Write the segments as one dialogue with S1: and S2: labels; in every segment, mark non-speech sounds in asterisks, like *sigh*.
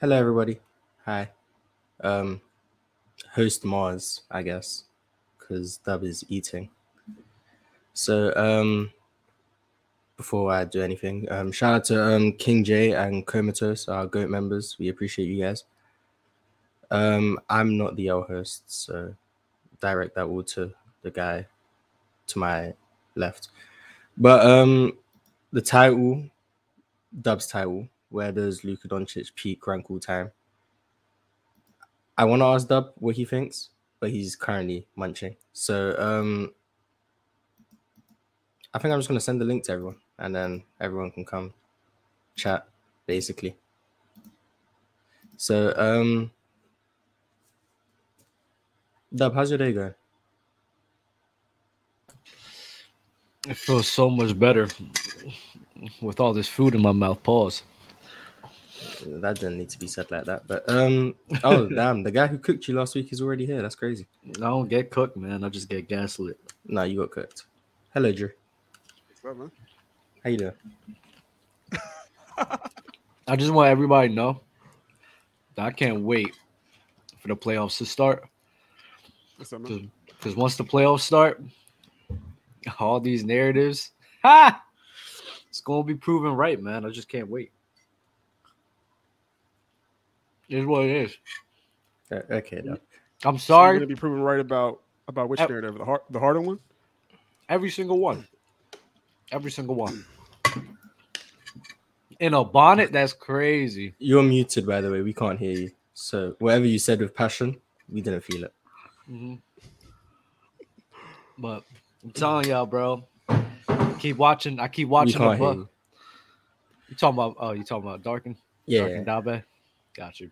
S1: Hello, everybody. Hi. Um, host Mars, I guess, because Dub is eating. So, um, before I do anything, um, shout out to um King J and Comatose, our GOAT members. We appreciate you guys. Um, I'm not the L host, so direct that all to the guy to my left. But um, the title, Dub's title, where does Luka Doncic peak rank all time? I want to ask Dub what he thinks, but he's currently munching. So um, I think I'm just gonna send the link to everyone, and then everyone can come chat, basically. So um, Dub, how's your day going?
S2: It feels so much better with all this food in my mouth. Pause.
S1: That didn't need to be said like that, but um,
S2: *laughs*
S1: oh damn, the guy who cooked you last week is already here. That's crazy.
S2: I don't get cooked, man. I just get gaslit.
S1: No, you got cooked. Hello, Drew.
S3: What's up, man?
S1: How you doing?
S2: I just want everybody to know that I can't wait for the playoffs to start.
S3: What's up, man?
S2: Because once the playoffs start, all these narratives, *laughs* ha! It's going to be proven right, man. I just can't wait. It is what it is.
S1: Uh, okay, Dub.
S2: I'm
S3: So you're
S2: sorry.
S3: gonna be proven right about about which
S2: Uh,
S3: narrative, the hard, the harder one.
S2: Every single one. Every single one. In a bonnet? That's crazy.
S1: You're muted, by the way. We can't hear you. So whatever you said with passion, we didn't feel it.
S2: hmm But I'm telling y'all, bro. Keep watching. I keep watching the
S1: we can't hear
S2: book.
S1: you.
S2: You talking about? Oh, you talking about Darken?
S1: Yeah,
S2: Darken Dabe. Got you.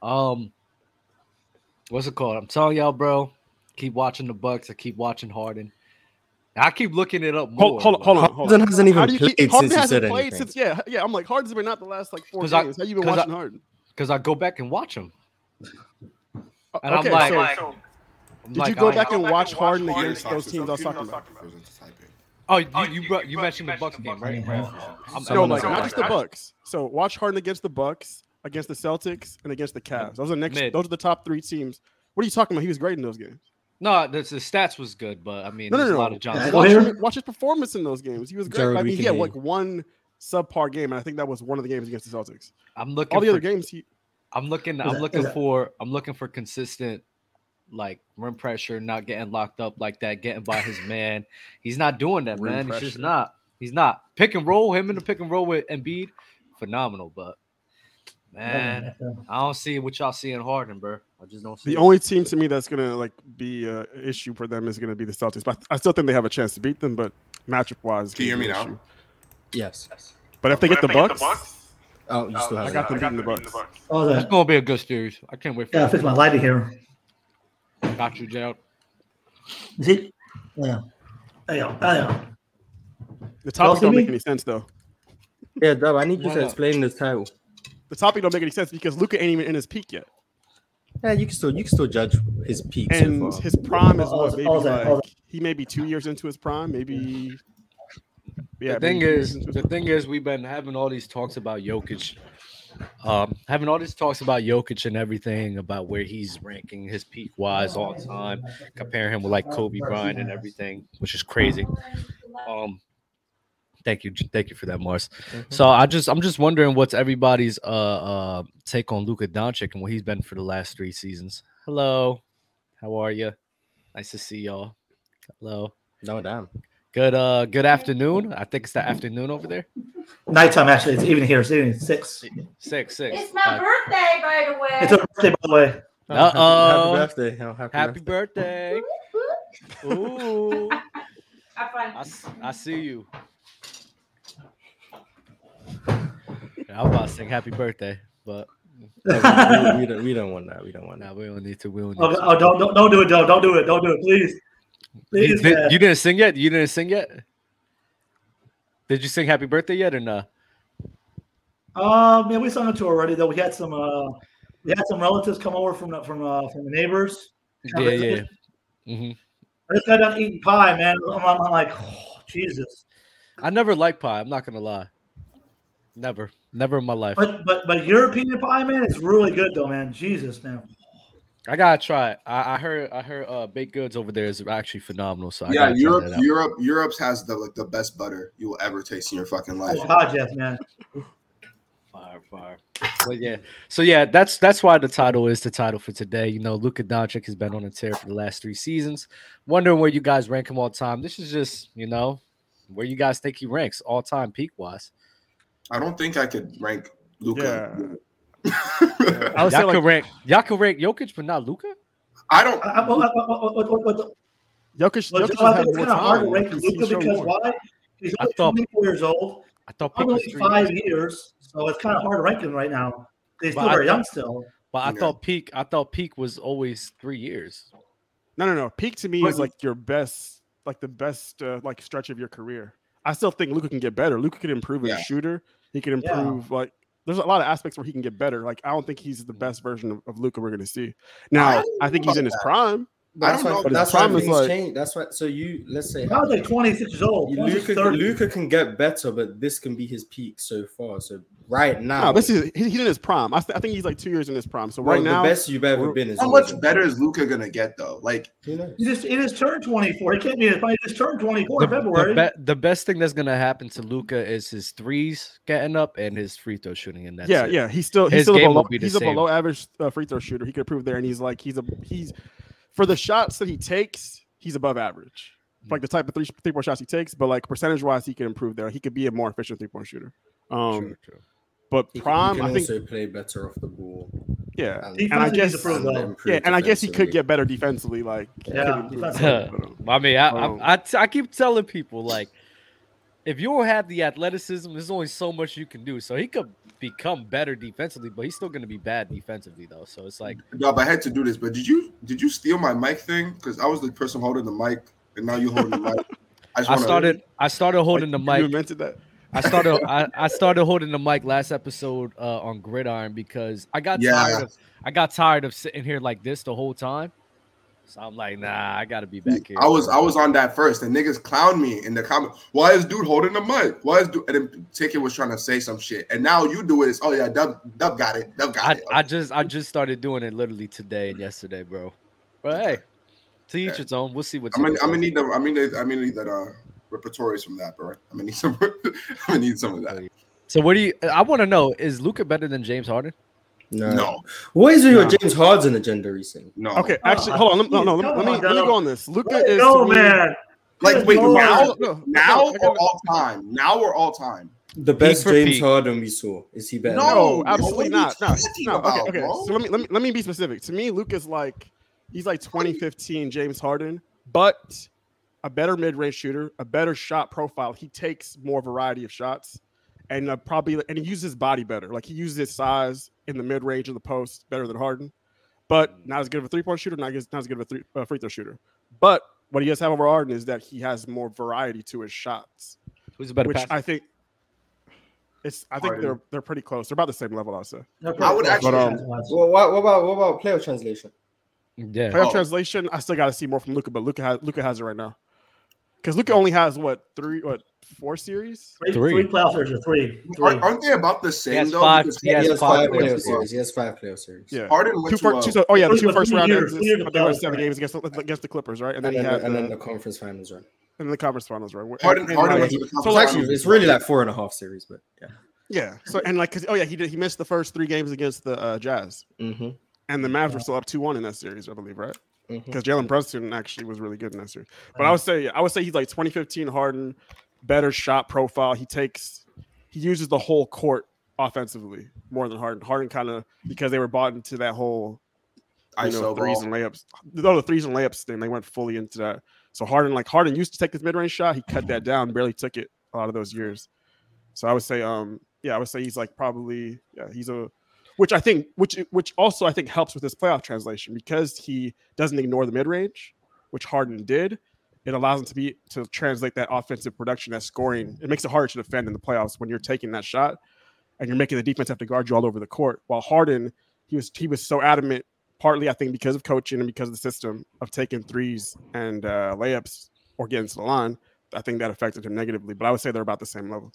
S2: Um, what's it called? I'm telling y'all, bro. Keep watching the Bucks. I keep watching Harden. I keep looking it up more.
S3: Hold, hold on, hold on, hold on.
S1: Harden hasn't even
S3: How do you keep
S1: played
S3: Harden
S1: since he
S3: hasn't
S1: said
S3: played
S1: anything.
S3: since yeah yeah? I'm like Harden's been out the last like four
S2: 'Cause
S3: games.
S2: I-
S3: How you been
S2: 'cause I-
S3: watching Harden?
S2: because I go back and watch them.
S3: Uh,
S2: And I'm
S3: okay,
S2: like-
S3: so
S2: like- I'm
S3: did you
S2: like,
S3: go
S2: I-
S3: back and
S4: Go back
S3: watch
S4: and watch
S3: Harden
S4: Harden
S3: against those teams I was talking about?
S2: Oh, you you, brought, you mentioned the Bucks game, right? I'm-
S3: No,
S1: Someone
S3: like
S1: said
S3: not
S1: that.
S3: just the Bucks. So watch Harden against the Bucks, against the Celtics, and against the Cavs. Those are the next.
S2: Mid.
S3: Those are the top three teams. What are you talking about? He was great in those games.
S2: No, the, the stats was good, but I mean,
S3: No, no,
S2: there's
S3: no.
S2: a lot of Johnson.
S3: Watch, him- watch his performance in those games. He was great.
S1: Jared,
S3: I
S1: we
S3: mean, he
S1: can
S3: had
S1: hear
S3: like one subpar game, and I think that was one of the games against the Celtics.
S2: I'm looking.
S3: All the
S2: for-
S3: other games, he
S2: I'm looking.
S5: Is
S2: I'm
S5: that-
S2: looking
S5: is that-
S2: for. I'm looking for consistent, like rim pressure, not getting locked up like that, getting by his man. He's not doing that,
S3: Rim
S2: man. He's just
S3: pressure.
S2: not. He's not pick and roll him in the pick and roll with Embiid, phenomenal. But man, I don't see what y'all see in Harden, bro. I just don't see.
S3: The
S2: it.
S3: only team to me that's gonna like be an issue for them is gonna be the Celtics. But I still think they have a chance to beat them. But matchup wise,
S4: Can you hear me now?
S1: Yes.
S3: But if they get the Bucks,
S1: Oh, you still
S3: I
S1: have
S3: got
S1: it.
S3: them beating the Bucks.
S5: Oh,
S2: It's
S5: the,
S2: gonna be a good series. I can't wait for.
S5: gotta
S2: Yeah,
S5: fix my lighting here.
S2: Got you, Gerald.
S5: You see? Yeah. There you go. There you go.
S3: The topic
S5: see
S3: don't
S5: me?
S3: make any sense though.
S1: Yeah, Dub, I need you
S2: Why
S1: to
S2: not?
S1: explain this title.
S3: The topic don't make any sense because Luca ain't even in his peak yet,
S1: Yeah, you can still you can still judge his peak so
S3: and
S1: far.
S3: his prime is
S5: All
S3: what
S5: that-
S3: maybe
S5: all that- all
S3: like he may be two years into his prime, maybe. Yeah,
S2: the thing
S3: maybe two years
S2: is,
S3: into his
S2: the
S3: prime.
S2: thing is, we've been having all these talks about Jokic, um, having all these talks about Jokic and everything about where he's ranking his peak wise all time, comparing him with like Kobe Bryant and everything, which is crazy. Um, thank you, thank you for that, Mars. So I just, I'm just wondering what's everybody's uh, uh take on Luka Doncic and what he's been for the last three seasons. Hello, how are you? Nice to see y'all. Hello.
S1: No damn.
S2: Good uh good afternoon. I think it's the afternoon over there.
S5: Nighttime, actually. It's even here. It's even six.
S2: Six, six.
S6: It's my birthday, by the way.
S5: It's a birthday, by the way.
S2: Uh-oh.
S1: Oh, happy- Happy, birthday. Oh, happy,
S2: happy
S1: birthday.
S2: birthday.
S6: *laughs*
S2: Ooh.
S6: Have
S2: I,
S6: fun.
S2: s- I see you. Yeah, I'm about to sing happy birthday, but
S1: No, *laughs* we, we don't, we don't want that. We don't want
S2: no,
S1: that.
S2: we don't need to. We don't need
S5: Oh,
S2: to.
S5: oh don't, don't, don't do it, Joe. Don't do it. Don't do it. Please.
S2: you,
S5: Please.
S2: did,
S5: man.
S2: you didn't sing yet? You didn't sing yet? Did you sing happy birthday yet or no?
S5: Um, yeah, we sung it to her already, though. We had some, uh, we had some relatives come over from, the- from, uh, from the neighbors.
S2: Yeah, yeah. hmm
S5: I just got done eating pie, man. I'm, I'm like, oh, Jesus.
S2: I never liked pie. I'm not gonna lie. Never, never in my life.
S5: But but but European pie, man, is really good though, man. Jesus, man.
S2: I gotta try it. I, I heard, I heard, uh, baked goods over there is actually phenomenal. So I
S7: yeah,
S2: gotta try
S7: Europe,
S2: that out.
S7: Europe, Europe's has the like the best butter you will ever taste in your fucking life.
S5: Oh, God, yes, man.
S2: Fire, fire. But yeah, so yeah, that's that's why the title is the title for today. You know, Luka Doncic has been on a tear for the last three seasons. Wondering where you guys rank him all time. This is just, you know, where you guys think he ranks all time peak wise.
S7: I don't think I could rank Luca.
S3: I would say
S2: Y'all
S3: like
S2: could rank, y'all could rank Jokic, but not Luca.
S7: I don't.
S5: I, I, I, I, I, I, I,
S3: Jokic,
S5: Well,
S3: Jokic
S5: it's
S3: has had more
S5: kind of hard to
S3: time.
S5: rank
S3: He's-
S5: Luca
S3: he's shown
S5: because
S3: more.
S5: why? He's
S2: I
S5: only
S2: thought-
S5: 24 years old,
S2: I thought Pick was
S5: only
S2: three
S5: five
S2: years.
S5: years, so it's kind of hard to rank him right now. He's still
S2: But I
S5: very young,
S2: thought-
S5: still.
S2: but I
S7: Yeah.
S2: thought peak, I thought peak was always three years.
S3: No, no, no. Peak to me
S5: But-
S3: is like your best, like the best, uh, like stretch of your career. I still think Luca can get better. Luca could improve as
S7: Yeah.
S3: a shooter. He could
S5: Yeah.
S3: improve like there's a lot of aspects where he can get better. Like I don't think he's the best version of, of Luca we're gonna see. Now
S7: don't
S3: I, think
S7: know
S3: he's in
S7: about
S3: his prime.
S7: I
S8: But that's
S7: don't
S8: why,
S7: know, but
S8: that's
S3: the
S8: why
S3: problem is,
S8: things
S3: like-
S8: change. That's why. So you let's say
S5: Now like 26 years old. Luca,
S8: Luca Luca can get better, but this can be his peak so far. So right now,
S3: No, this is he- he's in his prime. I, th- I think he's like two years in his prime. So
S8: well,
S3: right now,
S8: the best you've ever
S3: we're-
S8: been is
S7: How
S8: always
S7: much
S8: a-
S7: better is Luca gonna get though? Like
S8: You know,
S5: He just, he just turned 24. He can't be in his He just turned 24
S2: *laughs* The,
S5: in February.
S2: the, be- the best thing that's gonna happen to Luca is his threes getting up and his free throw shooting, and that's
S3: yeah,
S2: it.
S3: yeah, he's still he's
S2: His
S3: still a
S2: game will
S3: below,
S2: be the
S3: he's a
S2: same.
S3: below average uh, free throw shooter. He could improve there, and he's like he's a he's for the shots that he takes, he's above average.
S2: Mm-hmm.
S3: For, Like the type of three three point shots he takes, but like percentage wise, he could improve there. He could be a more efficient three point shooter. Um,
S2: True, true.
S3: but
S8: he can,
S3: prime,
S8: he can
S3: I think,
S8: also play better off the ball.
S3: yeah,
S8: and-
S5: Defense
S3: and I
S5: needs to
S3: guess-
S5: improve, though.
S8: improve
S3: yeah, and I guess he could
S8: defensively.
S3: get better defensively. Like, he could
S5: Yeah,
S3: improve
S5: defensively.
S3: but,
S2: *laughs*
S3: um,
S2: I mean, I,
S3: Um,
S2: I, I, t- I keep telling people like, if you don't have the athleticism, there's only so much you can do. So he could become better defensively, but he's still going to be bad defensively though. So it's like,
S7: Dub, I had to do this, but did you did you steal my mic thing? Because I was the person holding the mic, and now you holding the mic.
S2: *laughs*
S7: just
S2: I
S7: wanna-
S2: started, I started holding the
S3: You
S2: mic.
S3: invented that.
S2: I started, I, I started holding the mic last episode uh, on Gridiron because I got
S7: Yeah.
S2: tired of, I got tired of sitting here like this the whole time. So I'm like, nah, I got to be back here.
S7: I was I was on that first, and niggas clown me in the comment. Why is dude holding the mic? Why is dude? And then Ticket was trying to say some shit, and now you do it. It's oh yeah, Dub Dub got it. Dub got
S2: I,
S7: it.
S2: I just I just started doing it literally today and yesterday, bro. But hey, to each its own. We'll see what.
S7: I'm gonna,
S2: Tibbs
S7: I'm
S2: does.
S7: gonna need the I'm gonna need- I'm gonna need that uh repertories from that, bro. I'm gonna need some *laughs* I'm gonna need some of that.
S2: So what do you? I want to know: Is Luca better than James Harden?
S8: No.
S7: No,
S8: What is with your
S3: No.
S8: James Harden agenda recently?
S7: no.
S3: Okay, actually,
S5: Oh,
S3: hold on. Let, no, no,
S5: geez,
S3: let, me-
S5: come
S3: let me let me
S5: on,
S3: go on this. Luca
S5: Let it
S3: is
S5: go,
S3: to me-
S5: man.
S7: Like
S5: Good
S7: wait,
S5: lord.
S7: now
S3: No, no,
S7: now
S3: I gotta-
S7: or all time? Now or all time?
S8: The best
S2: for
S8: James
S2: peak.
S8: Harden we saw is he better? than-
S7: No,
S3: No,
S7: bro,
S3: Oh, absolutely
S7: what
S3: not.
S7: are
S3: No,
S7: you talking
S3: no.
S7: about,
S3: okay, okay.
S7: bro?
S3: So let me let me let me be specific. To me, Luca's like he's like 2015 James Harden, but a better mid-range shooter, a better shot profile. He takes more variety of shots, and uh, probably and he uses his body better. Like he uses his size in the mid-range of the post better than Harden,
S7: Mm.
S3: but not as good of a three-point shooter, not as, not as good of a three, uh, free throw shooter. But what he does have over Harden is that he has more variety to his shots
S2: Who's a better
S3: which
S2: passer?
S3: I think it's. I think
S7: Harden.
S3: they're they're pretty close. They're about the same level. I'll say.
S7: I would actually-
S3: um,
S8: Well, what, what about what about player translation?
S2: yeah,
S3: Playoff
S7: Oh.
S3: translation. I still got to see more from Luca, but Luca has Luca has it right now. Because Luca only has what three, what four series?
S5: three,
S2: Three.
S5: three. playoff series or three. three.
S7: Aren't, aren't they about the same
S2: has
S7: though?
S2: five-
S7: Because
S2: he has
S8: he has five
S7: Harden
S8: playoff
S7: went to, uh,
S8: series. He has five playoff series.
S3: Yeah,
S7: Harden went
S3: two,
S7: to
S3: fir-
S7: uh,
S3: two so- Oh yeah, the
S5: Three-
S3: two
S5: three
S3: first round
S5: years,
S3: exits.
S5: three years
S3: but They went
S5: ago,
S3: seven
S5: right.
S3: games against against the Clippers, right? And
S8: And
S3: then he
S8: then,
S3: had
S8: the, and then the
S3: the,
S8: conference finals run.
S3: and the conference finals, right? And-
S7: Harden-
S3: and,
S7: Harden
S3: like,
S8: Yeah,
S7: went
S8: he-
S7: to the
S8: it's
S7: conference
S8: actually
S7: finals.
S8: it's really like four and a half series, but yeah.
S3: yeah. So and like, cause, oh yeah, he did. He missed the first three games against the uh, Jazz,
S8: Mm-hmm.
S3: and the Mavs were still up two one in that series, I believe, right?
S8: hmm
S3: because Jalen Brunson actually was really good in that series. But
S5: Yeah.
S3: I would say I would say he's like 2015 Harden, better shot profile. He takes he uses the whole court offensively more than Harden. Harden kind of because they were bought into that whole you
S7: ISO
S3: know,
S7: ball.
S3: threes and layups. No, the threes and layups thing. They went fully into that. So Harden like Harden used to take his mid range shot. He cut that down, barely took it a lot of those years. So I would say um yeah I would say he's like probably yeah he's a which I think which which also I think helps with his playoff translation because he doesn't ignore the mid range, which Harden did. It allows him to be to translate that offensive production, that scoring. It makes it harder to defend in the playoffs when you're taking that shot and you're making the defense have to guard you all over the court. While Harden, he was he was so adamant, partly I think because of coaching and because of the system of taking threes and uh, layups or getting to the line. I think that affected him negatively, but I would say they're about the same level.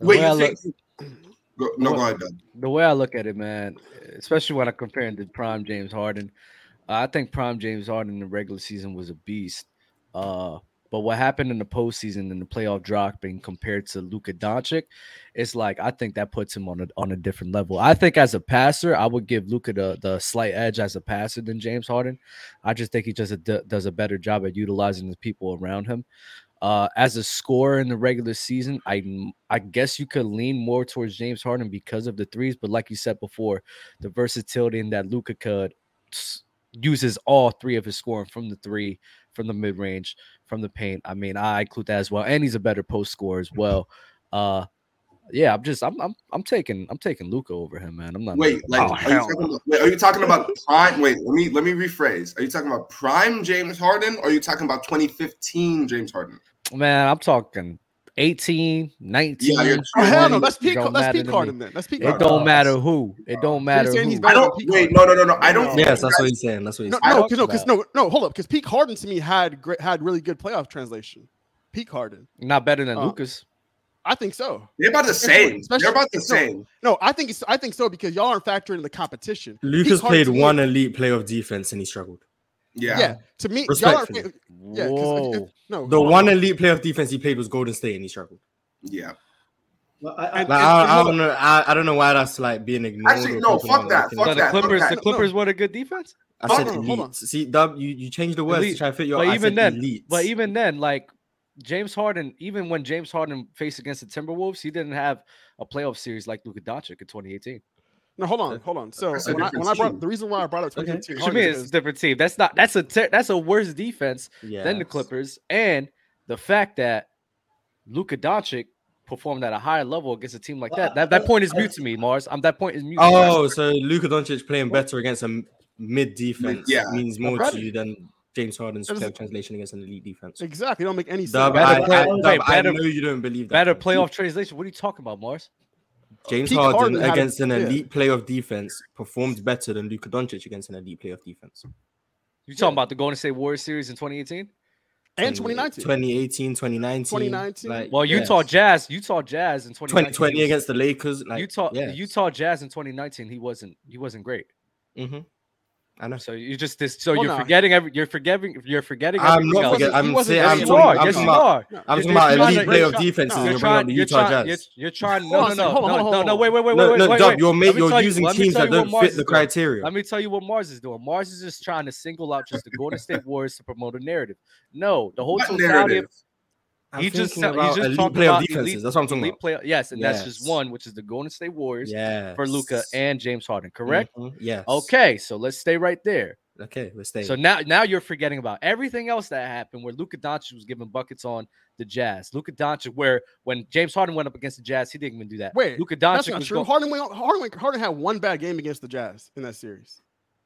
S7: Wait,
S2: Well,
S7: you think Go, no,
S2: Well-
S7: go ahead, Doug.
S2: the way I look at it, man, especially when I compare him to Prime James Harden, I think Prime James Harden in the regular season was a beast. Uh, but what happened in the postseason and the playoff drop being compared to Luka Doncic, it's like I think that puts him on a on a different level. I think as a passer, I would give Luka the, the slight edge as a passer than James Harden. I just think he just a- d- does a better job at utilizing the people around him. Uh, as a scorer in the regular season, I m- I guess you could lean more towards James Harden because of the threes, but like you said before, the versatility in that Luca could s- uses all three of his scoring from the three, from the mid range, from the paint. I mean, I include that as well, and he's a better post scorer as well. Uh, yeah, I'm just I'm I'm, I'm taking I'm taking Luca over him, man. I'm not mad
S7: Wait, like,
S3: Oh,
S7: are, you
S3: hell
S7: talking
S3: no.
S7: about, wait, are you talking about prime? Wait, let me let me rephrase. Are you talking about prime James Harden, or are you talking about 2015 James Harden?
S2: man. I'm talking 18, 19.
S7: you're-
S3: Oh, hell no.
S2: 20.
S3: That's peak.
S2: Don't
S3: That's
S2: matter
S3: peak
S2: to me.
S3: Harden. Then that's peak.
S2: It
S3: Harden.
S2: don't matter who. It don't matter.
S3: saying
S2: who.
S3: he's better
S7: I don't.
S3: Peak
S7: Wait,
S3: Harden.
S7: no, no, no, no. I don't.
S1: Yes, that's what he's saying. That's what he's
S3: No,
S1: saying.
S3: no,
S2: talked
S3: because no, 'cause
S2: about.
S3: no, no, hold up. Because peak Harden to me had great, had really good playoff translation. Peak Harden,
S2: Not better than
S3: Uh,
S2: Lucas.
S3: I think so.
S7: They're about the same. They're about the
S3: Especially-
S7: same.
S3: No, I think it's, I think so because y'all aren't factoring the competition. Peak
S1: Lucas
S3: Harden
S1: played
S3: to me-
S1: one elite playoff defense and he struggled.
S7: Yeah.
S3: Yeah. to me, y'all aren't.
S1: Respectfully.
S3: Yeah, 'cause if-
S2: Whoa.
S3: if- no,
S1: The
S3: hold
S1: one
S3: on.
S1: elite playoff defense he played was Golden State and he struggled.
S7: Yeah.
S9: Well, I, I,
S1: Like, I, I don't know. I, I don't know why that's like being ignored.
S7: Actually,
S1: or
S7: no,
S1: people
S7: fuck
S1: not
S7: that,
S1: looking
S7: fuck
S1: at
S2: So
S1: it.
S2: the
S7: that, fuck
S2: Clippers,
S7: that.
S2: the
S3: No,
S2: Clippers were a good defense.
S1: I
S7: Hold
S1: said
S3: on, hold
S1: elite.
S3: on.
S1: See, Dub, you, you changed the words
S2: Elite.
S1: to try to fit your.
S2: But
S1: I
S2: even
S1: said
S2: then-
S1: elite.
S2: But even then, like James Harden, even when James Harden faced against the Timberwolves, he didn't have a playoff series like Luka Doncic in 2018.
S3: No, hold on, hold on. So
S7: That's a
S3: when I,
S7: different
S3: when I brought
S7: team.
S3: the reason why I brought up
S1: Okay.
S3: 2015
S2: Which
S3: Harden
S2: means it's
S3: is
S2: a different team. That's not that's a ter- that's a worse defense
S1: yeah.
S2: than the Clippers, and the fact that Luka Doncic performed at a higher level against a team like that. That that point is mute to me, Mars. Um, that point is mute. to me.
S1: Oh, so Luka Doncic playing better against a m- mid defense
S7: yeah.
S1: means more to
S2: Probably.
S1: you than James Harden's
S3: That was-
S1: playoff translation against an elite defense.
S3: exactly it don't make any sense.
S1: Dub,
S2: Better
S1: I,
S2: play-
S1: I,
S9: wait,
S1: Dub, I
S2: better-
S1: know you don't believe that.
S2: Better
S1: Dub.
S2: playoff translation. What are you talking about, Mars?
S1: James
S3: Peak
S1: Harden,
S3: Harden had a-
S1: against an
S3: yeah.
S1: elite playoff defense performed better than Luka Doncic against an elite playoff defense.
S2: You talking about the Golden State Warriors series in 2018?
S3: and
S1: 20
S3: 2019.
S1: 2018, 2019.
S3: 2019.
S2: Well,
S1: yeah.
S2: Utah Jazz, Utah Jazz in 2019
S1: 2020 20
S2: was-
S1: against the Lakers. Like,
S2: Utah, the
S1: yeah.
S2: Utah Jazz in 2019, he wasn't he wasn't great.
S1: hmm I know.
S2: So you just this. So
S3: Well,
S2: you're
S3: nah.
S2: forgetting every. You're forgetting. You're forgetting.
S1: I'm
S2: everything
S1: not.
S2: else.
S1: Forget,
S3: He
S1: I'm
S3: wasn't-
S1: saying.
S3: he
S1: I'm
S2: yes,
S3: wasn't-
S2: you are.
S1: talking, I'm
S2: Yes,
S1: talking
S2: you
S1: about.
S2: are.
S3: No.
S1: I'm
S2: You're-
S1: talking about
S2: you're
S1: elite
S2: trying
S1: playoff
S3: to-
S1: defenses.
S3: no.
S1: and
S2: You're
S1: You're bringing up
S2: trying.
S1: the
S2: You're
S1: Utah
S2: trying. You're,
S1: Jazz.
S2: you're trying.
S3: Hold
S2: No,
S3: on
S2: no,
S3: a second,
S2: no,
S3: hold on,
S2: no,
S3: hold
S2: no,
S3: on,
S2: no.
S3: hold
S2: Wait, wait, wait,
S1: no,
S2: wait,
S1: no,
S2: wait,
S1: Dub,
S2: wait.
S1: you'll
S2: Let
S1: make,
S2: me
S1: you're
S2: tell you-
S1: using
S2: let me
S1: teams
S2: tell
S1: that
S2: you what
S1: don't
S2: Mars
S1: fit
S2: is
S1: the
S2: doing.
S1: criteria.
S2: Let me tell you what Mars is doing. Mars is just trying to single out just the Golden State Warriors to promote a narrative. No, the whole
S7: What
S2: totality of
S7: narrative?
S1: I'm
S2: he just
S1: thinking
S2: said- he
S1: about
S2: just
S1: elite
S2: talked
S1: playoff
S2: about
S1: defenses.
S2: elite-
S1: That's what I'm talking
S2: elite
S1: about.
S2: player. Yes, and that's just
S1: Yes.
S2: one, which is the Golden State Warriors
S1: Yeah.
S2: for Luca and James Harden. Correct.
S1: Mm-hmm.
S5: Mm-hmm,
S1: Yes.
S2: Okay, so let's stay right there.
S1: Okay. We're staying.
S2: So now, now you're forgetting about everything else that happened, where Luka Doncic was giving buckets on the Jazz. Luka Doncic, where when James Harden went up against the Jazz, he didn't even do that.
S3: Wait,
S2: Luka
S3: That's
S2: Doncic
S3: not
S2: was
S3: true.
S2: going.
S3: Harden went, Harden went, Harden had one bad game against the Jazz in that series.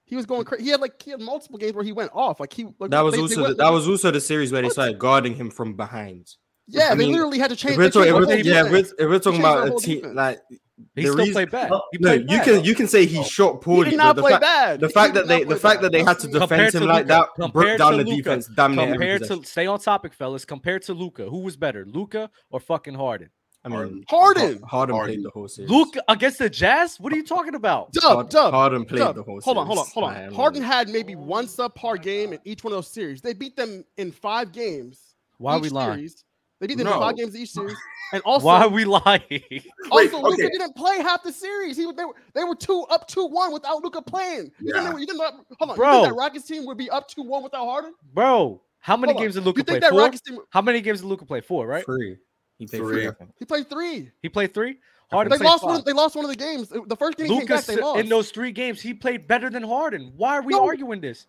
S3: He was going crazy. He had like he had multiple games where he went off. Like he like,
S1: that was
S3: they- they
S1: also the,
S3: went-
S1: that was also the series where they
S3: What?
S1: started guarding him from behind.
S3: yeah.
S1: I
S3: they
S1: mean,
S3: literally had to
S1: If
S3: change.
S1: we're
S3: they
S1: talking, if
S3: changed their
S1: we're,
S3: whole
S1: yeah, if we're,
S3: defense.
S1: if we're talking
S3: changed their
S1: about a
S3: whole
S1: team
S3: defense.
S1: like
S2: He
S1: the
S2: still
S1: reason-
S2: played bad.
S9: Well,
S2: He
S1: no,
S2: played
S1: you
S2: bad.
S1: can you can say he shot
S3: He
S1: poorly.
S3: did
S1: but
S3: not
S1: the
S3: play
S1: fact-
S3: bad.
S1: The
S3: He
S1: fact
S3: did
S1: that they
S3: not
S1: the
S3: play
S1: fact
S3: bad.
S1: that they had to
S3: That's-
S1: defend
S2: Compared
S1: him
S2: to
S1: like
S2: Luka-
S1: that broke
S2: compared
S1: down
S2: to
S1: the
S2: Luka-
S1: defense. Damn near every
S2: Compared to
S1: possession.
S2: stay on topic, fellas. Compared to Luca, who was better, Luca or fucking Harden?
S1: I mean,
S3: Harden.
S1: Harden
S7: Harden.
S1: played the whole series.
S2: Luca against the Jazz? What are you talking about?
S3: Dub,
S1: Hard-
S3: dub,
S1: Harden played
S3: dub.
S1: the whole
S3: Hold on, hold on,
S1: series.
S3: hold
S1: I
S3: on.
S1: am-
S3: Harden had maybe one subpar game in each one of those series. They beat them in five games.
S2: Why are
S3: each
S2: we lying?
S3: Series. They beat them in
S7: No.
S3: five games each series. And
S2: *laughs*
S3: also,
S2: Why are we
S1: *laughs*
S2: lying?
S7: Wait,
S3: also
S7: okay.
S3: Luca didn't play half the series. He was- they were they were two up two one without Luca playing. You think
S7: Yeah.
S3: they were- you think that- hold on,
S2: Bro.
S3: you think that Rockets team would be up two one without Harden?
S2: Bro, how many
S3: Hold on.
S2: games did
S3: You
S2: Luca play?
S3: think that
S2: Four?
S3: Rockets team?
S2: How many games did Luca play? Four, right?
S1: Three. He played
S7: Three.
S1: three. I think.
S3: He played three.
S2: He played three. Harden
S3: They
S2: played
S3: lost one.
S2: five.
S3: They lost one of the games. The first game he came back,
S2: Lucas
S3: they lost.
S2: in those three games, he played better than Harden. Why are we
S3: No.
S2: arguing this?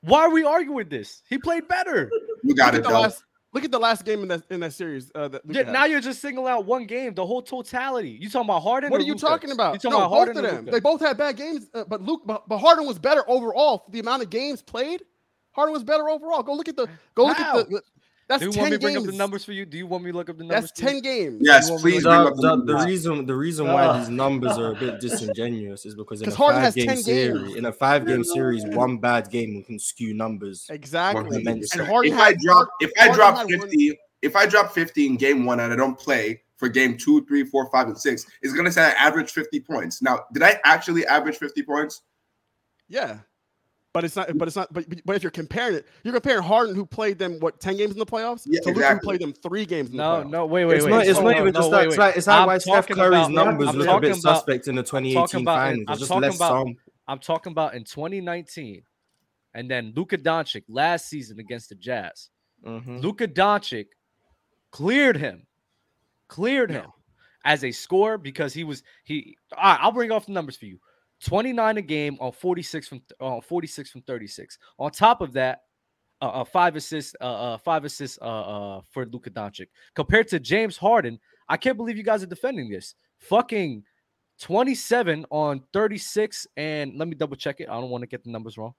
S2: Why are we arguing this? He played better.
S7: *laughs* You
S3: look
S7: got
S3: at
S7: it,
S3: the
S7: Doug.
S3: last. Look at the last game in that in that series. Uh, that Luka
S2: Yeah,
S3: had.
S2: now you're just singling out one game, the whole totality. You talking about Harden?
S3: What
S2: or
S3: are you
S2: Luka?
S3: talking about?
S2: You talking
S3: no,
S2: about
S3: both
S2: Harden
S3: of
S2: or
S3: them.
S2: Luka?
S3: They both had bad games, uh, but Luke, but, but Harden was better overall. For the amount of games played, Harden was better overall. Go look at the, go look
S2: How?
S3: at the. That's
S2: Do you want me
S3: ten
S2: to bring
S3: games.
S2: up the numbers for you? Do you want me to look up the numbers?
S3: That's
S2: for you?
S3: ten games.
S7: Yes,
S2: You want me
S7: please
S2: to-
S7: bring
S1: Dub-
S7: up the
S1: dub- the
S7: numbers.
S1: reason the reason why these
S9: Ugh.
S1: numbers are a bit disingenuous is because in a
S3: 'Cause Harden
S1: five
S3: has
S1: game
S3: 10
S1: series,
S3: games.
S1: in a five game series, one bad game can skew numbers.
S3: Exactly.
S7: 100%.
S3: And Harden
S7: if
S3: had-
S7: I drop, if I
S3: Harden
S7: drop
S3: had one-
S7: fifty, if I drop fifty in game one and I don't play for game two, three, four, five, and six is going to say I average 50 points. Now, did I actually average 50 points?
S3: Yeah. But it's not. But it's not. But but if you're comparing it, you're comparing Harden, who played them what ten games in the playoffs,
S7: Yeah,
S3: to Luka, who
S7: exactly.
S3: played them three games. In
S2: No,
S3: the playoffs.
S2: no, wait, wait,
S1: it's
S2: wait.
S1: not. It's
S2: Oh,
S1: not even
S2: no,
S1: the
S2: wait,
S1: stats.
S2: wait.
S1: Like, it's how
S2: I'm
S1: why Steph
S2: talking
S1: Curry's
S2: about-
S1: numbers
S2: I'm
S1: look a bit
S2: talking about-
S1: suspect in the 2018
S2: talking about-
S1: finals.
S2: I'm
S1: There's just
S2: talking
S1: less
S2: about-
S1: some.
S2: I'm talking about in 2019, and then Luka Doncic last season against the Jazz.
S1: Mhm.
S2: Luka Doncic cleared him, cleared him as a scorer because he was he. All right, I'll bring off the numbers for you: twenty nine a game on forty six from on forty six from thirty six. On top of that, uh, uh five assists, uh, uh five assists uh, uh for Luka Doncic compared to James Harden. I can't believe you guys are defending this. Fucking twenty seven on thirty six, and let me double check it. I don't want to get the numbers wrong.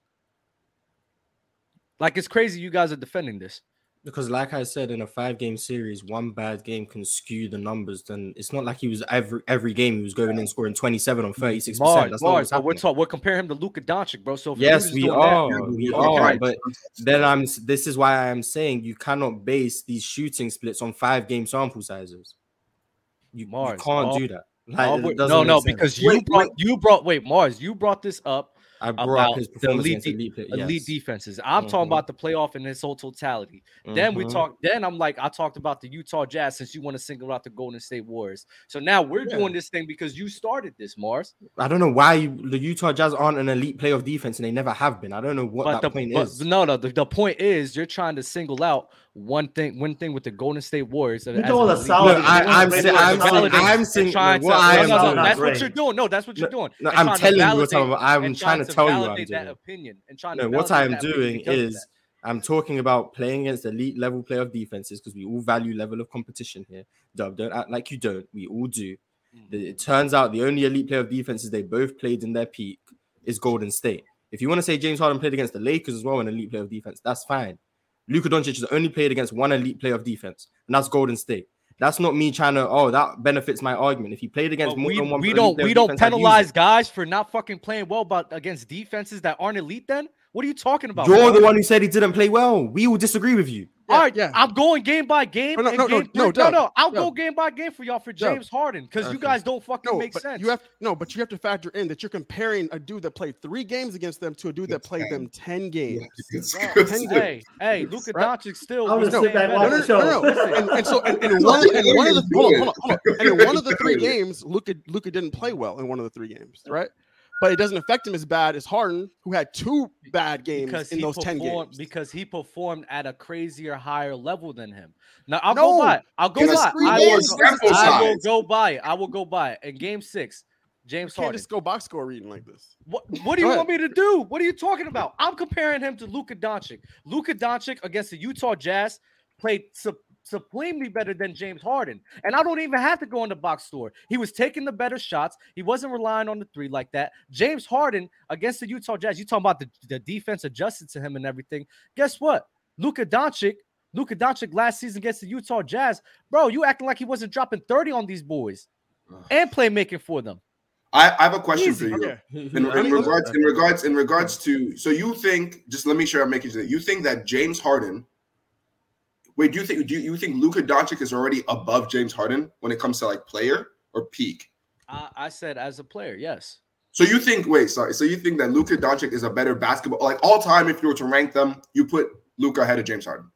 S2: Like it's crazy you guys are defending this.
S1: Because, like I said, in a five-game series, one bad game can skew the numbers. Then it's not like he was every every game he was going in scoring 27 on 36.
S2: Mars,
S1: percent That's
S2: Mars,
S1: not
S2: but we're
S1: what's happening.
S2: talking. We're comparing him to Luka Doncic, bro. So if
S1: Yes,
S2: Luka's
S1: we
S2: doing
S1: are.
S2: That,
S1: we
S7: Yeah,
S1: are.
S7: right.
S1: But then I'm. s- This is why I am saying you cannot base these shooting splits on five-game sample sizes. You, you
S2: Mars,
S1: can't
S2: all-
S1: do that.
S2: Oh,
S1: Like, it
S2: wait,
S1: doesn't
S2: no,
S1: make
S2: no,
S1: sense.
S2: because you
S7: Wait,
S2: brought you brought wait Mars, you brought this up
S1: I brought up
S2: about
S1: his
S2: the
S1: performance
S2: elite,
S1: against
S2: de-
S1: elite, play-
S2: elite
S1: yes.
S2: defenses. I'm talking
S1: Mhm.
S2: about the playoff in its whole totality. Then we
S1: Mhm.
S2: talked. Then I'm like, I talked about the Utah Jazz since you want to single out the Golden State Warriors. So now we're
S1: Yeah.
S2: doing this thing because you started this, Mars.
S1: I don't know why you, the Utah Jazz aren't an elite playoff defense, and they never have been. I don't know what
S2: but
S1: that
S2: the
S1: point
S2: but
S1: is.
S2: no, no. The, the point is you're trying to single out one thing, one thing with the Golden State Warriors.
S6: You're
S2: as
S6: doing
S2: an
S6: a
S2: elite
S6: solid-
S1: No,
S6: Look,
S1: I, I'm,
S6: You're
S1: saying,
S6: trying
S1: I'm,
S6: to
S1: saying,
S6: validate-
S1: I'm saying
S2: trying
S1: what
S2: to-
S1: I
S2: no,
S1: am
S2: no, no,
S1: doing.
S2: that's
S6: right.
S2: what you're doing. No, that's what you're doing.
S1: No,
S2: and
S1: I'm
S2: trying to
S1: telling you what
S2: validate-
S1: I'm. I'm
S2: and
S1: trying to tell you what I'm
S2: validate that
S1: doing.
S2: opinion and trying
S1: No,
S2: to
S1: what
S2: validate
S1: I am
S2: that opinion
S1: doing
S2: because of
S1: is I'm talking about playing against elite level playoff defenses because we all value level of competition here. Dub, don't act like you don't. We all do.
S2: that.
S1: The- It turns out the only elite playoff defenses they both played in their peak is Golden State. If you want to say James Harden played against the Lakers as well in elite playoff defense, that's fine. Luka Doncic has only played against one elite playoff defense, and that's Golden State. That's not me trying to. Oh, that benefits my argument. If he played against
S2: But
S1: more
S2: we,
S1: than one,
S2: we
S1: elite
S2: don't
S1: playoff
S2: we don't
S1: defense, I'd use it.
S2: penalize guys for not fucking playing well but against defenses that aren't elite then what are you talking about bro?
S1: You're the one who said he didn't play well. We will disagree with you.
S2: all right
S3: Yeah.
S2: i'm going game by game
S3: No, no,
S2: and
S3: no, no,
S2: game
S3: no,
S2: three-
S3: Dub,
S2: i'll
S3: Dub.
S2: go game by game for y'all for
S3: Dub.
S2: james harden because you
S1: Okay.
S2: guys don't fucking
S3: No,
S2: make
S3: but
S2: sense
S3: you have no, but you have to factor in that you're comparing a dude that played three games against them to a dude that played them ten games. Ten games.
S2: hey hey luka
S3: Right.
S2: doncic still
S6: I'll
S2: was
S6: just
S3: No,
S6: sit back and
S2: playing better.
S6: watch the show.
S3: No, no, no. And, and so,
S2: *laughs*
S3: and, *laughs* and one, and one of the hold on, hold on, hold on. *laughs* And in one of the three games, Luca Luca didn't play well in one of the three games, right? But it doesn't affect him as bad as Harden, who had two bad games
S2: because
S3: in
S2: he
S3: those ten
S2: performed-
S3: games.
S2: because he performed at a crazier higher level than him. Now I'll
S3: No,
S2: go by. it. I'll go
S3: because
S2: by. it.
S3: three
S2: I
S3: more
S2: will,
S7: sample
S2: go- I will
S7: size.
S2: go by. it. I will go by. it. In game six,
S3: You
S2: James
S3: can't
S2: Harden.
S3: just go box score reading like this.
S2: What, what do you
S3: Go
S2: want me to do? What are you talking about? I'm comparing him to Luka Doncic. Luka Doncic against the Utah Jazz played sup- supremely better than James Harden. And I don't even have to go in the box store. He was taking the better shots. He wasn't relying on the three like that. James Harden against the Utah Jazz, you talking about the, the defense adjusted to him and everything. Guess what? Luka Doncic, Luka Doncic last season against the Utah Jazz, bro, you acting like he wasn't dropping 30 on these boys and playmaking for them.
S7: I, I have a question for you.
S3: *laughs* Okay.
S7: In,
S3: I
S7: in
S3: mean,
S7: regards, in regards, in regards to, so you think? Just let me sure I'm making sure that you think that James Harden. Wait, do you think do you, you think Luka Doncic is already above James Harden when it comes to like player or peak?
S2: I, I said as a player, yes.
S7: So you think? Wait, sorry. So you think that Luka Doncic is a better basketball like all time? If you were to rank them, you put Luka ahead of James Harden.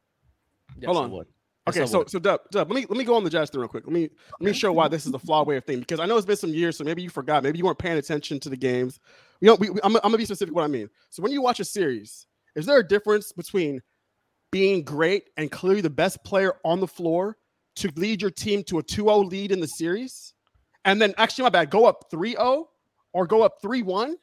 S2: Yes,
S3: Hold
S2: I
S3: on.
S2: would. Yes, I
S3: Okay, so
S2: would.
S3: so Dub, Dub, let me let me go on the Jazz thing real quick. Let me let me show why this is the flawed way of thing because I know it's been some years, so maybe you forgot, maybe you weren't paying attention to the games. You know, we, we- I'm, I'm gonna be specific what I mean. So when you watch a series, is there a difference between being great and clearly the best player on the floor to lead your team to a 2-0 lead in the series, and then actually my bad, go up 3-0 or go up 3-1,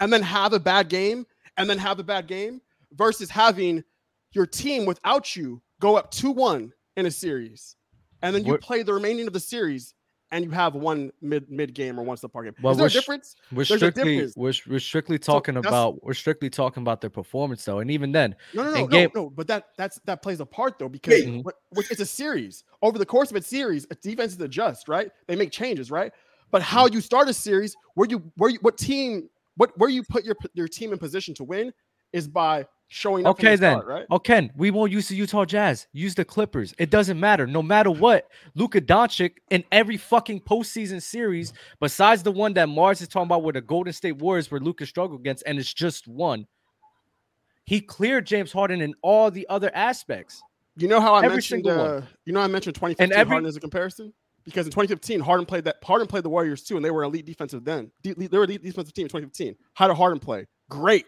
S3: and then have a bad game, and then have a bad game versus having your team without you go up 2-1 in a series and then you
S2: What-
S3: play the remaining of the series and you have one mid mid game or once the park game.
S2: Well,
S3: Is there a
S2: we're sh-
S3: difference?
S2: We're
S3: There's a
S2: strictly
S3: difference.
S2: we're, sh- we're strictly talking
S3: that's-
S2: about we're strictly talking about their performance though, and even then,
S3: No, no, no,
S2: in
S3: no,
S2: game-
S3: no. But that that's that plays a part though because
S2: Yeah.
S3: what, what, it's a series. Over the course of a series, a defense is adjust, right? They make changes, right? But how you start a series, where you where you what team what where you put your your team in position to win is by showing up. in
S2: Okay
S3: the
S2: then.
S3: start, right?
S2: Oh Ken, we won't use the Utah Jazz. Use the Clippers. It doesn't matter. No matter what, Luka Doncic in every fucking postseason series, besides the one that Mars is talking about with the Golden State Warriors, where Luka struggled against, and it's just one. He cleared James Harden in all the other aspects.
S3: You know how I
S2: Every
S3: mentioned
S2: single one.
S3: uh, you know I mentioned 2015
S2: every-
S3: Harden as a comparison because in 2015 Harden played that Harden played the Warriors too and they were elite defensive then. De- le- they were elite defensive team in 2015. How did Harden play? Great.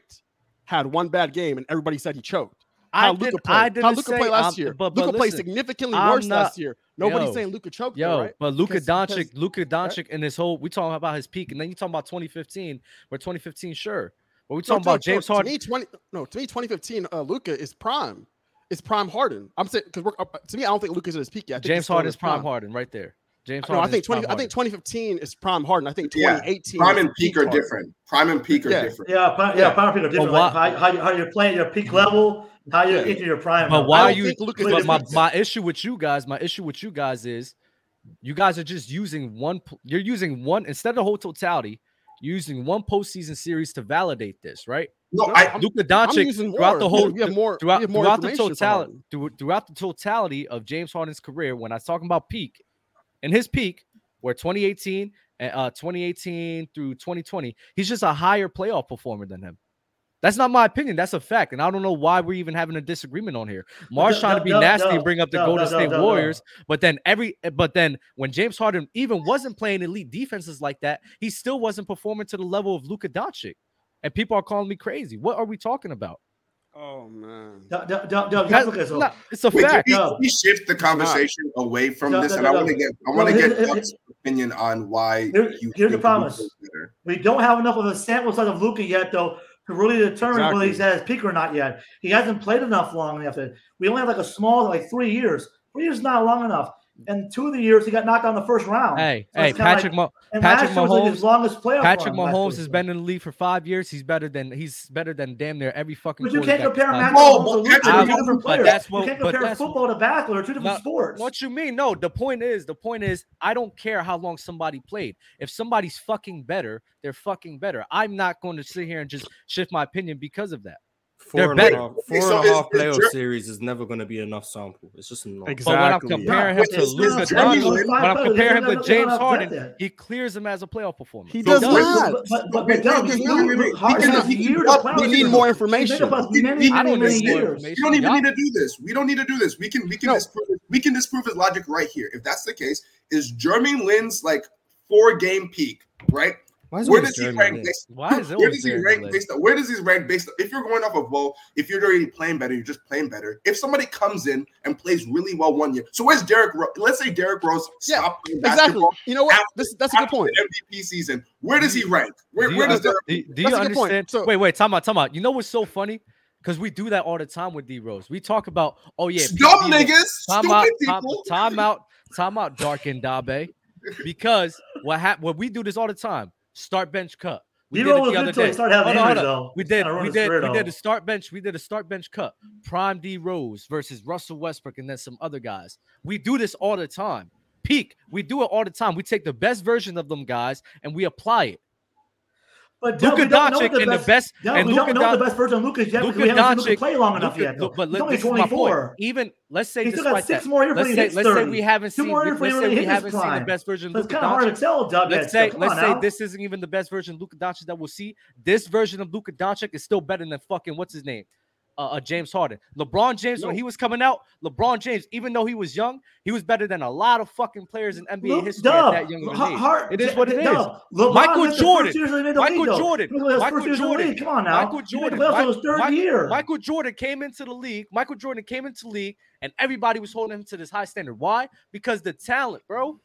S3: Had one bad game and everybody said he choked. How
S2: I
S3: Luka
S2: didn't.
S3: played?
S2: I didn't
S3: how Luka
S2: say
S3: played last
S2: I'm-
S3: year?
S2: But, but
S3: Luka played
S2: listen,
S3: significantly
S2: I'm
S3: worse
S2: not-
S3: last year. Nobody's
S2: Yo.
S3: saying Luka choked.
S2: Yo,
S3: though, right?
S2: but Luka
S3: Because-
S2: Doncic,
S3: because-
S2: Luka Doncic, and this whole we talking about his peak, and then you talking about 2015, where 2015, sure, but we
S3: No,
S2: talking
S3: no,
S2: about
S3: no,
S2: James
S3: to
S2: Harden.
S3: me, 20, no, to me, 2015, uh, Luca is prime. It's prime Harden. I'm saying because uh, to me, I don't think Luca's at his peak yet. I think he's
S2: James
S3: still in
S2: Harden
S3: his
S2: is prime Harden right there. James
S3: No,
S2: Harden.
S3: I
S2: is
S3: think
S2: prime
S3: 20. I think
S2: Harden.
S3: 2015 is prime Harden. I think
S7: Yeah,
S3: 2018.
S7: Prime
S3: is
S7: and peak are
S3: Harden.
S7: different. Prime and peak are
S3: Yeah.
S7: different.
S5: Yeah, pa- yeah,
S3: Yeah.
S5: power people are different. Like
S2: why-
S5: how, how, you- how you're playing your peak level, how you're
S3: Yeah.
S5: into your prime.
S2: But
S5: level.
S2: why
S5: I
S2: are
S5: don't
S2: you-
S5: think Luka
S3: but
S5: is
S2: But my,
S5: peak.
S2: my issue with you guys, my issue with you guys is, you guys are just using one. p- You're using one instead of the whole totality. You're using one postseason series to validate this, right?
S7: No,
S3: No,
S7: I,
S3: I'm-
S2: Luka
S3: I'm
S2: Doncic
S3: using
S2: throughout
S3: more.
S2: the whole
S3: We have more. we
S2: throughout,
S3: have more
S2: throughout the
S3: information for
S2: totality
S3: Harden.
S2: thro- throughout the totality of James Harden's career, when I was talking about peak, and his peak, where 2018 and uh, 2018 through 2020, he's just a higher playoff performer than him. That's not my opinion. That's a fact, and I don't know why we're even having a disagreement on here. Mars
S5: no,
S2: trying
S5: no,
S2: to be
S5: no,
S2: nasty
S5: no,
S2: and bring up the
S5: no,
S2: Golden
S5: no, no,
S2: State
S5: no, no.
S2: Warriors, but then every but then when James Harden even wasn't playing elite defenses like that, he still wasn't performing to the level of Luka Doncic, and people are calling me crazy. What are we talking about?
S3: Oh man.
S5: Dub- dub- dub- dub, you have
S2: That's
S5: to look at this.
S2: not- it's a
S7: wait, can
S2: fact.
S7: we,
S5: No.
S7: can we shift the conversation away from
S5: No,
S7: this?
S5: no,
S7: And I
S5: no,
S7: want to
S5: no.
S7: get I
S5: No,
S7: want to
S5: here-
S7: get
S5: here-
S7: Doug's opinion on why
S5: Here-
S7: you
S5: here's the
S7: think
S5: problem.
S7: Luka's better.
S5: We don't have enough of a sample size of Luca yet, though, to really determine whether
S3: Exactly.
S5: he's at his peak or not yet. He hasn't played enough long enough. That we only have like a small, like three years. Three years is not long enough. And two of the years he got knocked out in the first round.
S2: Hey,
S5: So
S2: hey,
S5: it's kinda
S2: Patrick,
S5: like-
S2: Mah-
S5: and
S2: Patrick
S5: last year was like his
S2: Mahomes-
S5: longest playoff.
S2: Patrick
S5: run last
S2: Mahomes
S5: year.
S2: has been in the league for five years. He's better than he's better than damn near every fucking.
S5: But you can't
S2: quarterback
S5: compare
S2: this time.
S5: Mahomes
S7: Oh,
S5: to
S7: but
S5: Luca. They're
S7: Patrick-
S5: two different
S2: but
S5: players.
S2: that's
S5: you
S2: what-
S5: can't
S2: but
S5: compare
S2: that's-
S5: football to basketball. They're two different
S2: No,
S5: sports.
S2: What you mean? No, the point is, the point is, I don't care how long somebody played. If somebody's fucking better, they're fucking better. I'm not going to sit here and just shift my opinion because of that.
S8: Four
S2: They're
S8: and a half
S2: better.
S7: Okay,
S8: four
S7: so
S8: and a
S7: is-
S8: half
S7: is
S8: playoff
S7: Jer-
S8: series is never going to be enough sample. It's just not.
S3: Exactly.
S2: But when I'm comparing him
S7: Wait,
S2: to
S7: is
S2: Luka
S7: Jeremy
S2: Doncic,
S7: Lin-
S2: when I'm comparing him to James Harden, he clears him as a playoff performer.
S3: He
S8: So
S3: does
S8: wait,
S3: not.
S5: But, but, but,
S7: Wait,
S5: but Doug,
S7: no,
S5: you-
S7: no,
S5: you-
S7: wait, wait.
S5: Harden
S7: He
S5: has
S7: cannot-
S5: years
S7: he-
S5: of playoff
S7: we
S3: need
S5: season.
S3: more
S5: It took
S3: information.
S5: us
S7: We-
S5: many,
S7: we-
S5: many,
S2: I don't
S5: many
S2: need more
S5: years.
S2: information.
S7: You don't even
S2: Y'all-
S7: need to do this. We don't need to do this. We can we can
S3: No.
S7: disprove it. we can disprove his logic right here. If that's the case, is Jeremy Lin's like four game peak right?
S8: Why
S7: Where
S8: always
S7: does he
S8: Jeremy
S7: rank
S8: Lin?
S7: based?
S2: Why is it
S7: Where
S2: always
S7: does he
S2: Jeremy
S7: rank
S2: Lin?
S7: based? On, where does he rank based? On, if you're going off of well, if you're already playing better, you're just playing better. If somebody comes in and plays really well one year, so where's Derek? Ro- Let's say Derek Rose
S3: Yeah,
S7: stopped playing
S3: Exactly.
S7: basketball
S3: You know what?
S7: after-
S3: This that's a good
S7: after
S3: point. Mm-hmm.
S7: the MVP season. Where does he rank? Where,
S2: do you,
S7: where does
S2: under-
S7: Derek?
S2: do, do
S3: That's
S2: you
S3: a good point.
S2: understand?
S3: So-
S2: wait, wait, time out, time out. You know what's so funny? Because we do that all the time with D Rose. We talk about, oh yeah,
S7: dumb
S2: PG
S7: niggas,
S2: Time
S7: stupid
S2: out, time,
S7: people.
S2: time out, time out, Dark and Dabe. Because what hap- what we do this all the time. Start bench cut. We
S5: You
S2: did
S5: know
S2: it
S5: what
S2: the
S5: was
S2: other
S5: good till
S2: day.
S5: he started having
S2: Hold on, hold
S5: injuries,
S2: on.
S5: though.
S2: We did,
S5: I run
S2: we
S5: his
S2: did,
S5: career,
S2: we did
S5: though.
S2: a start bench. We did a start bench cut. Prime D Rose versus Russell Westbrook and then some other guys. We do this all the time. Peak. We do it all the time. We take the best version of them guys and we apply it.
S5: But Doug,
S2: Luka
S5: we don't know what
S2: Doncic and the best
S5: Doug,
S2: and
S5: we
S2: Luka
S5: don't know the
S2: Doncic.
S5: best version of Luka yet because
S2: Luka
S5: we haven't seen Luka
S2: Doncic-
S5: play long enough
S2: Luka-
S5: yet. Though.
S2: look, but
S5: He's
S2: look,
S5: only
S2: this is my point.
S5: 24.
S2: Even let's say
S5: He's still got
S2: despite
S5: six
S2: that,
S5: more years
S2: let's
S5: before he
S2: say
S5: hits
S2: let's say
S5: 30.
S2: we haven't
S5: Two
S2: seen
S5: more years
S2: let's
S5: before he
S2: say
S5: really
S2: we
S5: hit his
S2: haven't seen the
S5: prime.
S2: best version of
S5: So it's
S2: Luka
S5: kind of hard
S2: Doncic.
S5: to tell Doug
S2: Let's
S5: yet.
S2: say
S5: so come
S2: let's
S5: on
S2: say
S5: now.
S2: this isn't even the best version of Luka Doncic that we'll see. This version of Luka Doncic is still better than fucking what's his name, uh, uh James Harden. LeBron James when
S3: No.
S2: he was coming out, LeBron James, even though he was young, he was better than a lot of fucking players in NBA
S5: Look,
S2: history
S5: Dub,
S2: at that young of
S5: Har-
S2: an age.
S5: Har-
S2: It is
S5: J-
S2: what it
S5: J-
S2: is.
S5: Dub, LeBron missed
S2: Michael
S5: the first
S2: Jordan.
S5: years of the middle
S2: Michael
S5: league, though.
S2: Jordan.
S5: He was
S2: Michael
S5: first years of the
S2: Jordan.
S5: league. Come on now.
S2: Michael
S5: He made the
S2: Jordan.
S5: playoffs
S2: Mi-
S5: in his third
S2: Mi-
S5: year.
S2: Michael Jordan came into the league. Michael Jordan came into the league, and everybody was holding him to this high standard. Why? Because the talent, bro.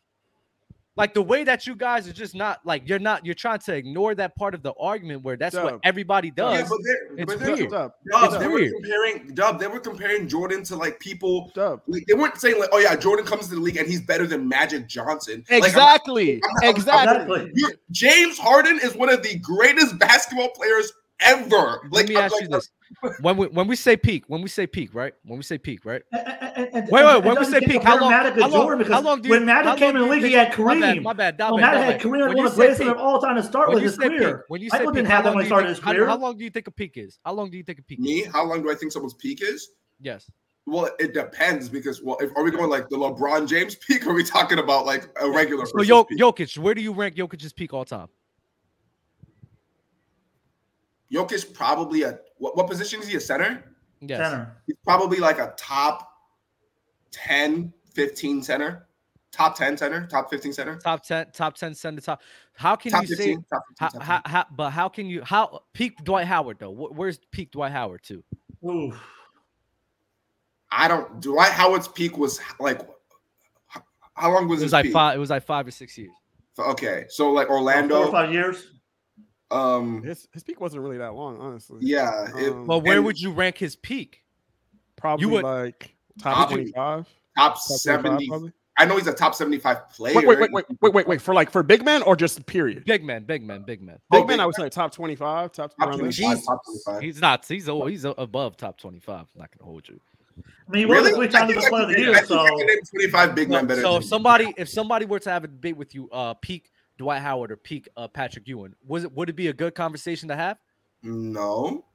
S2: Like the way that you guys are just not like you're not you're trying to ignore that part of the argument where that's
S3: Dub.
S2: what everybody does.
S7: Yeah, but they're,
S2: It's
S7: but
S2: weird.
S7: they're,
S3: Dub,
S7: Dub,
S2: It's
S7: they
S2: weird.
S7: were comparing Dub. They were comparing Jordan to like people.
S3: dub.
S7: Like, they weren't saying like, "Oh yeah, Jordan comes to the league and he's better than Magic Johnson." Like, I'm-
S3: Exactly.
S7: I'm- I'm-
S3: Exactly.
S5: Exactly.
S7: you're- James Harden is one of the greatest basketball players ever. Like,
S2: Let me
S7: I'm
S2: ask
S7: like,
S2: you this: when we when we say peak, when we say peak, right? When we say peak, right?
S5: And, and, and,
S2: Wait, wait.
S5: and
S2: When we
S5: doesn't
S2: say
S5: think
S2: peak,
S5: compare
S2: how long?
S5: Maddox to
S2: How long?
S5: Jordan because
S2: How long do you,
S5: when Maddox
S2: how
S5: came in
S2: long
S5: the
S2: do you
S5: league, he
S2: think-
S5: had
S2: My bad.
S5: Kareem.
S2: My bad.
S5: Well, Maddox had Kareem had one of the greatest of all time to start with his career.
S2: When you
S5: Michael
S2: say
S5: didn't
S2: peak, how
S5: have that
S2: long
S5: when he
S2: do you
S5: started
S2: think-
S5: his
S2: how-
S5: career.
S2: How long do you think a peak is? How long do you think a peak?
S7: me,
S2: Is?
S7: how long do I think someone's peak is?
S2: Yes.
S7: Well, it depends because well, if, are we going like the LeBron James *laughs* peak? Or are we talking about like a regular?
S2: So
S7: person's
S2: Jok-
S7: peak?
S2: Jokic, where do you rank Jokic's peak all time?
S7: Jokic probably a what, what position is he? A center?
S2: Yes.
S5: Center.
S7: He's probably like a top 10, 15 center, top 10 center, top 15 center,
S2: Top ten. Top ten. Send the top. How can
S7: top
S2: you say?
S7: 15, top 15,
S2: How,
S7: top
S2: how, how, but how can you how peak Dwight Howard though? Wh- Where's peak Dwight Howard to?
S5: Oof.
S7: I don't. Dwight Howard's peak was like, h- how long was
S2: It
S7: his
S2: was like
S7: peak?
S2: five. It was like five or six years.
S7: Okay, so like
S5: Four or
S7: Orlando.
S5: five years.
S7: Um,
S3: His, his peak wasn't really that long, honestly.
S7: yeah. It,
S3: Um,
S2: But where
S7: And-
S2: would you rank his peak?
S3: probably
S2: would-
S3: like
S7: Top
S3: top
S7: twenty-
S3: twenty-five.
S7: top
S3: top
S7: 70.
S3: 25 probably.
S7: I know he's a top 75 player.
S3: Wait, wait, wait, wait, wait, wait, wait. For like for big man or just period.
S2: Big man, big man, big man.
S7: Oh,
S3: Big man,
S7: big
S3: I would say top twenty-five, top
S7: Top
S3: around there.
S7: 25.
S2: Jesus.
S7: top 25.
S2: He's not. He's oh, he's a- above top twenty-five. I'm not gonna hold you.
S5: I mean, he
S7: Really?
S5: was three times
S7: I
S5: the
S7: think
S5: player
S7: I
S5: of the
S7: can-
S5: year,
S7: I think I
S5: so
S7: can name 25 big men
S2: So,
S7: better.
S2: so
S7: than
S2: if
S7: him.
S2: somebody, if somebody were to have a debate with you, uh, peak Dwight Howard or peak uh, Patrick Ewing, was it would it be a good conversation to have?
S7: no,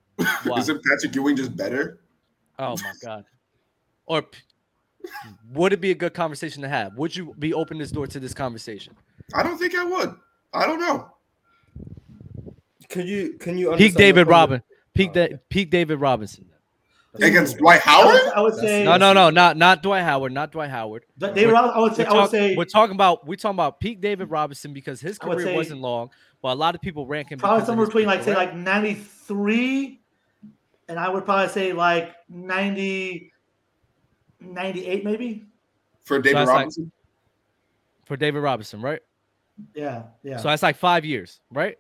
S7: *laughs*
S2: Why?
S7: isn't Patrick Ewing just better?
S2: oh my god. Or p- would it be a good conversation to have? Would you be open this door to this conversation?
S7: I don't think I would. I don't know.
S8: Can you can you
S2: Peak
S8: understand
S2: David
S8: the problem?
S2: Robin.
S5: Oh,
S2: Peak da- peak David Robinson.
S7: Against Dwight
S5: I would,
S7: Howard,
S5: I would say
S2: No, no, no, not not Dwight Howard, not Dwight Howard.
S5: Th- They were. I would say.
S2: We're,
S5: I would
S2: talk-
S5: say
S2: we're talking about we're talking about peak David Robinson because his
S5: I would
S2: career
S5: say-
S2: wasn't long, but a lot of people rank him because
S5: probably
S2: of
S5: somewhere
S2: his
S5: between
S2: peak,
S5: like say
S2: correct?
S5: like ninety three, and I would probably say like 90, 98 maybe.
S7: for David
S2: that's like-
S7: Robinson.
S2: for David Robinson, right?
S5: Yeah, yeah.
S2: So that's like five years, right?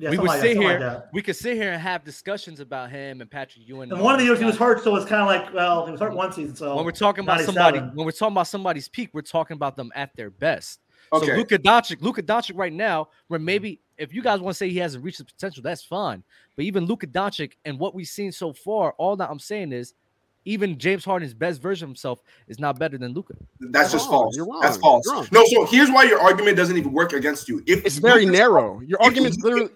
S5: yeah
S2: we
S5: something
S2: would
S5: like that,
S2: sit
S5: something
S2: here-
S5: like that.
S2: We could sit here and have discussions about him and Patrick Ewing.
S5: And
S2: all
S5: one of the
S2: these
S5: years he was
S2: guys.
S5: hurt, so it's kind of like, well, he was hurt one season. So
S2: When we're talking about somebody,
S5: 97.
S2: when we're talking about somebody's peak, we're talking about them at their best. So
S7: okay,
S2: Luka Doncic, Luka Doncic right now, where maybe if you guys want to say he hasn't reached his potential, that's fine. But even Luka Doncic and what we've seen so far, all that I'm saying is, even James Harden's best version of himself is not better than Luka.
S7: that's just
S3: wrong.
S7: false.
S3: You're wrong.
S7: That's false.
S3: You're wrong.
S7: No, so here's why your argument doesn't even work against you. If
S3: It's very
S7: Lucas-
S3: narrow. Your
S7: if
S3: argument's
S7: you-
S3: literally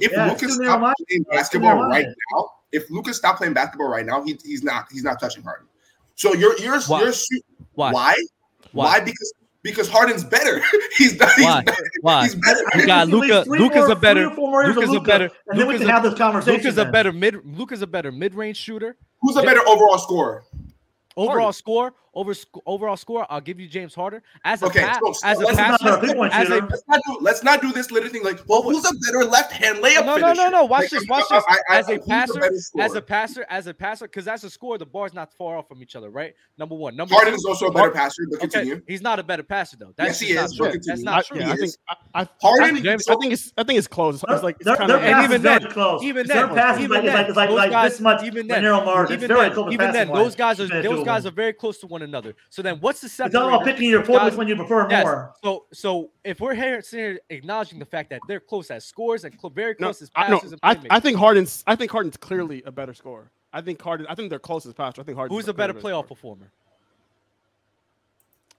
S7: If
S5: Yeah,
S7: Lucas
S5: it's too
S7: stopped
S5: narrow-minded. It's
S7: playing
S5: too
S7: basketball right
S5: narrow-minded.
S7: now, if Lucas stopped playing basketball right now, he, he's not he's not touching Harden. So you're you're
S2: Why?
S7: you're su-
S2: Why?
S7: why? Why?
S2: Why?
S7: Because because Harden's better. *laughs* he's not, he's,
S2: Why?
S7: not-
S2: Why?
S7: he's
S2: *laughs*
S7: better.
S5: I think
S2: got
S5: we see at
S2: Luka-
S5: least three
S2: Luka's
S5: more-
S2: a better-
S5: three or four more years of
S2: Luka's a
S5: Luka,
S2: better-
S5: and then we
S2: Luka's
S5: can
S2: a-
S5: have this conversation.
S2: Luka's a
S5: then.
S2: better mid. Luka's a better mid-range shooter.
S7: Who's a better overall scorer?
S2: Overall
S3: Harden.
S2: score, over sc- overall score, I'll give you James Harden as a
S7: Okay,
S2: pa-
S7: so- so
S2: as a
S7: let's
S5: He's not
S2: passer.
S5: a three-point
S2: as a-
S5: shooter.
S7: Let's not do, let's not do this little thing like, well, who's a better left hand layup?
S2: No, no, no,
S7: finisher?
S2: no. Watch
S7: Like,
S2: this. Watch
S7: I-
S2: this.
S7: I- I-
S2: as
S7: I-
S2: a
S7: who's the
S2: passer,
S7: better
S2: as a
S7: scorer?
S2: passer, as a passer, because as a scorer, the bar's not far off from each other, right? Number one. Number
S7: Harden
S2: two,
S7: is also a
S2: Har-
S7: better passer, but continue.
S2: Okay, he's not a better passer though.
S7: Yes,
S2: That's
S7: he
S2: just
S7: is,
S2: not
S7: but
S2: true. That's
S7: continue.
S2: not
S3: I,
S2: true.
S3: yeah, I think I, I,
S7: Harden
S3: I,
S7: is
S3: I think it's I think it's close. It's,
S5: Their,
S3: like it's
S5: their,
S3: kind
S5: their
S3: of
S5: pass
S2: kinda- and
S5: is
S2: even then-
S5: very close.
S2: even
S5: their
S2: then-
S5: pass is
S2: even
S5: like, is
S2: then,
S5: like, is like,
S2: those
S5: like
S2: guys-
S5: this much
S2: even
S5: even
S2: then-
S5: narrow margin.
S2: even
S5: it's very
S2: then,
S5: close. to
S2: even then,
S5: passing
S2: those
S5: wise.
S2: guys are
S5: It's very
S2: those guys
S5: doable.
S2: are very close to one another. So then, what's the
S5: It's all about
S2: separator?
S5: picking your point
S2: guys-
S5: which one you prefer
S2: Yes.
S5: more.
S2: So, so if we're here, sitting here acknowledging the fact that they're close as scores and cl- very
S3: no,
S2: close as
S3: I, no,
S2: passes and
S3: I,
S2: playmakers,
S3: I think Harden's I think Harden's clearly a better scorer. I think Harden I think they're closest passer. I think Harden
S2: who's a better playoff performer?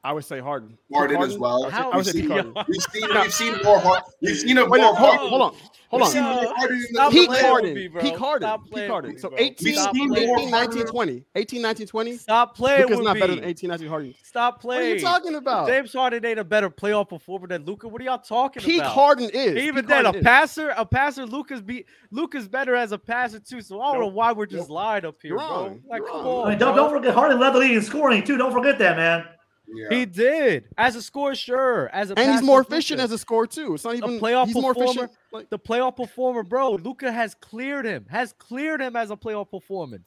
S3: I would say Harden.
S7: Harden as well.
S2: How-
S3: I would say
S7: We've
S3: Pete
S7: seen-
S3: Harden.
S7: We've seen, we've seen more Harden. We've seen a
S3: Wait,
S7: more
S3: no, hold on,
S7: Harden.
S3: hold on, hold
S7: We've
S3: on.
S7: seen
S2: No.
S7: more Harden in
S2: Stop
S7: the
S3: Peak
S2: playing
S7: playoffs.
S3: Harden,
S2: with me, bro.
S3: peak Harden,
S2: Stop
S3: peak
S2: playing
S3: Harden.
S2: with me,
S3: So
S2: bro.
S3: 18,
S2: Stop
S3: 18,
S2: playing with me.
S3: 19, 20. 18, 19, 20.
S2: Stop playing
S3: Luka's
S2: with
S3: not
S2: me.
S3: better than 18, 19 Harden.
S2: Stop
S3: What are
S2: playing.
S3: you talking about?
S2: James Harden ain't a better playoff performer than Luca. What are y'all talking
S3: Peak
S2: about?
S3: Harden is.
S2: Even
S3: Peak
S2: then, a
S3: Harden is.
S2: passer, a passer, Luca's be Luca's better as a passer too. So I don't know why we're just lying up here,
S3: You're
S2: bro.
S3: wrong.
S2: Like,
S3: You're
S2: come
S3: wrong.
S2: on,
S5: I mean, don't,
S2: bro.
S5: don't forget Harden led the league in scoring too. Don't forget that, man.
S7: Yeah.
S2: He did as a scorer, sure. As a
S3: and he's
S2: passer,
S3: more efficient
S2: Luka.
S3: as a scorer too. It's not even
S2: playoff
S3: he's more efficient.
S2: performer.
S3: Like,
S2: the playoff performer, bro. Luca has cleared him. Has cleared him as a playoff performance.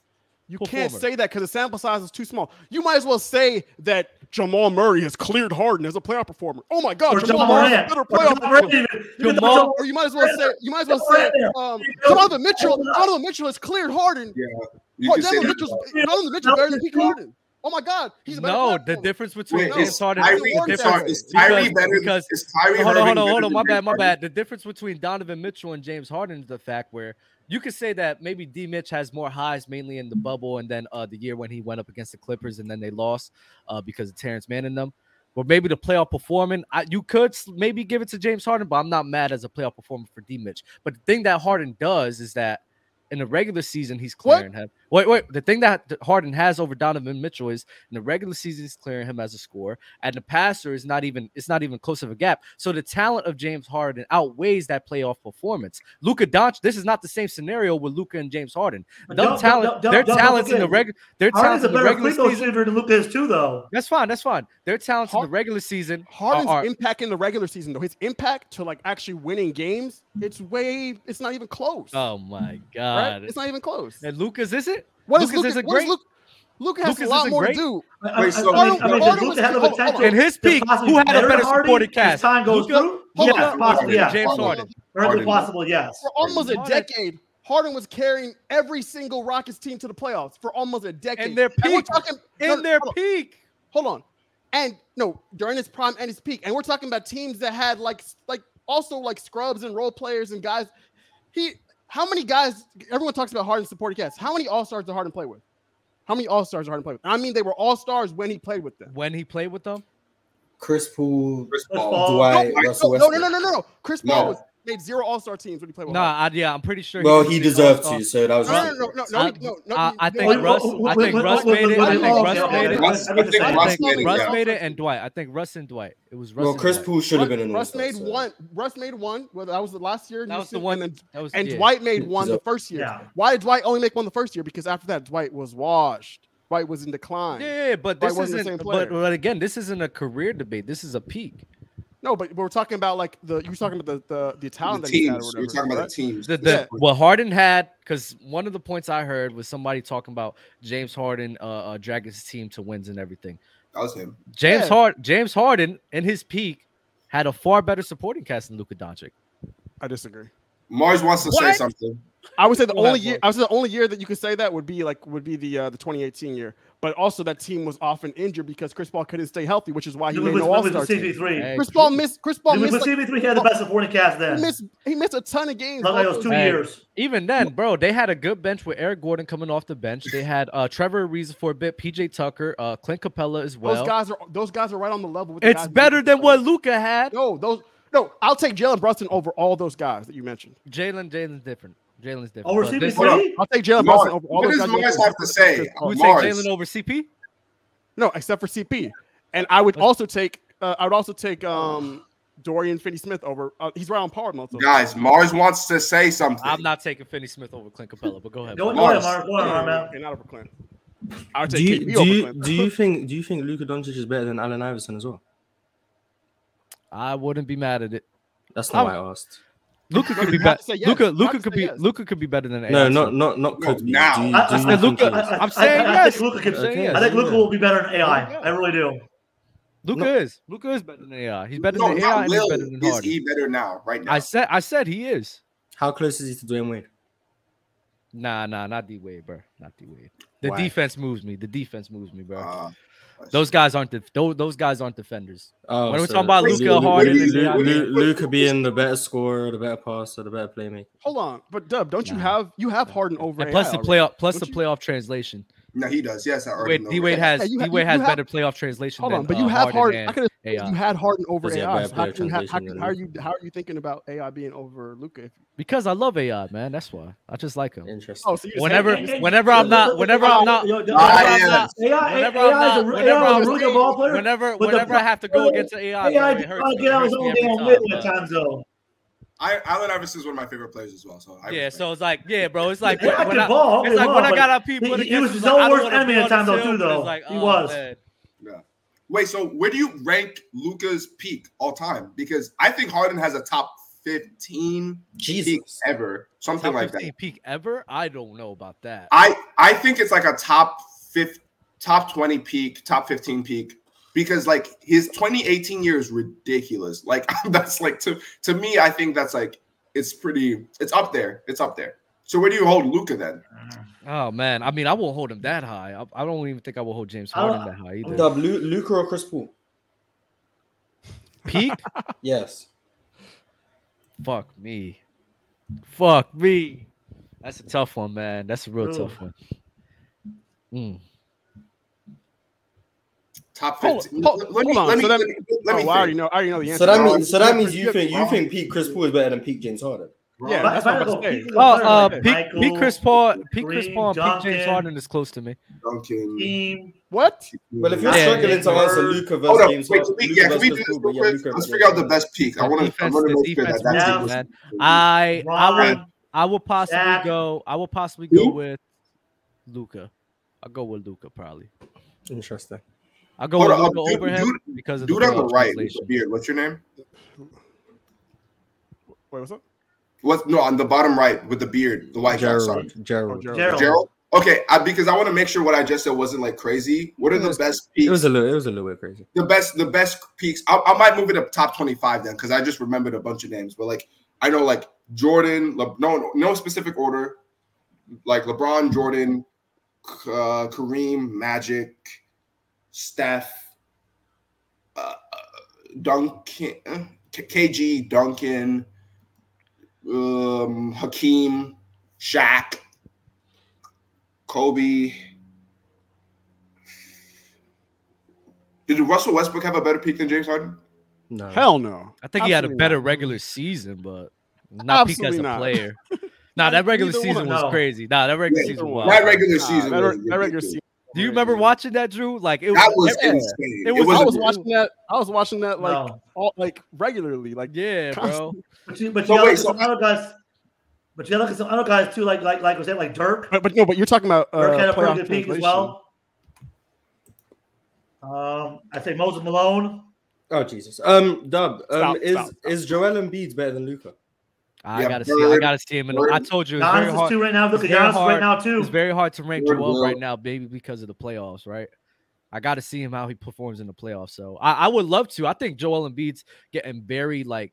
S3: you can't
S2: performer.
S3: say that because the sample size is too small. You might as well say that Jamal Murray has cleared Harden as a playoff performer. Oh my God,
S5: Or Jamal
S3: Murray's
S5: Morant.
S3: a better
S5: Or
S3: playoff
S5: Jamal Murray
S3: performer.
S5: even. even though
S2: Jamal-
S5: Jamal-
S3: Or you might as well say you might as well say
S5: Morant.
S3: um,
S5: You know,
S3: Donovan Mitchell.
S5: Donovan-
S3: Donovan Mitchell has cleared Harden.
S7: Yeah, you
S3: Har-
S7: can say
S3: Donovan
S7: that
S3: Mitchell's
S7: about-
S3: Donovan Mitchell better than Pete Harden. Oh my God, he's a better
S2: No,
S3: player
S2: the
S3: than him.
S2: difference between
S7: Wait,
S3: no,
S7: is
S2: James Harden
S7: Kyrie,
S2: the
S3: Harden-
S7: I'm
S2: difference
S7: sorry, is Kyrie
S2: because-
S7: better?
S2: because-
S7: is Kyrie
S2: hold on,
S7: Irving
S2: hold on, hold
S7: better
S2: on. My
S7: than
S2: bad, my
S7: James
S2: bad. The difference between Donovan Mitchell and James Harden is the fact where you could say that maybe D Mitch has more highs, mainly in the bubble, and then uh, the year when he went up against the Clippers and then they lost uh, because of Terrence Mann and them. Or maybe the playoff performing, I, you could s- maybe give it to James Harden, but I'm not mad as a playoff performer for D Mitch. But the thing that Harden does is that in the regular season he's
S3: What?
S2: clearing him. Wait, wait. The thing that Harden has over Donovan Mitchell is in the regular season he's clearing him as a scorer, and the passer is not even it's not even close of a gap. So the talent of James Harden outweighs that playoff performance. Luka Doncic, this is not the same scenario with Luka and James Harden.
S5: But
S2: Their
S5: don't-
S2: talent,
S5: don't- don't-
S2: their
S5: don't
S2: talents in the
S5: forget,
S2: regular, their
S5: Harden's
S2: talents
S5: a
S2: in the
S5: better free
S2: regular
S5: throw
S2: season.
S5: shooter than Luka is too, though.
S2: That's fine. That's fine. Their talents in the
S3: Har-
S2: regular season
S3: Harden's
S2: are, are
S3: impact in the regular season, though, his impact to like actually winning games, it's way, it's not even close.
S2: oh my
S3: right?
S2: god.
S3: It's not even close.
S2: And Luca's is it?
S3: What is
S2: Lucas
S3: Luka?
S2: isn't
S3: what is
S2: great?
S3: Luka? Luka has
S2: Lucas
S3: a lot
S2: isn't
S3: more
S2: great?
S3: to do.
S5: I, I,
S7: Wait, so-
S5: I mean, I mean, does
S3: Harden was-
S5: Luka have the
S3: hold on, hold
S5: potential?
S3: on.
S2: In his
S5: to
S2: peak,
S5: possibly
S2: who had a
S5: better
S2: better
S5: Harden
S2: supporting
S5: if
S2: cast?
S5: time goes
S2: Luka,
S5: through.
S3: Hold
S5: yes,
S3: on.
S5: possible. Yeah,
S2: James
S5: possible.
S2: Harden.
S5: Very
S7: Harden.
S5: possible. Yes.
S3: For almost a
S2: Harden-
S3: decade, Harden was carrying every single Rockets team to the playoffs for almost a decade.
S2: their
S3: we're
S2: peak.
S3: talking- no,
S2: in
S3: no,
S2: their
S3: hold on.
S2: peak.
S3: hold on. And no, during his prime and his peak, and we're talking about teams that had like like also like scrubs and role players and guys. He how many guys? Everyone talks about Harden supporting cast. How many All Stars did Harden play with? How many All Stars did Harden play with? I mean, they were All Stars when he played with them.
S2: When he played with them,
S8: Chris Paul,
S7: Chris
S5: Chris
S7: Paul.
S5: Paul.
S3: No,
S8: Dwight,
S3: I-
S8: Russell
S3: no, no,
S8: Westbrook.
S3: no, no, no, no. Chris Paul
S7: No.
S3: was, made zero All Star teams when he played with. Harden.
S2: nah, I, yeah, I'm pretty sure.
S8: Well,
S2: didn't
S8: he
S2: make the
S8: deserved
S2: All-Star.
S8: to, so that was
S3: No, no, no, no, no,
S2: I-
S3: no, no, no,
S2: I, I
S3: no,
S2: think
S3: no,
S2: Russ.
S5: wait,
S2: I
S5: wait,
S2: think
S5: wait,
S2: Russ
S5: wait,
S2: made it.
S5: wait,
S2: I
S3: wait,
S2: think
S3: wait,
S2: Russ
S3: okay,
S2: made it.
S3: okay.
S7: Russ-
S5: I get
S7: I
S5: the
S7: think
S5: same.
S7: Russ made it.
S2: Russ
S7: yeah.
S2: made it and Dwight. I think Russ and Dwight. It was Russ.
S8: Well,
S2: and
S8: Chris
S2: Dwight.
S8: Paul should have been an
S3: Russ
S8: all-star.
S3: made
S8: so-
S3: one. Russ made one. Well, that was the last year.
S2: That was the
S3: and
S2: one.
S3: then-
S2: That was
S3: And
S2: yeah.
S3: Dwight made one the first year.
S5: Yeah.
S3: Why did Dwight only make one the first year? Because after that, Dwight was washed. Dwight was in decline.
S2: Yeah, yeah, but
S3: Dwight
S2: this
S3: wasn't the
S2: isn't.
S3: same
S2: But,
S3: player.
S2: but again, this isn't a career debate. This is a peak.
S3: No, but we're talking about like the you were talking about the the, the talent
S7: The
S3: that he had or
S7: teams.
S3: whatever.
S7: We're talking about
S3: right?
S7: the teams.
S2: The, the,
S3: Yeah.
S2: What Harden had, because one of the points I heard was somebody talking about James Harden uh, uh, dragging his team to wins and everything.
S7: That was him.
S2: James
S3: Yeah.
S2: Hard James Harden in his peak had a far better supporting cast than Luka Doncic.
S3: I disagree.
S7: Mars wants to
S2: What?
S7: say something.
S3: I would say the
S2: We'll have
S3: only year
S2: one.
S3: I would say the only year that you could say that would be like would be the uh, the 2018 year. But also that team was often injured because Chris Paul couldn't stay healthy, which is why he
S5: With,
S3: made
S5: with,
S3: no All Star
S5: with
S3: team.
S5: CP3.
S2: Hey,
S3: Chris Paul missed. Chris Paul
S5: With,
S3: missed.
S5: with
S3: Like,
S5: CP3, he had the best supporting cast
S3: he
S5: then.
S3: missed. He missed a ton of games.
S5: Looked like it was
S3: also.
S5: two
S2: Hey.
S5: years.
S2: Even then, bro, they had a good bench with Eric Gordon coming off the bench. They had uh, Trevor Ariza for a bit, PJ Tucker, uh, Clint Capella as well.
S3: Those guys are those guys are right on the level. With the
S2: it's
S3: guys
S2: better
S3: that-
S2: than what Luca had.
S3: No, those no. I'll take Jalen Brunson over all those guys that you mentioned.
S2: Jalen, Jalen's different. Jalen's different.
S5: Over
S2: But this-
S7: Hold
S5: CP3?
S3: I'll take Jalen
S7: Mars,
S3: Brunson over all
S7: what
S3: those
S7: does
S3: guys. you
S7: Mars
S3: mentioned.
S7: have to say? Uh,
S2: you would
S7: Mars.
S2: take Jalen over CP?
S3: No, except for CP. And I would also take. Uh, I would also take um, Dorian Finney-Smith over. Uh, he's right on par with most of them.
S7: Guys, Mars wants to say something.
S2: I'm not taking Finney Smith over Clint Capella, but go ahead.
S5: Go,
S2: bro.
S5: go ahead,
S7: Mars.
S5: Mark. Go
S3: No,
S5: ahead,
S3: no,
S5: Mark,
S3: no,
S5: man.
S3: okay, not over Clint. I would
S8: Do
S3: take
S8: you
S3: KP
S8: do
S3: over
S8: you,
S3: Clint.
S8: do you think do you think Luka Doncic is better than Allen Iverson as well?
S2: I wouldn't be mad at it.
S8: That's not
S2: I-
S8: why I asked.
S2: Luca could be
S3: you have
S2: better.
S3: to say yes. You
S2: Luca,
S3: have
S2: Luca
S3: to
S2: could
S3: say
S2: be
S3: yes.
S2: Luca could be better than
S8: No,
S2: AIC.
S8: not not not
S7: No,
S8: could be.
S7: now.
S8: Do you,
S5: I-
S8: do
S5: I-
S8: you
S5: I-
S8: think
S2: Luka-
S8: he is?
S5: I-
S2: I'm saying
S5: I- I
S2: yes.
S5: think Luka can-
S2: I'm saying
S5: I think
S2: yes.
S5: Luca will be better than AI.
S2: Yeah.
S5: I really do.
S2: Luca
S8: No.
S2: is. Luca is better than AI. He's better
S7: no,
S2: than
S7: not
S2: AI. And he's
S7: Will.
S2: better than
S7: is
S2: Harden.
S7: he better now? Right now,
S2: I said. I said he is.
S8: How close is he to Dwayne Wade?
S2: Nah, nah, not D Wade, bro. Not D Wade. The
S8: Why?
S2: defense moves me. The defense moves me, bro.
S5: Ah,
S7: Uh,
S2: those guys aren't the those, those guys aren't defenders.
S8: Oh,
S2: When we're talking about
S7: Luka,
S2: Harden, and-
S8: Luca being the better scorer, the better passer, the better playmaker.
S3: Hold on, but Dub, don't you
S2: Nah.
S3: have you have Harden over?
S2: And plus
S3: AI
S2: the
S3: already.
S2: playoff plus
S3: Don't
S2: the playoff translation.
S7: no, he does. Yes, I already
S2: Wait,
S7: know.
S2: D Wade
S3: Yeah,
S2: has
S3: you ha-
S2: D Wade
S3: you
S2: has
S3: have-
S2: better playoff translation.
S3: Hold
S2: than,
S3: on, but
S2: uh,
S3: you have Harden.
S2: Harden
S3: I could
S2: and AI.
S3: you had Harden over
S8: Does he have
S3: AI.
S8: bad
S3: So how,
S8: player
S3: can you have, how,
S8: translation
S3: can,
S8: than
S3: how are
S8: Luka?
S3: you how are you thinking about AI being over Luca?
S2: because I love AI, man. That's why I just like him.
S8: Interesting.
S3: Oh, so you just
S2: Whenever,
S3: hate him.
S2: whenever I'm not, whenever I'm not,
S5: Yo, yo, yo,
S2: whenever I'm
S7: Lions.
S2: not,
S5: AI,
S2: whenever
S5: AI is a
S2: I'm not,
S5: re-
S2: whenever
S5: AI is
S2: I'm
S5: a really good ball player.
S2: whenever,
S5: But the
S2: whenever I have to go
S5: problem-
S2: against the AI,
S5: AI
S2: bro, it
S5: just
S2: hurts
S5: trying
S2: me.
S5: to get
S2: It
S5: on his
S2: hurts me
S5: own
S2: every
S5: damn
S2: time,
S5: way
S2: bro.
S5: sometimes, though.
S7: I, Allen Iverson is one of my favorite players as well. So I
S2: Yeah,
S7: respect
S2: so it's like, yeah, bro, it's like
S5: AI
S2: when, when
S5: can
S2: I,
S5: ball.
S2: it's like when I got up people.
S5: He-
S2: in the
S5: he
S2: game,
S5: was
S2: it's
S5: his
S2: like,
S5: own
S2: I don't
S5: worst
S2: wanna
S5: enemy
S2: be
S5: at
S2: on
S5: times,
S2: the
S5: though,
S2: field,
S5: too,
S2: but it's
S5: though.
S2: like,
S5: He
S2: oh,
S5: was.
S2: man.
S7: it. Yeah. Wait, so where do you rank Luca's peak all time? Because I think Harden has a top fifteen peak
S8: Jesus.
S7: ever, something
S2: Top
S7: like
S2: 15
S7: that.
S2: peak ever? I don't know about that.
S7: I I think it's like a top fifth, top twenty peak, top fifteen peak. Because like his 2018 year is ridiculous. *laughs* Like that's like to to me, I think that's like it's pretty. It's up there. It's up there. So where do you hold Luca then?
S2: Oh man, I mean, I won't hold him that high. I, I don't even think I will hold James
S5: I don't-
S2: Harden that high either.
S5: the-
S1: Dub Lu- Luca or Chris Paul?
S2: Peak?
S7: *laughs*
S1: Yes.
S2: Fuck me. Fuck me. That's a tough one, man. That's a real
S5: Ugh.
S2: tough one. Mm.
S7: Top
S3: Hold-
S7: fifteen.
S3: hold-
S7: Let
S3: hold
S7: me-
S3: on,
S7: let me-
S3: so that-
S7: let me- let
S3: Oh,
S7: me
S3: well, I already
S7: think.
S3: know. I already know the answer.
S1: So that
S7: No,
S1: means so that means you
S7: you're
S1: think you
S7: wrong.
S1: think Pete Chris Paul is better than Pete James Harden.
S3: Yeah,
S5: But
S3: that's
S5: if I
S3: what I'm
S5: go
S3: saying.
S5: Pete
S2: Oh, uh,
S5: Clifford,
S2: Pete, Pete
S5: Michael,
S2: Chris Paul, Pete Chris
S5: Green,
S2: Paul, and Pete James
S5: Duncan,
S2: Harden is close to me.
S7: Duncan.
S5: Team.
S3: What?
S1: Well, if you're
S2: Yeah.
S1: struggling to answer Luca versus
S7: Hold up,
S1: James
S7: wait,
S1: Harden,
S7: can we,
S1: Luka
S7: yeah, can we do
S1: versus
S7: this
S1: Chris
S7: real
S1: Paul, but yeah,
S7: quick?
S1: Luka
S7: Let's
S1: versus
S7: figure out the
S1: James
S7: best peak. I
S2: The
S7: want to, I
S2: defense-
S7: want to
S2: the
S7: make sure that
S2: defense
S7: that's
S5: moves,
S7: the
S2: man.
S7: best.
S2: I I would
S5: Ron,
S2: I would possibly
S5: Zach.
S2: go. I would possibly go
S7: Who?
S2: with Luca. I'll go with Luca probably.
S8: Interesting.
S2: I'll go
S7: Hold
S2: with
S7: on,
S2: Luca
S7: dude-
S2: over him
S7: dude-
S2: because of
S7: Dude
S2: the
S7: on the
S2: playoff
S7: right, with the
S2: translation.
S7: beard. What's your name?
S3: Wait, what's up?
S7: What's no on the bottom right with the beard, the white guy. Sorry,
S8: Gerald.
S3: Oh,
S8: Gerald.
S3: Gerald.
S5: Gerald.
S7: Gerald. Okay, I, because I want to make sure what I just said wasn't like crazy. What are the
S8: was-
S7: best
S8: It
S7: peaks?
S8: was a little. It was a little bit crazy.
S7: the best, the best peaks. I, I might move it up top twenty-five then, because I just remembered a bunch of names. But like, I know like Jordan, Le, no, no specific order. Like LeBron, Jordan, K- uh, Kareem, Magic, Steph, uh, Duncan, uh, K- KG, Duncan, um, Hakeem, Shaq, Kobe. Did Russell Westbrook have a better peak than James Harden?
S8: No.
S7: Oh.
S3: Hell no.
S2: I think he had a
S3: Absolutely
S2: better
S3: not.
S2: regular season, but not peak as
S3: Absolutely
S2: a
S3: not. *laughs*
S2: player. Nah, that regular
S3: Neither one,
S2: season was
S5: no.
S2: crazy. Nah, that regular
S7: Yeah,
S2: season
S3: either
S2: was.
S3: one.
S7: That
S2: wild.
S7: regular
S3: Nah,
S7: season.
S3: that,
S7: was
S3: re- that regular
S7: ridiculous.
S3: season.
S2: Do you remember watching that, Drew? Like it was.
S7: That was
S2: every-
S7: insane.
S2: It
S7: It
S2: was-
S7: was,
S3: I
S7: a-
S3: was watching that. I was watching that like
S5: no.
S3: all like regularly. Like
S2: yeah, bro.
S5: But you, but you
S7: But
S5: gotta
S7: wait,
S5: look at
S7: so-
S5: some other guys. But you gotta look at some other guys too, like like like was that like Dirk?
S3: but, but no, but you're talking about uh,
S5: Dirk had a pretty
S3: playoff
S5: good peak as
S3: translation.
S5: well. Um, I say Moses Malone.
S1: Oh Jesus. Um, Dub. Um,
S3: Stop,
S1: is
S3: stop, stop.
S1: is Joel Embiid better than Luca?
S2: I
S7: Yeah,
S2: gotta see. I
S7: Bird,
S2: gotta see him. In,
S7: Bird.
S2: I told you. It's very
S5: Giannis is
S2: hard.
S5: two right now. Look at
S2: It's very
S5: Giannis is
S2: hard.
S5: right now
S2: It's
S5: too.
S2: very hard to rank
S7: Bird
S2: Joel
S7: will.
S2: right now, baby, because of the playoffs, right? I got to see him how he performs in the playoffs. So I, I would love to. I think Joel Embiid's getting buried. Like,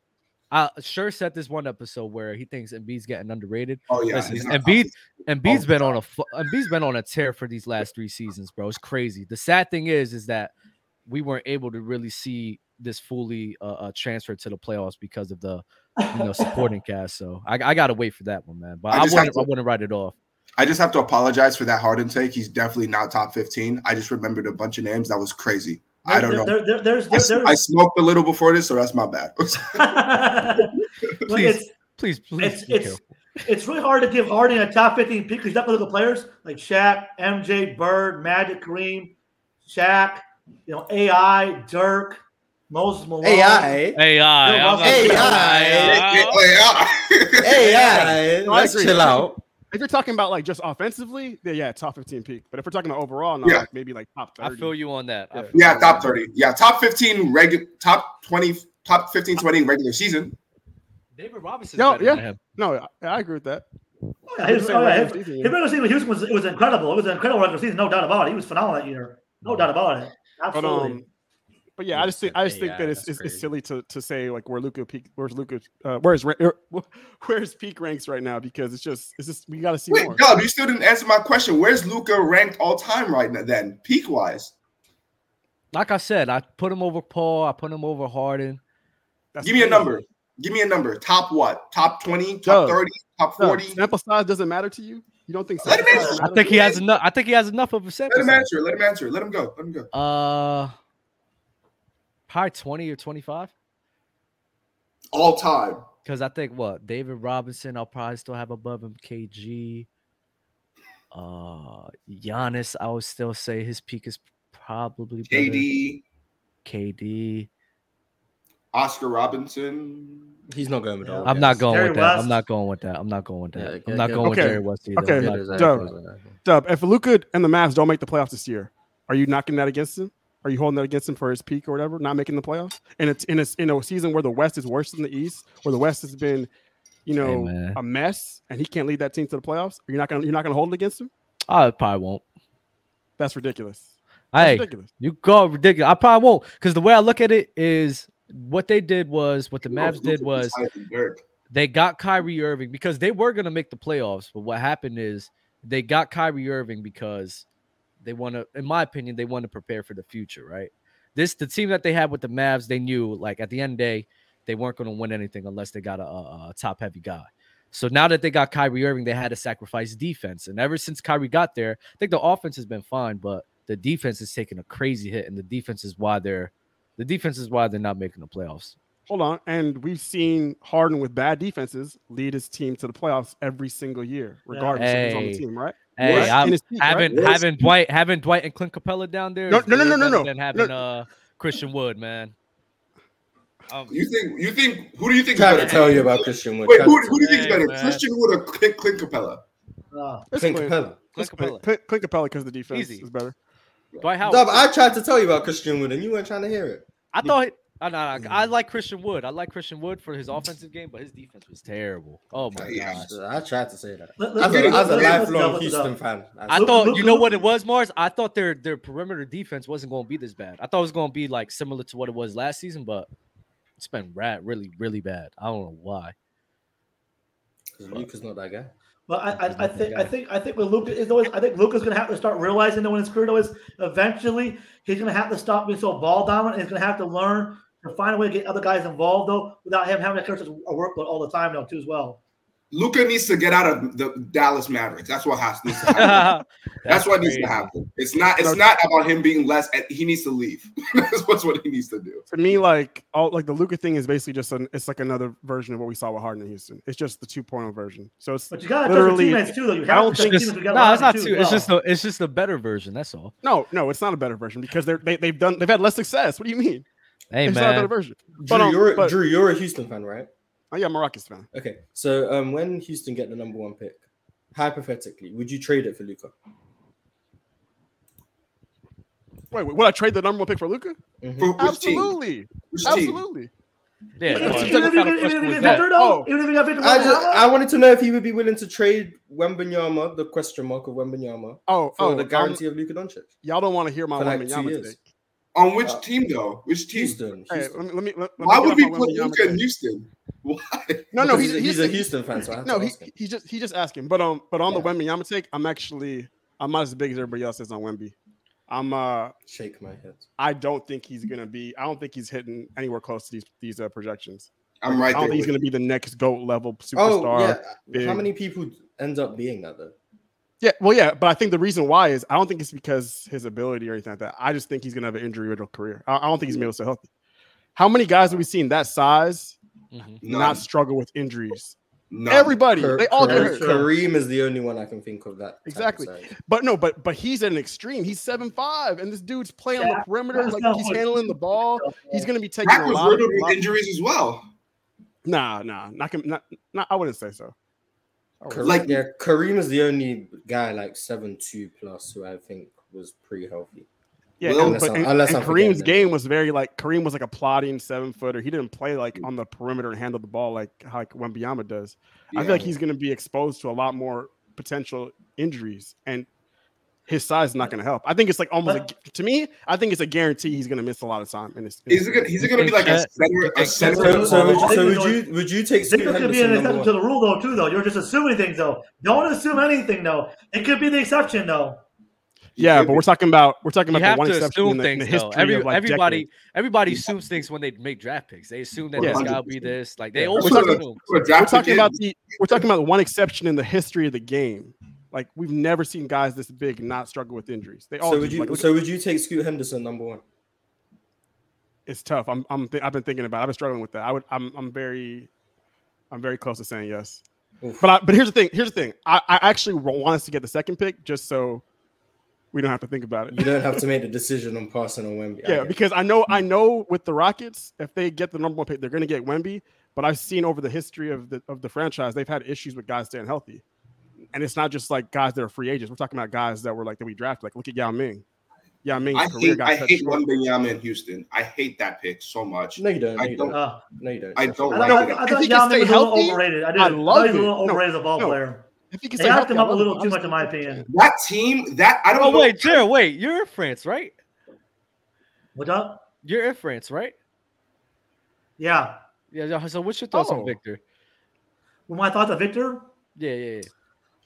S2: I sure said this one episode where he thinks Embiid's getting underrated.
S7: oh yeah,
S2: Listen,
S7: he's not
S2: Embiid-
S7: top.
S2: Embiid's been on a fu- Embiid's been on a tear for these last three seasons, bro. It's crazy. The sad thing is, is that we weren't able to really see this fully uh, uh transfer to the playoffs because of the you know *laughs* supporting cast. So I, I gotta wait for that one, man. But
S7: I
S2: I,
S7: just have
S2: wouldn't
S7: to-
S2: I wouldn't write it off.
S7: I just have to apologize for that Harden take. He's definitely not top fifteen. I just remembered a bunch of names. That was crazy. I don't
S5: There-
S7: know.
S5: there- there- there's
S7: I,
S5: there-
S7: s-
S5: there's
S7: I smoked a little before this, so that's my bad. *laughs*
S5: Look, it's,
S2: Please, please,
S5: it's
S2: be
S5: it's
S2: careful.
S5: it's really hard to give Harden a top 15 pick because you definitely look at players like Shaq, MJ, Bird, Magic, Kareem, Shaq, you know, AI, Dirk, Moses Malone.
S1: AI.
S2: AI.
S5: Yo,
S2: I'm
S5: boss.
S2: not-
S1: *laughs* AI.
S2: AI.
S1: AI.
S3: No, I
S1: Let's
S3: agree.
S1: chill out.
S3: If you're talking about like just offensively, then yeah, top 15 peak. But if we're talking about overall, no,
S7: Yeah.
S3: like maybe like top 30.
S2: I feel you on that. I
S3: Yeah.
S2: feel you
S7: yeah,
S2: on
S7: top
S2: that.
S7: thirty. Yeah, top fifteen regular, top twenty, top 15, 20 regular season.
S2: David Robinson's
S3: Yo,
S2: better than
S3: yeah.
S2: him.
S3: No, I, I agree with that.
S5: Yeah, his,
S3: Same
S5: oh, yeah, his,
S3: regular season.
S5: his regular season with Houston was it was incredible. It was an incredible regular season, no doubt about it. He was phenomenal that year, no doubt about it.
S3: But
S5: Absolutely.
S3: um, but yeah,
S8: Yeah,
S3: I just think
S8: but
S3: I just think
S8: AI,
S3: that it's,
S8: that's
S3: it's, it's
S8: crazy.
S3: silly to, to say like where Luca peak, where's Luca, uh, where's ra- er, *laughs* where's peak ranks right now because it's just it's just we got to see
S7: Wait,
S3: more.
S7: Dub, you still didn't answer my question. Where's Luca ranked all time right now? Then peak wise,
S2: Like I said, I put him over Paul. I put him over Harden.
S3: That's
S7: give me a
S3: crazy.
S7: number. Give me a number. Top what? Top twenty?
S3: Dub.
S7: Top thirty? Top
S3: No,
S7: forty?
S3: sample size doesn't matter to you. You don't think?
S7: Let him
S3: sample size
S7: answer.
S2: I
S3: matters?
S2: think he has enough. I think he has enough of a sample
S7: Let him
S2: size.
S7: answer. it, Let him answer. it, Let him go. Let him go.
S2: Uh, probably twenty or twenty-five.
S7: All time.
S2: Because I think what David Robinson, I'll probably still have above him. KG, uh, Giannis, I would still say his peak is probably better.
S7: KD,
S2: KD.
S7: Oscar Robinson.
S8: He's not going with
S5: Yeah.
S1: Oh,
S8: all.
S2: I'm not going
S5: Jerry
S2: with that.
S5: West.
S2: I'm not going with that. I'm not going with
S8: Yeah,
S2: that.
S8: yeah,
S2: I'm not
S8: yeah.
S2: going with
S3: Okay.
S2: Jerry West either.
S3: Okay.
S2: I'm not-
S3: Dub, if Luca and the Mavs don't make the playoffs this year, are you knocking that against him? Are you holding that against him for his peak or whatever, not making the playoffs? And it's in a in a season where the West is worse than the East, where the West has been, you
S2: Hey,
S3: know,
S2: man.
S3: a mess, and he can't lead that team to the playoffs. You're not gonna you're not gonna hold it against him.
S2: I probably won't.
S3: That's ridiculous. That's
S2: Hey,
S3: ridiculous.
S2: you go ridiculous. I probably won't because the way I look at it is what they did was what the Mavs did was
S7: Dirk.
S2: They got Kyrie Irving because they were going to make the playoffs, but what happened is they got Kyrie Irving because they want to, in my opinion, they want to prepare for the future, right? This the team that they had with the Mavs. They knew like at the end of the day they weren't going to win anything unless they got a, a top heavy guy. So now that they got Kyrie Irving, they had to sacrifice defense. And ever since Kyrie got there, I think the offense has been fine, but the defense is taking a crazy hit, and the defense is why they're the defense is why they're not making the playoffs.
S3: Hold on, and we've seen Harden with bad defenses lead his team to the playoffs every single year, regardless of who's on
S2: Hey.
S3: the team, right?
S2: Hey,
S3: Worst in
S2: I'm,
S3: his team, right?
S2: having
S7: Worst
S2: having Dwight having Dwight and Clint Capella down there.
S3: No,
S2: is
S3: no, no, no, no,
S2: better
S3: no,
S2: Than
S3: no.
S2: having uh Christian Wood, man. Um,
S7: You think you think who do you think is
S1: Trying to
S7: better?
S1: tell you about Christian Wood.
S7: Wait,
S1: Trying
S7: who,
S1: to-
S7: who do you think is
S2: Hey,
S7: better?
S2: man.
S7: Christian Wood or Clint, Clint Capella?
S5: Uh,
S3: It's
S1: Clint
S3: Clint-
S1: Capella.
S2: Clint
S3: it's Clint
S2: Capella,
S3: Clint- Clint Capella because the defense
S2: Easy.
S3: is better.
S2: Dwight Howard.
S1: Dub, I tried to tell you about Christian Wood and you Mm. weren't trying to hear it.
S2: I thought. he- I, I, I like Christian Wood. I like Christian Wood for his offensive game, but his defense was terrible. Oh my
S7: Yeah.
S2: gosh.
S1: I tried to say that.
S5: let-
S1: As
S5: let's
S1: a,
S5: get-
S1: as a
S5: let's get- let's
S1: lifelong
S5: get-
S1: Houston fan,
S2: I
S5: Look-
S2: thought
S5: look-
S2: you know
S5: look-
S2: what it was, Mars. I thought their their perimeter defense wasn't going to be this bad. I thought it was going to be like similar to what it was last season, but it's been rat really really bad. I don't know why.
S1: because Luca's not that guy.
S5: Well, I, I, I think I think I think with Luca is always I think Luca's gonna have to start realizing that when his career is eventually he's gonna have to stop being so ball dominant and he's gonna have to learn to find a way to get other guys involved though without him having to curse a workload all the time though too as well.
S7: Luca needs to get out of the Dallas Mavericks. That's what has needs to happen.
S2: That's,
S7: That's, what needs
S2: crazy.
S7: to happen. It's not. It's
S3: No.
S7: not about him being less. He needs to leave. *laughs* That's what's what he needs to do.
S3: To me, like all like the Luca thing is basically just an it's like another version of what we saw with Harden in Houston. It's just the 2.0 version. So it's
S5: But you gotta
S3: Literally,
S5: trust your teammates too though. You
S3: I
S5: have
S3: don't
S5: to trust your
S2: It's
S5: teammates.
S2: just,
S5: You
S2: no,
S5: gotta learn
S2: it's not
S5: too as
S2: too. It's
S5: well.
S2: just a, it's just a better version. That's all.
S3: no, no, it's not a better version because they're they, they've done they've had less success. What do you mean?
S2: Hey
S3: it's not a better
S2: man,
S3: version.
S1: Drew,
S3: um,
S1: you're,
S3: but-
S1: Drew, you're a Houston fan, right?
S3: Oh yeah, I'm a Rockets fan.
S1: Okay, so um, when Houston get the number one pick, hypothetically, would you trade it for Luca?
S3: Wait, wait, would I trade the number one pick for Luca?
S5: Mm-hmm.
S7: For which team?
S3: Absolutely.
S7: Which team?
S3: Absolutely.
S2: yeah.
S5: Even
S2: no,
S5: if-
S2: it's
S5: even if
S2: not a
S5: you got- even if
S2: kind of question
S5: you
S2: with
S5: got
S2: that.
S5: Victor, though,
S3: Oh.
S5: even if you got Victor,
S1: I just,
S5: Wembanyama,
S1: I wanted to know if he would be willing to trade Wembanyama, the question mark of Wembanyama,
S3: Oh,
S1: for
S3: oh,
S1: the
S3: um,
S1: guarantee of Luka Doncic.
S3: y'all don't want to hear my
S1: For like
S3: Wembanyama
S1: two years.
S3: take.
S7: On which
S1: Uh,
S7: team though? Which team?
S1: Houston.
S3: Hey,
S1: Houston.
S3: let me, let me, let, let
S7: Why
S3: me
S7: would
S3: get
S7: we
S3: off my
S7: put
S3: Wembanyama
S7: Luca in
S3: take.
S7: Houston? Why?
S3: No, no,
S1: Because
S3: he's,
S1: he's, a- he's a Houston fan, so I have
S3: No,
S1: to
S3: he,
S1: ask him.
S3: he just he just asking. But um, but on the
S1: Yeah.
S3: Wembanyama take, I'm actually I'm not as big as everybody else is on Wemby. I'm uh,
S1: Shake my head.
S3: I don't think he's gonna be. I don't think he's hitting anywhere close to these these uh, projections.
S7: I'm
S3: I
S7: right
S3: don't
S7: there.
S3: think he's
S7: with
S3: gonna be the next goat level
S1: Oh,
S3: superstar.
S1: yeah.
S3: yeah.
S1: How
S3: big.
S1: many people end up being that, though?
S3: well, yeah. But I think the reason why is I don't think it's because his ability or anything like that. I just think he's gonna have an injury riddled career. I, I don't think he's gonna be
S1: Mm-hmm.
S3: able to stay healthy. How many guys have we seen that size
S1: Mm-hmm.
S2: Mhm.
S7: you. None.
S3: not struggle with injuries?
S7: None.
S3: Everybody, they all get
S5: Kareem-
S3: hurt.
S1: Kareem is the only one I can think of that. type of
S3: Exactly.
S1: size.
S3: But no, but but he's at an extreme. He's seven five, and this dude's playing on the
S5: Yeah,
S3: perimeter.
S5: that's
S3: Like
S5: not
S3: he's
S5: what-
S3: handling the ball. He's gonna be taking
S7: Zach
S3: a
S7: was
S3: lot. Of,
S7: riddled with
S3: lot
S7: injuries as well.
S3: nah, nah, not, com- not not. I wouldn't say so. I wouldn't
S1: Kareem,
S7: Like-
S1: yeah, Kareem is the only guy like seven two plus who I think was pretty healthy.
S3: Yeah,
S7: Well,
S3: and-
S1: unless
S3: but
S1: I'm-
S3: and,
S1: unless
S3: and
S1: I'm forgetting
S3: Kareem's
S1: that.
S3: game was very like Kareem was like a plotting seven footer. He didn't play like on the perimeter and handle the ball like how like Wembanyama does. I
S7: Yeah.
S3: feel like he's going to be exposed to a lot more potential injuries, and his size is not going to help. I think it's like almost a, gu- to me. I think it's a guarantee he's going to miss a lot of time. In his, in his
S7: Is it gonna, is it gonna be like
S2: think
S7: a
S2: that-
S7: center? A
S2: think
S7: center
S1: So, so, would, you, so
S5: Ziegler-
S1: would you would you take Scoot
S5: Ziegler could be an
S1: Henderson number
S5: exception to
S1: one?
S5: the rule though too though. You're just assuming things though. Don't assume anything though. It could be the exception though.
S3: yeah,
S7: could
S3: but
S7: be.
S3: we're talking about we're talking
S2: You
S3: about the
S2: have
S3: one
S2: to
S3: exception in
S2: assume
S3: the, in the
S2: things
S3: history
S2: though. Every,
S3: of like
S2: everybody,
S3: decades.
S2: everybody assumes things when they make draft picks. They assume that this guy will be
S7: 100%.
S2: this. Like they
S3: Yeah.
S2: always
S3: We're talking-
S2: assume.
S7: We're
S3: We're talking about the we're talking about the one exception in the history of the game. Like we've never seen guys this big not struggle with injuries. They all
S1: So
S3: do.
S1: would you
S3: Like, look
S1: so would you take Scoot Henderson number one?
S3: it's tough. I'm, I'm th- I've been thinking about. It. I've been struggling with that. I would. I'm, I'm very, I'm very close to saying yes.
S1: Oof.
S3: But I, but here's the thing. Here's the thing. I, I actually wa- want us to get the second pick just so we don't have to think about
S1: You
S3: it.
S1: don't have to make the decision on passing on Wemby. I
S3: yeah,
S1: get it.
S3: because I know I know with the Rockets, if they get the number one pick, they're going to get Wemby. But I've seen over the history of the of the franchise, they've had issues with guys staying healthy, and it's not just like guys that are free agents. We're talking about guys that were like that we drafted. Like look at Yao Ming. Yao Ming's
S7: I
S3: career
S7: hate,
S3: got
S7: I
S3: cut
S7: hate
S3: short.
S7: Wembanyama in Houston. I hate that pick so much.
S1: no, you don't. No,
S7: I
S1: you
S7: don't-
S1: don't.
S5: Uh,
S1: No, you don't.
S7: I
S1: That's
S7: don't
S1: not-
S5: I
S7: like
S5: thought, I,
S7: it.
S5: thought
S3: If he can
S5: Yao Ming
S3: stay
S5: was a little
S3: healthy,
S5: overrated. I did.
S3: I
S5: thought
S3: love
S5: he was a little
S3: it. No,
S5: overrated as a ball
S3: no.
S5: player.
S3: If he can
S5: They
S3: stay
S5: hyped
S3: healthy,
S5: him
S3: I
S5: up a
S3: love
S5: little
S3: him.
S5: too much, in
S3: Honestly,
S5: my
S3: I
S5: opinion.
S3: can't.
S7: That team, that I don't
S2: Oh
S7: know.
S2: wait, Jared, wait. You're in France, right?
S5: What's up?
S2: You're in France, right?
S5: Yeah.
S2: Yeah. yeah, So what's your thoughts
S3: Oh.
S2: on Victor?
S5: with my thoughts on Victor.
S2: Yeah, yeah, yeah.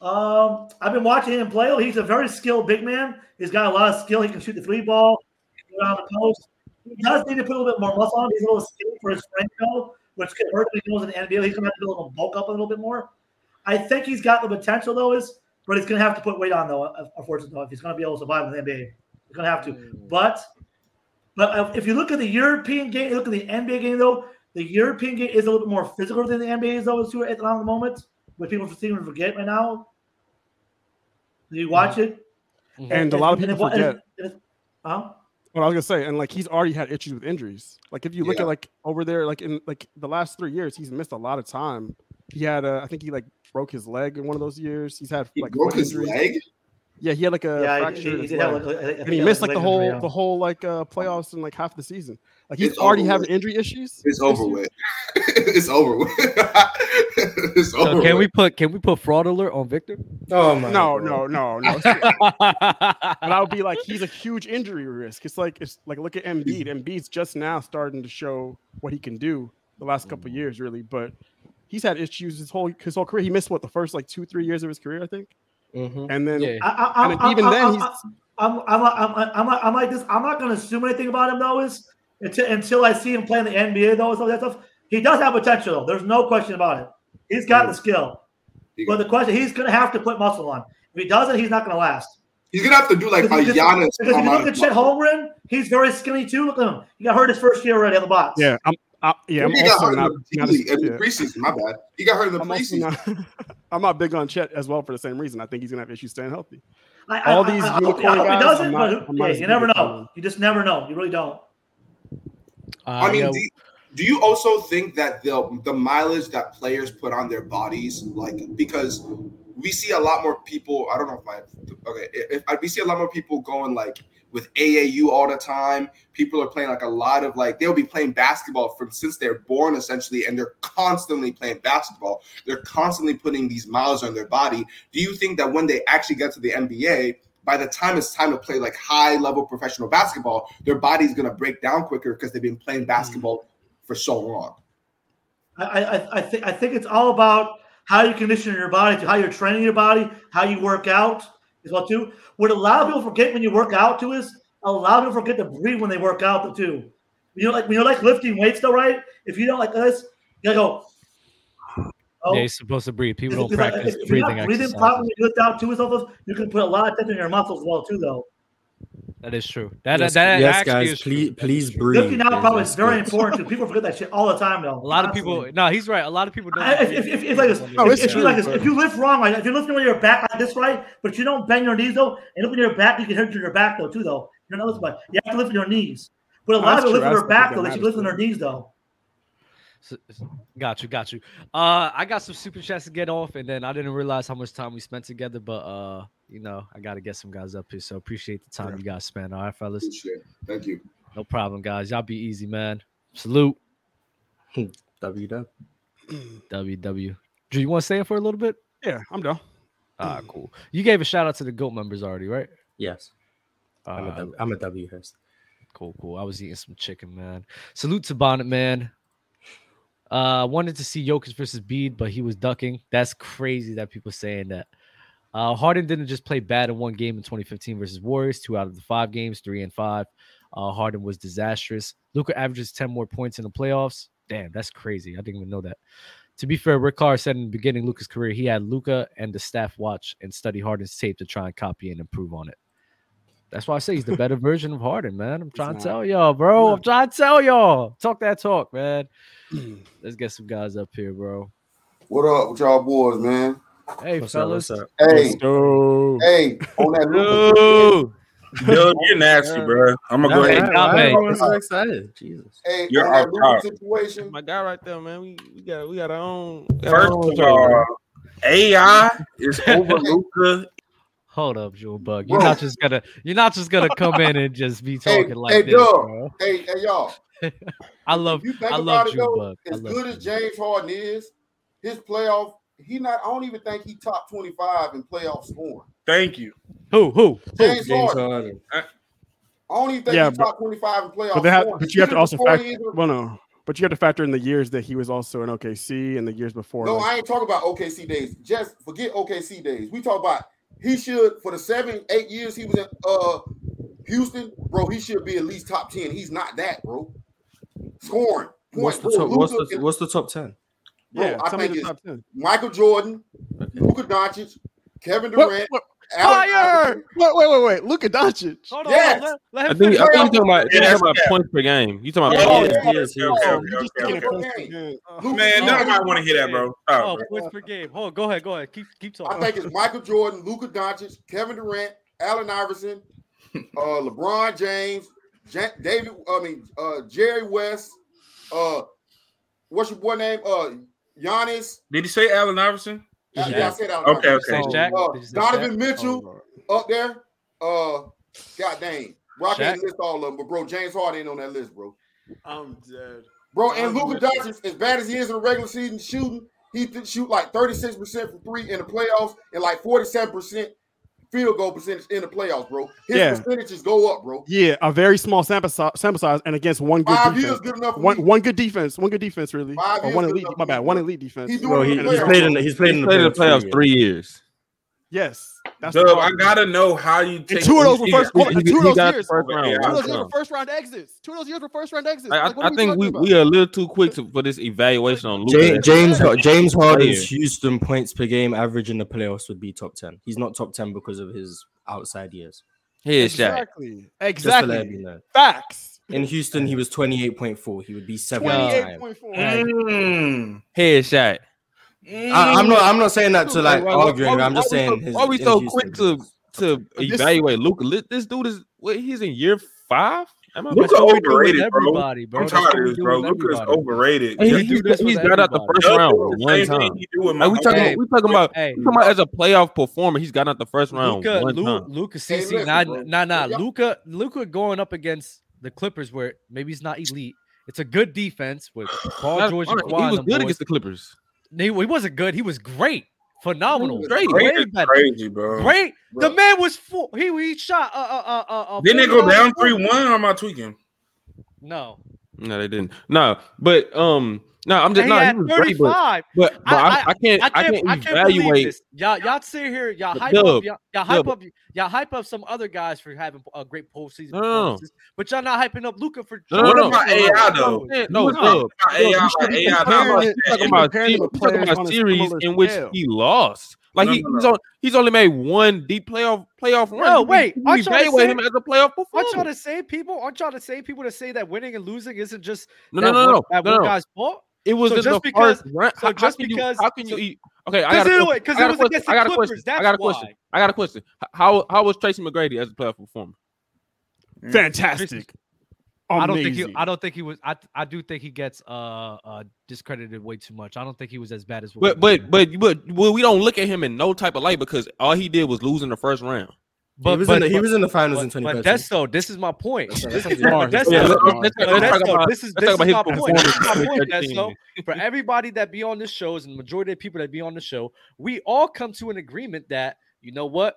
S5: Um, I've been watching him play. He's a very skilled big man. He's got a lot of skill. He can shoot the three ball around the post. He does need to put a little bit more muscle on. He's a little skinny for his strength though, which could hurt if he goes in the NBA. He's gonna have to build him bulk up a little bit more. I think he's got the potential though, is but he's gonna have to put weight on though, uh, unfortunately, though, if he's gonna be able to survive in the NBA. He's gonna have to. But but uh, if you look at the European game, you look at the NBA game though, the European game is a little bit more physical than the NBA is though, too, at around the moment, which people seem to forget right now. Do you watch it?
S3: And a lot of people
S5: what-
S3: forget.
S5: and it's- huh?
S3: What I was gonna say, and like he's already had issues with injuries. Like if you look
S7: Yeah.
S3: at like over there, like in like the last three years, he's missed a lot of time. He had, uh, I think he like broke his leg in one of those years. He's had
S7: He
S3: like
S7: broke
S3: foot
S7: his
S3: injuries.
S7: leg.
S3: Yeah, he had like a
S5: yeah, he-
S3: fracture.
S5: he,
S3: in
S5: he
S3: his
S5: did have
S3: leg.
S5: like, I think- I think
S3: and he
S5: that
S3: missed
S5: was
S3: like the
S5: leg
S3: whole
S5: injury,
S3: the whole like uh playoffs and like half the season. Like he's
S7: It's
S3: already
S7: over
S3: having
S7: with.
S3: injury issues.
S7: It's over with. *laughs* it's over with. *laughs* it's over.
S2: So can we
S7: with.
S2: put can we put fraud alert on Victor?
S1: Oh my.
S3: No,
S1: God.
S3: no, no, no. But I would be like, he's a huge injury risk. It's like it's like look at Embiid. Embiid's just now starting to show what he can do the last couple of years, really. But he's had issues his whole his whole career. He missed what the first like two three years of his career, I think.
S1: Mhm.
S3: And then
S2: yeah.
S5: I, I,
S3: And
S5: I'm,
S3: even
S5: I'm,
S3: then,
S5: I'm,
S3: he's-
S5: I'm, I'm, I'm, I'm, I'm, I'm like this. I'm not going to assume anything about him though. Is until, until I see him play in the NBA though. So that stuff. He does have potential. though. There's no question about it. He's got the skill,
S7: He-
S5: but the question he's going to have to put muscle on. If he doesn't, he's not going to last.
S7: He's gonna have to do like a
S5: Because,
S7: Giannis.
S5: because if you
S7: amount
S5: look at
S7: of-
S5: Chet Holmgren, he's very skinny too. Look at him. He got hurt his first year already on the box.
S3: yeah, I'm I, yeah, I'm
S7: He got
S3: also
S7: hurt
S3: not,
S7: in the
S3: not
S7: G
S3: as-
S7: League- in the
S3: yeah.
S7: preseason. My bad. He got hurt in the
S3: I'm also
S7: preseason.
S3: not *laughs* I'm not big on Chet as well for the same reason. I think he's gonna have issues staying healthy.
S5: I, I-
S3: All
S5: I-
S3: these
S5: I, I, hope- I
S3: unicorn
S5: hope he
S3: guys,
S5: doesn't,
S3: I'm not-
S5: but who-
S3: I'm not
S5: yeah,
S3: as
S5: you never
S3: big as
S5: know.
S3: them.
S5: You just never know. You really don't.
S7: I mean, do you, do you also think that the the mileage that players put on their bodies, like because we see a lot more people. I don't know if my okay. If, if we see a lot more people going like with AAU all the time, people are playing like a lot of like they'll be playing basketball from since they're born essentially, and they're constantly playing basketball. They're constantly putting these miles on their body. Do you think that when they actually get to the NBA? By the time it's time to play like high level professional basketball, their body's gonna break down quicker because they've been playing basketball for so long.
S5: I, I, I think I think it's all about how you condition your body, to how you're training your body, how you work out as well too. What a lot of people forget when you work out too is a lot of people forget to breathe when they work out too. You know, like when you're like lifting weights though, right? If you don't like this, you gotta go. Oh,
S2: Yeah, he's supposed to breathe. People
S5: Because
S2: don't
S5: if-
S2: practice
S5: if you're
S2: breathing
S5: not breathing
S2: exercises.
S5: properly with out too, those, you can put a lot of tension in your muscles as well too though.
S2: That is true. That,
S8: yes,
S2: that
S8: yes,
S2: actually
S8: guys,
S2: is true.
S8: please, please breathe.
S5: Lifting out
S8: please,
S5: probably is
S8: that's
S5: very
S8: good.
S5: important too. People forget that shit all the time though.
S2: A lot of people. No, he's right. A lot of people don't.
S5: I- if, if, if, if like this,
S7: Oh,
S3: No,
S5: if,
S3: Oh, it's
S5: if you
S3: true,
S5: like this,
S3: but-
S5: if you lift wrong, like if you're lifting with your back like this, right? But you don't bend your knees though, and open your back, you can hurt your back though too though. You know, but you have to lift your knees. But a
S3: No,
S5: lot of
S3: that's
S5: people lift
S3: true.
S5: their
S3: That's-
S5: back
S3: that
S5: though. They should
S3: matters,
S5: lift their knees though.
S2: S- s- Got you, got you. Uh, I got some super chats to get off, and then I didn't realize how much time we spent together, but uh, you know, I got to get some guys up here, so appreciate the time
S7: Yeah.
S2: you guys spent. All right, fellas,
S7: Appreciate it. Thank you.
S2: no problem, guys. Y'all be easy, man. Salute,
S8: *laughs* W dub.
S2: WW. Drew, you want to stay in for a little bit?
S3: Yeah, I'm done.
S2: Ah, cool. You gave a shout out to the GOAT members already, right?
S8: Yes, I'm a
S2: Uh,
S8: W. I'm a W host.
S2: Cool, cool. I was eating some chicken, man. Salute to Bonnet, man. Uh, wanted to see Jokic versus Bede, but he was ducking. That's crazy that people saying that. Uh, Harden didn't just play bad in one game in 2015 versus Warriors, two out of the five games, three and five. Uh, Harden was disastrous. Luca averages 10 more points in the playoffs. Damn, that's crazy. I didn't even know that. To be fair, Rick Carr said in the beginning of Luca's career, he had Luca and the staff watch and study Harden's tape to try and copy and improve on it. That's why I say he's the better *laughs* version of Harden, man. I'm trying
S3: not.
S2: to tell y'all, bro. I'm trying to tell y'all. Talk that talk, *clears throat* man.
S3: Mm.
S2: Let's get some guys up here, bro.
S10: What up with y'all boys, man?
S2: Hey,
S8: What's up?
S2: fellas.
S8: What's up?
S10: Hey,
S3: go.
S10: hey, on that Luka,
S2: Yo.
S11: Yo, you're nasty,
S3: Yeah.
S11: bro. I'm gonna go
S2: Nah,
S11: ahead.
S2: nah.
S11: and
S2: Nah, man.
S8: I'm so excited. Jesus.
S10: hey,
S11: You're
S10: on that
S11: off
S10: Luka
S11: top.
S10: situation.
S12: my guy right there, man. We, we got we got our own. we got our
S11: First
S12: own
S11: of
S12: show,
S11: all, AI is over Luca.
S2: Hold up, Jewel Bug. You're
S10: Bro.
S2: not just gonna you're not just gonna come in and just be
S10: Hey,
S2: talking like
S10: hey,
S2: this,
S10: dog.
S2: bro.
S10: Hey, hey, y'all.
S2: I love
S10: You think
S2: I
S10: about
S2: love
S10: it
S2: Jewel
S10: though.
S2: Bug. I
S10: As
S2: love
S10: good as
S2: Jewel Bug.
S10: James Harden is, his playoff, he not. I don't even think he top twenty-five in playoff scoring.
S11: Thank you.
S2: Who who?
S10: James
S1: James
S10: Harden.
S1: Harden.
S10: I don't even think
S3: Yeah,
S10: he
S3: but-
S10: top twenty-five in playoff
S3: But, they have,
S10: scoring.
S3: but you have to
S10: Even
S3: also
S10: before
S3: factor.
S10: he even-
S3: Well, no, But you have to factor in the years that he was also in OKC and the years before.
S10: No,
S3: like-
S10: I ain't talking about OKC days. Just forget OKC days. We talk about he should for the seven, eight years he was in uh Houston, bro. He should be at least top ten. He's not that, bro. Scoring
S1: What's
S10: points,
S1: the
S10: bro.
S1: top? What's
S10: Luka
S1: the
S10: and-
S1: what's the top ten?
S10: bro,
S3: Yeah,
S10: I
S3: tell me
S10: think
S3: the
S10: it's
S3: top 10.
S10: Michael Jordan, Luka Doncic, Kevin
S3: What-
S10: Durant,
S3: what-
S10: Allen
S3: Fire!
S10: Iverson.
S3: Wait, wait, wait, wait. Look at Doncic.
S2: Hold
S10: Yes.
S2: let- let
S12: I
S2: him finish.
S12: think, I think you're talking about,
S11: Yeah,
S12: you're talking about
S11: yeah.
S12: points per game. You're talking about
S11: Yeah,
S12: points.
S11: yeah.
S1: He is, he is.
S3: Oh,
S11: okay,
S3: you just
S11: okay,
S3: taking it
S10: okay.
S3: points per game.
S10: Luka
S11: Uh, Man,
S10: Doncic.
S11: nobody want to hear that, bro.
S2: Oh,
S11: Stop, bro.
S2: points per game. Oh, go ahead, go ahead. Keep keep
S10: I
S2: talking.
S10: think it's Michael Jordan, Luka Doncic, Kevin Durant,
S11: *laughs*
S10: Allen Iverson, uh, LeBron James, Ja- David. I mean uh, Jerry West. Uh, what's your boy name? Uh, Giannis.
S11: Did he say Allen Iverson?
S10: Yeah,
S2: Yeah.
S10: I said Allen
S11: Okay,
S10: Iverson.
S11: okay.
S2: Say Shaq?
S10: Uh,
S2: Did you say
S10: Donovan
S2: Shaq? Oh,
S10: Mitchell up there. Uh, God dang, bro, I can't
S2: Shaq?
S10: list all of them, but bro, James Harden ain't on that list, bro.
S11: I'm dead.
S10: Bro, and Luka Doncic, as bad as he is in the regular season shooting, he could shoot like 36% from three in the playoffs and like 47% field goal percentage in the playoffs, bro. His
S3: Yeah.
S10: percentages go up, bro.
S3: Yeah, a very small sample size, sample size, and against one good
S10: Five years
S3: defense.
S10: good enough for
S3: One,
S10: me.
S3: one good defense, one good defense, really.
S10: Five
S3: Or
S10: years
S3: one
S10: good
S3: elite.
S10: enough
S3: My
S10: for
S3: bad,
S10: me,
S3: one
S10: bro.
S3: elite defense.
S10: He doing
S8: Bro,
S10: it
S8: he,
S10: in the
S8: he's
S10: playoffs.
S8: played in the, he's played in
S12: He
S8: the,
S12: played in the playoffs
S8: years.
S12: three years.
S3: Yes, that's the
S11: Dub, I
S3: problem.
S11: gotta know how you
S3: And
S11: take
S3: two of those were
S11: these
S3: first.
S11: niggas.
S3: Hold on, two of those
S12: got
S3: years.
S12: first
S11: Yeah,
S12: round.
S11: I
S3: Two of those
S12: last
S3: years were
S12: round.
S3: first round exits. Two of those years were first round exits.
S12: I, I,
S3: Like, what are
S12: I think we,
S3: talking
S12: we
S3: about?
S12: are a little too quick to, for this evaluation on Luka.
S8: James James, Har- James
S12: Player.
S8: Harden's Houston points per game average in the playoffs would be top ten. He's not top ten because of his outside years.
S12: Here's Shaq.
S3: exactly.
S8: Just to let you
S3: Exactly.
S8: know.
S3: Facts.
S8: In Houston, he was twenty eight point four. He would be seven.
S3: Twenty-eight
S8: time.
S3: point four.
S11: Mm.
S12: Here's Shaq.
S8: I, I'm not. I'm not saying that to
S12: Dude,
S8: like
S12: why- why-
S8: arguing.
S12: why-
S8: I'm just
S12: why we
S8: saying.
S12: so-
S8: his-
S12: why we
S8: in
S12: so
S8: Houston,
S12: quick to-
S8: he's-
S12: To
S3: this-
S12: evaluate Luka, Li- this dude is what he's in year five. Am I
S11: Luka
S2: That's what we do with
S11: overrated, bro.
S2: everybody, bro.
S11: I'm
S2: That's what
S11: tired
S2: we
S11: of this,
S2: do
S11: bro.
S2: with
S11: Luca's
S2: everybody.
S11: overrated.
S12: Hey,
S11: Yeah,
S12: he,
S2: do
S12: he,
S2: this with
S12: he's got out the
S2: everybody.
S12: first
S11: Dub
S12: round
S11: doing the
S12: one
S11: same
S12: time.
S11: thing he do with my
S12: Like we talking,
S2: Hey.
S12: we talking about,
S2: Hey.
S12: we talking about as a playoff performer, he's got out the first round
S2: Luca,
S12: one time.
S2: Luca,
S10: Hey,
S2: CC,
S10: listen,
S2: nah,
S10: bro.
S2: nah, nah.
S10: Y'all-
S2: Luca, Luca going up against the Clippers, where maybe he's not elite. It's a good defense with Paul
S12: That's
S2: George
S12: fine.
S2: and Kawhi.
S12: he was
S2: and them
S12: good
S2: boys.
S12: against the Clippers.
S2: He, he wasn't good. He was great, phenomenal,
S10: was
S2: great,
S11: Great
S2: way
S11: is
S2: better.
S11: crazy, bro.
S2: Great.
S10: Bro.
S2: The man was full. He he shot. Uh, uh, uh, uh,
S11: Didn't they go
S2: 49
S11: down three
S2: points.
S11: one? Or am I tweaking?
S2: No,
S12: No, they didn't. No, but um, no, I'm just
S2: And he
S12: no. He
S2: had
S12: was great, but
S2: thirty-five.
S12: but, but I,
S2: I-
S12: I, can't I, can't
S2: believe
S12: evaluate.
S2: this. Y'all, y'all sit here. Y'all
S12: But
S2: hype up.
S12: Dub,
S2: Y'all, y'all hype
S12: Dub.
S2: up. Y'all hype up some other guys for having a great postseason.
S12: No, no, no.
S2: performances, But y'all not hyping up Luca for.
S12: No, no,
S11: What
S12: no.
S11: about AI though?
S12: Man, No,
S11: What
S12: Dub,
S11: about AI?
S12: Dub, you
S11: AI,
S12: should be
S11: nah,
S12: comparing
S11: I'm
S12: it-
S11: upset.
S12: talking
S3: You're
S12: about
S3: comparing the
S12: series, you're talking
S3: players
S12: about
S3: on a
S12: series
S3: similar
S12: in which
S3: scale.
S12: he lost. Like
S11: No,
S12: he,
S11: no,
S12: he's
S11: no.
S12: on he's only made one deep playoff playoff run.
S2: No,
S12: You-
S2: wait,
S12: you
S2: I'm trying to
S12: evaluate
S2: say-
S12: him as a playoff
S2: Aren't y'all
S12: performer.
S2: the same people? Aren't y'all the same people that say that winning and losing isn't just
S12: No,
S2: that
S12: no, no,
S2: one,
S12: no,
S2: that
S12: no,
S2: one
S12: no.
S2: guy's fault?
S12: It was
S2: So
S12: in the
S2: just because-
S12: first round.
S2: so
S12: How-
S2: just
S12: how can
S2: because-
S12: you, how can
S2: so-
S12: you eat? Okay, I
S2: Because
S12: got a
S2: anyway,
S12: question.
S2: because
S12: I
S2: it
S12: got a
S2: was against
S12: question. I
S2: the
S12: got a question.
S2: Clippers.
S12: I
S2: That's
S12: got a
S2: why.
S12: question. I got a question. H- How how was Tracy McGrady as a playoff performer?
S3: Mm. Fantastic.
S2: I don't think he.
S3: Amazing.
S2: I don't think he was. I. I do think he gets uh, uh discredited way too much. I don't think he was as bad as. what
S12: But
S2: we-
S12: but but but well, we don't look at him in no type of light because all he did was lose in the first round.
S8: he was in the he was in the finals in
S2: but,
S8: twenty
S2: but
S8: thirteen.
S2: that's so. This is my point.
S8: That's
S2: This
S8: right.
S2: *laughs* is, but that's
S12: Yeah,
S2: so-
S12: let's,
S3: Let's-
S12: let's-
S2: but
S12: let's
S2: that's
S12: talk
S2: so-
S12: about,
S2: this is this
S12: let's talk
S2: is my
S12: about his
S2: point. This is my
S12: performance
S2: point.
S12: with that
S2: That's
S12: team.
S2: so. For everybody that be on this show, is and the majority of people that be on the show, we all come to an agreement that you know what,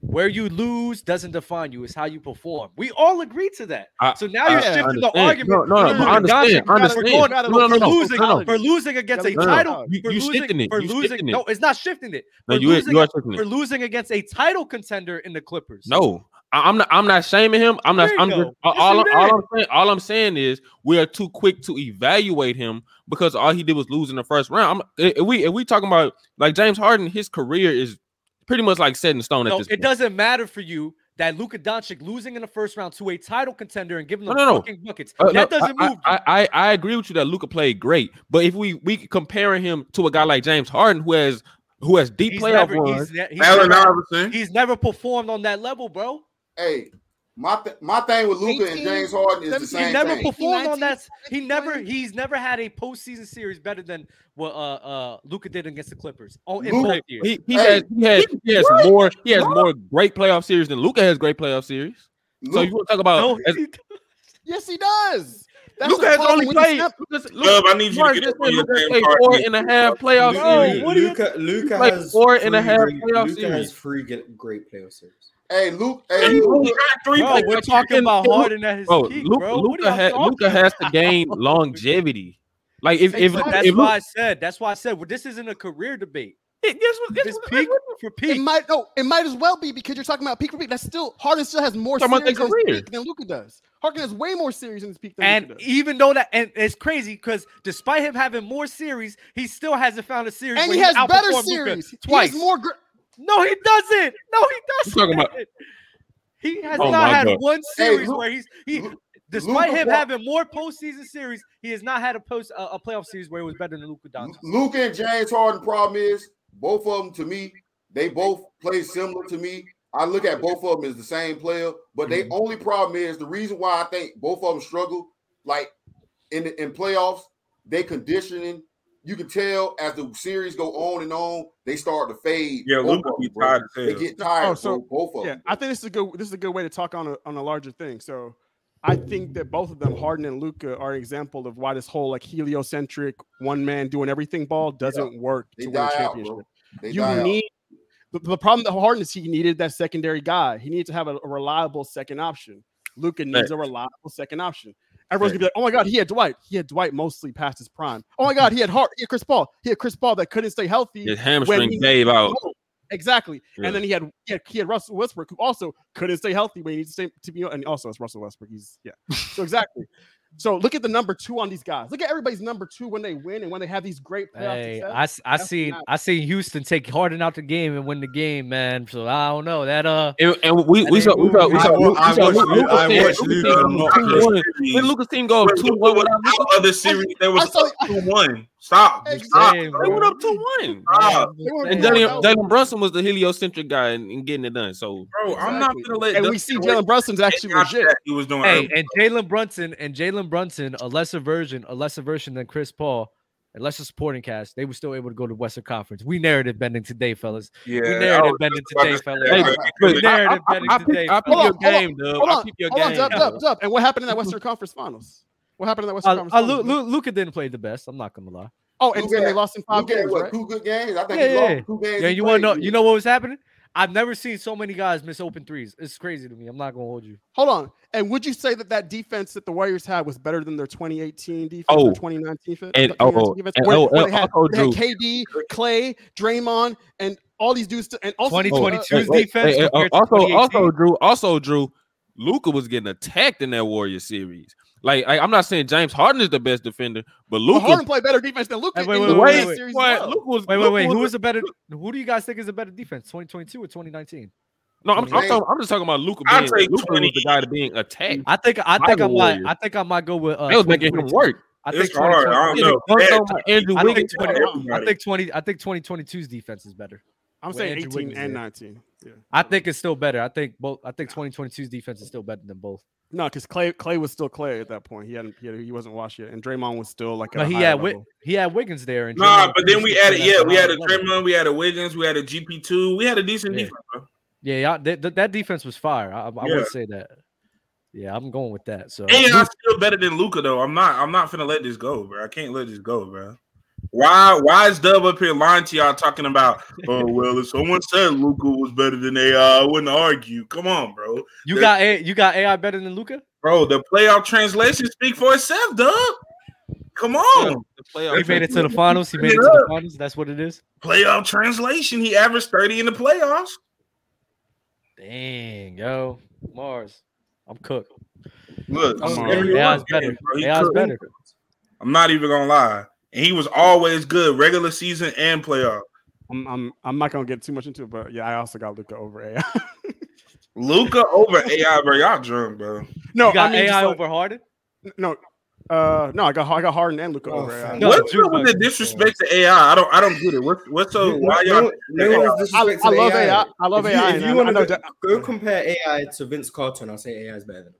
S2: where you lose doesn't define you. It's how you perform. We all agree to that.
S12: I-
S2: so now you're
S12: I
S2: shifting the
S12: understand.
S2: argument.
S12: No, no,
S2: from
S12: no,
S2: Luka
S12: I understand.
S2: Doncic
S12: I
S2: for
S12: understand.
S2: going-
S12: No, no, no,
S2: for
S12: no,
S2: losing,
S12: no, no.
S2: for losing against a
S12: No, no, no.
S2: title.
S12: You-
S2: for
S12: you
S2: losing,
S12: shifting it.
S2: For
S12: You
S2: losing,
S12: shifting it.
S2: no, it's not shifting it.
S12: No,
S2: for
S12: you
S2: losing
S12: you are
S2: it-
S12: taking
S2: for
S12: it.
S2: losing against a title contender in the Clippers.
S12: No, I, am not. I'm not shaming him. I'm not.
S2: There you
S12: I'm just
S2: go.
S12: all,
S2: Yes,
S12: all,
S2: you
S12: I'm- all
S2: did.
S12: I'm saying. All I'm saying is we are too quick to evaluate him because all he did was lose in the first round. I'm, if we if we talking about like James Harden, his career is pretty much like set in stone
S2: No,
S12: at this
S2: it
S12: point.
S2: doesn't matter for you that Luka Doncic losing in the first round to a title contender and giving
S12: No,
S2: them
S12: no, no.
S2: fucking buckets.
S12: Uh,
S2: that
S12: no,
S2: doesn't
S12: I,
S2: move. you.
S12: I, I I agree with you that Luca played great, but if we we comparing him to a guy like James Harden who has who has deep
S2: he's,
S12: playoff
S2: never,
S12: runs,
S2: he's, ne- he's
S11: Allen
S2: never,
S11: Iverson.
S2: he's never performed on that level, bro.
S10: Hey, my th- my thing with Luca and
S13: 18,
S10: James Harden is
S13: 17,
S10: the same
S2: He never
S10: thing.
S2: performed on
S13: 19,
S2: that. He never
S13: 20.
S2: he's never had a postseason series better than what uh uh Luka did against the Clippers. Oh, in
S10: Luka-
S2: both years.
S12: he, he
S10: Hey,
S12: has he has he has more he has more great playoff series than Luca has great playoff series. So
S10: Luka-
S12: you want to talk about
S2: No,
S12: as-
S2: he-
S13: Yes, he does.
S12: Luca
S13: the
S12: has
S13: problem
S12: only
S13: when you
S12: played
S13: snap-
S12: Luka's- Luka-
S11: Dub, I need you to
S12: Mark
S11: get
S12: just
S11: up
S12: said
S11: on your
S12: Luka
S11: damn
S12: played four
S11: card.
S12: and a half playoff
S2: Bro,
S12: series.
S2: what do you-
S1: Luca Luca
S12: played
S1: has
S12: four and a half
S1: three-
S12: playoff
S1: Luka
S12: series.
S1: has three ge- great playoff series.
S10: Hey, Luke. Hey,
S12: He
S10: Luke.
S12: only had three Bro, we're plays. talking about Harden at his Bro, peak, Luke- bro. What Luka are y'all ha- talking Luka has
S2: *laughs*
S12: to gain longevity. Like if if,
S2: Exactly.
S12: if
S2: that's why I
S12: Luka-
S2: said that's why I said well, this isn't a career debate.
S13: It's
S2: peak for peak.
S13: It might no, it might as well be because you're talking about peak for peak. That's still Harden still has more
S2: Talking
S13: series
S2: about their
S13: in his
S2: career.
S13: peak than Luca does. Harden has way more series in his peak than
S2: And
S13: Luka does.
S2: even though that and it's crazy because despite him having more series, he still hasn't found a series.
S13: And
S2: where
S13: he has better
S2: outperformed Luka
S13: series. He has
S2: twice.
S13: more
S2: no, he doesn't. No, he doesn't.
S12: talking about-
S2: He has
S12: Oh
S2: not
S12: my
S2: had
S12: God.
S2: one
S12: Hey,
S2: series
S12: Lu-
S2: where he's he. Despite
S10: Luka
S2: him
S10: wa-
S2: having more postseason series, he has not had a post a, a playoff series where he was better than Luka Doncic.
S10: Luke and James Harden problem is both of them to me, they both play similar to me. I look at both of them as the same player, but
S11: Mm-hmm.
S10: they only problem is the reason why I think both of them struggle, like in the, in playoffs, they conditioning. You can tell as the series go on and on, they start to fade.
S11: Yeah,
S10: both
S11: Luka
S10: of
S11: be
S10: them, bro.
S11: tired as
S10: They
S11: hell.
S10: get tired.
S11: Oh, so-
S10: bro, both of
S3: Yeah,
S10: them.
S3: I think this is a good this is a good way to talk on a on a larger thing. So I think that both of them, Harden and Luca, are an example of why this whole like heliocentric one man doing everything ball doesn't work
S10: They
S3: to win a
S10: die out,
S3: championship.
S10: bro. They
S3: you
S10: die out.
S3: need the, the problem that Harden is he needed that secondary guy. He needed to have a, a reliable second option. Luca needs a
S12: Facts.
S3: reliable second option. Everyone's gonna be like, "Oh my God, he had Dwight. He had Dwight mostly past his prime. Oh my God, he had Hart. He had Chris Paul. He had Chris Paul that couldn't stay healthy. when
S12: His hamstring
S3: he-
S12: gave out.
S3: Exactly.
S12: Yeah.
S3: And then he had, he had he had Russell Westbrook, who also couldn't stay healthy when he needs to stay to be. And also, it's Russell Westbrook. He's yeah.
S2: *laughs*
S3: So exactly. So look at the number two on these guys. Look at everybody's number two when they win and when they have these great playoff
S2: Hey,
S3: success.
S2: I, s- I
S3: That's
S2: seen
S3: not-
S2: I seen Houston take Harden out the game and win the game, man. So I don't know that uh.
S12: And, and we
S2: that
S12: we
S2: ain't
S12: saw we
S2: moving
S12: saw we
S2: me.
S12: saw Lu- we saw
S11: watched
S12: Lu-
S11: Luka- I
S12: Luka's
S11: watched
S12: team
S11: Luka not
S12: go up
S11: play
S12: 2-1.
S11: series.
S12: When Luca's team go up
S11: Wait,
S12: two
S11: what-
S12: one
S11: what- what other series they was
S13: saw-
S11: up two one. Stop.
S13: Exactly.
S11: Stop.
S2: Hey,
S11: They went
S2: bro.
S11: up two one.
S13: They were
S12: and
S13: going
S12: Jalen
S13: out.
S12: Jalen Brunson was the heliocentric guy in, in getting it done. So
S11: Bro, I'm not
S13: Exactly.
S11: gonna let.
S13: And
S11: them
S13: we see
S11: get away
S13: Jalen Brunson's actually
S11: with
S13: legit.
S11: that He was doing.
S2: Hey,
S11: earlier.
S2: and Jalen Brunson and Jalen Brunson, a lesser version, a lesser version than Chris Paul, and lesser supporting cast, they were still able to go to Western Conference. We narrative bending today, fellas.
S11: Yeah,
S2: we
S11: I
S2: narrative
S11: was
S2: bending
S11: about
S2: today,
S11: to
S2: fellas.
S11: say,
S12: Hey,
S11: I-
S12: look,
S11: I-
S2: narrative
S12: I- I-
S2: betting
S12: I pick-
S2: today.
S12: I pick
S2: fellas.
S12: your
S13: Hold on,
S12: game, Dub.
S13: Hold
S12: I
S13: on,
S12: keep your
S13: hold on,
S12: game.
S13: Dub, Dub,
S12: Dub.
S13: Dub. And what happened in that Western Conference Finals? What happened in that Western
S2: Uh,
S13: Conference
S2: uh,
S13: Finals?
S2: Lu- Lu- Luka didn't play the best. I'm not gonna lie.
S13: oh, and,
S10: Luka
S13: and they
S10: had-
S13: lost in five
S10: Luka had
S13: games,
S10: what,
S13: right?
S10: Two good games. I think
S2: Yeah,
S10: he
S2: yeah.
S10: lost two games.
S2: yeah
S10: he
S2: you want to know?
S10: played.
S2: You know what was happening? I've never seen so many guys miss open threes. It's crazy to me. I'm not gonna hold you.
S13: Hold on. And would you say that that defense that the Warriors had was better than their 2018 defense
S12: Oh.
S13: or 2019 fit-
S12: And-
S13: 2019
S12: oh,
S13: defense?
S12: and
S13: where,
S12: oh,
S13: where
S12: and
S13: they had,
S12: also
S13: they had
S12: Drew.
S13: KD, Clay, Draymond, and all these dudes. To, and also uh,
S2: 2022's
S12: Oh, wait,
S2: defense
S12: wait, hey,
S2: compared to
S12: also,
S2: 2018?
S12: also, Drew, also, Drew, Luca was getting attacked in that Warrior series. Like, I, I'm not saying James Harden is the best defender, but
S13: Luka,
S12: Luca.
S13: Harden played better defense than Luka.
S2: Hey, wait,
S13: in
S2: wait,
S13: the
S2: wait,
S13: Warriors
S2: wait,
S13: series
S12: wait,
S13: as well.
S12: Luka was.
S2: Wait, wait,
S12: Luka
S2: wait.
S12: was
S2: Who is a better? Who do you guys think is a better defense, 2022 or 2019?
S12: No, I'm, I'm,
S10: James-
S12: talking, I'm just talking about Luca.
S11: I'll
S12: Being,
S11: take
S12: Luca was
S11: 20.
S12: the guy to being attacked.
S2: I think I
S12: By
S2: think
S12: the
S2: I might
S12: Warriors.
S2: I think I might go with uh,
S12: They was making him
S2: 2022.
S12: work.
S2: I think
S11: It's hard. I don't
S2: 2022
S11: know.
S12: Dunks
S11: That-
S12: on Andrew
S2: I think,
S12: Wiggins.
S2: 20, I
S11: Everybody.
S2: think 20 I think 2022's defense is better.
S3: I'm
S2: With
S3: saying
S2: Andrew
S3: 18
S2: Wiggins
S3: and
S2: there.
S3: 19. Yeah.
S2: I think it's still better. I think both I think 2022's defense is still better than both.
S3: No, because Clay Clay was still Clay at that point. He hadn't he, had, he wasn't washed yet, and Draymond was still like. At
S2: No,
S3: a
S2: he
S3: higher
S2: had Wig-
S3: level.
S2: he had Wiggins there and
S11: Nah,
S2: Draymond
S11: but then we
S2: Green
S11: added,
S2: still at
S11: yeah,
S2: the
S11: we
S2: high
S11: had a
S2: level.
S11: Draymond, we had a Wiggins, we had a GP2, we had a decent
S2: Yeah.
S11: defense, bro.
S2: Yeah, yeah that, that, that defense was fire. I, I
S11: Yeah.
S2: would say that. Yeah, I'm going with that. So
S11: And I'm still better than Luca though. I'm not, I'm not finna let this go, bro. I can't let this go, bro. Why, why is Dub up here lying to y'all talking about? Oh well, if someone said Luca was better than AI, I wouldn't argue. Come on, bro.
S2: you got a, you got AI better than Luca?
S11: Bro, the playoff translation speak for itself, Dub. Come on.
S12: playoff
S2: He made it to the finals. He made it to
S11: Yeah.
S2: the finals. That's what it is.
S11: Playoff translation. He averaged 30 in the playoffs.
S2: Dang, yo, Mars, I'm cooked.
S11: Look,
S2: I'm
S11: I'm,
S2: sorry. AI's better. AI's better.
S11: I'm not even gonna lie. And he was always good, regular season and playoff.
S3: I'm, I'm I'm not gonna get too much into it, but yeah, I also got Luca over AI. *laughs*
S11: Luca over AI, bro. Y'all drunk, bro.
S3: no,
S2: you got
S3: I mean just
S2: AI
S3: like-
S2: over Harden.
S3: no, uh, no, I got I got Harden and Luca
S1: Oh,
S3: over AI.
S1: fam.
S2: No,
S11: what's
S2: Drew
S11: up with the
S2: Buggins.
S11: disrespect to AI? I don't I don't get it. What, what's so why
S1: No-
S11: y'all
S1: no- no one's
S13: I, I
S1: disrespecting
S13: love AI. I love
S1: If you-
S13: AI.
S1: If
S13: and
S1: you,
S13: I- I know
S1: want to
S13: that-
S1: go, compare AI to Vince Carlton, I'll say AI is better than him.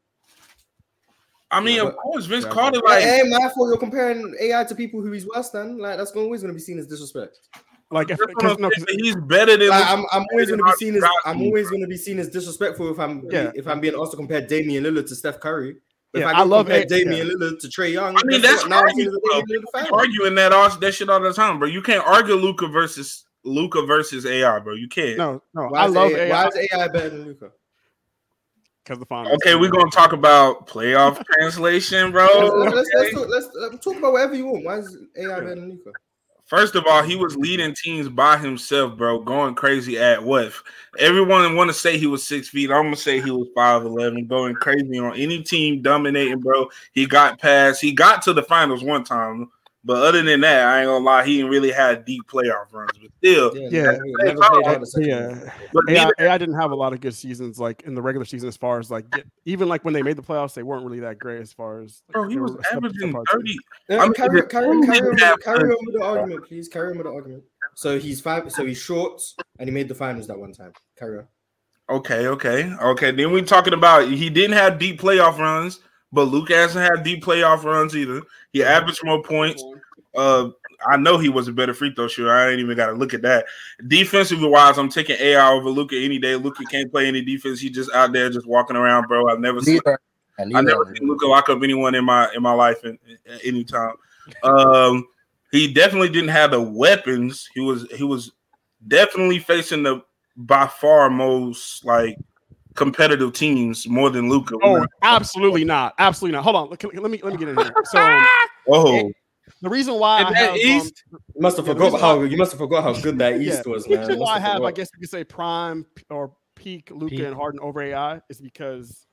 S11: I mean, of
S1: Yeah,
S11: course, Vince
S3: yeah,
S11: Carter,
S1: Like,
S11: like
S1: hey, my fault you're comparing AI to people who he's worse than. Like, that's always going to be seen as disrespect.
S3: like if,
S11: that's what I'm
S3: 'cause- no, 'cause-
S11: saying. he's better than
S1: Like, I'm, I'm always going to be seen as I'm
S11: Rodgers.
S1: always going to be seen as disrespectful if I'm
S3: Yeah.
S1: if I'm being asked to compare Damian Lillard to Steph Curry. But
S3: Yeah,
S1: if
S3: I
S1: I, go
S3: love
S1: compare
S3: it,
S1: Damian Lillard to Trey Young,
S11: I mean,
S1: guess
S11: that's
S1: what? now I'm seen
S11: arguing,
S1: as a
S11: bro.
S1: Damian Lillard
S11: People
S1: fan.
S11: arguing that all that shit all the time, bro. You can't argue Luca versus Luca versus AI, bro. You can't.
S3: No, no.
S11: Why
S3: I
S11: is
S3: love
S11: AI
S3: AI.
S11: why
S1: is AI better than Luca?
S3: Because the finals.
S11: Okay, we're gonna talk about playoff translation, bro.
S1: let's, let's,
S11: Okay.
S1: let's, talk, let's uh, talk about whatever you want. Why is AI better than Luca?
S11: First of all, he was leading teams by himself, bro, going crazy at what? Everyone want to say he was six feet. I'm gonna say he was five eleven, going crazy on any team, dominating, bro. He got past. He got to the finals one time, but other than that, I ain't gonna lie, he ain't really had deep playoff runs. But still,
S3: Yeah,
S11: Hey,
S3: yeah. yeah.
S11: But
S3: AI,
S11: neither-
S3: AI didn't have a lot of good seasons, like in the regular season, as far as like get, even like when they made the playoffs, they weren't really that great as far as.
S11: Bro, he was averaging thirty.
S1: Yeah, carry, carry,
S3: Who
S1: carry,
S3: did
S1: on,
S3: that
S1: carry on with
S3: first?
S1: the argument, please. Carry on with the argument. So he's five. So he's short, and he made the finals that one time. Carry on.
S11: Okay, okay, okay. Then we talking about he didn't have deep playoff runs, but Luke hasn't had deep playoff runs either. He averaged more points. Uh, I know he was a better free throw shooter. I ain't even got to look at that. Defensively wise, I'm taking AI over Luca any day. Luca can't play any defense. He just out there just walking around, bro. I've never seen.
S1: I
S11: never seen Luca lock up anyone in my in my life in, at any time. Um, he definitely didn't have the weapons. He was he was definitely facing the by far most like competitive teams more than Luca.
S3: Oh, absolutely not. Absolutely not. Hold on. Look, let me let me get in here.
S11: *laughs*
S3: So, um,
S11: oh,
S3: the reason why I have, um,
S1: You must have
S3: Yeah, the
S1: forgot
S3: reason
S1: how you must have forgot how good *laughs* that
S3: *laughs* Yeah.
S1: East was,
S3: The
S1: man.
S3: reason
S1: Must
S3: why I have, I
S1: forgot.
S3: guess you could say, prime p- or peak Luca and Harden over AI is because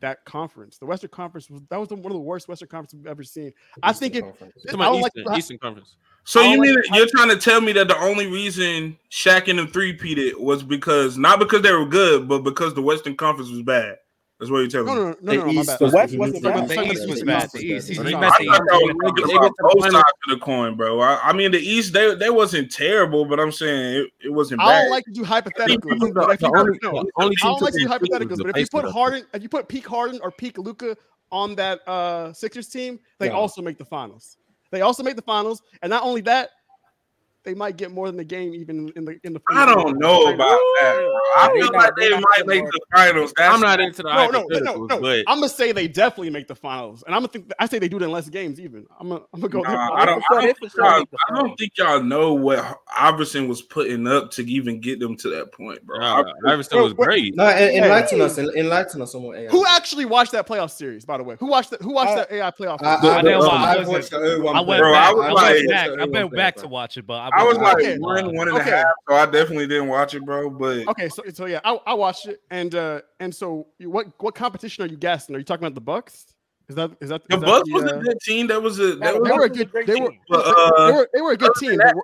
S3: that conference, the Western Conference, was that was the, one of the worst Western Conferences we've ever seen. I think it. I
S12: Come on,
S3: don't like-
S12: Eastern, Eastern Conference.
S11: So
S3: I
S11: you
S3: don't
S11: mean
S3: like-
S11: you're trying to tell me that the only reason Shaq and them three peated was because not because they were good, but because the Western Conference was bad. That's what you're telling
S3: No, no,
S11: me.
S3: no, no, no, no, my bad.
S11: The East was bad.
S2: The East. He's
S11: I
S2: not
S11: thought
S2: the
S11: y'all
S2: East.
S11: were talking about both sides of the coin, bro. I, I mean, the East they, they wasn't terrible, but I'm saying it, it wasn't
S3: I
S11: bad.
S3: don't like to do
S11: He was
S3: hypotheticals.
S11: the-
S3: but if
S11: the
S3: you-
S11: only-
S3: no,
S11: the
S3: I
S11: only team
S3: don't like to do
S11: to take pictures
S3: hypotheticals,
S11: of
S3: but if
S11: the
S3: you put
S11: Pacers.
S3: Harden, if you put peak Harden or peak Luca on that uh Sixers team, they
S11: No.
S3: also make the finals. They also make the finals, and not only that, they might get more than the game even in the in the.
S11: I don't know about that. bro. I feel like they might make the finals. That's
S3: I'm not into
S12: the
S3: no, no, no,
S12: hypotheticals,
S3: no.
S12: but-
S3: I'm gonna say they definitely make the finals, and I'm gonna think I say they do it in less games. Even I'm gonna, I'm gonna go. there.
S11: Nah, I don't. I don't, think y'all, I don't think y'all know what Iverson was putting up to even get them to that point, bro.
S12: Nah, Iverson was great.
S1: No, en-
S3: Yeah.
S1: enlighten us. en- Enlighten us on what AI.
S3: Who actually watched that playoff series? By the way, who watched that? Who watched that AI playoff?
S1: I-
S3: series?
S1: I- I didn't watch- I I watched the wasn't. 01
S2: I went
S11: Bro,
S2: back.
S11: I
S2: I,
S11: was
S2: went
S11: like-
S2: back. I
S11: Okay.
S2: went back to watch it, but I,
S11: I was
S2: went-
S11: like
S3: Okay.
S11: one, one and a half.
S3: Okay.
S11: So I definitely didn't watch it, bro. But
S3: Okay, so so yeah, I, I watched it, and uh and so you- what what competition are you guessing? Are you talking about the Bucks? Is that is that
S11: the
S3: is that
S11: Bucks was
S3: uh,
S11: a good team. That was a that
S3: they
S11: was
S3: were a good they were,
S11: But,
S3: they
S11: uh,
S3: were they were a good
S11: other
S3: team,
S11: than
S3: but, were-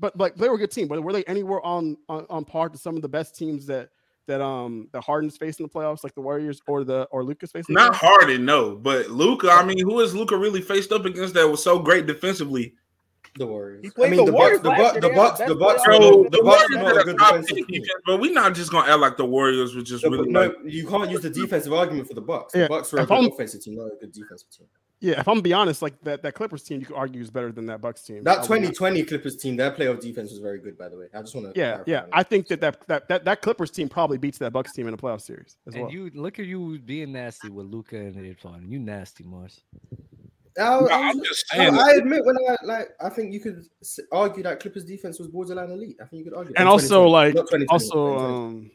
S3: but like they were a good team. But were they anywhere on on, on par to some of the best teams that that um the Harden's facing the playoffs, like the Warriors or the or Lucas facing?
S11: Not
S3: the playoffs?
S11: Harden, no, but Luca. I mean, who is Luca really faced up against that was so great defensively?
S1: The Warriors.
S14: played
S1: I mean, the
S14: the
S1: Bucks.
S14: Warriors
S1: The
S14: last
S1: Bucks.
S14: year.
S1: The Bucks.
S14: They had
S1: The
S14: the
S1: Bucks.
S14: best
S11: Bro,
S1: The
S11: the
S1: Bucks
S11: Warriors had
S1: are not a
S11: a
S1: good
S11: top
S1: defensive
S11: ten
S1: team.
S11: defense, but we're not just gonna act like the Warriors were just
S1: No,
S11: really.
S1: but
S11: like,
S1: no, you can't use the defensive argument for the Bucks. The
S3: Yeah.
S1: Bucks were a
S3: If I'm-
S1: good offensive team, not a good defensive team.
S3: Yeah, if I'm gonna be honest, like that that Clippers team, you could argue is better than that Bucks team. I
S1: That
S3: would not-
S1: 2020 Clippers team, their playoff defense was very good, by the way. I just want to.
S3: Yeah, yeah. I think that that, that that that Clippers team probably beats that Bucks team in a playoff series as well.
S2: And you look at you being nasty with Luca and Irfan. You nasty, Mars.
S1: I,
S2: No,
S1: I,
S2: I'm
S1: was-
S2: just
S1: I-
S2: saying
S1: I
S2: that-
S1: admit when I like, I think you could s- argue that Clippers defense was borderline elite. I think you could argue.
S3: and
S1: In
S3: also
S1: 2020,
S3: like
S1: not 2020,
S3: also
S1: 2020.
S3: um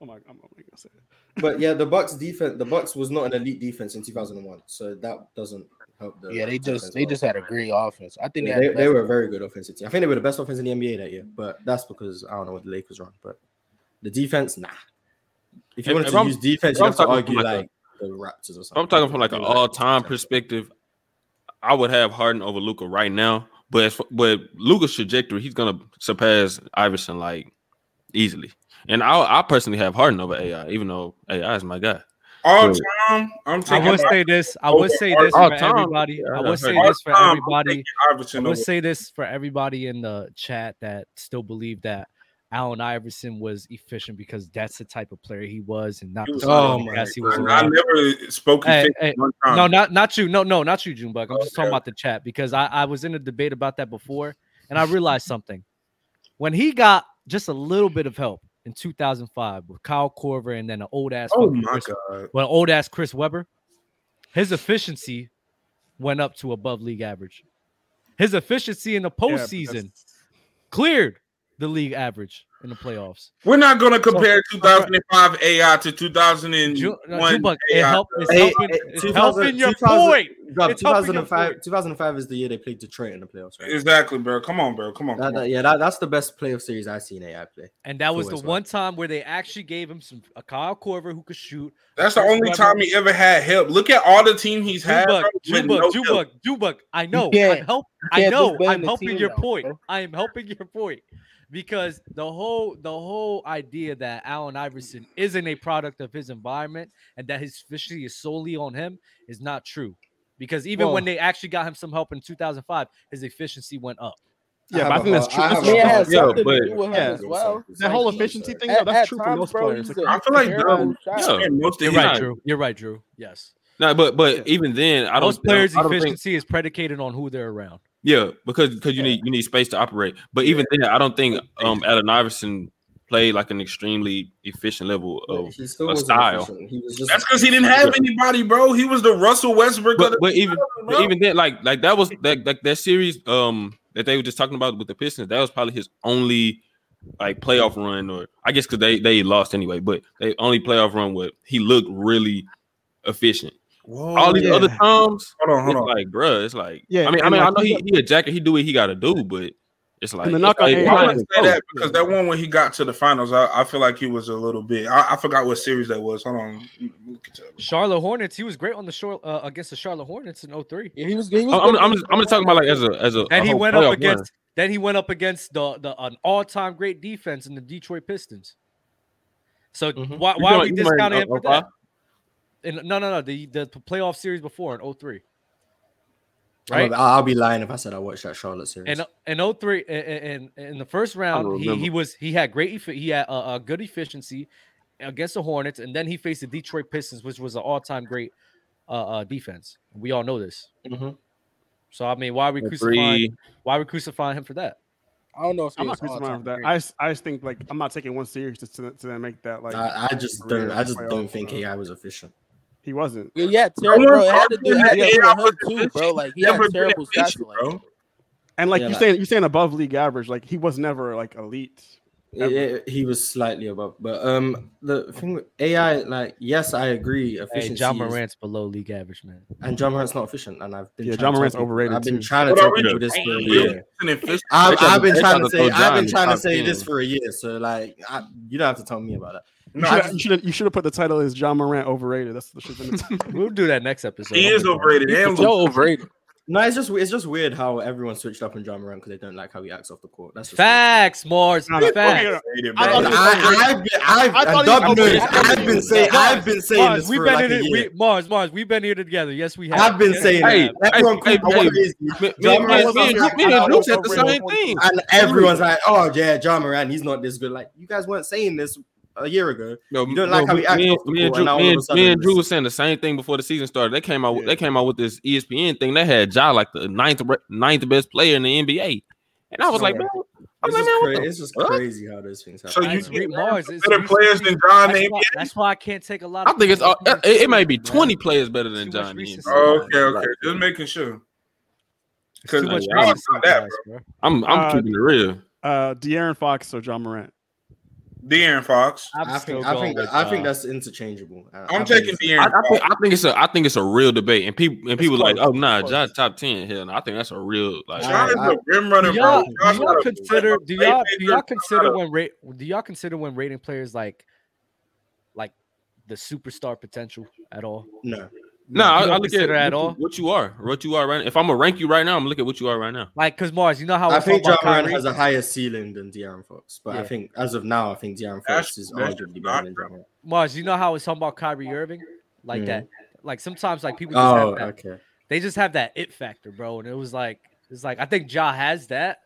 S3: oh my, I'm, I'm gonna say it.
S1: but yeah, the Bucks defense, the Bucks was not an elite defense in 2001, so that doesn't help. The
S15: Yeah, they
S1: defense
S15: just
S1: at
S15: they
S1: all.
S15: just had a great offense. I think
S1: Yeah,
S15: they,
S1: they,
S15: had
S1: they were a very good offensive team. I think they were the best offense in the NBA that year, but that's because I don't know what the Lakers run. But the defense, nah. If you
S12: If-
S1: wanted
S12: if
S1: to
S12: I'm-
S1: use defense,
S12: if
S1: you
S12: I'm
S1: have to
S12: talking
S1: argue
S12: from like a-
S1: like the Raptors or
S12: If
S1: something.
S12: I'm talking from like an all time perspective. I would have Harden over Luca right now, but as, but Luca's trajectory, he's gonna surpass Iverson like easily. And I I personally have Harden over AI, even though AI is my guy.
S11: All
S12: But-
S11: time, I'm
S2: I
S11: taking.
S2: would say this. I would say this
S12: All
S2: for
S12: time.
S2: everybody. I
S12: Yeah,
S2: would
S12: that's
S2: say
S12: right.
S2: this for
S12: All time, I'm
S2: everybody.
S12: taking Iverson
S2: I would
S12: over.
S2: say this for everybody in the chat that still believe that Allen Iverson was efficient because that's the type of player he was, and not
S11: He
S2: the
S11: was-
S2: sort of
S11: oh my
S2: ass he was.
S11: God.
S2: around.
S11: I never spoke
S2: Hey,
S11: efficient
S2: hey,
S11: one time.
S2: No, not not you. No, no, not you, Junebug. I'm just
S11: Okay.
S2: talking about the chat because I, I was in a debate about that before, and I realized something. When he got just a little bit of help in 2005 with Kyle Corver and then an old ass,
S11: Oh
S2: fucking
S11: my
S2: Chris-
S11: God.
S2: well, old ass Chris Webber, his efficiency went up to above league average. His efficiency in the
S3: but that's-
S2: postseason cleared the league average in the playoffs.
S11: We're not going to compare 2005 AI to 2001
S2: Jumbo, it
S11: AI.
S2: helped- it's Hey, helping- hey, it's 2000 helping your
S1: 2000
S2: point.
S1: Bro,
S2: It's helping your
S1: 2005, 2005 is the year they played Detroit in the playoffs, right?
S11: Exactly, bro. Come on, bro. Come on.
S1: That-
S11: come on.
S1: that- yeah, that, that's the best playoff series I've seen AI play.
S2: And that was the
S1: Forwards,
S2: one time where they actually gave him some a Kyle Corver who could shoot.
S11: That's the only time he ever had help. Look at all the team he's had.
S2: Jubak,
S11: bro, with
S2: Jubak,
S11: no
S2: Jubak,
S11: help.
S2: Jubak. I know. I'm
S11: can't-
S2: help.
S11: you
S2: I
S11: can't
S2: know.
S11: just blame
S2: I'm
S11: the
S2: helping
S11: team
S2: your
S11: now,
S2: point. I am helping your point because the whole the whole idea that Allen Iverson isn't a product of his environment and that his efficiency is solely on him is not true. Because even when
S13: Well-
S2: they actually got him some help in 2005, his efficiency went up.
S13: Yeah, but I think that's true. That's
S2: Yeah,
S13: true.
S2: it has something to do with him
S13: yeah.
S2: as well.
S13: That whole
S2: Like,
S13: efficiency thing,
S2: at-
S13: though, that's
S2: at
S13: true for
S2: times,
S13: most
S2: bro,
S13: parities.
S2: he's
S13: Like,
S2: a-
S13: I feel like
S2: Aaron
S13: that-
S2: shot.
S12: Yeah.
S11: Most
S2: You're
S12: of
S2: right,
S12: his-
S2: Drew. You're right, Drew. Yes.
S12: No, but but even then, I don't.
S2: Most players'
S12: I don't think-
S2: efficiency is predicated on who they're around.
S12: Yeah, because because you need you need space to operate. But even then, I don't think um Allen Iverson played like an extremely efficient level of
S1: He
S12: a
S1: wasn't
S12: style.
S1: efficient. He was just
S11: That's because he didn't have
S12: Yeah.
S11: anybody, bro. He was the Russell Westbrook. of
S12: But,
S11: the-
S12: but even but
S11: bro.
S12: even then, like like that was that like that series um that they were just talking about with the Pistons. That was probably his only like playoff run, or I guess because they they lost anyway. But they only playoff run where he looked really efficient.
S11: Whoa,
S12: All these
S11: yeah.
S12: other times,
S11: Hold on, hold
S12: it's
S11: on.
S12: like bruh, it's like
S11: Yeah,
S12: yeah. I mean, I
S11: and
S12: mean, I
S11: like
S12: know
S11: he
S12: he,
S11: got-
S12: he a jacket, he do what he got to do, but it's like
S11: the
S12: it's
S11: knockout
S12: like,
S11: game- Oh,
S12: why
S11: I
S12: not
S11: wouldn't say
S12: go?
S11: that because that one when he got to the finals, I, I feel like he was a little bit. I, I forgot what series that was. Hold on,
S2: Charlotte Hornets. He was great on the shore uh, against the Charlotte Hornets in 03.
S16: he was.
S12: I'm, I'm, I'm, just, I'm just talking about like as a as a.
S2: and
S12: a
S2: he
S12: whole
S2: went up
S12: playoff
S2: against.
S12: run.
S2: Then he went up against the the an all time great defense in the Detroit Pistons. So
S16: Mm-hmm.
S2: why
S12: You
S2: why are we
S12: talking- you mean,
S2: discounting him
S12: uh,
S2: for
S12: uh,
S2: that? And no no no the the playoff series before in 03.
S1: I'm
S2: Right.
S1: a- I'll be lying if I said I watched that Charlotte series.
S2: And uh, in 03 and in the first round he, he
S1: remember.
S2: was he had great effi- he had a, a good efficiency against the Hornets and then he faced the Detroit Pistons which was an all-time great uh, uh defense. We all know this. So I mean why are we
S12: The
S2: crucifying
S12: three.
S2: why are we crucifying him for that?
S16: I don't know if
S13: I'm
S16: he
S13: not
S16: was
S13: crucifying
S16: all-time
S13: for that.
S16: great.
S13: I just, I just think like I'm not taking one series to to, to then make that like.
S1: I, I just
S13: career
S1: don't. I just
S13: playoff
S1: don't think
S13: run.
S1: AI was efficient.
S13: He wasn't.
S16: Yeah, yeah,
S13: No
S16: terrible. Bro,
S13: one
S16: it had to
S13: talked
S16: do it
S13: to
S16: had to
S13: him.
S16: do with
S13: Yeah,
S16: him too, bro. Like he had
S13: Never been
S16: terrible stats.
S13: efficient,
S16: Like
S13: bro. And like you
S1: Yeah.
S13: saying, you saying above league average. Like he was never like elite.
S1: Yeah, yeah, he was slightly above, but um, the thing with AI, like, yes, I agree. Efficiency
S2: Hey, John
S1: is-
S2: Morant's below league average, man.
S1: and John Morant's not efficient, and I've been
S13: Yeah, John
S1: trying to tell
S13: Morant's
S1: people-
S13: overrated
S1: I've been
S13: too.
S1: trying to
S13: What
S1: tell
S13: about
S1: people
S13: Richard
S1: this for a
S13: Grant?
S1: year.
S13: An efficient-
S1: I've,
S13: They tried
S1: I've
S13: to-
S1: been
S13: they
S1: trying
S13: tried
S1: to
S13: to
S1: say
S13: throw
S1: I've been
S13: John
S1: trying to
S13: top
S1: say this
S13: 10.
S1: for a year, so like, I, you don't have to tell me about that.
S13: You should- you should you should have put the title as John Morant overrated. That's the shit.
S2: *laughs*
S1: *laughs*
S2: we'll do that next episode.
S13: He is overrated. And
S16: Joe overrated.
S1: No, it's just it's just weird how everyone switched up on John Morant because they don't like how he acts off the court. That's just
S2: Facts, Mars.
S1: No, no,
S2: facts.
S1: okay, no, I thought he was I- overrated. I've been- I've-
S2: I thought
S1: and Dub
S2: he was
S1: knows,
S2: overrated.
S1: I've been saying-
S2: Mars,
S1: I've been saying
S2: Mars,
S1: this
S2: we've
S1: for
S2: been
S1: like
S2: in
S1: a
S2: it-
S1: year.
S2: we- Mars, Mars, we've been here together. Yes, we have.
S1: I've been
S2: Yes,
S1: saying
S2: we
S1: that.
S2: have.
S1: Everyone called me crazy. John Morant's not good. And everyone's like, "Oh yeah, John Moran, he's not this good." Like you guys weren't saying this a year ago.
S12: No,
S1: you don't like
S12: no,
S1: how he acts
S12: me,
S1: off the
S12: me and
S1: court, and
S12: Drew,
S1: now all
S12: me
S1: of
S12: and,
S1: a sudden
S12: me and Drew
S1: this-
S12: was saying the same thing before the season started. They came out. with They came out with this E ESPN thing. They had Ja like the ninth ra- ninth best player in the NBA, and I was
S1: No
S12: like,
S1: way.
S12: man,
S1: It's
S12: I was like,
S1: just,
S12: man, what
S1: cra-
S12: the
S1: it's just
S12: fuck?
S1: crazy how those things happen.
S12: So
S2: That's
S12: you-
S2: right, Mars. It's-
S11: better
S2: you
S11: players
S2: see-
S11: than John
S2: That's
S11: in
S2: why, that's why I can't take a lot.
S12: I
S2: Of
S12: think it's all, it, it may be
S2: Bro.
S12: twenty players better than
S2: much
S12: John.
S2: recency
S11: Oh, okay, okay. Just making sure. Because
S12: too much
S11: that, bro.
S12: I'm I'm
S13: Uh,
S12: keeping it real.
S13: Uh, De'Aaron Fox or John Morant?
S11: De'Aaron Fox.
S1: I think I think I
S16: uh,
S1: think that's interchangeable. I- I
S11: I'm
S1: think
S11: taking
S1: it's-
S11: De'Aaron.
S12: I, I think, I think it's a I think it's a real debate, and people and people
S11: close,
S12: like, oh nah,
S11: close.
S12: Ja top ten. Hell, no. I think that's a real like.
S11: Ja is the rim runner,
S2: do y'all,
S11: bro.
S2: do y'all consider do
S11: Hey,
S2: y'all
S11: hey,
S2: do
S11: Drew,
S2: y'all consider
S11: shut up.
S2: when rate do y'all consider when rating players like like the superstar potential at all?
S1: No,
S12: No,
S2: You
S12: I,
S2: don't
S12: I look at
S2: consider at
S12: what you-
S2: all?
S12: what you are, what you are right. If I'm gonna rank you right now, I'm looking at what you are right now.
S2: Like, cause Mars, you know how
S1: I
S2: we're
S1: think John
S2: talking about
S1: Moran
S2: Kyrie?
S1: has a higher ceiling than De'Aaron Fox, but I
S2: Yeah.
S1: think as of now, I think De'Aaron Fox is arguably better than John Moran.
S2: Mars, you know how it's talking about Kyrie Irving, like that. Like sometimes, like people just have
S1: Oh,
S2: that.
S1: okay.
S2: They just have that it factor, bro. And it was like, it's like I think Ja has that,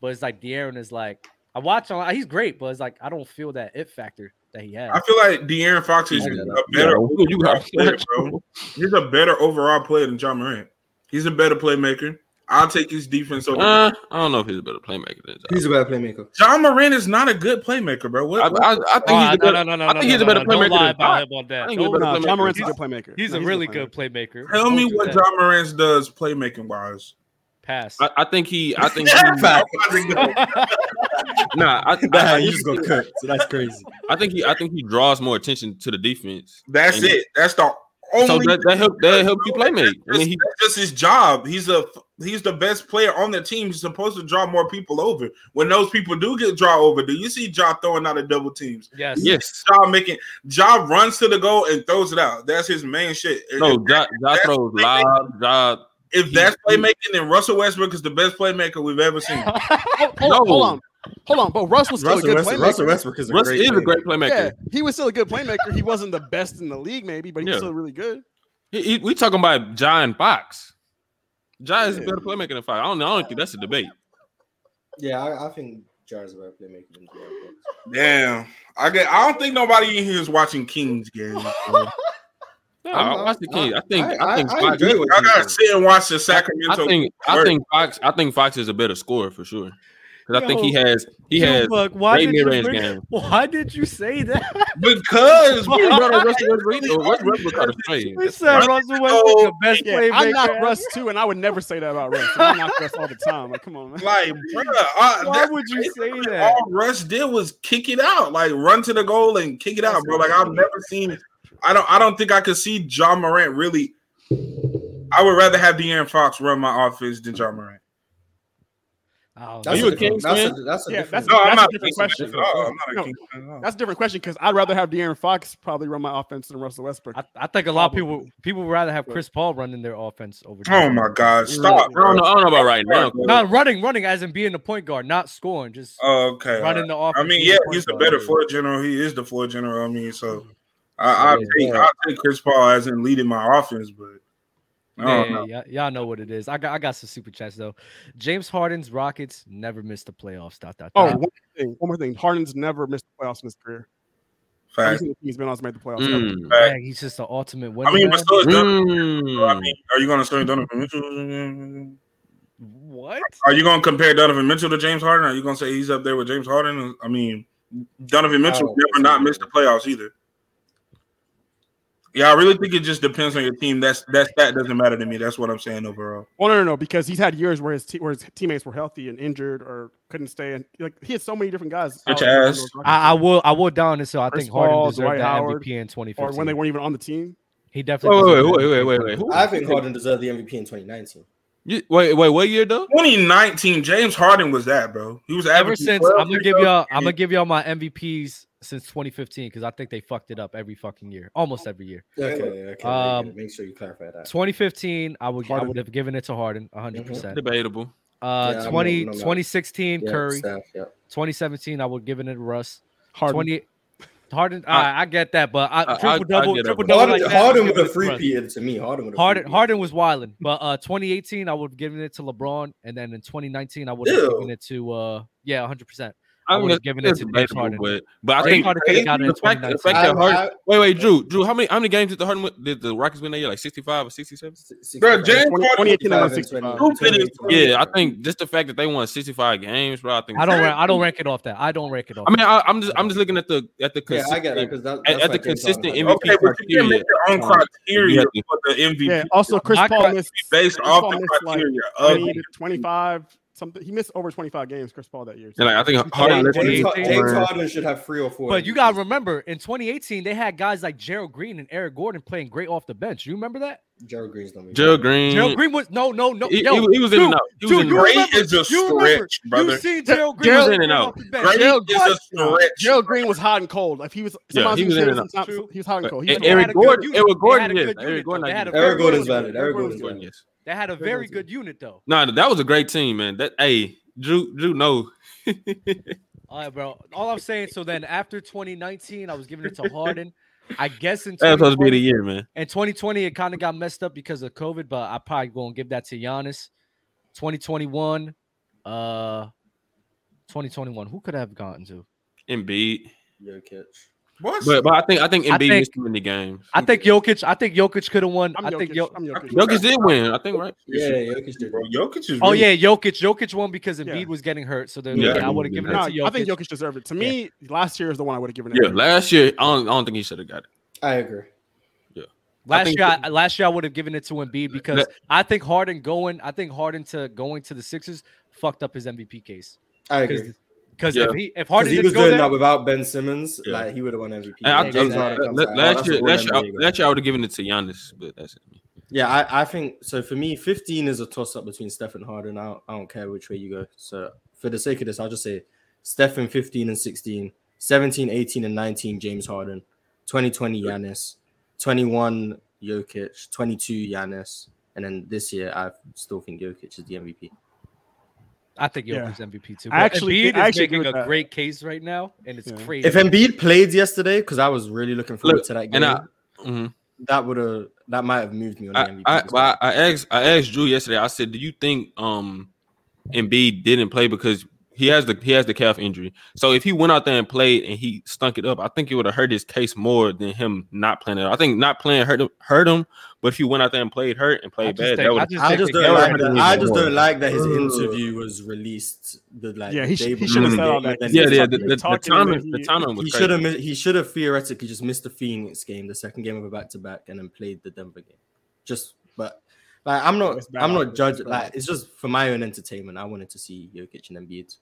S2: but it's like De'Aaron is like I watch him, he's great, but it's like I don't feel that it factor that he has.
S11: I feel like De'Aaron Fox is a
S2: I get
S11: better
S2: that.
S12: Yeah, who you
S11: overall
S12: got?
S11: player, bro. He's a better overall player than John Morant. He's a better playmaker. I'll take his defense over.
S12: Uh, I don't know if he's a better playmaker than Ja.
S1: He's a better playmaker.
S11: John Morant is not a good playmaker, bro. What,
S12: I- I- I think Oh, he's a no, better- no, no, no, I think no, he's a no, better no, don't playmaker lie than about Ja. him on that. I think he's a better No, John playmaker. Morant's a good
S13: playmaker.
S2: He's a really good playmaker.
S11: Tell
S2: Don't
S11: me
S2: do
S11: what
S2: that.
S11: John Morant does playmaking wise.
S2: Pass.
S12: I, I think he.
S11: *laughs*
S12: I think. *laughs* he, nah,
S1: *laughs*
S12: I, I, I
S1: you just gonna cut. So that's crazy.
S12: I think he. I think he draws more attention to the defense.
S11: That's
S12: And-
S11: it. That's the only.
S12: So that, that help that help you play make. I
S11: That's,
S12: mean, he,
S11: that's just his job. He's a he's the best player on the team. He's supposed to draw more people over. When those people do get draw over, do you see Ja throwing out of double teams?
S2: Yes.
S12: Yes.
S11: Ja making Ja runs to the goal and throws it out. That's his main shit.
S12: no, Ja, ja
S11: that's
S12: throws live. Ja,
S11: If that's playmaking, then Russell Westbrook is the best playmaker we've ever seen.
S13: Oh, Hold,
S11: No.
S13: hold on, hold on, but Russell's still
S11: Russell
S13: a good
S11: Westbrook-
S13: playmaker.
S11: Russell Westbrook
S12: is a Russ great is a playmaker. great playmaker.
S13: Yeah, he was still a good playmaker. He wasn't the best in the league, maybe, but he
S12: Yeah.
S13: was still really good.
S12: he, he- we talking about John Fox. Ja is a better playmaker than Fox. I don't know. I don't think that's a debate.
S1: Yeah, I, I think Jar's about playmaking. than Jarrett Cox.
S11: Damn. I get I don't think nobody in here is watching Kings games. bro.
S12: No, I watch the Kings. I think. I, think.
S11: I,
S12: Fox,
S11: gotta sit and watch the Sacramento.
S12: I think. I
S11: Spurs.
S12: think Fox. I think Fox is a better scorer for sure. Because I think he
S2: Yo,
S12: has. He
S2: yo,
S12: has
S2: Buck,
S12: great
S2: did you
S12: mid-range
S2: bring- *laughs*
S12: game.
S2: Why did you say that?
S11: Because
S12: we brought up Russell Westbrook. so Russell Westbrook got a trade.
S2: We said Russell
S11: Oh,
S2: Westbrook the best
S13: Yeah,
S2: playmaker.
S13: I knock
S2: ever.
S13: Russ too, and I would never say that about Russ. I knock Russ all the time. Like, come on, man.
S11: Like, bruh,
S13: Why
S11: uh, that's
S13: would you say
S11: basically
S13: that?
S11: All Russ did was kick it out, like run to the goal and kick it out, bro. Like I've never seen. I don't. I don't think I could see John Morant really. I would rather have De'Aaron Fox run my offense than John Morant.
S12: Are you a Kings
S1: that's
S12: fan?
S1: A, that's a
S13: Yeah,
S1: different.
S13: that's,
S11: No,
S13: that's
S11: I'm not
S13: a different
S11: thinking
S13: question.
S11: about it at all. I'm not a
S13: No,
S11: Kings fan at all.
S13: that's a different question because I'd rather have De'Aaron Fox probably run my offense than Russell Westbrook.
S2: I, I think a lot of people people would rather have Chris Paul running their offense over.
S11: Oh
S2: Jordan.
S11: my God!
S12: I
S11: Stop, bro.
S12: don't know. I don't know about right now.
S2: Not running, running as in being the point guard, not scoring, just
S11: Oh, okay. all
S2: running the
S11: right.
S2: offense.
S11: I mean,
S2: being
S11: yeah,
S2: point
S11: he's the
S2: guard.
S11: better floor general. He is the floor general. I mean, so I, I
S2: Yeah,
S11: take
S2: yeah.
S11: I take Chris Paul as in leading my offense, but I
S2: Yeah,
S11: don't know.
S2: yeah, y'all know what it is. I got I got some super chats though. James Harden's Rockets never missed the playoffs. Dot, dot,
S13: Oh,
S2: dot.
S13: one more thing. One more thing. Harden's never missed the playoffs in his career. Every
S11: Fact.
S13: single team he's been on has made the playoffs.
S12: Mm.
S11: Fact.
S2: Dang, he's just the ultimate winner.
S11: I mean, but
S2: man.
S11: so is Donovan. So, I
S12: Mm.
S11: mean, are you going to say Donovan Mitchell?
S2: what?
S11: Are you going to compare Donovan Mitchell to James Harden? Are you going to say he's up there with James Harden? I mean, Donovan Mitchell
S2: Oh,
S1: don't
S11: never
S1: think
S11: not
S1: so.
S11: missed the playoffs either. Yeah, I really think it just depends on your team. That's that's that doesn't matter to me. That's what I'm saying overall.
S13: Well, no, no, no, because he's had years where his te- where his teammates were healthy and injured or couldn't stay, and like he had so many different guys.
S11: Such
S13: out on
S11: as?
S13: those roster
S2: I, I will I will down this. So I
S13: Chris
S2: think Harden
S13: Paul,
S2: deserved
S13: Dwight
S2: the
S13: Howard,
S2: MVP in
S13: teams. or when
S2: 2015.
S13: they weren't even on the team.
S2: he definitely.
S12: Wait, wait,
S2: deserved
S12: wait,
S2: the
S12: wait, wait,
S2: MVP.
S12: wait. Who-
S1: I think Harden deserved the MVP in 2019.
S12: you- Wait, wait. What year though?
S11: 2019, James Harden was that, bro. He was
S2: Ever
S11: averaging
S2: since
S11: 12
S2: I'm gonna
S11: rebounds
S2: give y'all I'm
S11: and-
S2: gonna give y'all my MVPs since 2015 because I think they fucked it up every fucking year, almost every year.
S1: Okay, okay.
S2: Um,
S1: okay. Make sure you clarify that. Mm-hmm.
S2: 2015, I would I
S13: Harden.
S2: would have given it to Harden 100. percent
S12: Debatable.
S2: Uh,
S1: Yeah, I'm
S2: 20
S1: not- I'm not-
S2: 2016
S1: Yeah,
S2: Curry,
S1: Steph, yeah.
S2: 2017 I would give it to Russ.
S13: Harden.
S2: 20 Harden,
S12: I-
S2: I, I get that, but I,
S12: I- I-
S2: triple
S12: I
S2: double,
S12: get it,
S2: triple
S12: but-
S2: double.
S1: Harden,
S2: Like that, I
S1: Harden
S2: give
S1: with a
S2: it to
S1: free
S2: Russ.
S1: period to me. Harden with a
S2: Harden,
S1: three-peat.
S2: Harden was wilding, but uh, 2018 I would have given it to LeBron, and then in 2019 I would have
S11: Ew.
S2: given it to uh, yeah, 100. percent
S12: I
S2: would've
S12: would've
S2: given
S12: that's
S2: it to James
S12: debatable,
S2: Harden.
S12: But, but I
S2: James
S12: think
S2: Harden could've gotten it
S12: the fact, the
S2: in
S12: fact that
S2: 2019.
S12: Harden.
S1: I- I-
S12: wait, wait, Drew, Drew, how many how many games did the Harden win- did the Rockets win that year? Like sixty five or sixty seven?
S11: Bro, James
S13: 20- 2018 and 165.
S12: Yeah, I think just the fact that they won sixty five games, bro. I think
S2: I don't, ra- I don't rank it off that. I don't rank it off.
S12: I mean,
S2: that.
S12: I, I'm just I'm just looking at the at the
S1: Yeah, I get it
S12: consistent-
S1: because that,
S12: at,
S1: that's
S12: at the
S1: like James Harden
S12: consistent
S1: had.
S12: MVP
S11: Okay, but you can
S12: criteria.
S11: make your own criteria for the MVP.
S13: Yeah. Also, Chris
S2: I-
S13: Paul missed
S11: based
S13: Chris
S11: off
S13: Paul
S11: the
S13: missed,
S11: criteria
S13: like
S11: of-
S13: 20 to 25 something. He missed over 25 games. Chris Paul that year.
S12: And like, I think Harden
S2: James-
S12: left
S1: James,
S12: me.
S1: Har-
S2: MVP.
S1: James Harden should have three or four.
S2: But you
S1: MVPs.
S2: gotta remember, in 2018, they had guys like Gerald Green and Eric Gordon playing great off the bench. You remember that?
S1: Gerald Green's number.
S12: Gerald Green.
S2: Gerald Green was no, no, no.
S12: He, he-
S2: yo,
S12: he was in and
S2: dude,
S12: out. He
S2: dude,
S12: was in and
S2: you
S12: out.
S11: Great
S2: remember-
S11: is a
S2: you remember-
S11: stretch, brother.
S2: You seen Gerald Green?
S12: Gerald was
S2: playing
S12: in and
S2: off
S12: out.
S2: the bench.
S11: Great
S13: Gerald
S11: is a stretch.
S13: Gerald Green was hot and cold. Like he was,
S12: Yeah,
S13: sometimes
S12: he
S13: he
S12: was
S13: was,
S12: in
S13: in,
S12: and out.
S13: sometimes he was hot and cold. He
S12: And
S13: was
S2: They
S12: Eric
S2: had a good
S12: Gordon,
S2: unit.
S12: Eric
S2: They
S12: Gordon,
S2: had a
S12: yes.
S2: good
S12: Eric
S2: unit, though.
S12: Gordon, I
S2: They
S12: get
S2: had
S12: it.
S2: a
S1: Eric
S2: very good
S1: Gordon's
S2: unit.
S1: valid. Eric Gordon's
S2: good.
S1: valid.
S12: Yes.
S2: They had a very good unit though.
S12: Nah, that was a great team, man. That hey, Drew, Drew, no.
S2: All right, bro. All I'm saying, so then after 2019, I was giving it
S12: *laughs*
S2: to Harden. I guess in
S12: That was supposed to be
S2: 2020,
S12: the year, man.
S2: in 2020 it kind of got messed up because of COVID, but I probably gonna give that to Giannis. 2021, uh, 2021. Who could I have gotten to?
S12: Embiid.
S1: Jokic.
S11: What's
S12: But but I think I think
S2: I
S12: Embiid
S2: think-
S12: missed too many games.
S2: I think Jokic. I think Jokic could have won.
S13: I'm
S2: i think Yo-
S13: Jokic. I'm Jokic.
S12: Jokic did win, I think, right?
S1: Yeah, Jokic did.
S11: bro? Jokic is.
S2: Oh
S11: really-
S2: yeah, Jokic. Jokic won because
S13: Yeah.
S2: Embiid was getting hurt. So then
S12: Yeah.
S2: yeah, I would have given
S13: No,
S2: it to Jokic.
S13: I think Jokic deserved it. To me, last year is the one I would have given it.
S12: Yeah, last year I don't, I don't think he should have got it.
S1: I agree.
S2: Last
S12: think-
S2: year, I, last year I would have given it to Embiid because
S12: That-
S2: I think Harden going, I think Harden to going to the Sixers fucked up his MVP case.
S1: I agree.
S2: Because if he if Harden
S1: Hardy he
S2: didn't
S1: was
S2: go
S1: doing
S2: there,
S1: that without Ben Simmons,
S12: Yeah.
S1: like he would have won MVP.
S12: And I,
S1: Like,
S12: I-
S1: James Harden comes
S12: la-
S1: out. Oh,
S12: last
S1: That's
S12: year,
S1: what
S12: last year,
S1: Orlando
S12: I- last year I would have given it to Giannis, but that's it.
S1: Yeah, I, I think so. For me, 15 is a toss up between Steph and Harden. I don't, I don't care which way you go. So, for the sake of this, I'll just say Steph in 15 and 16, 17, 18, and 19, James Harden, 2020, Giannis, 21, Jokic, 22, Giannis. And then this year, I still think Jokic is the MVP.
S2: I think
S1: Yeah.
S2: Jokic's MVP too.
S1: I
S2: But
S1: actually-
S2: Embiid
S1: I
S2: is
S1: actually agree
S2: making a
S1: with that.
S2: great case right now, and it's crazy.
S1: If Embiid played yesterday, because I was really looking forward
S12: Look,
S1: to that game,
S12: and I- Mhm.
S1: that would have that might have moved me on the
S12: I,
S1: MVP.
S12: I, but I, I asked I asked Drew yesterday. I said, "Do you think um Embiid didn't play because he has the he has the calf injury? So if he went out there and played and he stunk it up, I think it would have hurt his case more than him not playing it. I think not playing hurt him, hurt him. But if he went out there and played hurt and played bad, that would
S1: I just don't like that. I just don't like that his interview was released. The like
S12: Yeah,
S1: the
S12: he
S1: day
S12: sh- he
S1: before
S12: should've
S1: the
S12: said all
S1: game,
S12: that.
S1: and
S12: Yeah,
S1: then
S12: yeah,
S1: he-
S12: the- the- the
S1: talking
S12: timing-
S1: and
S12: the
S1: he-
S12: timing was
S1: He should have
S12: crazy.
S1: he should have theoretically just missed the Phoenix game, the second game of a back to back, and then played the Denver game. Just but like I'm not
S12: bad
S1: I'm not
S12: offense,
S1: judging.
S12: it's bad
S1: Like it's just for my own entertainment. I wanted to see Jokic and Embiid.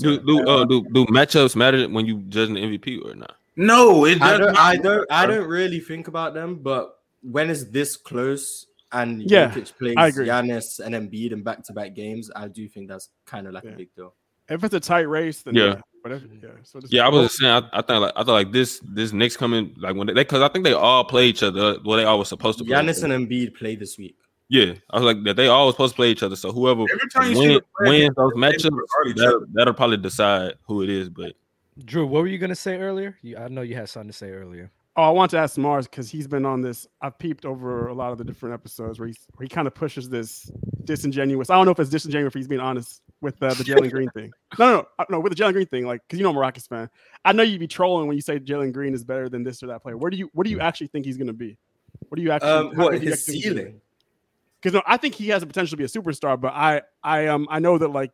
S12: Do do, uh, do do matchups matter when you judging the MVP or not?
S11: No, it
S1: I
S12: does
S1: don't,
S12: not
S1: I don't. I
S12: matter.
S1: don't really think about them. But when it's this close and
S12: Yeah,
S1: Jokic plays
S12: I agree.
S1: Giannis and Embiid in back-to-back games, I do think that's kind of like a big deal.
S13: If it's a tight race, then
S12: Yeah.
S13: yeah. But if, yeah. So just-
S12: Yeah, I was just saying. I, I think like I thought like this this next coming like when they because I think they all play each other. Well, they all was supposed to. play
S1: Giannis and Embiid play this week.
S12: Yeah, I was like that. They all supposed to play each other. So whoever
S1: Every time you see
S12: win,
S1: the play,
S12: wins those
S1: they
S12: matchups,
S1: regard each
S12: that'll,
S1: other.
S12: that'll probably decide who it is. But
S2: Drew, what were you gonna say earlier? You, I know you had something to say earlier.
S13: Oh, I want to ask Mars because he's been on this. I peeped over a lot of the different episodes where, he's, where he kind of pushes this disingenuous. I don't know if it's disingenuous. If he's being honest with uh, the Jalen
S2: *laughs*
S13: Green thing. No, no, no, Uh, no. With the Jalen Green thing, like because you know I'm a Rockets fan. I know you'd be trolling when you say Jalen Green is better than this or that player. Where do you what do
S12: Hmm.
S13: you actually think he's going to be? What do you actually?
S1: Um, what, his ceiling?
S13: Because no, I think he has the potential to be a superstar, but I I um I know that like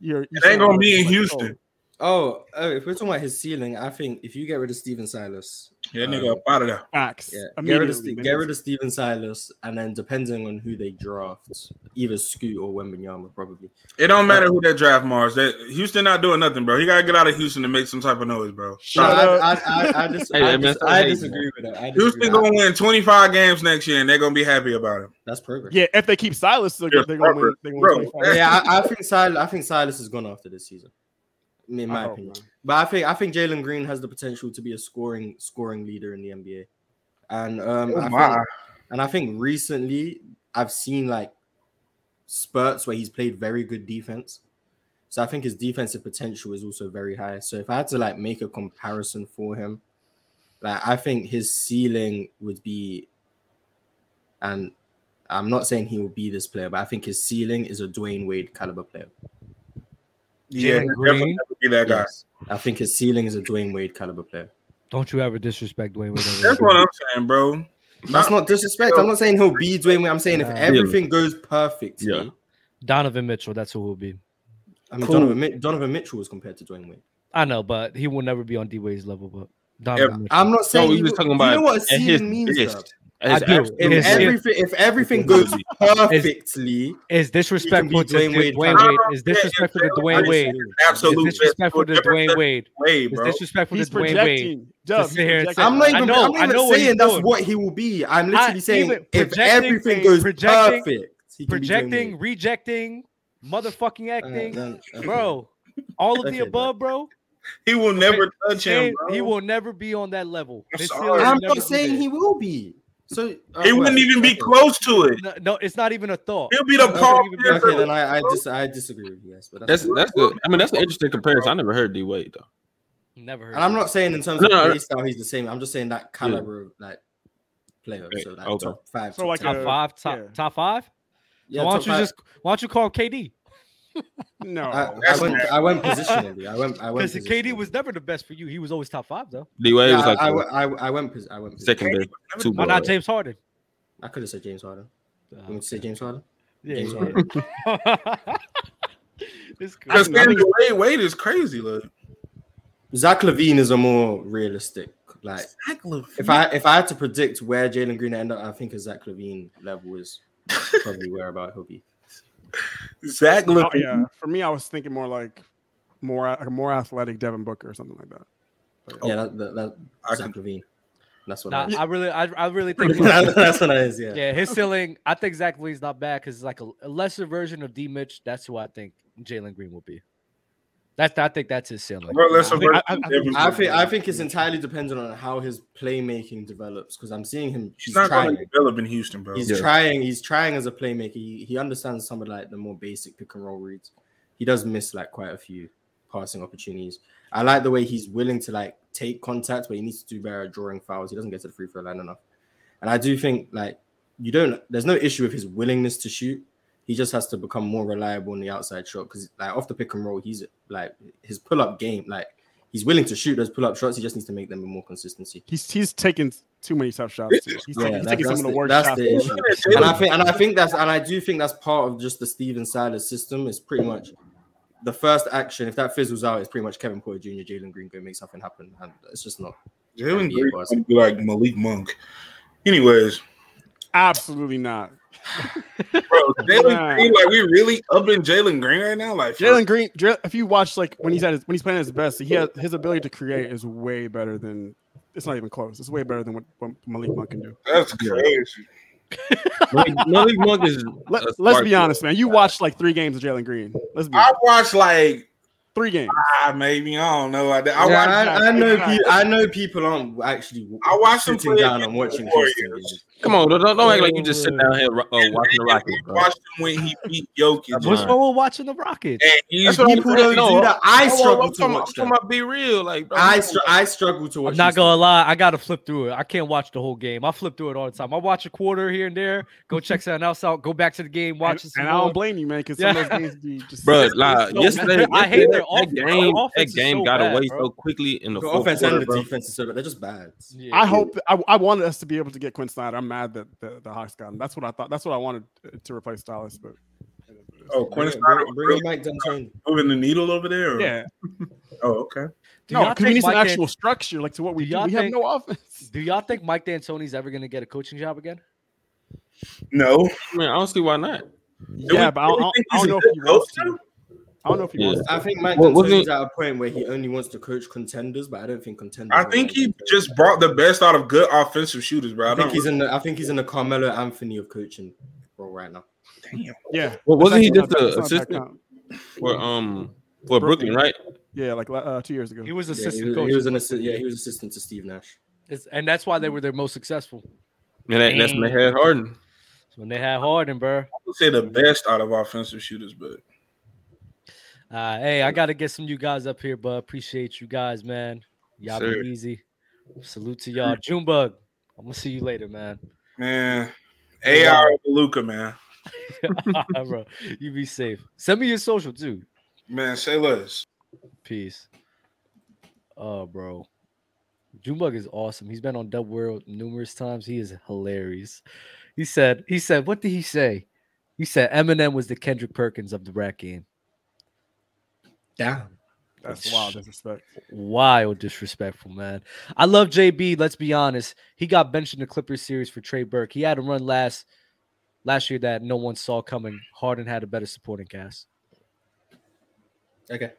S13: you're. you
S1: It
S13: saying
S1: ain't gonna
S13: all
S1: be
S13: this,
S1: in
S13: like,
S1: Houston.
S13: oh,
S1: Oh, uh, if we're talking about his ceiling, I think if you get rid of Steven Silas, um,
S11: Yeah, nigga up outta there.
S13: Facts.
S1: Yeah, get rid, of,
S13: Immediately,
S1: Ste- get
S13: niggas.
S1: rid of Steven Silas, and then depending on who they draft, either Scoot or Wembenyama probably.
S11: *laughs* It don't matter who that draft Mars. That Houston not doing nothing, bro. He gotta get out of Houston to make some type of noise, bro.
S1: No, I, I, I, I, dis-
S11: Hey,
S1: I,
S11: man,
S1: dis-
S11: stop
S1: I
S11: hating,
S1: disagree with that. I disagree
S11: Houston gonna win 25 games next year, and they're gonna be happy about it.
S1: That's progress.
S13: Yeah, if they keep Silas, they're,
S11: Yeah,
S13: they're going to win.
S11: Harper.
S13: They're
S11: Bro,
S13: going to
S1: yeah, I, I think Silas. I think Silas is gone after this season, in
S13: I
S1: my
S13: hope
S1: opinion. But I think I think Jalen Green has the potential to be a scoring scoring leader in the NBA, and um,
S11: Oh
S1: I
S11: my.
S1: think, and I think recently I've seen like spurts where he's played very good defense. So I think his defensive potential is also very high. So if I had to like make a comparison for him, like I think his ceiling would be, and I'm not saying he will be this player, but I think his ceiling is a Dwayne Wade caliber player.
S11: Yeah, he'll definitely
S2: Green?
S11: be that guy.
S1: Yes. I think his ceiling is a Dwayne Wade caliber player.
S2: Don't you ever disrespect Dwayne Wade? over
S11: That's
S2: Drew.
S11: what I'm saying, bro.
S1: That's not disrespect. I'm not saying he'll be Dwayne Wade. I'm saying if
S2: Nah.
S1: everything goes perfect,
S2: Yeah. Donovan Mitchell, that's who will be.
S1: I mean
S2: Cool.
S1: Donovan, Mi- Donovan Mitchell was compared to Dwayne Wade.
S2: I know, but he will never be on D Wade's level. But Donovan Mitchell.
S1: I'm not saying
S12: we
S1: he
S12: was
S1: would-
S12: talking
S1: you
S12: about
S1: know what a
S12: at
S1: ceiling
S12: his
S1: means.
S12: best.
S1: though?
S12: At his
S1: If
S12: absolute best.
S1: everything, if everything goes perfectly,
S2: is disrespectful to Dwayne Wade. Is disrespectful to Dwayne Wade.
S1: Absolutely.
S2: Is disrespectful to Dwayne Wade.
S11: Wade,
S2: Is
S1: bro.
S2: disrespectful to
S1: He's
S2: Dwayne
S1: projecting.
S2: Wade.
S1: Dub,
S2: To sit here and
S1: he's
S2: say-
S1: I'm not even-
S2: I know-
S1: I'm not
S2: I
S1: even
S2: know what he's
S1: saying that's
S2: doing.
S1: what he will be. I'm literally saying
S2: even-
S1: if
S2: projecting
S1: everything
S2: things,
S1: goes
S2: projecting-
S1: perfect, he can be Dwayne
S2: projecting,
S1: Wade.
S2: rejecting, motherfucking acting,
S1: then- okay.
S2: bro. All of
S1: Okay,
S2: the
S1: then.
S2: above, bro.
S11: He will never touch him,
S2: Same-
S11: bro.
S2: He will never be on that level.
S11: I'm
S2: His
S11: sorry.
S2: ceiling will
S11: I'm
S2: never
S11: not
S2: be
S11: saying
S2: there.
S1: he will be. So uh,
S11: He wouldn't
S1: well,
S11: even be
S1: okay.
S11: close to it.
S2: No, no, it's not even a thought.
S11: He'll be the
S2: It's not
S11: Paul
S2: even a
S1: Okay,
S2: thought.
S1: then I uh, I, dis- I disagree with you guys, but
S12: That's
S1: that's,
S12: that's good. I mean, that's an interesting comparison. I never heard D Wade though.
S2: Never heard.
S1: and I'm not saying in terms
S12: No,
S1: of
S12: no, no.
S1: play style he's the same. I'm just saying that caliber of like player. So like
S12: Okay.
S1: top five,
S2: So
S1: top
S2: like top
S1: ten.
S2: five, top top five.
S1: Yeah,
S2: Yeah, why
S1: top
S2: don't you
S1: five.
S2: just why don't you call KD?
S13: no,
S1: I, I went I went positionally. I went I went
S2: Because KD was never the best for you. He was always top five though.
S12: D Wade
S1: Yeah,
S12: was like
S1: I, I, I, I went pos- I went
S12: second
S1: position.
S12: best. Two
S2: Why not James Harden?
S1: I could have said James Harden. You want me to say James Harden?
S2: Yeah, *laughs*
S1: James
S2: yeah.
S1: Harden.
S2: It's cool.
S11: Because Wade, Wade is crazy, look.
S1: Zach Levine is a more realistic Like
S11: Zach Levine.
S1: if I if I had to predict where Jalen Green end up, I think a Zach Levine level is
S11: *laughs*
S1: probably where about he'll be.
S11: Zach
S13: Oh,
S11: Levine.
S13: yeah. For me, I was thinking more like more like a more athletic Devin Booker or something like that.
S1: Yeah, that, that, that Zach Levine. That's what.
S2: Nah,
S1: it is.
S2: I really, I, I really think
S1: *laughs* That's what it is, yeah.
S2: yeah. His ceiling, I think Zach Lee's not bad because it's like a, a lesser version of D Mitch. That's who I think Jalen Green will be. That's I think that's his ceiling.
S11: Well, let's
S2: I think-
S11: avert-
S2: I- I- I
S11: every-
S2: think-
S1: I think I think it's entirely dependent on how his playmaking develops because I'm seeing him.
S11: He's not going
S1: trying.
S11: to develop in Houston, bro.
S1: He's trying. He's trying as a playmaker. He, he understands some of like the more basic pick and roll reads. He does miss like quite a few passing opportunities. I like the way he's willing to like take contact, but he needs to do better at drawing fouls. He doesn't get to the free throw line enough. And I do think like you don't. There's no issue with his willingness to shoot. He just has to become more reliable on the outside shot because like off the pick and roll, he's like his pull up game. Like he's willing to shoot those pull up shots. He just needs to make them with more consistency.
S13: He's he's taking too many tough shots. Too. He's, taking,
S1: Yeah,
S13: he's
S1: that-
S13: taking some
S1: that's
S13: of the
S1: the-
S13: worst
S1: that's
S13: shots.
S1: the issue. And I think, and I think that's, and I do think that's part of just the Steven Silas system. Is pretty much the first action. If that fizzles out, it's pretty much Kevin Porter Jr., Jalen Green, go make something happen, and it's just not.
S11: Jalen
S1: NBA
S11: Green
S1: buzz.
S11: would be like Malik Monk. Anyways,
S13: Absolutely not.
S11: *laughs* bro, Jalen
S13: Nah.
S11: Green, like we really up in Jalen Green right now. Like
S13: Jalen Green, Dr- if you watch like when he's at his when he's playing at his best, he has his ability to create is way better than it's not even close. It's way better than what, what Malik Monk can do.
S11: that's crazy.
S12: Malik, Malik Monk is.
S13: *laughs* Let,
S12: a
S13: let's
S12: smart
S13: be
S12: dude.
S13: honest, man. You watched like three games of Jalen Green. Let's be
S11: I watched like
S13: three games.
S11: five, maybe I don't know. I, did- I
S1: I,
S11: watched.
S1: I, I know, pe- I know people aren't actually.
S11: I watched him
S1: sitting
S11: play
S1: down
S11: against
S1: and watching
S11: the
S1: Houston.
S11: Warriors.
S12: Come on, don't, don't act like you just sit down here uh, watching the Rockets.
S11: I
S12: Bro.
S11: watched him when
S1: *laughs*
S11: he beat Jokic.
S2: What's
S11: and
S2: wrong with watching the Rockets?
S11: he's
S12: That's what I'm
S1: People
S12: saying.
S1: don't do that. I
S12: I'm-
S1: struggle
S12: I'm
S1: to
S12: talking-
S1: watch
S12: I'm talking
S1: them.
S12: about be real, like bro.
S1: I, str- I struggle to watch.
S2: I'm not
S1: Houston.
S2: gonna lie, I gotta flip through it. I can't watch the whole game. I flip through it all the time. I watch a quarter here and there, go check something else out, go back to the game, watch
S13: and,
S2: some
S13: and I
S2: more.
S13: don't blame you, man, because some of
S2: Yeah.
S13: those games
S2: *laughs*
S13: be just
S12: Bro, like
S2: so
S12: yesterday,
S2: bad. I hate
S12: yesterday,
S2: their
S12: that
S2: offense. Their
S12: game. That
S2: offense is
S12: game
S2: so
S12: got
S2: bad,
S12: away
S2: bro.
S12: so quickly in the
S1: The
S12: fourth
S1: offense
S12: quarter,
S1: and the
S12: bro.
S1: defense is so bad. They're just bad.
S2: Yeah.
S13: I hope I, I wanted us to be able to get Quinn Snyder. I'm mad that the, the Hawks got him. That's what I thought. That's what I wanted uh, to replace Dallas, but
S11: Oh, Quinn
S1: Bring,
S11: Snyder
S1: bring,
S11: really
S1: bring Mike D'Antoni.
S11: moving the needle over there. or-
S13: yeah,
S11: *laughs* Oh, okay.
S2: Do
S13: no,
S2: y'all
S13: because we
S2: think
S13: need some
S2: Mike Dan-
S13: actual structure, like to what we
S2: Do
S13: do.
S2: y'all
S13: We have
S2: think-
S13: no offense.
S2: Do y'all think Mike D'Antoni's ever gonna get a coaching job again?
S11: No.
S12: I mean, honestly, why not?
S13: Yeah, but I don't, I don't- I don't know if he wants to. I don't know if he
S12: Yeah.
S13: wants. To.
S1: I think Mike
S12: What- what
S1: D'Antoni's
S12: do
S1: at a point where he only wants to coach contenders, but I don't think contenders.
S11: I
S1: are
S11: think
S1: Mike
S11: he
S1: D'Antoni.
S11: just brought the best out of good offensive shooters, bro. I,
S1: I think
S11: don't
S1: he's in. The, I think he's in the Carmelo Anthony of coaching role right now.
S13: Yeah,
S12: Well,
S13: That's
S12: wasn't he
S13: actually
S12: just
S13: not- that's
S12: the
S13: not a bad
S12: assistant
S13: count.
S12: for um for
S13: Brooklyn.
S12: Brooklyn, right?
S13: Yeah, like uh, two years ago.
S2: He was
S1: Yeah, he,
S2: assistant
S1: was,
S2: coach,
S1: he was an assi- Yeah, he was assistant to Steve Nash.
S2: It's- and that's why they were their most successful.
S12: And that, that's when they had Harden.
S2: It's when they had Harden, bro.
S11: I would say the best out of offensive shooters, but
S2: Uh, hey, I gotta get some of you guys up here, but appreciate you guys, man. Y'all
S12: Sir.
S2: be easy. Salute to y'all, Junebug. I'm gonna see you later, man.
S11: man, AR Luca, man,
S2: *laughs* Bro, you be safe. Send me your social too.
S11: man, say less.
S2: Peace. Oh, bro. Junebug is awesome. He's been on Dub World numerous times. He is hilarious. He said, he said, what did he say? He said Eminem was the Kendrick Perkins of the rap game.
S1: Damn.
S13: That's wild disrespect.
S2: Wild disrespectful, man. I love JB. Let's be honest. He got benched in the Clippers series for Trey Burke. He had a run last last year that no one saw coming. Harden had a better supporting cast.
S1: Okay.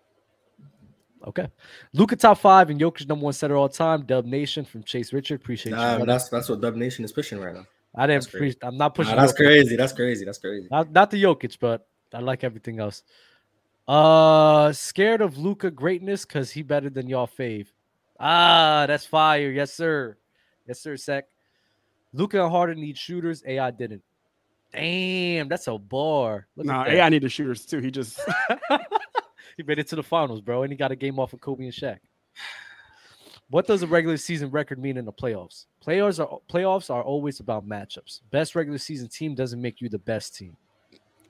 S2: Okay. Luca top five and Jokic number one setter all time. Dub Nation from Chase Richard. Appreciate you.
S1: Damn,
S2: brother.
S1: that's that's what Dub Nation is pushing right now.
S2: I didn't.
S1: that's crazy.
S2: Pre- I'm not
S1: Nah,
S2: pushing.
S1: that's
S2: Jokic.
S1: crazy. That's crazy. That's crazy.
S2: Not, not the Jokic, but I like everything else. Uh, scared of Luca greatness because he better than y'all fave. Ah, that's fire. Yes, sir. Yes, sir. Sec. Luca and Harden need shooters. AI didn't. Damn, that's a bar. Look
S13: Nah,
S2: at that.
S13: AI needed shooters too. He just *laughs*
S2: he made it to the finals, bro, and he got a game off of Kobe and Shaq. What does a regular season record mean in the playoffs? Playoffs are playoffs are always about matchups. Best regular season team doesn't make you the best team.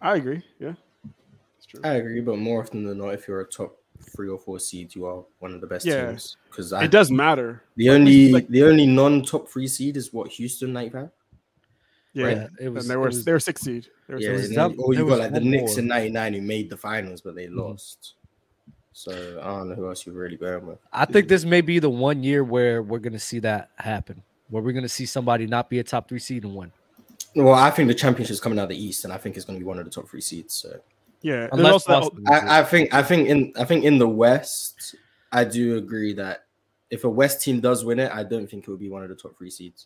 S13: I agree. Yeah. It's true.
S1: I agree, but more often than not, if you're a top three or four seed, you are one of the best
S13: Yeah.
S1: teams. Because I
S13: It does matter.
S1: The only
S13: like-
S1: the only non top three seed is what Houston ninety five.
S13: Yeah.
S2: Right. It was-
S13: and they
S2: it
S13: were
S2: was-
S13: they were six seed. They were
S1: Yeah,
S13: six
S2: was Mm-hmm.
S1: and
S13: seed.
S1: then-
S2: that-
S1: or
S2: there
S1: you
S2: was
S1: got like the
S2: one
S1: Knicks in
S2: more.
S1: ninety nine who made the finals but they lost. So I don't know who else you're really going with.
S2: I think this may be the one year where we're going to see that happen, where we're going to see somebody not be a top three seed and win.
S1: Well, I think the championship's coming out of the East, and I think it's going to be one of the top three seeds. So
S3: yeah,
S2: Unless also that- Boston loses.
S1: I, I think I think in I think in the West, I do agree that if a West team does win it, I don't think it would be one of the top three seeds.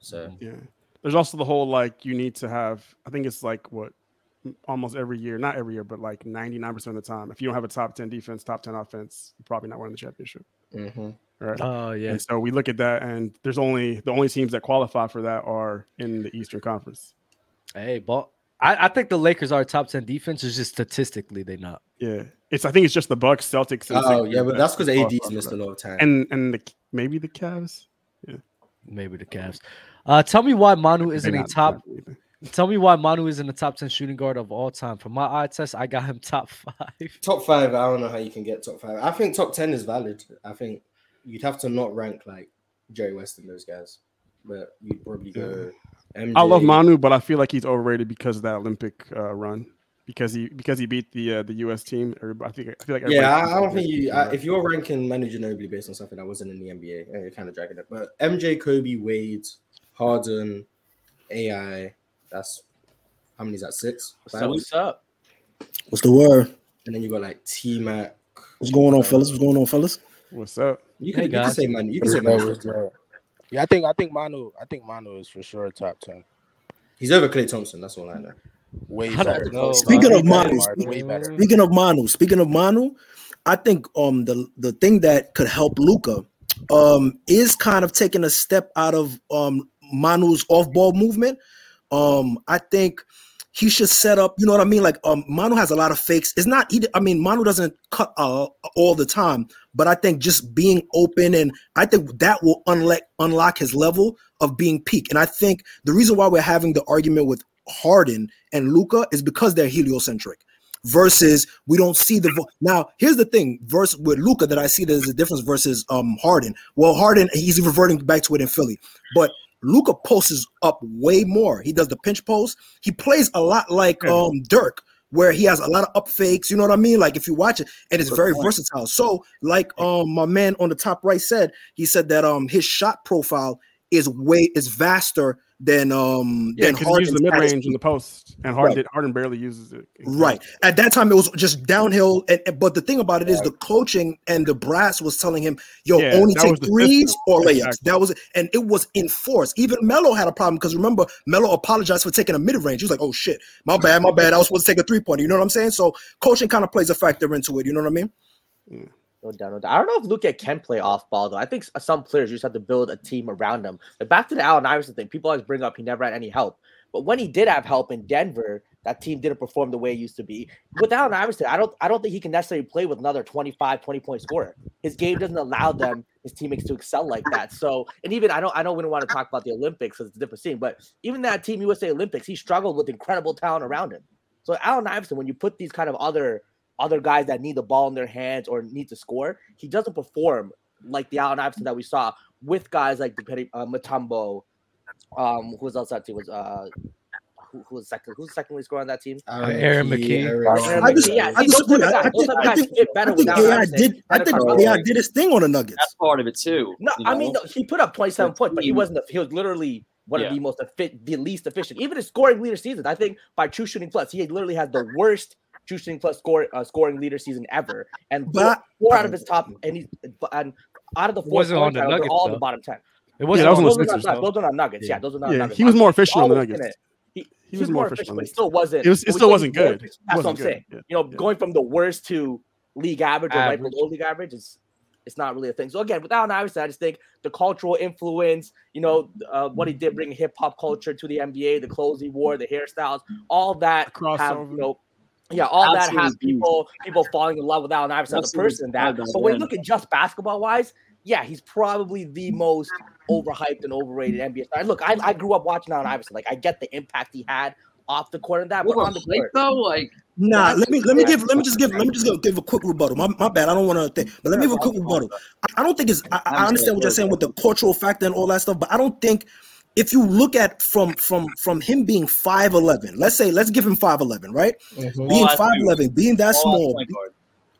S1: So
S2: Mm-hmm.
S3: Yeah. There's also the whole like you need to have. I think it's like what m- almost every year, not every year, but like 99% of the time. If you don't have a top 10 defense, top 10 offense, you're probably not winning the championship.
S1: Mhm.
S3: Right.
S2: Oh, yeah.
S3: And so we look at that, and there's only the only teams that qualify for that are in the Eastern Conference.
S2: Hey, but I, I think the Lakers are a top 10 defense. It's just statistically they're not.
S3: Yeah. It's I think it's just the Bucks, Celtics. and
S2: Oh,
S3: Sixers
S2: yeah, but that's
S3: that
S2: 'cause AD's
S3: qualify for
S2: missed a
S3: that.
S2: lot of time.
S3: And and the maybe the Cavs. Yeah.
S2: Maybe the Cavs. Uh, tell me why Manu isn't a
S3: not-
S2: top. Tell me why Manu isn't a top 10 shooting guard of all time. From my eye test, I got him top *laughs* five.
S1: top five, I don't know how you can get top five. I think top ten is valid. I think you'd have to not rank like Jerry West and those guys, but you'd probably go. MJ,
S3: I love Manu, but I feel like he's overrated because of that Olympic uh, run. Because he because he beat the uh, the U.S. team. Everybody, I think I feel like
S13: *laughs*
S1: Yeah,
S3: everybody-
S1: I, I don't think you. I, if you're ranking Manu Ginobili based on something that wasn't in the NBA, eh, you're kind of dragging it. But MJ, Kobe, Wade, Harden, AI. That's how many is that? Six. Five?
S2: up?
S14: What's the word?
S1: And then you got like T Mac.
S14: What's going on, fellas? What's going on, fellas?
S3: What's up?
S1: You
S14: Hey,
S1: can, you can
S14: guys.
S1: say Manu. You can say
S14: What's
S1: Manu.
S14: up,
S17: Yeah, I think I think Manu I think Manu is for sure top ten.
S1: He's over Clay Thompson. That's all I know.
S17: Way
S1: I don't
S17: better.
S1: know,
S14: Speaking
S1: man.
S14: of Manu,
S17: way better.
S14: speaking of Manu, speaking of Manu, I think um the the thing that could help Luca um is kind of taking a step out of um Manu's off ball movement. Um, I think he should set up. You know what I mean? Like um, Manu has a lot of fakes. It's not. He, I mean, Manu doesn't cut uh, all the time, but I think just being open and I think that will unlock unlock his level of being peak. And I think the reason why we're having the argument with Harden and Luca is because they're heliocentric. Versus, we don't see the vo- now. Here's the thing: verse with Luca that I see there's a difference versus um Harden. Well, Harden he's reverting back to it in Philly, but Luca posts up way more. He does the pinch post. He plays a lot like um Dirk, where he has a lot of up fakes. You know what I mean? Like if you watch it, and it's
S1: Good
S14: very
S1: point.
S14: versatile. So, like um my man on the top right said, he said that um his shot profile is way is vaster than um
S3: Yeah,
S14: than
S3: because he uses the
S14: Harden's
S3: mid
S14: at his
S3: range and the post, and Harden
S14: Right.
S3: did- Harden barely uses it.
S14: Right. At that time, it was just downhill. And, and- but the thing about it is, the coaching and the brass was telling him, "Yo,
S3: Yeah,
S14: only
S3: that was
S14: take
S3: the
S14: threes
S3: system.
S14: or layups."
S3: Exactly.
S14: That was, and it was enforced. Even Melo had a problem because remember, Melo apologized for taking a mid range. He was like, "Oh shit, my bad, my bad. I was supposed to take a three pointer." You know what I'm saying? So coaching kind of plays a factor into it. You know what I mean?
S6: No doubt, no doubt. I don't know if Luca can play off ball though. I think s- some players you just have to build a team around them. But back to the Allen Iverson thing, people always bring up he never had any help. But when he did have help in Denver, that team didn't perform the way it used to be. With Allen Iverson, I don't I don't think he can necessarily play with another 25, 20 point scorer. His game doesn't allow them, his teammates to excel like that. So and even I don't I know we don't want to talk about the Olympics because it's a different scene, but even that team USA Olympics, he struggled with incredible talent around him. So Allen Iverson, when you put these kind of other other guys that need the ball in their hands or need to score, he doesn't perform like the Allen Iverson that we saw with guys like Depende, uh, Matumbo. Um, who was else on that team? Was uh, who, who was second? Who's the second leading scorer on that team?
S14: Uh,
S2: Aaron McKee.
S6: Aaron
S14: I, just,
S6: McKee, yeah.
S14: I
S6: See, those
S14: disagree.
S6: type of
S14: I, I
S6: guys- those
S14: think,
S6: type of
S14: I
S6: guys
S14: think,
S6: fit better
S14: I think
S6: without
S14: AI
S6: Iverson.
S14: did. I think
S6: Better
S14: AI
S6: control.
S14: did his thing on the Nuggets.
S6: That's
S18: part of it too.
S6: No,
S14: you
S6: I mean
S14: know?
S6: no, he put up 27 points, but he wasn't. he was literally one
S14: Yeah.
S6: of the most effi- the least efficient. Even his scoring leader season, I think by true shooting plus, he literally had the worst true shooting plus score uh, scoring leader season ever. And four,
S14: But-
S6: four out of his top, and he and out of the four,
S2: Wasn't on
S6: scoring
S2: the
S6: titles, they're
S2: Nuggets,
S6: all in
S2: though.
S6: the bottom ten.
S2: It wasn't Yeah, that was on the
S6: those, were
S2: Sixers,
S6: not,
S2: though.
S6: those were not Nuggets. Yeah, those were not
S3: Yeah,
S6: Nuggets.
S3: he was more
S6: Obviously,
S3: efficient on the
S6: always in
S3: Nuggets.
S6: it. He,
S3: was more efficient on
S6: but
S3: the
S6: it still wasn't.
S3: It was- it still wasn't
S6: more
S3: good.
S6: efficient.
S3: It
S6: That's what I'm
S3: wasn't good.
S6: saying. You know, going from the worst to league average or right
S2: Average.
S6: below league average is it's not really a thing. So again, with Allen Iverson, I just think the cultural influence, you know, uh, what he did bring hip hop culture to the NBA, the clothes he wore, the hairstyles, all that have you
S3: crossover.
S6: know, yeah, all that
S18: Absolute
S6: have people people falling in love with Allen Iverson as a
S18: Absolute
S6: person. That,
S18: God,
S6: but when you
S18: man.
S6: look at just basketball wise, yeah, he's probably the most overhyped and overrated NBA star. And Look, I, I grew up watching Allen Iverson. Like I get the impact he had off the court and that, but on the court,
S18: though, like
S14: Nah, let me let me give let me just give let me just give, give a quick rebuttal. My, my bad, I don't want to think, but let me give a quick rebuttal. I, I don't think it's. I, I I understand what you're saying with the cultural factor and all that stuff, but I don't think if you look at from from from him being five eleven, let's say let's give him five eleven, right?
S1: Mhm.
S14: Being
S1: Small-ass
S14: five eleven, being that
S1: Small-ass
S14: small,
S1: point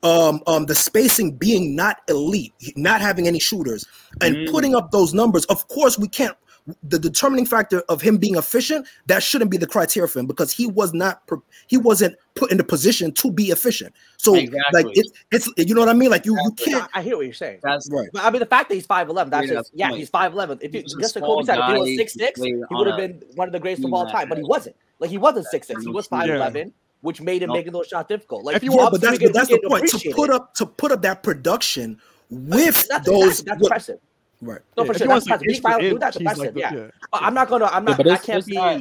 S1: guard.
S14: um, um, the spacing being not elite, not having any shooters, and
S18: Mm.
S14: putting up those numbers. Of course, we can't. The determining factor of him being efficient that shouldn't be the criteria for him because he was not pre- he wasn't put in the position to be efficient. So like
S6: Exactly.
S14: it's it's you know what I mean. Like you you
S6: I,
S14: can't
S6: I hear what you're saying.
S18: That's
S14: right.
S6: But I mean, the fact that he's five eleven, that's
S14: Yeah,
S6: just,
S14: that's
S6: yeah,
S14: right.
S6: he's five eleven. If he,
S18: He's a
S6: just like
S18: small
S6: Kobe said, if he
S18: guy
S6: was six six,
S18: who
S6: he
S18: played
S6: would have
S18: on a
S6: been one of the greatest of all
S18: team
S6: time. But he
S18: that-
S6: wasn't. Like he wasn't six six. He was
S18: Yeah.
S6: five eleven, which made him
S14: No.
S6: making those shots difficult. Like
S14: if you
S6: he
S14: yeah,
S6: obviously
S14: but that's
S6: can-
S14: but that's
S6: he
S14: the
S6: can
S14: point to
S6: appreciate
S14: put
S6: it.
S14: up to put up that production with
S6: That's- exactly,
S14: those
S6: that's
S14: with-
S6: impressive.
S14: right.
S6: No, for sure. That's impressive. Being five eleven, that's impressive. yeah. I- I'm not gonna. I'm
S14: Yeah,
S6: not.
S14: but
S6: I
S14: it's-
S6: can't
S14: it's
S6: be
S14: not-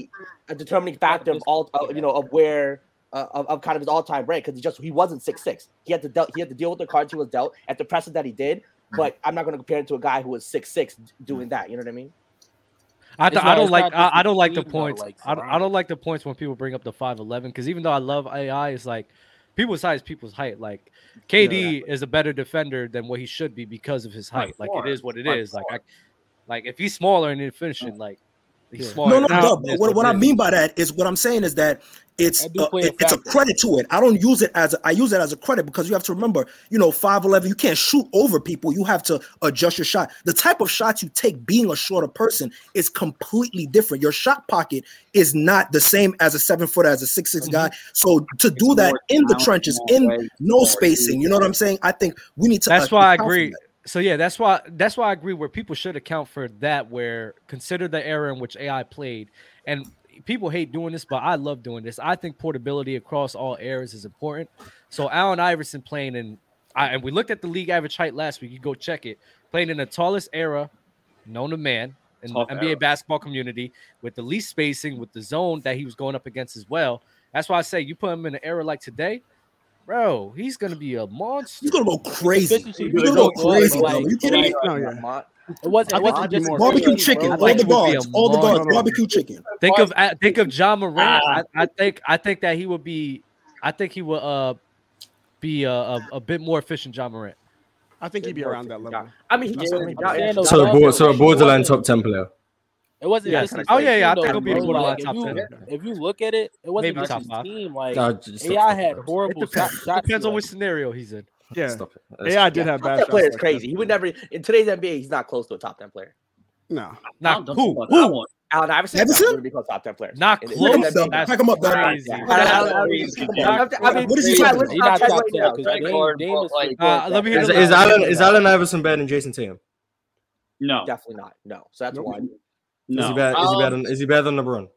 S6: a determining factor of all. Uh, you know of where. Uh, of, of kind of his all-time rank because he just he wasn't six six. He had to dealt, he had to deal with the cards he was dealt at the presses that he did.
S16: Mm-hmm.
S6: But I'm not going to compare it to a guy who was six six doing that. You know what I mean?
S2: I,
S6: It's
S2: th-
S6: not-
S2: I don't
S6: it's
S2: like
S6: not
S2: I,
S6: just
S2: I
S6: the
S2: don't like the
S6: team, though,
S2: points.
S6: like,
S2: I, don't, I don't like the points when people bring up the five eleven because even though I love AI, it's like people's size, people's height. Like KD is a better defender than what he should be because of his
S18: By
S2: height. Like
S18: far,
S2: it is what it is.
S18: by
S2: Like I, like if he's smaller and in finishing, like he's smaller.
S14: No, no,
S2: Now,
S14: no.
S2: it is
S14: What, what
S2: it
S14: I
S2: is.
S14: mean by that is what I'm saying is that it's uh, it- it's a credit to it. I don't use it as a, I use it as a credit because you have to remember, you know, five eleven. You can't shoot over people. You have to adjust your shot. The type of shots you take, being a shorter person, is completely different. Your shot pocket is not the same as a seven footer as a six guy. So to do
S2: Mm-hmm.
S14: that
S2: more
S14: in the
S2: down,
S14: trenches,
S2: more
S14: in
S2: way,
S14: no spacing, you know what I'm saying? I think we need to.
S2: That's
S14: uh,
S2: why I
S14: account for
S2: agree.
S14: that.
S2: So yeah, that's why that's why I agree. Where people should account for that, where consider the era in which AI played, and people hate doing this, but I love doing this. I think portability across all eras is important. So Allen Iverson playing in, I, and we looked at the league average height last week. You go check it. Playing in the tallest era known to man in the
S18: Tough
S2: NBA
S18: era.
S2: basketball community, with the least spacing, with the zone that he was going up against as well. That's why I say you put him in an era like today, bro. He's gonna be a monster.
S14: He's gonna go crazy.
S2: Efficiency
S14: He's
S2: was
S14: gonna go
S2: so good,
S14: crazy,
S2: like-
S14: bro. You kidding me?
S2: like, No, yeah.
S6: Lamont-
S2: It wasn't.
S6: I
S2: It
S6: think
S2: wasn't
S6: he'd
S2: just
S6: be more
S14: Barbecue chicken, all the guards, all the guards, barbecue chicken.
S2: Think of I think of John Moran.
S6: ah.
S2: I, I think I think that he would be. I think he would uh be a, a, a bit more efficient, John Moran.
S13: I think he'd be around that level.
S6: I mean, he
S13: That's
S6: did-
S13: what I'm
S6: I mean,
S13: saying.
S6: Down in
S8: So,
S6: the
S8: board,
S6: bubble,
S8: so a
S6: like,
S8: borderline
S6: it wasn't-
S8: top ten player.
S16: It wasn't
S2: Yeah.
S16: just his
S2: Oh, yeah, yeah, I
S16: team,
S2: think
S16: though,
S2: it'll be a
S16: bro.
S2: borderline
S16: Like, if
S2: top
S16: you-
S2: 10.
S16: If you look at it, it wasn't
S2: Maybe
S16: just
S2: top
S16: his
S2: five.
S16: team. Like
S8: Nah, just-
S16: AI had
S2: It
S16: horrible shot,
S2: depends,
S16: shots.
S2: depends on
S16: like-
S2: which scenario he's in.
S13: Yeah.
S8: Stop it.
S13: AI did have
S6: top
S13: bad
S6: ten
S13: shots.
S6: player is
S13: like that.
S6: crazy. He would never in today's NBA. He's not close to a top ten player.
S13: No.
S2: Not
S6: Who?
S2: who?
S6: Who? Allen Iverson.
S14: Iverson?
S6: Would be called top ten player.
S2: Not
S6: In the-
S2: close.
S6: in the NBA.
S2: That's
S14: Pack him up, dog.
S2: crazy.
S6: Allen- Allen Iverson, come on. I mean, if I look at
S16: He
S6: top
S16: not
S6: 10
S16: top
S6: right
S16: ten,
S6: now,
S16: 'cause
S6: Greg
S16: Dame-
S6: Gordon,
S16: Dame
S6: Paul
S16: is like-
S2: Uh, let me hear
S8: Is,
S2: the
S8: is
S2: last
S8: Allen
S2: one.
S8: is Allen Iverson better than Jason Tatum?
S16: No,
S6: definitely not. No, so that's
S16: Nope.
S6: one.
S8: Is he
S16: No.
S8: better? Is he better?
S16: Um,
S8: Than, is he better than LeBron?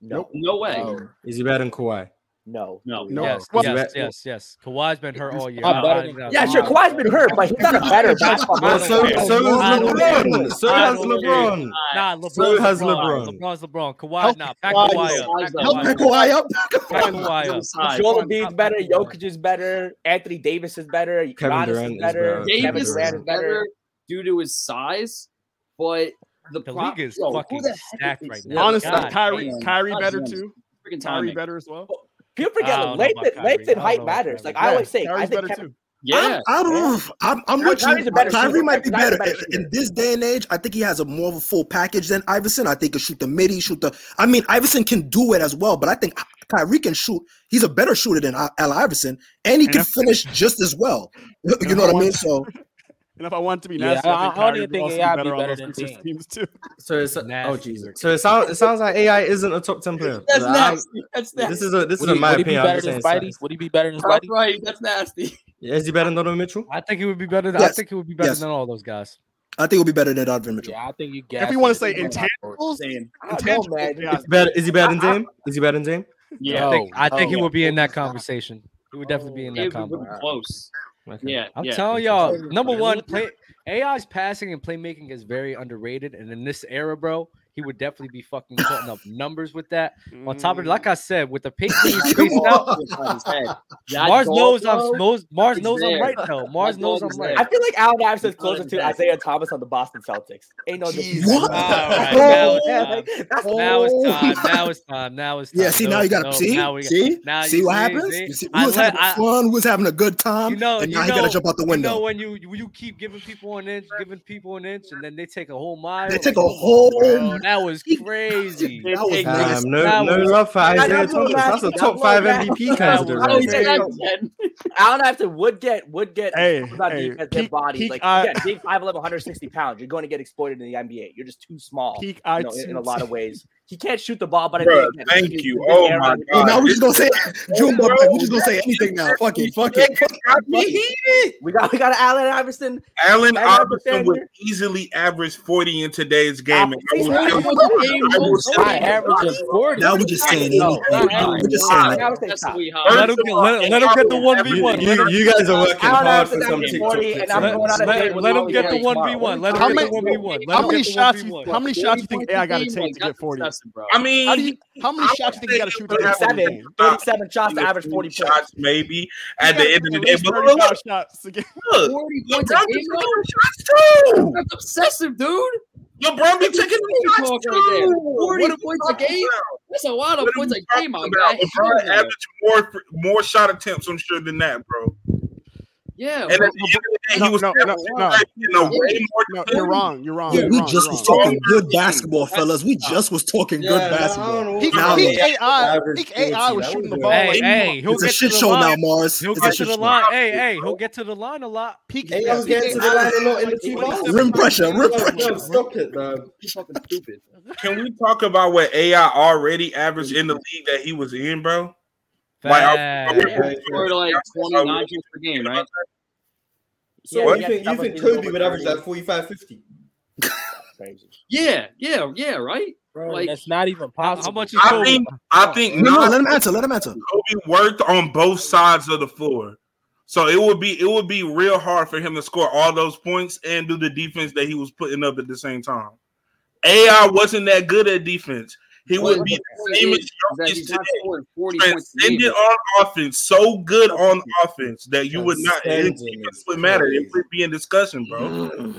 S6: No,
S16: No way.
S8: Is he better than Kawhi?
S6: no,
S16: no,
S2: Yes,
S8: Is he
S2: yes,
S8: better-
S2: yes, yes. Kawhi's been hurt all year.
S16: Not better
S2: I-
S16: than-
S2: I-
S6: Yeah, sure. Kawhi's been hurt, but he's not a better basketball
S8: Well,
S6: player.
S8: so, so
S2: I
S8: has
S2: don't
S8: LeBron. So
S2: I
S8: has
S2: don't
S8: LeBron.
S2: care. Nah, LeBron
S8: So has LeBron.
S2: LeBron's LeBron. Kawhi,
S8: Help
S2: nah. Pack
S8: Kawhi
S2: Kawhi
S8: up.
S2: up.
S8: Help
S2: Pack
S14: Kawhi up.
S2: Pack Kawhi up.
S6: Joel Embiid's better. Jokic is better. Anthony Davis is better.
S8: Kevin
S6: Giannis
S8: Durant
S6: is
S8: is
S6: better.
S8: better.
S6: Kevin
S16: Davis
S6: Durant
S16: is
S6: is better.
S16: better due to his size, but the,
S2: The
S16: pro-
S2: league is
S16: yo, who
S2: fucking
S16: the heck
S2: stacked
S16: is-
S2: right
S16: yeah,
S2: now.
S13: Honestly,
S2: God
S13: Kyrie,
S16: damn.
S13: Kyrie
S16: God
S13: better
S16: damn.
S13: too.
S16: Freaking
S13: Kyrie
S16: timing.
S13: better as well.
S6: People
S2: I
S6: forget
S2: don't know
S6: like, length,
S2: about
S6: and,
S2: Kyrie.
S6: length
S2: I
S6: and
S2: don't know
S6: height
S2: about
S6: matters. Like I
S2: Kyrie.
S6: always say, I
S13: Kyrie's
S6: think
S13: better
S6: Kevin,
S13: too.
S16: Yeah.
S14: I don't know. if- I'm, I'm with
S6: Kyrie's
S14: you.
S6: a better
S14: Kyrie
S6: shooter.
S14: might be
S6: Kyrie's a
S14: better
S6: better
S14: in, in this day and age. I think he has a more of a full package than Iverson. I think he shoot the mid, he shoot the. I mean, Iverson can do it as well, but I think Kyrie can shoot. He's a better shooter than Al Al Iverson, and he can finish just as well. *laughs* You know what I mean? So
S13: And if I wanted to be
S16: Yeah,
S13: nasty,
S16: I-
S13: I,
S16: I
S13: think
S16: don't even
S13: Kyrie would
S16: think
S13: also
S16: AI
S13: be
S16: be
S13: better on
S16: better
S13: those
S16: than
S13: Sixers
S16: Tatum.
S13: teams too.
S8: So it's oh Jesus. So it sounds it sounds like AI isn't a top ten player. Like,
S16: That's
S8: I'm-
S16: nasty. That's nasty.
S8: This is a this
S16: Would
S8: is
S16: he-
S8: my
S16: would he be
S8: opinion. I'm
S16: better
S8: just
S16: than
S8: saying science.
S16: Spidey? Would he be better than That's Spidey? right. That's nasty.
S2: *laughs*
S8: Yeah, Is he better than Donovan Mitchell?
S2: I think he would be better. Than, I
S14: Yes.
S2: think he would be better
S14: Yes.
S2: than all those guys.
S14: I think it'll be better than Donovan Mitchell.
S16: Yeah, I think you
S13: If
S16: gas.
S13: we want to
S16: it.
S13: say
S16: You're not
S13: intangibles,
S6: I don't know, man.
S8: Is he better? Is he better than Dame? Is he better than Dame?
S16: Yeah.
S2: I think, I
S16: No,
S2: think he
S16: no.
S2: would be in that conversation. He would definitely be in that
S16: It would be
S2: combo.
S16: close. Yeah,
S2: I'm
S16: yeah.
S2: telling y'all, number one, play AI's passing and playmaking is very underrated. And in this era, bro, he would definitely be fucking
S16: *laughs*
S2: putting up numbers with that. On top of
S16: Mm.
S2: it, like I said, with the pink being spaced out,
S16: That
S2: Mars
S16: goal,
S2: knows I'm
S16: bro,
S2: Mars, Mars
S16: is
S2: knows I'm
S16: there.
S2: right though.
S16: That
S2: Mars
S16: goal
S2: knows I'm
S16: is
S2: right.
S16: there.
S6: I feel like Allen Iverson's
S16: He's better
S6: closer
S16: than
S6: to Isaiah Thomas on the Boston Celtics. Ain't no disrespect.
S2: All
S6: *laughs*
S14: What?
S2: right, now it's time. Now it's
S16: Oh.
S2: time. Now it's time. Now it's time.
S14: Yeah, see now you got to
S2: No,
S14: see,
S2: now we-
S14: see,
S2: now
S14: see
S2: you
S14: what happens.
S2: see?
S14: You see, we
S2: I
S14: was
S2: let-
S14: having
S2: I-
S14: fun, we was having a good time,
S2: You know,
S14: and
S2: you
S14: now he
S2: know,
S14: got to jump out the window.
S2: You know when you you- you keep giving people an inch, giving people an inch, and then they take a whole mile.
S14: They
S2: like,
S14: take a
S2: come on,
S14: whole
S2: Bro, that was crazy.
S14: That was
S8: Um,
S14: nasty.
S8: no,
S2: That
S8: no
S2: was-
S8: love for
S2: That
S8: Isaiah
S2: was
S8: Thomas. That's a
S2: nasty.
S8: top
S2: That
S8: five
S2: was
S8: MVP
S2: nasty.
S8: candidate.
S2: That
S11: *laughs*
S2: was
S8: right there.
S2: nasty.
S6: Allen Iverson would get would get
S13: Hey,
S6: exposed on
S13: hey,
S6: defense, their
S13: peak-
S6: body
S13: peak
S6: like
S13: eye-
S6: again, being 5'11", 160 pounds, you're going to get exploited in the NBA. You're just too small.
S13: Peak
S6: you
S13: eye
S6: know, in, in a
S13: tooth.
S6: lot of ways. He can't shoot the ball, but I
S11: Bruh,
S6: think again,
S11: thank
S6: he's-
S11: you.
S6: he's
S11: Oh
S6: air
S11: my
S6: out of-
S11: God.
S14: now we just
S11: *laughs*
S14: gonna say June Bob. Like, we just gonna say anything now. Fuck it. Fuck it. Fuck it.
S6: We got we got Allen Iverson.
S11: Allen
S6: Larry
S11: Iverson would
S6: Alexander.
S11: easily average 40 in today's game. and I
S6: He's
S11: will
S6: not
S11: tell you-
S6: averaging
S11: I will
S6: 40.
S11: tell
S6: Not
S11: you-
S6: averaging 40.
S14: Now we just saying anything. We just saying like,
S6: Now it's like, stop.
S18: Let him get, let, let him get the one v one.
S1: You- you- you guys are working
S6: Allen
S1: hard for
S6: Iverson's
S1: some
S6: averaging
S1: TikTok
S6: 40,
S1: clips.
S6: and I'm going out of
S18: Let-
S6: date with
S18: let him
S6: Molly
S18: get the
S6: Jay tomorrow.
S18: 1v1. Let him
S13: How
S18: get
S13: many,
S18: the 1v1. Let
S13: how
S18: him
S13: many
S18: get the
S13: shots? You,
S18: 1v1.
S13: how many shots you think AI got to
S18: Like,
S13: take to get
S18: that's
S13: forty?
S11: I mean,
S13: how, do you, how many shots you think you got to shoot to get
S6: 37, 37 shots to average 40 points.
S11: shots, maybe at the end of the day. But look,
S13: 35
S11: look,
S13: shots to get
S11: LeBron
S18: points a
S11: be
S18: game,
S11: taking them shots too.
S18: That's obsessive, dude.
S11: LeBron be taking
S18: What
S11: them
S18: are you
S11: shots
S18: talking about there?
S11: too.
S18: 40
S11: What are we
S18: points a
S11: talking
S18: game?
S11: about?
S18: That's a lot of
S11: What are
S18: points
S11: we
S18: a game, my
S11: talking
S18: guy.
S11: about? LeBron
S18: Hell no.
S11: averaged more more shot attempts, I'm sure, than that, bro.
S18: Yeah.
S11: And at the end of the day, he was
S13: no, no,
S11: averaging
S13: no,
S11: 30, you know,
S13: no,
S11: way
S3: *laughs*
S11: more
S13: no,
S11: than
S13: you're
S11: 40.
S13: wrong. You're wrong.
S14: Yeah,
S13: you're
S14: we
S13: wrong,
S14: just
S13: you're
S14: was
S13: wrong.
S14: talking good basketball, fellas. We just was talking
S1: Yeah,
S14: good
S1: no, I
S14: basketball.
S1: don't
S13: Peak,
S14: Now
S13: peak
S14: look,
S13: AI,
S1: Average
S13: peak AI was
S1: 40,
S13: shooting
S1: that
S13: the
S1: was
S13: ball.
S1: good.
S13: like,
S2: Hey, hey, he'll
S14: it's a
S2: get to
S14: shit
S2: the
S14: show now,
S2: line.
S14: Mars.
S2: He'll
S14: It's a
S2: get to
S14: shit
S2: the
S14: show.
S2: line. Hey, hey, he'll get to the line a lot.
S13: peak,
S1: Hey,
S13: yeah,
S1: was
S13: peak
S1: getting to the
S13: AI
S1: line a lot in the
S13: like
S1: two
S13: 27
S1: balls.
S14: *laughs* Rim
S13: points.
S14: pressure. Rim
S1: Yo,
S14: pressure.
S1: yo, stop it, man.
S18: You fucking stupid.
S11: Can we talk about what AI already averaged in the league that he was in, bro? Like, I- I remember-
S18: Facts. Scored like 29 points per game, right?
S1: So
S6: Yeah,
S1: what
S6: he
S1: you
S6: got
S1: think? You
S6: double
S1: think
S6: digits
S1: Kobe
S6: over
S1: would average
S6: 30.
S1: like 45, 50?
S6: Crazy.
S18: Yeah, yeah, yeah, right?
S16: Bro,
S18: Like-
S16: that's not even possible.
S18: How much is
S11: I
S18: Kobe?
S11: think I think
S14: No, no,
S11: Nas
S14: let him answer. Let him answer.
S11: Kobe worked on both sides of the floor. So it would be it would be real hard for him to score all those points and do the defense that he was putting up at the same time. AI wasn't that good at defense. He
S18: Well,
S11: would be
S18: the
S11: the
S18: point
S11: same
S18: is
S11: as
S18: that he's
S11: Jokic
S18: not
S11: today.
S18: scoring 40 points a game.
S11: Transcendent on offense, so good on offense that you would not it
S1: Transcendent
S11: even
S1: is
S11: would matter. It
S1: crazy.
S11: would be in discussion, bro.
S14: Mm.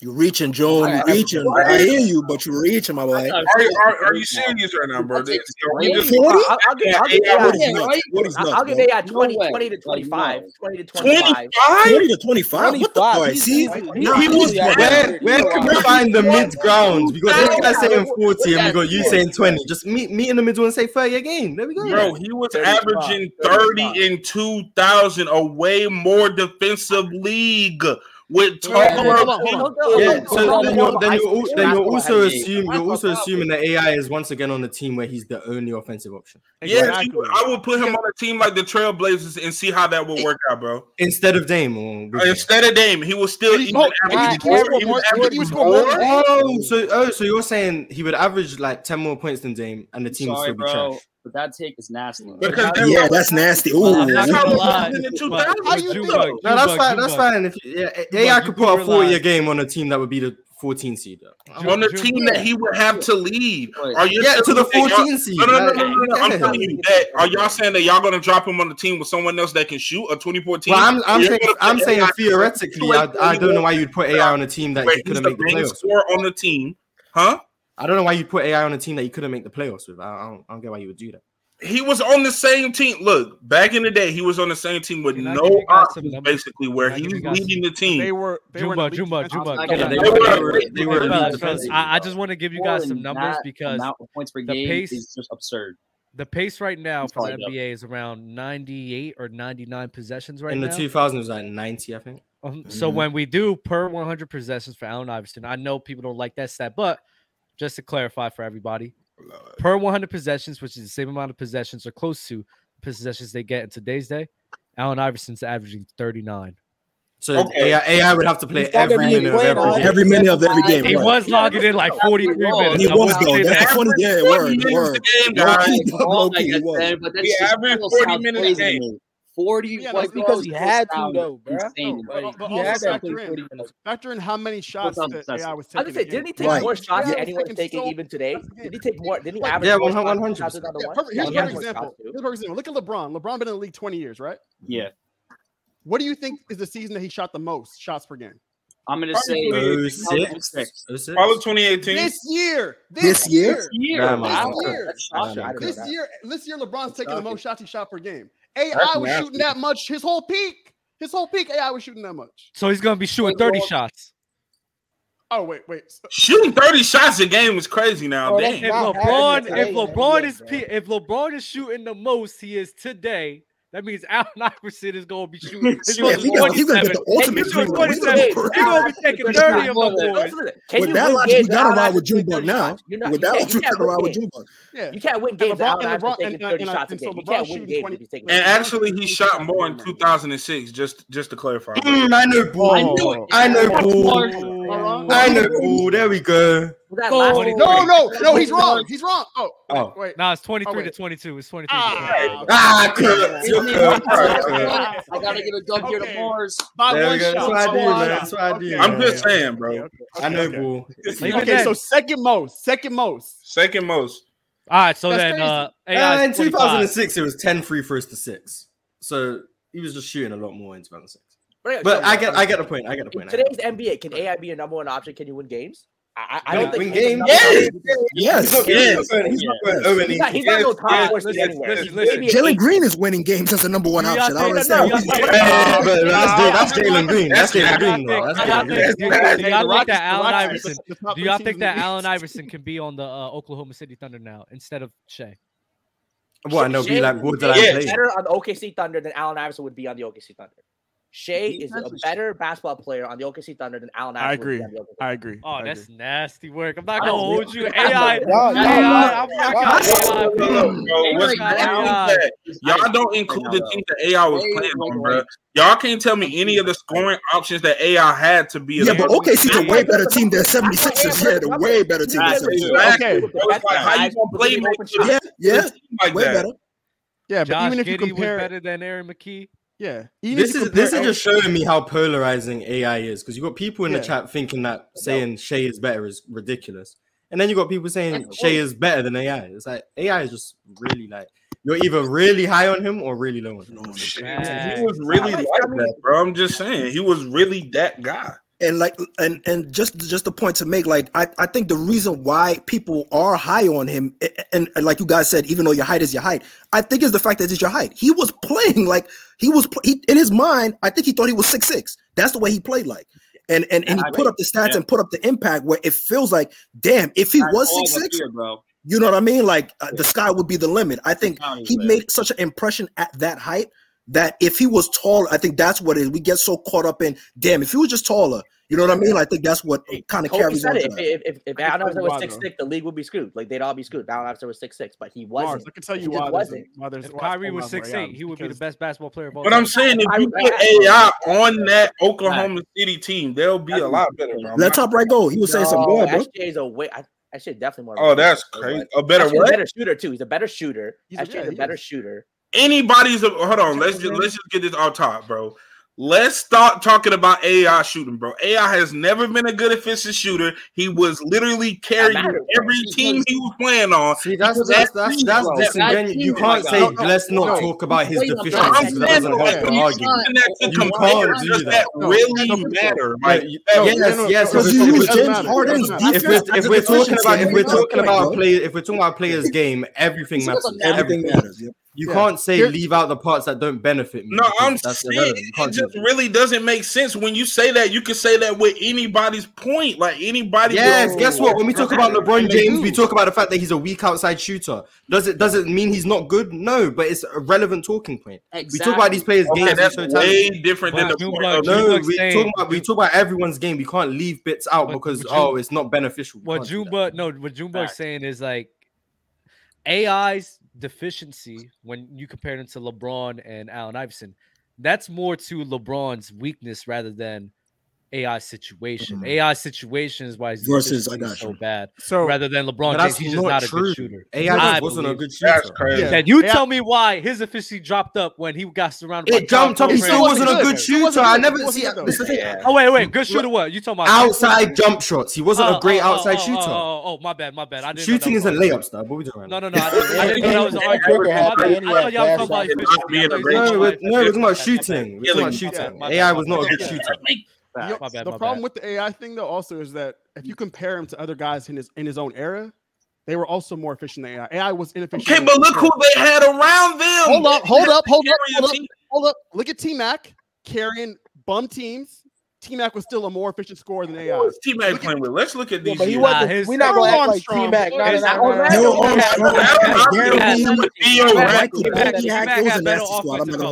S14: You reaching, Joan. You reaching. I hear you, but you reaching, my boy.
S11: Are, you- are, are you serious right now, bro?
S18: That's
S11: This-
S18: crazy.
S11: you just-
S14: Forty?
S6: I'll, I'll give, I'll give
S11: Yeah,
S6: AI,
S14: What
S18: Yeah,
S14: is nuts?
S18: right?
S14: What is
S6: I'll,
S14: nuts,
S6: I'll give
S14: bro?
S6: AI 20,
S18: No way.
S6: 20 to
S18: Like,
S6: 25.
S18: no.
S6: 20 to 25.
S11: 25?
S14: 20 to 25? What
S16: 25.
S14: the? All right,
S16: He's
S14: see?
S16: easily-
S14: Nah,
S16: he's
S14: he was
S16: easily
S14: wrong.
S16: averaging
S1: Where, where can we find the mid ground? Because this guy's saying 40 and we got you saying 20. Just meet, meet in the middle and say 30 again. There we go.
S11: Bro, he was
S6: 35,
S11: averaging
S6: 35.
S11: 30 in 2000, a way more defensive league with
S6: Yeah,
S11: taller
S13: hold on, hold on.
S6: Oh,
S1: Yeah,
S6: Hold
S1: so
S6: on,
S1: then
S6: hold
S1: you're,
S6: on.
S1: then
S6: I-
S1: you're, al- then you're
S6: basketball
S1: also
S6: had me.
S1: assuming you're also
S6: Basketball
S1: assuming that AI is once again on the team where he's the only offensive option
S11: Yeah,
S13: Exactly.
S11: you- I would put him on a team like the Trailblazers and see how that would work out, bro.
S1: instead of Dame. Or with Dame.
S11: Uh, Instead of Dame, he was still
S13: And he-
S11: even
S13: oh,
S11: averaging
S13: he scored
S11: more. He
S13: more-
S11: was
S13: he
S11: averaging
S13: was scoring more-
S11: more.
S1: Oh, so oh, so you're saying he would average like 10 more points than Dame and the team would
S18: Sorry,
S1: still be
S18: bro,
S1: trash.
S18: but that take is nasty.
S11: Because they
S14: Yeah,
S11: were-
S14: that's nasty.
S18: Well,
S14: Ooh.
S18: I'm not
S11: that's
S14: you-
S11: how
S18: gonna
S11: it
S18: lie.
S11: was in the
S18: But-
S11: 2000s.
S18: but
S13: you
S18: do
S13: think?
S18: like-
S1: No,
S18: do
S1: that's
S18: like-
S1: fine.
S18: do
S1: That's
S18: like-
S1: fine. If yeah,
S18: You
S1: AI
S18: do
S1: could put a 40 a
S18: realize-
S1: game on a team that would be the 14 seed. though.
S11: on the
S18: Ju-
S11: team that he would have to lead.
S18: Wait.
S11: Are you
S1: Yeah, to
S11: telling
S1: the
S11: me that y'all-
S1: 14 seed.
S11: No, no, no,
S1: Like,
S11: no, no, no.
S1: yeah.
S11: I'm telling you that. Are y'all saying that y'all gonna drop him on the team with someone else that can shoot a 24 team?
S1: Well, I'm, I'm
S11: You're
S1: saying,
S11: gonna put
S1: I'm saying
S11: AI
S1: theoretically, I, I don't know why you'd put AI on a team that
S11: where
S1: you
S11: he's
S1: couldn't
S11: the
S1: make the
S11: main
S1: playoffs. with.
S11: scorer on the team, huh?
S1: I don't know why you'd put AI on a team that you couldn't make the playoffs with. I I don't, I don't get why you would do that.
S11: He was on the same team. Look, back in the day, he was on the same team with
S18: Can I
S11: no
S18: give you guys some
S11: options,
S18: numbers?
S11: basically, where
S18: Can I
S11: he
S18: give
S11: was
S18: you guys
S11: leading the
S13: They
S11: team.
S13: were. They were
S2: Juma,
S13: in the
S2: Juma,
S13: league defense.
S2: Juma.
S18: Yeah,
S1: Yeah,
S18: they
S11: were-
S1: they, were,
S11: they
S1: they
S11: were-
S1: were,
S11: they
S1: really
S2: Fellas, fellas,
S1: defensive.
S2: I, I just want to give you guys some
S18: Scoring
S2: numbers
S18: that
S2: because
S18: amount of points per
S2: the
S18: game
S2: pace-
S18: is just absurd.
S2: the pace right now
S18: He's
S2: for the
S18: probably up.
S2: NBA is around 98 or 99 possessions right
S1: In the
S2: now.
S1: 2000s, it was like 90, I think.
S2: Um, so
S18: Mm-hmm.
S1: Mhm.
S2: when we do per 100 possessions for Allen Iverson, I know people don't like that stat, but just to clarify for everybody, per 100 possessions, which is the same amount of possessions or close to possessions they get in today's day, Allen Iverson's averaging 39.
S1: So
S11: Okay.
S1: AI, AI would have to play
S16: He's not
S1: every
S16: gonna be
S1: minute of
S16: playing
S1: every
S16: all
S1: game.
S14: Every minute of every game.
S2: He
S14: right.
S2: was logging in like 43 minutes.
S14: He
S2: I
S14: was
S2: wouldn't
S14: though.
S2: say
S14: That's
S2: that.
S14: funny.
S2: *laughs*
S14: Yeah,
S11: Forty
S14: word,
S11: minutes a
S14: word.
S11: game,
S14: Word.
S11: guys.
S14: He was low
S18: Like I
S14: key, he was.
S18: said, but that's
S11: We
S18: just
S11: average
S18: still
S11: 40
S18: sounds
S11: minutes a
S18: crazy to
S11: game.
S18: me. 40
S13: Yeah,
S18: like
S13: that's
S16: because he
S18: still
S16: had to,
S18: sounds
S16: though, bruh. oh,
S18: insane to
S13: No, but-
S18: me.
S13: but
S18: he
S13: also
S18: had to
S13: factor
S18: play
S13: in-
S18: 40 minutes.
S13: Factor in how many shots
S18: sounds
S13: that
S18: obsessive.
S13: AI was
S6: I was
S13: taking.
S6: gonna
S13: a
S6: say,
S13: game.
S6: didn't he take
S14: Right.
S6: more shots
S13: Yeah,
S6: than
S13: he's
S6: anyone's
S13: taking
S6: taking
S13: so-
S6: even today?
S13: that's the game.
S6: Did he take more? Didn't he
S13: Like,
S6: average
S1: yeah,
S6: more
S1: 100
S6: shots than
S1: 100%.
S6: the
S13: Yeah,
S6: one?
S13: perfect.
S6: Yeah,
S13: Here's a
S6: he had
S13: perfect
S6: more shots
S13: example.
S6: too.
S13: Here's a perfect example. Look at LeBron. LeBron been in the league 20 years, right?
S18: Yeah.
S13: What do you think is the season that he shot the most shots per game?
S18: I'm gonna
S11: Probably
S18: say
S11: Oh,
S1: 06? 06?
S11: All of 2018.
S13: This year. This,
S14: This year?
S13: year.
S18: year.
S1: Nah,
S13: This
S1: man,
S6: Wow,
S1: that's
S13: year.
S6: that's
S1: Nah,
S6: shocking. I
S1: man,
S6: didn't know
S13: This
S6: that.
S13: year, this year, LeBron's
S6: That's
S13: taking the
S6: shocking.
S13: most shots he shot per game. AI
S11: That's
S13: was
S11: nasty.
S13: shooting that much his whole peak. His whole peak, AI was shooting that much.
S2: So he's going to be shooting 30 shots.
S13: Oh, wait, wait. So-
S11: Shooting 30 shots a game is crazy now.
S16: Oh, that's
S11: Damn.
S2: If
S16: Wow,
S2: LeBron,
S16: averaging
S2: if
S16: today,
S2: LeBron
S16: yeah,
S2: is
S16: bro.
S2: pe- if LeBron is shooting the most he is today, That means Allen *laughs* Iverson is going to be shooting. He's
S14: Yeah, he got- he gonna get the ultimate
S2: He's going
S14: three-point
S2: to
S14: shot.
S2: be taking 30 of my boys.
S14: With that logic, we gotta ride with June Buck now.
S6: You're not-
S14: With
S6: you
S14: that
S6: can't-
S14: logic,
S6: you
S14: we
S6: can't
S14: gotta ride
S6: win
S14: with
S6: games.
S14: June Buck.
S6: You can't win games
S3: LeBron-
S6: without
S3: and
S6: Allen
S3: LeBron-
S6: taking
S3: and-
S6: 30
S3: and-
S6: shots a
S3: and so
S6: game. You can't
S3: LeBron's
S6: win
S3: shooting
S6: games
S3: 20
S6: if he's taking.
S11: And actually, he shot more in 2006. Just just to clarify.
S1: Mm, I know, boo. I know,
S2: Oh.
S1: boo. I know, boo. There we go.
S3: No, no, no, no, he's wrong. He's wrong. Oh,
S1: Oh.
S3: wait.
S2: Nah, it's 23 to 22. It's 23 to 22.
S1: Ah, Kurt.
S18: Give me
S1: Kurt.
S18: one shot. I gotta get a dunk here to Mars. By
S1: There we
S18: one
S1: go. That's
S18: shot.
S1: what I do,
S18: Come on.
S1: man. That's what I do.
S11: I'm just saying, bro.
S1: I know, boo.
S3: Okay, so second most, second most.
S11: Second most.
S2: All right, so
S3: That's
S2: then
S3: crazy.
S2: uh,
S1: Uh,
S2: AI
S1: in
S2: 's 25.
S1: 2006, it was 10 free throws to six. So he was just shooting a lot more in 2006.
S6: Right,
S1: But
S6: so-
S1: I get, I get the point. I get the
S6: In
S1: point. I get
S6: today's NBA, can AI be your number one option? Can you win games? I, I I
S1: No,
S6: don't think
S1: win
S6: he can
S1: games?
S6: win games.
S14: Yes.
S1: Yes. He's not going over
S6: He's not, he's not no top horse anywhere. Maybe an
S14: Jalen
S6: eight-
S14: Green is winning games as the number one
S6: Do y'all
S14: option. I
S6: think-
S14: always say.
S6: no, no,
S1: Yeah, but that's, that's Jalen Green. That's
S2: Do y'all
S1: Jalen Green.
S2: think-
S1: though. That's
S2: do y'all
S1: Jalen Green.
S2: think- do y'all
S3: The
S2: think that
S3: Rockets- the
S2: Allen
S3: Rockets-
S2: Iverson?
S3: the top
S2: Do y'all
S3: three
S2: think
S3: teams
S2: that
S3: in the
S2: Allen
S3: East.
S2: Iverson can be on the uh, Oklahoma City Thunder now instead of Shea?
S1: What? No,
S6: Shea
S1: be like,
S6: is
S1: what did I play?
S6: better on the OKC Thunder than Allen Iverson would be on the OKC Thunder. Shea is a better basketball player on the OKC Thunder than Allen Iverson
S3: I
S6: would
S3: agree.
S6: be on the OKC.
S3: I agree.
S2: Oh,
S3: I
S2: that's nasty work. I'm not
S6: I
S2: gonna
S6: don't
S2: hold *laughs*
S6: think-
S2: you.
S6: I don't
S2: AI,
S6: think- No, no,
S2: AI, I'm
S6: no,
S2: not
S6: no.
S2: gonna
S6: No,
S2: hold
S11: Bro, what's
S2: AI.
S11: crazy is that y'all don't include the things that AI was playing on, bro. Y'all can't tell me any of the scoring options that AI had to be.
S14: Yeah, but OKC's a way better team than 76ers. Yeah, the way better team than
S11: Exactly.
S14: 76ers.
S11: Exactly. Bro, it's like, how you gonna play make
S14: Yeah, yeah,
S11: like
S14: way
S11: that?
S14: better.
S3: Yeah,
S2: Josh
S3: even if you
S2: Giddey
S3: compare-
S2: was better than Aaron McKee.
S3: Yeah,
S1: This is this is just showing me how polarizing AI is because you got people in
S2: Yeah.
S1: the chat thinking that saying Shay is better is ridiculous, and then you got people saying
S2: That's
S1: Shay
S2: true.
S1: is better than AI. It's like AI is just really like you're either really high on him or really low on him.
S11: He was really like that, bro. I'm just saying, he was really that guy.
S14: and like and and just just a point to make like I, I think the reason why people are high on him a- a- and, and like you guys said even though your height is your height i think is the fact that it's your height he was playing like he was pl- he, in his mind i think he thought he was six six that's the way he played like and and, and he put up the stats and put up the impact where it feels like damn if he
S18: That's
S14: was
S18: all
S14: six
S18: the
S14: six
S18: fear, bro.
S14: you know what I mean? Like uh, the sky would be the limit. I think
S18: County
S14: he
S18: limit.
S14: made such an impression at that height that if he was taller, I think that's what it is. We get so caught up in damn. If he was just taller, you know what I mean? I think that's what kind of
S6: Kobe
S14: carries on.
S6: said
S14: to
S6: it.
S14: that.
S6: If, if, if
S14: I can
S6: Allen
S14: tell
S6: Iverson
S14: you
S6: was
S14: why,
S6: six
S14: though.
S6: six, the league would be screwed. Like they'd all be screwed. if Allen Iverson was six six, but he wasn't.
S3: Mars, I can tell
S6: He
S3: you
S6: just
S3: why. There's a,
S6: wasn't.
S3: why there's
S2: If
S3: why it's
S2: Kyrie
S3: called
S2: was
S3: Mars, right?
S2: six eight, he would be the best basketball player of all
S11: But
S2: time.
S11: I'm saying if you put AI on that Oklahoma City team, they'll be a lot better, bro. I'm
S14: Let
S11: not-
S14: top right go. He was saying something. Go ahead, bro.
S6: SJ is a way. I, SJ definitely more. of
S11: Oh, that's
S6: shooter,
S11: crazy.
S6: but-
S11: A better
S6: SJ is
S11: what?
S6: better shooter too. He's a better shooter.
S3: He's a-
S6: SJ
S3: yeah,
S6: is a
S3: he
S6: better shooter.
S11: anybody's a, hold on. Let's just, let's just get this off top, bro. Let's start talking about AI shooting, bro. AI has never been a good efficient shooter. He was literally carrying
S1: matters, bro.
S11: every team he was playing on.
S1: See, that's that's that's, that's disingenuous. You can't say let's not talk about his deficiencies. because That doesn't help the argument. You can't do that.
S11: really matter. Like, that-
S1: yes, yes. If
S14: Because
S1: we're
S14: you use
S1: talking-
S14: James Harden's
S1: if
S14: defense
S1: we're, if
S14: as a
S1: we're talking
S14: deficiency,
S1: about if we're
S14: it's not
S1: talking
S14: right,
S1: about
S14: bro.
S1: play if we're talking about players' game, everything matters.
S14: Everything
S1: Everything.
S14: matters. yeah.
S1: You
S14: Yeah.
S1: can't say
S14: Here-
S1: leave out the parts that don't benefit me.
S11: No,
S1: because
S11: I'm
S1: that's
S11: saying
S1: irrelevant. You
S11: it
S1: can't do
S11: just really doesn't make sense. When you say that, you can say that with anybody's point, like anybody.
S1: Yes, guess what? When we talk about LeBron James, we talk about the fact that he's a weak outside shooter. Does it does it mean he's not good? No, but it's a relevant talking point. We talk about these players'
S11: Okay,
S1: games. and
S11: that's
S1: so
S11: way
S1: talented.
S11: different than the point of-
S1: no, we talk about we talk about everyone's game. We can't leave bits out because
S2: but you-
S1: oh, it's not beneficial. We
S2: What
S1: can't do
S2: Jumba, no, what Jumba's
S1: Facts.
S2: saying is like AI's deficiency when you compare them to LeBron and Allen Iverson, that's more to LeBron's weakness rather than AI 's situation.
S1: Mm-hmm.
S14: Mhm.
S2: AI 's situation is why his
S14: Versus,
S2: deficiency
S14: I
S2: is
S14: got
S2: so
S14: you.
S2: bad.
S14: So-
S2: rather than LeBron
S14: But
S2: James,
S14: that's
S2: he's just
S14: not
S2: not a
S14: true.
S2: good shooter.
S14: AI
S2: I
S1: wasn't a
S2: believe.
S1: good That's shooter. crazy.
S2: Then you
S1: Yeah.
S2: tell me why his efficiency dropped up when he got surrounded by
S1: It jumped up. He
S2: Kyle
S1: still
S2: Korver.
S1: wasn't a good shooter. I never see. this is the thing.
S2: Oh wait, wait, good shooter. What you talking about?
S1: Outside jump shots. He wasn't
S2: Oh,
S1: a great
S2: oh, oh,
S1: outside
S2: oh, Oh,
S1: shooter.
S2: oh, oh, my bad, my bad. I didn't know that
S1: Shooting
S2: was
S1: is in
S2: on-
S1: layups, though. What we doing?
S2: No, no, no. I didn't, I didn't know that was an
S1: It
S2: argument.
S1: could
S2: I thought-
S1: happen.
S2: I thought y'all was talking about efficiency. I thought you
S1: No,
S2: were
S1: we're,
S2: talking
S1: no, we're talking about
S2: about
S1: shooting. We're talking about shooting.
S3: my
S1: AI
S3: bad,
S1: was
S3: my
S1: not a
S3: bad.
S1: good shooter.
S3: Yo,
S2: My bad,
S3: the
S2: my
S3: problem
S2: bad.
S3: with the AI thing though also is that if you compare him to other guys in his in his own era, they were also more efficient than AI. AI was inefficient.
S11: Okay, but look who they had around them.
S3: Hold up, hold up, hold up,
S11: Carrying
S3: hold up,
S11: team.
S3: hold up. Look at T Mac carrying bum teams. T Mac was still a more efficient scorer than AI.
S11: T Mac playing with? Let's look at these.
S3: but he
S11: years.
S3: wasn't- Nah, his- we not gonna act like T-Mac, not in our-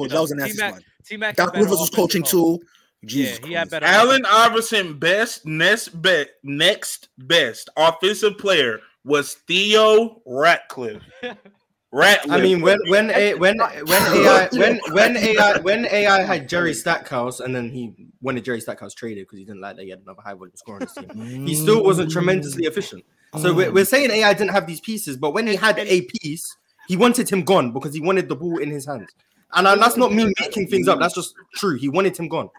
S2: T-Mac
S14: Doc Rivers was coaching too. Jesus
S2: he had better.
S11: Allen Iverson, best next bet next best offensive player was Theo
S3: *laughs*
S11: Ratcliffe. Ratcliffe.
S1: I mean, when when a, when when
S11: *laughs*
S1: AI when when AI when AI had Jerry Stackhouse and then he wanted Jerry Stackhouse traded because he didn't like that he had another high volume scorer on his team. He still wasn't tremendously efficient. So we're, we're saying AI didn't have these pieces, but when he had a piece, he wanted him gone because he wanted the ball in his hands. And I- that's not me making things up. That's just true. He wanted him gone.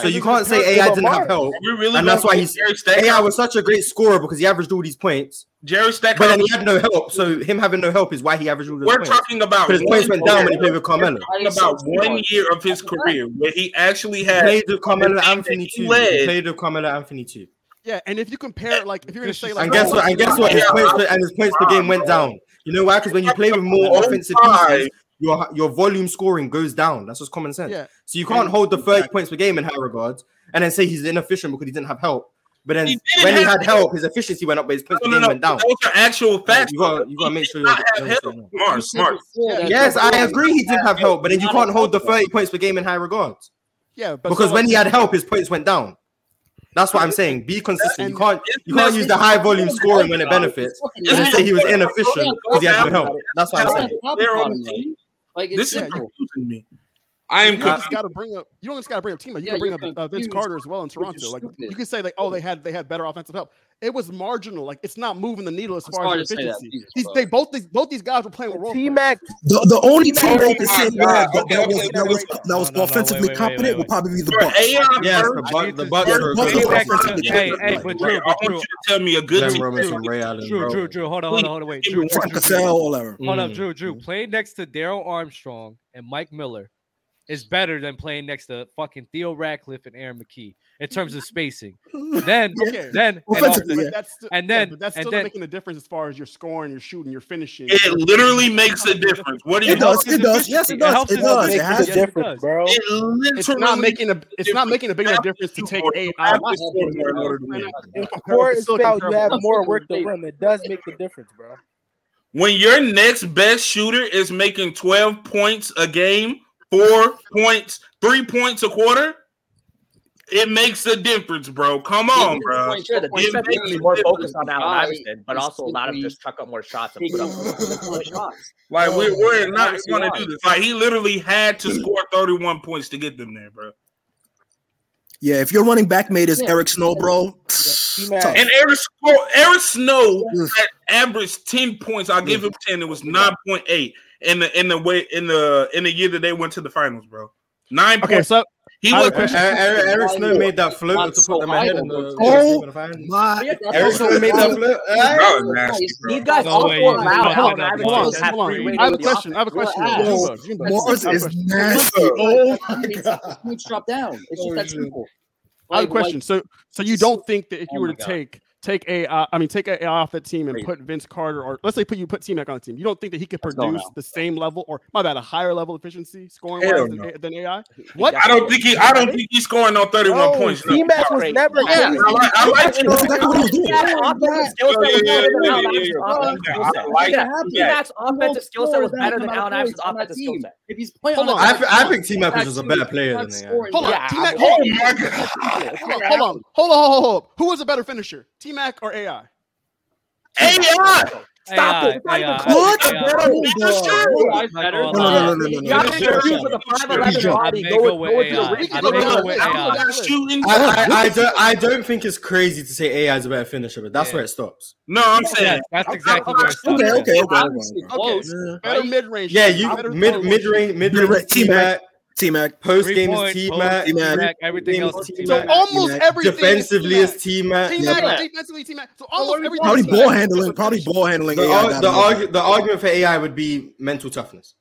S1: So you can't say AI didn't have help,
S11: You really
S1: and that's
S11: gonna
S1: why
S11: blame
S1: he's
S11: Jerry Stackhouse?
S1: AI was such a great scorer because he averaged all these points.
S11: Jerry Stackhouse,
S1: but then he had no help. So him having no help is why he averaged all those
S11: We're
S1: points.
S11: talking about
S1: But his points went down when he played with Carmelo.
S11: We're talking about one year of his career where he actually
S1: He
S11: had
S1: played with Carmelo
S11: the team
S1: Anthony
S11: that he
S1: too. He
S11: led.
S1: played with Carmelo Anthony too.
S3: Yeah, and if you compare it, like if you're gonna say like,
S1: And
S3: "Oh,
S1: guess what? And guess what? His points per, and his points per game went down. You know why? Because when you play with more offensive pieces, your your volume scoring goes down. That's just common sense.
S3: Yeah.
S1: So you can't hold the thirty points per game in high regards and then say he's inefficient because he didn't have help. But then
S11: didn't
S1: when he
S11: have
S1: had help, his efficiency went up, but his points per
S11: No,
S1: game
S11: no,
S1: went down.
S11: Those are actual facts.
S1: You gotta, you gotta make sure.
S11: not
S1: you're-
S11: have help. Smart, smart.
S1: Yes, I agree. He did have help, but then you can't hold the thirty points per game in high regards.
S3: yeah, but
S1: because
S3: so,
S1: when
S3: like,
S1: he had help, his points went down. That's what I'm saying. Be consistent. You can't you can't use the high volume scoring when it benefits and then say he was inefficient because he had no help. That's what I'm saying.
S11: They're on
S3: the
S11: team.
S18: Like
S3: it's
S11: this is
S3: simple.
S11: confusing me. I am
S3: you just
S11: confused.
S3: gotta bring up. You don't just gotta bring up Tima. You
S11: Yeah,
S3: can bring
S11: you
S3: up
S11: can-
S3: uh, Vince
S11: you-
S3: Carter as well in
S11: you're
S3: Toronto. Like
S11: stupid.
S3: you can say like, oh, they had they had better offensive help. It was marginal. Like it's not moving the needle as
S18: I'm
S3: far
S18: sorry
S3: as
S18: to say that.
S3: efficiency.
S18: Jesus
S3: These,
S18: Christ.
S3: they both these, both these guys were playing with T
S6: Mac.
S14: The, the only team that
S6: Oh
S14: could
S6: my
S14: say
S6: God.
S14: that, that,
S6: Okay,
S14: that
S6: okay,
S14: was,
S6: okay,
S14: that was,
S6: wait.
S14: that was offensively
S2: wait, wait,
S14: competent
S2: wait,
S14: would probably be the
S2: For
S14: Bucks.
S2: AI
S1: Yes,
S2: first,
S1: the
S2: I
S1: Bucks.
S2: need
S1: The
S2: to-
S1: Bucks
S2: Hey,
S1: were
S2: Bucks
S1: were
S2: are
S1: offensively
S2: offensive. Hey,
S1: competent.
S2: hey, but Drew,
S11: I want
S2: but
S11: you to tell me a good
S1: Glenn
S11: team.
S1: Robinson, Ray Allen,
S2: Drew,
S1: bro.
S2: Drew, Drew, hold on, hold on, hold on, wait. Drew, Drew,
S14: Frank
S2: Drew,
S14: Cassell,
S2: Drew.
S14: all over.
S2: Hold
S6: Mm.
S2: up, Drew, Drew. Playing next to Daryl Armstrong and Mike Miller is better than playing next to fucking Theo Ratcliffe and Aaron McKee in terms of
S3: *laughs*
S2: spacing. Then,
S3: Okay.
S2: then, and,
S3: Offensively,
S2: also-
S3: but that's still-
S2: and
S3: yeah,
S2: then,
S3: but that's
S2: and
S3: still
S2: then,
S3: making the difference as far as your scoring, your shooting, your finishing.
S11: It literally makes a difference. What do you
S3: It does,
S11: want?
S3: it does. Yes, it does.
S2: helps
S3: It
S2: his
S3: does. It
S2: efficiency.
S3: has a
S2: Yes, it
S3: difference,
S2: does.
S3: bro.
S11: It
S3: It's not
S11: literally
S3: making a. It's not making a big enough difference to take AI. out of
S11: have to score more in order to
S3: it.
S11: win.
S5: If the court is
S3: Still
S5: fouled, you
S3: comparable.
S5: have more work to run. It does make the difference, bro.
S11: When your next best shooter is making 12 points a game, four points, three points a quarter, it makes a difference, bro. Come on, bro.
S6: Sure, the
S11: It
S6: defense
S11: makes
S6: is
S11: a
S6: more
S11: difference.
S6: focused on Allen Iverson, but also allowed him to just chuck up more shots and put
S14: *laughs*
S6: up more shots.
S11: Like we're, we're not
S6: Obviously
S11: going
S6: why.
S11: to do this. Like he literally had to score 31 points to get them there, bro.
S14: Yeah, if your running back mate is Eric Snow, bro, tough.
S11: And Eric, Sco- Eric Snow had averaged 10 points. I'll give him 10. It was 9.8 in the in the way in the in the year that they went to the finals, bro. Nine
S3: Okay,
S11: points.
S3: so-
S11: he
S3: I
S11: was
S3: have a question.
S1: Eric, Eric, Eric Snow made that float to put them ahead in the.
S14: Oh
S1: my! Eric
S14: Eric
S1: Snow made that float.
S11: That was nasty, bro.
S6: These guys
S1: No
S6: also
S1: way, you
S6: allow
S1: just don't
S6: Allen
S1: have
S6: Iverson
S1: that
S6: to
S1: much.
S6: have
S1: Hold on.
S6: free reign
S3: I have
S6: over
S3: a
S6: the
S3: question. I have a
S6: offense.
S3: question.
S6: Your ass.
S3: Junebug, Junebug.
S14: Morris
S3: I have a
S14: is
S3: question.
S14: nasty. Oh my
S18: It's
S14: god!
S18: a huge drop down. It's just that simple.
S3: I have
S18: Like,
S3: a question.
S18: like-
S3: so, so you don't think that if you
S18: Oh
S3: were
S18: my
S3: to
S18: God.
S3: take take AI, I mean, take AI off that team and put Vince Carter, or let's say put you put T Mac on the team, you don't think that he could
S18: go
S3: produce
S18: now.
S3: the same level, or my bad, a higher level efficiency scoring
S11: Hell
S3: wise than,
S11: no.
S3: A- than AI? What?
S11: I don't think he. I don't think he's scoring no thirty-one
S3: No,
S11: points. no.
S3: T-Mac was
S11: Sorry.
S3: never-
S11: Yeah, I like. I like
S3: That's exactly what he was doing.
S11: Yeah,
S6: skill set was
S11: yeah,
S6: better than
S11: yeah,
S6: Allen
S11: yeah,
S6: Iverson's
S11: yeah.
S6: offensive
S11: Yeah,
S6: skill
S11: I
S6: set.
S11: like
S6: Yeah,
S11: that.
S6: T-Mac's offensive skill set was
S18: Scores that
S6: better than
S18: amount of
S6: Allen Iverson's
S18: points on that
S6: offensive skill
S18: team.
S6: set.
S18: If he's playing
S3: Hold
S18: on,
S3: on.
S18: the
S3: I th-
S1: I think T-Mac was just a better player than AI.
S3: Hold on,
S18: Yeah,
S3: T-Mac,
S18: I-
S3: hold,
S18: Oh my
S3: on, hold on, hold on, hold on, hold on, hold on. Who was a better finisher, T Mac or AI?
S11: AI.
S3: Stop it!
S14: What?
S3: No, no, no, no, no, no.
S6: Y'all think you're with a 5'11 body. Go with, go with your
S3: I think
S6: Go with
S3: I'll win
S6: your-
S3: AI.
S1: I, I, I don't. I don't think it's crazy to say AI is a better finisher, but that's where it stops.
S11: No, I'm saying
S2: that's exactly where it stops.
S1: Okay, okay, okay.
S18: Obviously close.
S3: Better mid range.
S1: Yeah, you mid mid range mid range T Mac.
S14: T Mac
S1: post
S2: Three
S1: game is
S2: point,
S1: T
S2: post,
S1: Mac,
S2: T-Mac, everything else is T-Mac.
S3: almost everything is
S1: defensively
S3: T-Mac.
S1: is T Mac.
S3: T Mac, defensively, T Mac. So almost everything.
S14: Probably
S3: is
S14: ball
S3: T-Mac.
S14: handling. Probably ball handling.
S1: The,
S14: AI
S1: ar-
S14: got
S1: the,
S14: him over.
S1: argu- the argument for AI would be mental toughness.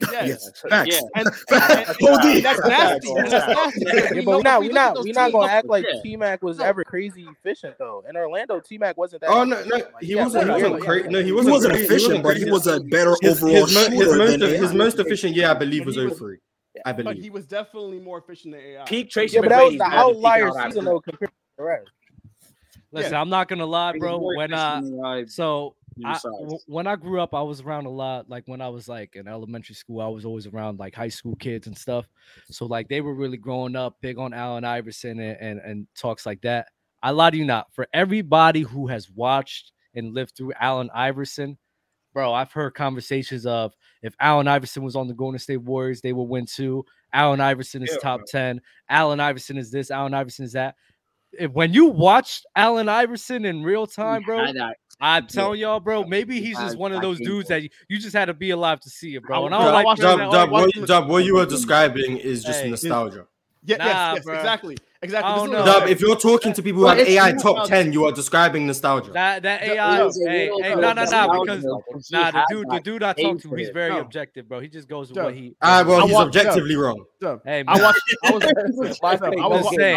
S14: *laughs* Yes,
S3: Yeah.
S14: facts.
S3: And-
S14: Facts.
S3: and-
S14: OD.
S3: and that's nasty. That's nasty.
S5: Yeah, but
S3: We know-
S5: we're not,
S3: we
S5: we're
S3: look at
S5: not,
S3: those
S5: we're not
S3: teams-
S5: gonna act like
S3: Yeah.
S5: T Mac was ever crazy efficient though. In Orlando, T Mac wasn't that.
S1: Oh no, no, he wasn't. He wasn't crazy. No, he wasn't.
S14: wasn't
S1: cra-
S14: efficient,
S1: wasn't
S14: but he
S1: crazy.
S14: was a better
S1: his,
S14: overall
S1: his, mo- his
S14: shooter
S1: most
S14: than
S1: his
S14: AI.
S1: most efficient year, I believe, was 03. I
S13: but
S1: believe.
S13: he was definitely more efficient than AI.
S6: Peak
S13: Tracy
S6: Tracy Yeah, but that was McGrady's the had to peak outlier
S13: I
S6: out season,
S13: don't
S6: though,
S1: *laughs*
S13: compare.
S2: Listen,
S13: Yeah.
S2: I'm not gonna lie,
S13: He's
S2: bro.
S13: more
S2: When I
S13: efficient
S2: so
S13: your
S2: I,
S13: size.
S2: w- when I grew up, I was around a lot. Like when I was like in elementary school, I was always around like high school kids and stuff. So like they were really growing up big on Allen Iverson and and, and talks like that. I lie to you not. For everybody who has watched and lived through Allen Iverson, bro, I've heard conversations of if Allen Iverson was on the Golden State Warriors, they would win too. Allen Iverson is
S19: Yeah,
S2: top ten. Allen Iverson is this. Allen Iverson is that. If, when you watched Allen Iverson in real time, bro,
S19: had that-
S2: I'm telling y'all, bro, maybe he's just
S19: I-
S2: one of
S19: I
S2: those
S19: hate
S2: dudes that you, you just had to be alive to see it, bro. And I
S1: Dub-
S2: don't like
S1: Dub,
S2: feeling that-
S1: Dub, what,
S2: Nah,
S1: Dub, what you were describing is just
S2: Hey.
S1: nostalgia.
S13: Yeah, yes, yes,
S2: bro.
S13: exactly, exactly.
S2: I
S13: This
S2: don't
S13: is what
S2: know.
S13: I'm
S1: Dub,
S13: saying.
S1: if you're talking to people who
S13: But
S1: have
S13: it's
S1: AI
S13: not
S1: top
S13: about-
S1: 10, you are describing nostalgia.
S2: That that
S13: No,
S2: AI,
S13: no,
S2: hey,
S13: no,
S2: hey,
S13: no,
S2: no, no,
S13: no,
S2: no,
S13: no,
S2: because
S13: no, no.
S2: nah,
S13: He
S2: the dude, the
S13: has
S2: dude I
S13: not
S2: talk to,
S13: paid
S2: he's
S13: for
S2: very
S13: it. No.
S2: objective, bro. He just goes with
S13: Dub.
S2: what he.
S13: Ah, well,
S2: I
S13: he's
S2: watch-
S13: objectively
S2: Dub.
S1: wrong.
S13: Dub.
S2: Hey,
S13: I watch-
S2: man.
S13: I was- I
S2: Listen,
S13: was watching- I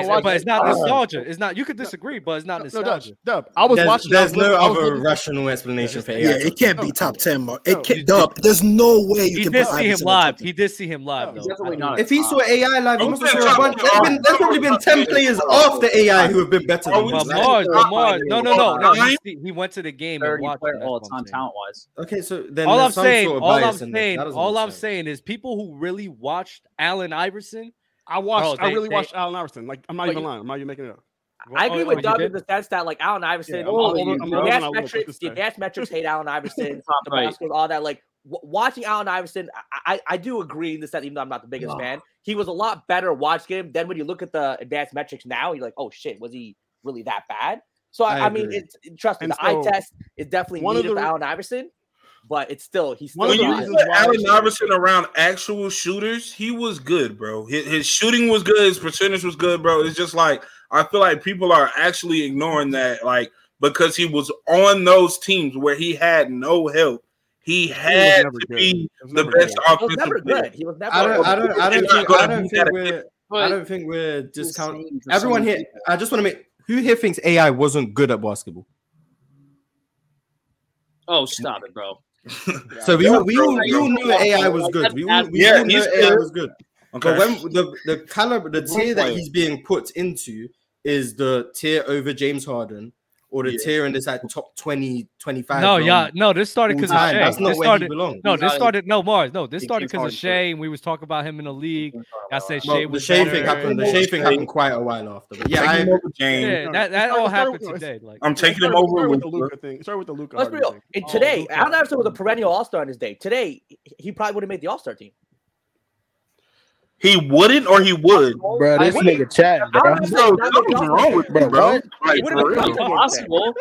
S13: watched-
S2: but it's not
S13: I-
S2: nostalgia. It's not. You could disagree, but it's not
S13: No, Dub,
S2: nostalgia.
S13: Dub, I was
S1: there's,
S13: watching. I
S1: There's
S13: was
S1: no
S13: looking- I was
S1: other
S13: looking-
S1: rational explanation for AI.
S14: Yeah, it can't be top ten, bro. It can't. Dub, there's no way you
S2: He
S14: can
S2: did
S14: put
S2: see him
S14: Iverson in top
S2: live. He did see him live, though. I-
S1: If he saw AI live, he must have saw a bunch. There's, been, there's probably been 10 players after AI who have been better than
S2: But
S1: him.
S2: Mars, but Mars, no, no, no, no. He, see- he went to the game and watched it.
S18: all time talent wise.
S1: Okay, so then
S2: all
S1: there's
S2: I'm
S1: some
S2: saying,
S1: sort of
S2: all I'm
S1: bias in this.
S2: saying,
S1: That doesn't
S2: all
S1: make
S2: I'm
S1: sense.
S2: saying is people who really watched Allen Iverson.
S13: I watched. I really watched Allen Iverson. Like I'm not
S2: But
S13: even
S2: you-
S13: lying. I'm not even making it up.
S6: I agree
S13: Oh,
S6: with
S13: you
S6: Doug
S13: did?
S6: in the sense that like Allen Iverson,
S13: Yeah, I'm
S6: all
S13: older
S6: the,
S13: than you,
S6: the
S13: bro. I'm
S6: advanced
S13: older than I look,
S6: metrics, the
S13: but this
S6: advanced metrics hate
S13: *laughs*
S6: Allen Iverson, the
S18: Right.
S6: basketball, all that. Like w- watching Allen Iverson, I, I I do agree in the sense, even though I'm not the biggest
S18: Nah.
S6: fan, he was a lot better watching him. Then when you look at the advanced metrics now, you're like, oh shit, was he really that bad? So I,
S13: I
S6: I, mean,
S13: agree.
S6: it's trust me,
S13: And
S6: the eye
S13: so,
S6: test is definitely
S13: one of
S6: needed
S13: the
S6: for
S13: re-
S6: Allen Iverson, but it's still he's still
S11: When you
S6: not-
S11: put Allen Iverson around actual shooters, he was good, bro. His, his shooting was good. His percentage was good, bro. It's just like I feel like people are actually ignoring that, like because he was on those teams where he had no help. He had
S13: never
S11: to
S13: good.
S11: be
S13: He was
S11: the
S13: never
S11: best
S13: good.
S11: offensive. player.
S1: I don't, I don't, I don't
S11: It's not
S1: think,
S11: gonna
S1: I don't
S11: be
S1: think
S11: that
S1: we're, I
S11: But-
S1: don't think we're discounting
S11: for so
S1: everyone
S11: many
S1: here. I just want to make who here thinks AI wasn't good at basketball.
S18: Oh, stop it, bro.
S1: So we all, we all, we all knew AI was good. We all, we all knew AI was good. But when the the caliber, the tier that he's being put into is the tier over James Harden or the tier in this like top 20, 25.
S2: No,
S1: realm.
S2: yeah, no. This started because of
S1: All-time.
S2: Shea.
S1: That's not
S2: this
S1: where he
S2: started,
S1: belongs.
S2: No, this
S1: He's-
S2: started. No, Mars. No, this
S1: He
S2: started
S1: keeps
S2: because
S1: hard
S2: of Shea, and we was talking about him in the league. I said
S1: Well,
S2: Shea
S1: the
S2: was
S1: Shea
S2: better.
S1: thing happened. The Shea thing happened quite a while after. But yeah, I,
S11: Taking over James.
S2: Yeah, that, that all happened today. Like
S11: I'm taking him
S6: started-
S11: over
S6: started with
S11: with
S6: the
S13: Luka thing. Start with the Luka.
S6: Let's be real. And today, Allen Iverson was a perennial All Star in his day. Today, he- he probably would have made the All Star team.
S11: He wouldn't or he would.
S16: Bro, this nigga chatting, bro.
S11: Bro, something's wrong with you,
S16: Bro,
S11: bro.
S16: what?
S11: Like,
S16: What
S11: for
S16: about
S11: real.
S16: Tom Possible.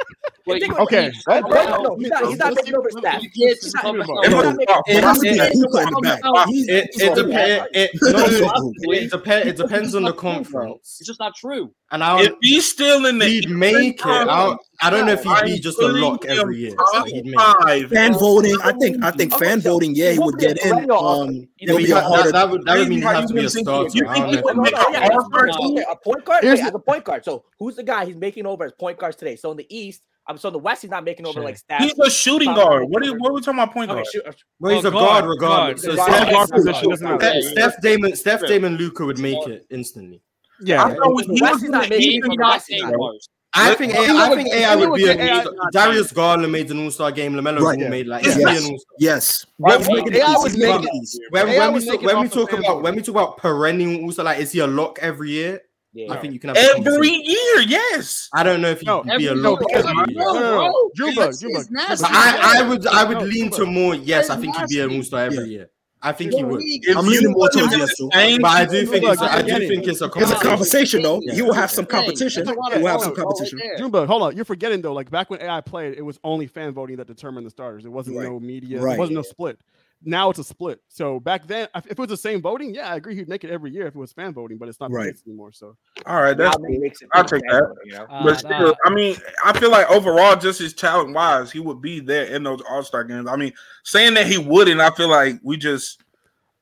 S16: Wait,
S6: Think about
S16: okay,
S6: it.
S16: that-
S6: No,
S16: that-
S6: no, he's not, he's not making over stats.
S16: you
S6: He's
S16: can't
S6: not-
S16: talk
S6: he's
S16: about-
S6: not
S16: It-
S6: making
S1: it- it-
S6: over
S1: it-
S6: stats.
S1: It, it,
S16: He's-
S1: depe- it,
S16: he's-
S1: no,
S16: he's-
S1: it, depe- it depends on the conference.
S16: It's just not true.
S1: And I'll,
S11: if he's still in the
S1: he'd make it. I'll, I don't know if he'd be just a lock every year. but he'd make it.
S14: Fan voting, I think. I think fan voting. Yeah, he would get in. Um,
S1: Yeah,
S14: it'll
S1: but
S14: be a
S1: that-
S14: harder.
S1: that would- that would mean he'd have to be a starter. I don't know if he'd make it.
S6: Okay, a point guard
S1: Here's
S6: Wait, as a point guard. So who's the guy he's making over as point guards today? So in the East, I'm so in the West, he's not making over like stats.
S11: He's a shooting guard. What are, what are we talking about point
S6: Okay,
S11: guard?
S6: shoot-
S1: Well, he's
S6: Oh,
S1: a guard,
S6: guard,
S1: regardless.
S6: guard.
S1: So
S6: Guard
S1: Steph,
S6: guard position doesn't
S1: Steph,
S6: matter.
S1: Steph Damon, Steph Damon, Luca would make it instantly.
S13: Yeah.
S11: I thought he was in the
S6: making
S11: East
S6: it
S11: and
S6: from the
S11: not
S6: West, he's
S11: in
S6: not.
S11: the West.
S1: I think
S11: Let-
S1: AI, I think
S11: let-
S1: AI
S11: let-
S1: would be
S11: let-
S1: an all-star. Darius Garland made an all-star game. Lamelo
S14: Right.
S1: Ball made like
S14: Yes.
S1: he'd be an
S14: Yes.
S1: all-star.
S14: Yes.
S1: When
S14: Right.
S1: we-
S14: Right. AI was making these.
S1: when,
S14: AI
S1: when we
S14: was
S1: talk,
S14: making
S1: when we
S14: off
S1: talk
S14: the
S1: about when we talk about perennial also like is he a lock every year? I think you can have a
S11: Every
S1: conversation.
S11: year, yes.
S1: I don't know if he'd
S11: No,
S1: be a
S11: every-
S1: lock
S11: no,
S1: every
S11: no,
S1: year.
S11: no, no. Drew Bug,
S1: But
S11: Drew Bug.
S1: I, I would I would lean to more yes, I
S11: It's
S1: think he'd be an all-star every year. I think he would.
S11: If I'm leaning you more towards wanted yes, to though. change-
S1: But I do think it's a, I do
S13: Look,
S1: think it's a
S14: It's a
S1: conversation.
S14: conversation, though.
S1: Yeah.
S14: You will have some
S13: Hey,
S14: competition.
S13: that's a lot
S14: You
S13: of-
S14: will have
S13: hold
S14: some
S13: on, hold on,
S14: competition.
S13: there. Junebug, hold on. You're forgetting though. Like back when AI played, it was only fan voting that determined the starters. It wasn't no media. It
S14: Right.
S13: wasn't no split. Now it's a split. So back then, if if it was the same voting, yeah, I agree. He'd make it every year if it was fan voting, but it's not the
S14: Right.
S13: case anymore. So
S11: All right, that's
S13: Now
S11: cool.
S13: makes it
S11: I'll
S13: feel
S11: take
S13: better,
S11: that.
S13: you know?
S11: But
S13: Uh,
S11: still,
S13: nah.
S11: I mean, I feel like overall, just his talent wise, he would be there in those All Star games. I mean, saying that he wouldn't, I feel like we just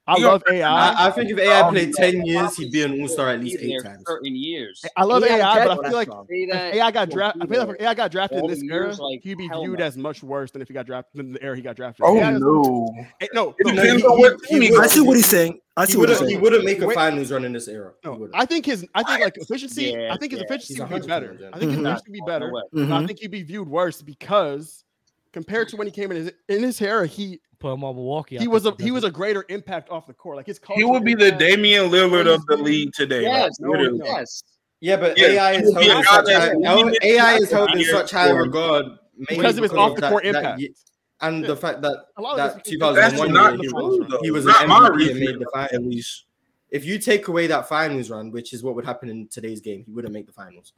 S11: Um,
S13: I love AI.
S1: I, I think if AI played ten years, he'd be an all star at least
S18: Been
S1: eight
S18: there
S1: times.
S18: certain years.
S13: I love
S18: Yeah,
S13: AI, but I
S18: that's
S13: feel like
S18: wrong.
S13: if
S18: Say
S13: AI got
S18: that,
S13: drafted. I
S18: you'll
S13: feel like
S18: do
S13: if AI got drafted in
S18: All
S13: this
S18: the
S13: era,
S18: years, like,
S13: he'd be
S18: hell
S13: viewed
S18: no.
S13: as much worse than if he got drafted than the era he got drafted.
S1: Oh,
S13: AI is-
S1: no.
S13: Eh, no,
S1: It
S13: no,
S1: depends
S13: he-
S1: on what
S13: he-
S1: team
S13: he
S1: he was.
S13: would-
S1: I see what he's saying. I see
S13: he
S1: what he's
S13: wouldn't-
S1: saying. he wouldn't make a
S13: Wait,
S1: finals run in this era. He wouldn't.
S13: I think his I think like efficiency. I think his
S1: Yeah,
S13: efficiency
S1: he's
S13: would be
S1: 100%
S13: better.
S1: legit.
S13: I think his
S1: Mhm.
S13: efficiency would be better.
S1: way.
S13: but I
S1: Mhm.
S13: think he'd be viewed worse because compared to when he came in his, in his era, he
S2: Put him on Milwaukee. I
S13: he
S2: think
S13: was
S2: he
S13: a he was a greater impact off the court. Like his
S11: He
S13: culture
S11: would be the
S13: impact-
S11: Damian Lillard of the league today. like,
S13: Yes, no,
S11: literally. *laughs*
S13: yes.
S1: Yeah, but
S11: Yeah,
S1: AI
S11: he
S1: is
S11: would be
S1: held
S11: a
S1: in
S11: guy
S1: such
S11: that
S1: high,
S11: we
S1: L-
S11: miss
S1: AI
S11: like
S1: is held in
S11: years
S1: such high
S11: for.
S1: regard mainly
S13: Because of his
S1: that-
S13: off-the-court
S1: that
S13: impact.
S1: ye- and the fact that
S13: A lot of
S1: that
S13: this is-
S1: 2001
S13: That's
S1: year,
S13: not
S1: he
S13: true,
S1: was,
S13: though.
S1: he was an
S13: Not my
S1: MVP and
S13: reason,
S1: made the
S11: finals.
S1: If you take away that finals run, which is what would happen in today's game, he wouldn't make the finals.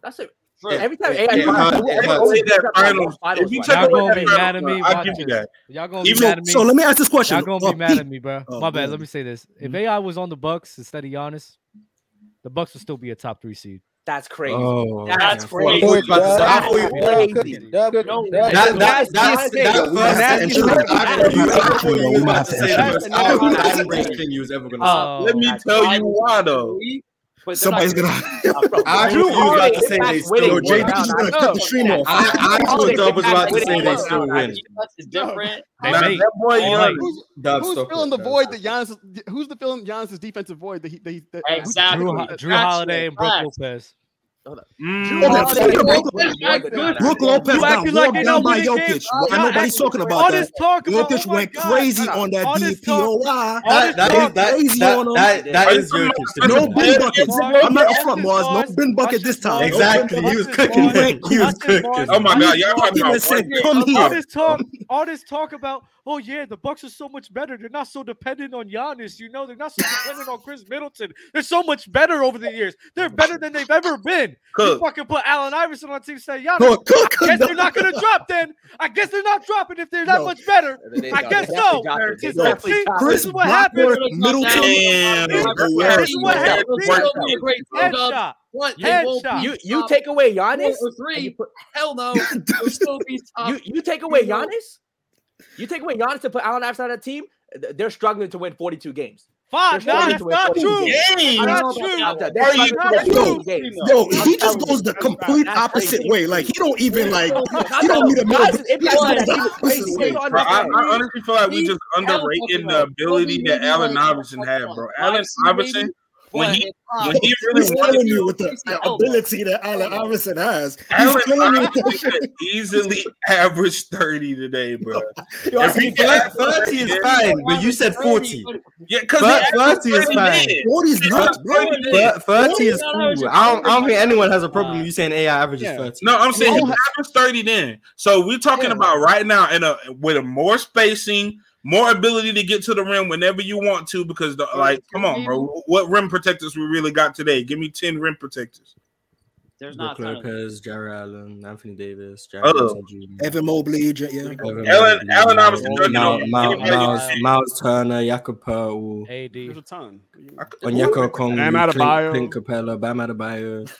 S6: That's it.
S1: Sure.
S6: Every time AI,
S1: Yeah, yeah, but-
S6: everyone
S1: but-
S6: always
S1: Say that
S6: brings up that
S1: finals-
S6: one finals
S1: if you
S6: run.
S1: take
S2: Y'all
S1: away
S2: gonna
S1: that
S2: be
S1: final
S2: mad at me.
S1: run, I'll
S2: Watch
S1: give you
S2: this.
S1: that.
S2: Y'all gonna
S1: Even-
S2: be mad at me.
S1: so let me ask this question.
S2: Y'all gonna
S1: Oh,
S2: be mad at
S1: Pete.
S2: me, bro.
S1: Oh,
S2: My
S1: go
S2: bad.
S1: ahead.
S2: Let me say this: if AI was on the Bucks instead of Giannis, the Bucks would still be a top three seed.
S6: That's crazy.
S2: Oh,
S6: That's
S2: yeah.
S6: crazy.
S2: Thought you was about to say- I
S6: That's
S2: thought you was about to
S6: crazy. No,
S1: That-
S6: that's-
S1: that-
S6: that's-
S1: that's-
S6: that's-
S1: that
S6: that's-
S1: first
S6: that's-
S1: entry,
S6: that's-
S1: I
S6: that's-
S1: thought you- I
S6: that's-
S1: thought you was about to say the most
S6: that's-
S1: arrogant,
S6: that's-
S1: hand-waving thing you was ever gonna say.
S6: Oh,
S11: Let me
S6: that's-
S11: tell you why though.
S6: But
S11: Somebody's gonna.
S1: I
S6: Drew
S1: thought you was about
S6: Holiday
S1: to say they
S6: impacts
S1: still
S6: winning
S1: win.
S6: one round. I know.
S1: I, I
S6: Holiday
S1: thought Dub was about to
S6: impacts
S1: say
S6: winning
S1: they
S6: one
S1: still
S6: round.
S1: win.
S18: It's different.
S1: Nah, that boy young.
S13: Who's,
S1: Dub,
S13: who's
S1: stop
S13: filling
S1: it,
S13: the
S1: Dub.
S13: void that Giannis? Who's the filling Giannis's defensive void that he that he that,
S18: Exactly.
S2: Drew, Ho-
S18: That's
S2: Drew Holiday
S18: it.
S2: and Brooke
S18: Facts.
S2: Lopez.
S18: Drew Holiday and Brooke Lopez.
S2: Brooke
S18: Lopez
S2: you
S18: got
S2: acting like
S18: walled
S2: they
S18: down
S2: don't
S18: by
S2: win
S18: Jokic.
S2: games.
S18: Why
S2: Y'all
S18: nobody's
S2: acting-
S18: talking about
S2: all
S18: that?
S2: This talk about,
S18: Jokic
S2: oh my
S18: went
S2: God.
S18: crazy
S2: Hold
S18: on that
S2: all this talk-
S18: DPOY.
S2: all
S1: That,
S2: this
S1: that,
S2: talk-
S1: is, that,
S18: crazy
S1: that,
S18: on him.
S1: that, that
S18: Are
S1: is
S18: you-
S1: Jokic.
S18: No bin bucket. I'm not
S1: front, Mars. No bin bucket this
S18: time.
S1: Exactly. He was cooking. He was cooking.
S11: Oh my god, y'all talking about one-
S2: all this talk, all this talk about, oh yeah, the Bucks are so much better. They're not so dependent on Giannis. You know, they're not so dependent on Chris Middleton. They're so much better over the years. They're better than they've ever been. You
S11: Cook.
S2: fucking put Allen Iverson on the team. Say Giannis.
S11: Cook, cook,
S2: I
S11: cook,
S2: guess
S11: no.
S2: they're not gonna drop. Then I guess they're not dropping if they're that
S11: No.
S2: much better.
S11: They-
S2: I
S11: they
S2: guess
S11: definitely
S2: so.
S11: dropped it. They
S2: It's
S11: definitely
S2: see,
S11: dropped
S2: this
S11: it.
S2: is what
S11: Brock
S2: happened.
S11: Porter, Middleton. Damn,
S2: This
S11: Gobert.
S2: this is what
S11: That
S2: happened.
S11: was worth it.
S2: Great
S18: Dub.
S2: headshot.
S18: What?
S2: Headshot.
S6: You you take away Giannis
S18: Four or
S6: and
S18: three?
S6: you put-
S2: *laughs*
S18: Hell no. You'll still be top.
S6: You you take away Giannis, you take away Giannis to put Allen Iverson on that team. th- They're struggling to win 42 games.
S2: Five,
S6: They're
S2: nah,
S6: struggling
S2: that's
S6: to win
S2: not
S6: 42
S2: true.
S6: games.
S2: That's
S6: I
S2: not
S6: don't know about
S2: true.
S6: that. They're
S2: Are you
S6: struggling
S2: not
S6: to win
S2: true?
S6: 42 games.
S14: Yo,
S6: I'm
S14: he just
S6: telling
S14: goes the complete opposite way. Like he don't even like he
S6: no,
S14: don't need a middle.
S6: Giannis' impact on that team is crazy. They don't
S11: Bro, I,
S6: understand.
S11: I honestly feel like we just underrating the ability that Allen Iverson had, bro. Allen Iverson, when he when
S14: *laughs*
S11: he really
S14: He's
S11: wanted
S14: killing
S11: to,
S14: you with the ability that Allen Iverson has. He's
S11: Allen
S14: killing you with the
S11: Iverson could easily average thirty today, bro.
S1: Yo,
S11: If he
S1: see,
S11: could
S1: thir-
S11: average
S1: 30 is
S11: 30,
S1: fine, but you said 40.
S11: Yeah, because
S1: Thir- 30 is fine. Thir- 30 is cool. I don't, I don't think anyone has a problem with you saying AI averages 30.
S11: No, I'm saying average thirty. Then, so we're talking about right now, in a with a more spacing, more ability to get to the rim whenever you want to. Because the, like, come on, bro, what rim protectors we really got today? Give me ten rim protectors.
S18: There's not
S1: Brook
S18: a ton of
S1: Lopez, Jared Allen, Anthony Davis, Jared
S11: Uh-oh.
S1: Johnson Jr.
S14: Evan Mobley, J- yeah.
S1: Evan
S11: Allen-
S1: Mobley,
S11: Allen Iverson
S1: Miles-
S11: dunking on
S1: Miles-
S11: anybody you
S1: Miles-
S11: think.
S1: Miles Turner, Jakob Pertl,
S2: AD.
S13: There's a ton.
S1: Onyeka
S13: Bam
S1: Okongwu,
S13: Adebayo.
S1: Clint, Clint Capella, Bam Adebayo.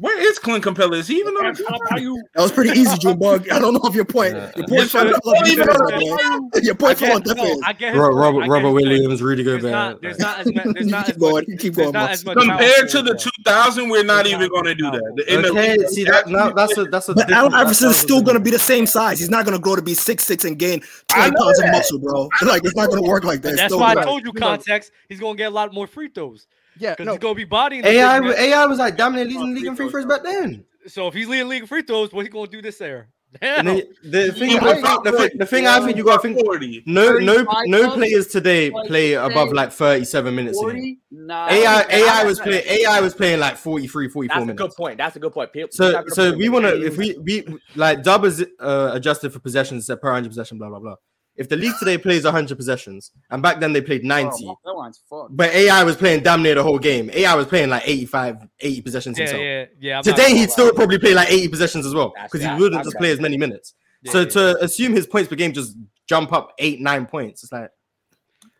S11: Where is Clint Capella? Is he even on the team?
S14: That was pretty easy,
S18: *laughs*
S14: Joe Bug. I don't know if your point. Your point fell on defense, man. *laughs* Your
S2: I
S14: point fell on
S2: get, no,
S14: defense.
S2: I get his point. I get
S1: Ro- Robert, Robert
S2: his point.
S1: Williams, Rudy
S2: There's
S1: Gobert.
S2: not, there's not as much. There's not as
S14: going,
S2: much.
S14: you keep
S2: There's
S14: going,
S2: not
S14: Marcus.
S2: as much.
S11: Compared
S2: talent.
S11: to the 2000, we're not even going to do that. The- in the-
S1: Okay, see that now that's a that's a
S14: But Allen
S1: different.
S14: Iverson's still going to be the same size. He's not going to grow to be six six and gain
S11: I
S14: twenty
S11: know
S14: pounds of
S11: that.
S14: muscle, bro. *laughs* Like it's not going to work like that.
S2: But
S14: It's
S2: that's
S14: still
S2: why I
S14: gonna-
S2: told you context. He's gonna get a lot more free throws.
S13: Yeah,
S2: because he's gonna be bodying. the
S1: AI
S2: big man.
S1: AI was like dominant leading the league in free throws back then.
S2: So if he's leading league in free throws, what he gonna do this year?
S1: And
S2: Damn.
S1: then the thing, I think, the, thing, the thing I think you got to think no no no players today play above like 37 minutes. in a game.
S6: 40? Nah.
S1: AI AI was playing AI was playing like 43 44
S6: That's a
S1: minutes.
S6: good point. That's a good point. People- people
S1: So
S6: have to
S1: so
S6: remember
S1: we
S6: that.
S1: want to if we we like dub is uh, adjusted for possessions set per 100 possession blah blah blah. If the league today plays 100 possessions and back then they played 90,
S18: Oh, that line's fucked.
S1: but AI was playing damn near the whole game. AI was playing like 85 80 possessions
S2: Yeah,
S1: himself.
S2: yeah, yeah, I'm not
S1: Today
S2: gonna
S1: he'd still probably play like 80 possessions as well because he
S2: that-
S1: wouldn't
S2: I'm
S1: just
S2: right.
S1: play as many minutes.
S2: Yeah,
S1: so
S2: yeah,
S1: to assume his points per game just jump up eight nine points, it's like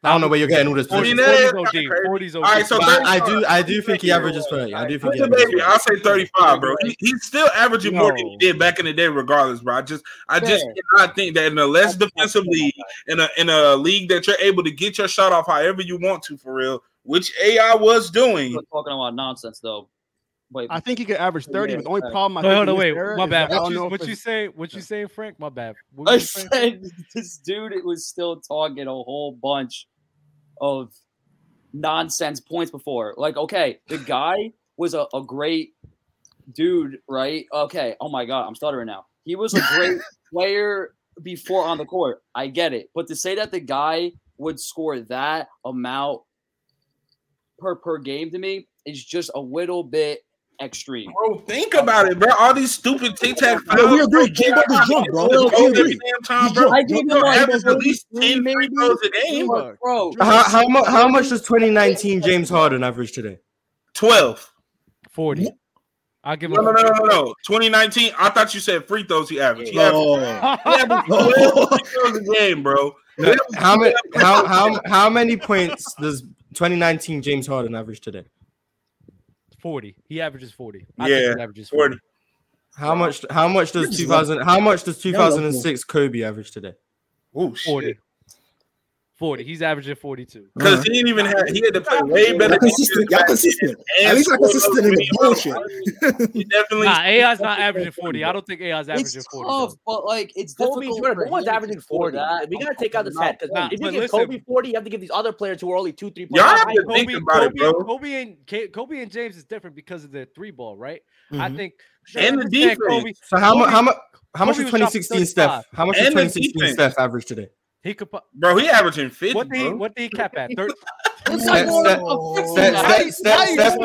S1: I don't know where you're getting all this.
S11: I mean,
S1: footage.
S11: that is kinda crazy. All right, so
S1: But I do.
S11: 35.
S1: I do think he averages thirty. I do think he
S11: Put the
S1: averages.
S11: baby. I'll say 35, bro. He, he's still averaging more than he did back in the day, regardless, bro. I just I just cannot think that in a less defensive league, in a in a league that you're able to get your shot off however you want to for real, which AI was doing.
S19: talking about nonsense though. Wait,
S13: I think he could average 30, but the only
S19: Yeah.
S13: problem I
S19: Wait,
S13: think
S19: hold
S13: in
S19: on,
S13: this
S19: wait,
S13: era
S19: my
S13: is
S19: bad.
S13: that I
S19: What
S13: don't
S19: you-
S13: know if
S19: what you
S13: it's-
S19: say? What you say, Frank? My bad. What
S13: I
S19: you say?
S20: *laughs* this dude it was still talking a whole bunch of nonsense points before. Like, okay, the guy was a, a great dude, right? Okay. Oh my god, I'm stuttering now. He was a great player before on the court. I get it. But to say that the guy would score that amount per per game to me is just a little bit extreme.
S11: Bro, think about it, bro. All these stupid tic tac.
S20: No, we agree. J-Bo is drunk, bro. We agree.
S11: Damn time,
S20: He's
S11: bro.
S20: drunk. I give him
S11: Bro,
S20: like
S11: average
S20: those
S11: at least 10 free throws a game, Uh-huh.
S20: bro.
S1: How, how, mu- how much does 2019 James Harden average today?
S11: 12.
S2: 40. I give
S11: No, no, no, no, no. 2019. I thought you said free throws. He averaged. He
S1: Oh.
S11: averaged, he averaged 12 free
S1: *laughs*
S11: throws a game, bro.
S1: No, how, many, how, how, how many points does 2019 James Harden average today?
S2: 40. He averages 40.
S1: Yeah,
S2: he averages
S1: 40. How much? How much does 2000? How much does 2006 Kobe average today?
S11: Oh,
S2: 40. 40. He's averaging 42.
S11: Because he didn't even have. He had to play way better.
S2: Y'all
S11: defense
S2: consistent,
S11: back then
S2: y'all consistent.
S11: and
S2: At least y'all
S11: scored
S2: consistent
S11: those
S2: in the
S11: many
S2: bullshit.
S11: points. He definitely.
S2: Nah, AI's not averaging 40. I don't think AI's averaging 40.
S20: tough, Oh, but like it's
S6: Kobe
S20: difficult.
S6: Jordan,
S20: for
S6: no one's
S20: him to
S6: averaging
S20: score
S6: 40.
S20: that.
S6: We gotta
S20: I'm
S6: take out the
S20: talking
S6: set because
S20: about-
S6: if you
S2: but
S6: give
S2: listen-
S6: Kobe 40, you have to give these other players who are only two, three
S2: Y'all
S6: points.
S2: have
S6: behind
S2: to
S6: him.
S2: think about it, bro. Kobe and Ka- Kobe and James is different because of the three ball, right? I
S1: Mhm.
S2: think.
S1: And
S2: I
S1: the
S2: understand
S1: defense. So how mu- how mu- how much
S2: Kobe was dropping
S1: is 2016 Steph?
S2: 35.
S1: How much is 2016 Steph average today?
S2: He could, pu-
S11: Bro, he averaging 50.
S2: What did he,
S11: bro.
S2: what did he cap at? Thir-
S1: Steph- Steph- Steph- Steph- Steph- Steph- Hey, Steph, Steph, Steph in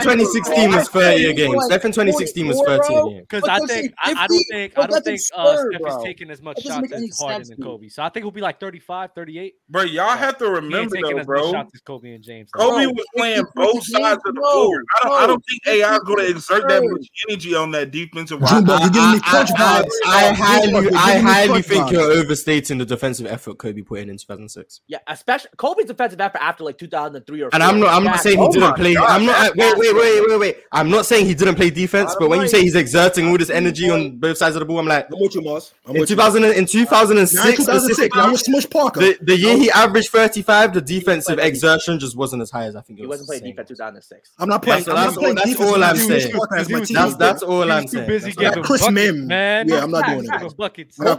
S1: 2016 was 30 a game. Steph in 2016 was 30 a game.
S2: Because I think I, I don't think I don't think uh, Steph is taking as much
S19: That doesn't
S2: shots
S19: make any
S2: as Harden
S19: sense,
S2: and
S19: dude.
S2: Kobe. So I think he'll be like 35, 38.
S11: Bro, y'all have to
S2: He ain't
S11: remember
S2: taking
S11: though,
S2: as much
S11: bro.
S2: shots as Kobe and James.
S11: Kobe was playing both sides of the floor. I don't, I don't think AI is going to exert that much energy on that defensive line.
S1: Jumbo, you're giving me
S14: crunch
S1: I,
S14: vibes.
S1: I highly, I highly
S6: crunch
S1: think
S6: vibes.
S1: you're overstating the defensive effort Kobe put in in 2006.
S6: Yeah, especially Kobe's defensive effort after like 2003 or
S1: And I'm not, I'm not saying
S6: oh
S1: he didn't play. I'm not. uh, Wait, wait, wait, wait, wait. I'm not saying he didn't play defense, but when you say he's exerting all this energy on both sides of the ball, I'm like, I'm
S14: with you, Moss.
S1: In 2000, in 2006,
S14: 2006.
S1: specifically,
S14: Now you're Smush Parker.
S1: The, the year he averaged 35, the defensive exertion just wasn't as high as I think it
S6: He
S1: was.
S6: wasn't playing defense 2006.
S14: I'm not playing.
S1: That's-
S14: I'm
S1: that's
S14: not
S1: all-
S14: playing
S1: that's
S14: defense
S1: all
S14: when
S1: I'm
S14: you
S1: saying.
S14: score as my
S1: That's-
S14: team.
S1: that's all
S14: He was
S1: I'm
S14: too
S1: saying.
S14: busy
S1: That's
S14: giving
S1: all I'm
S14: Chris
S1: saying.
S14: Mim. Man, Yeah, I'm not doing that. I got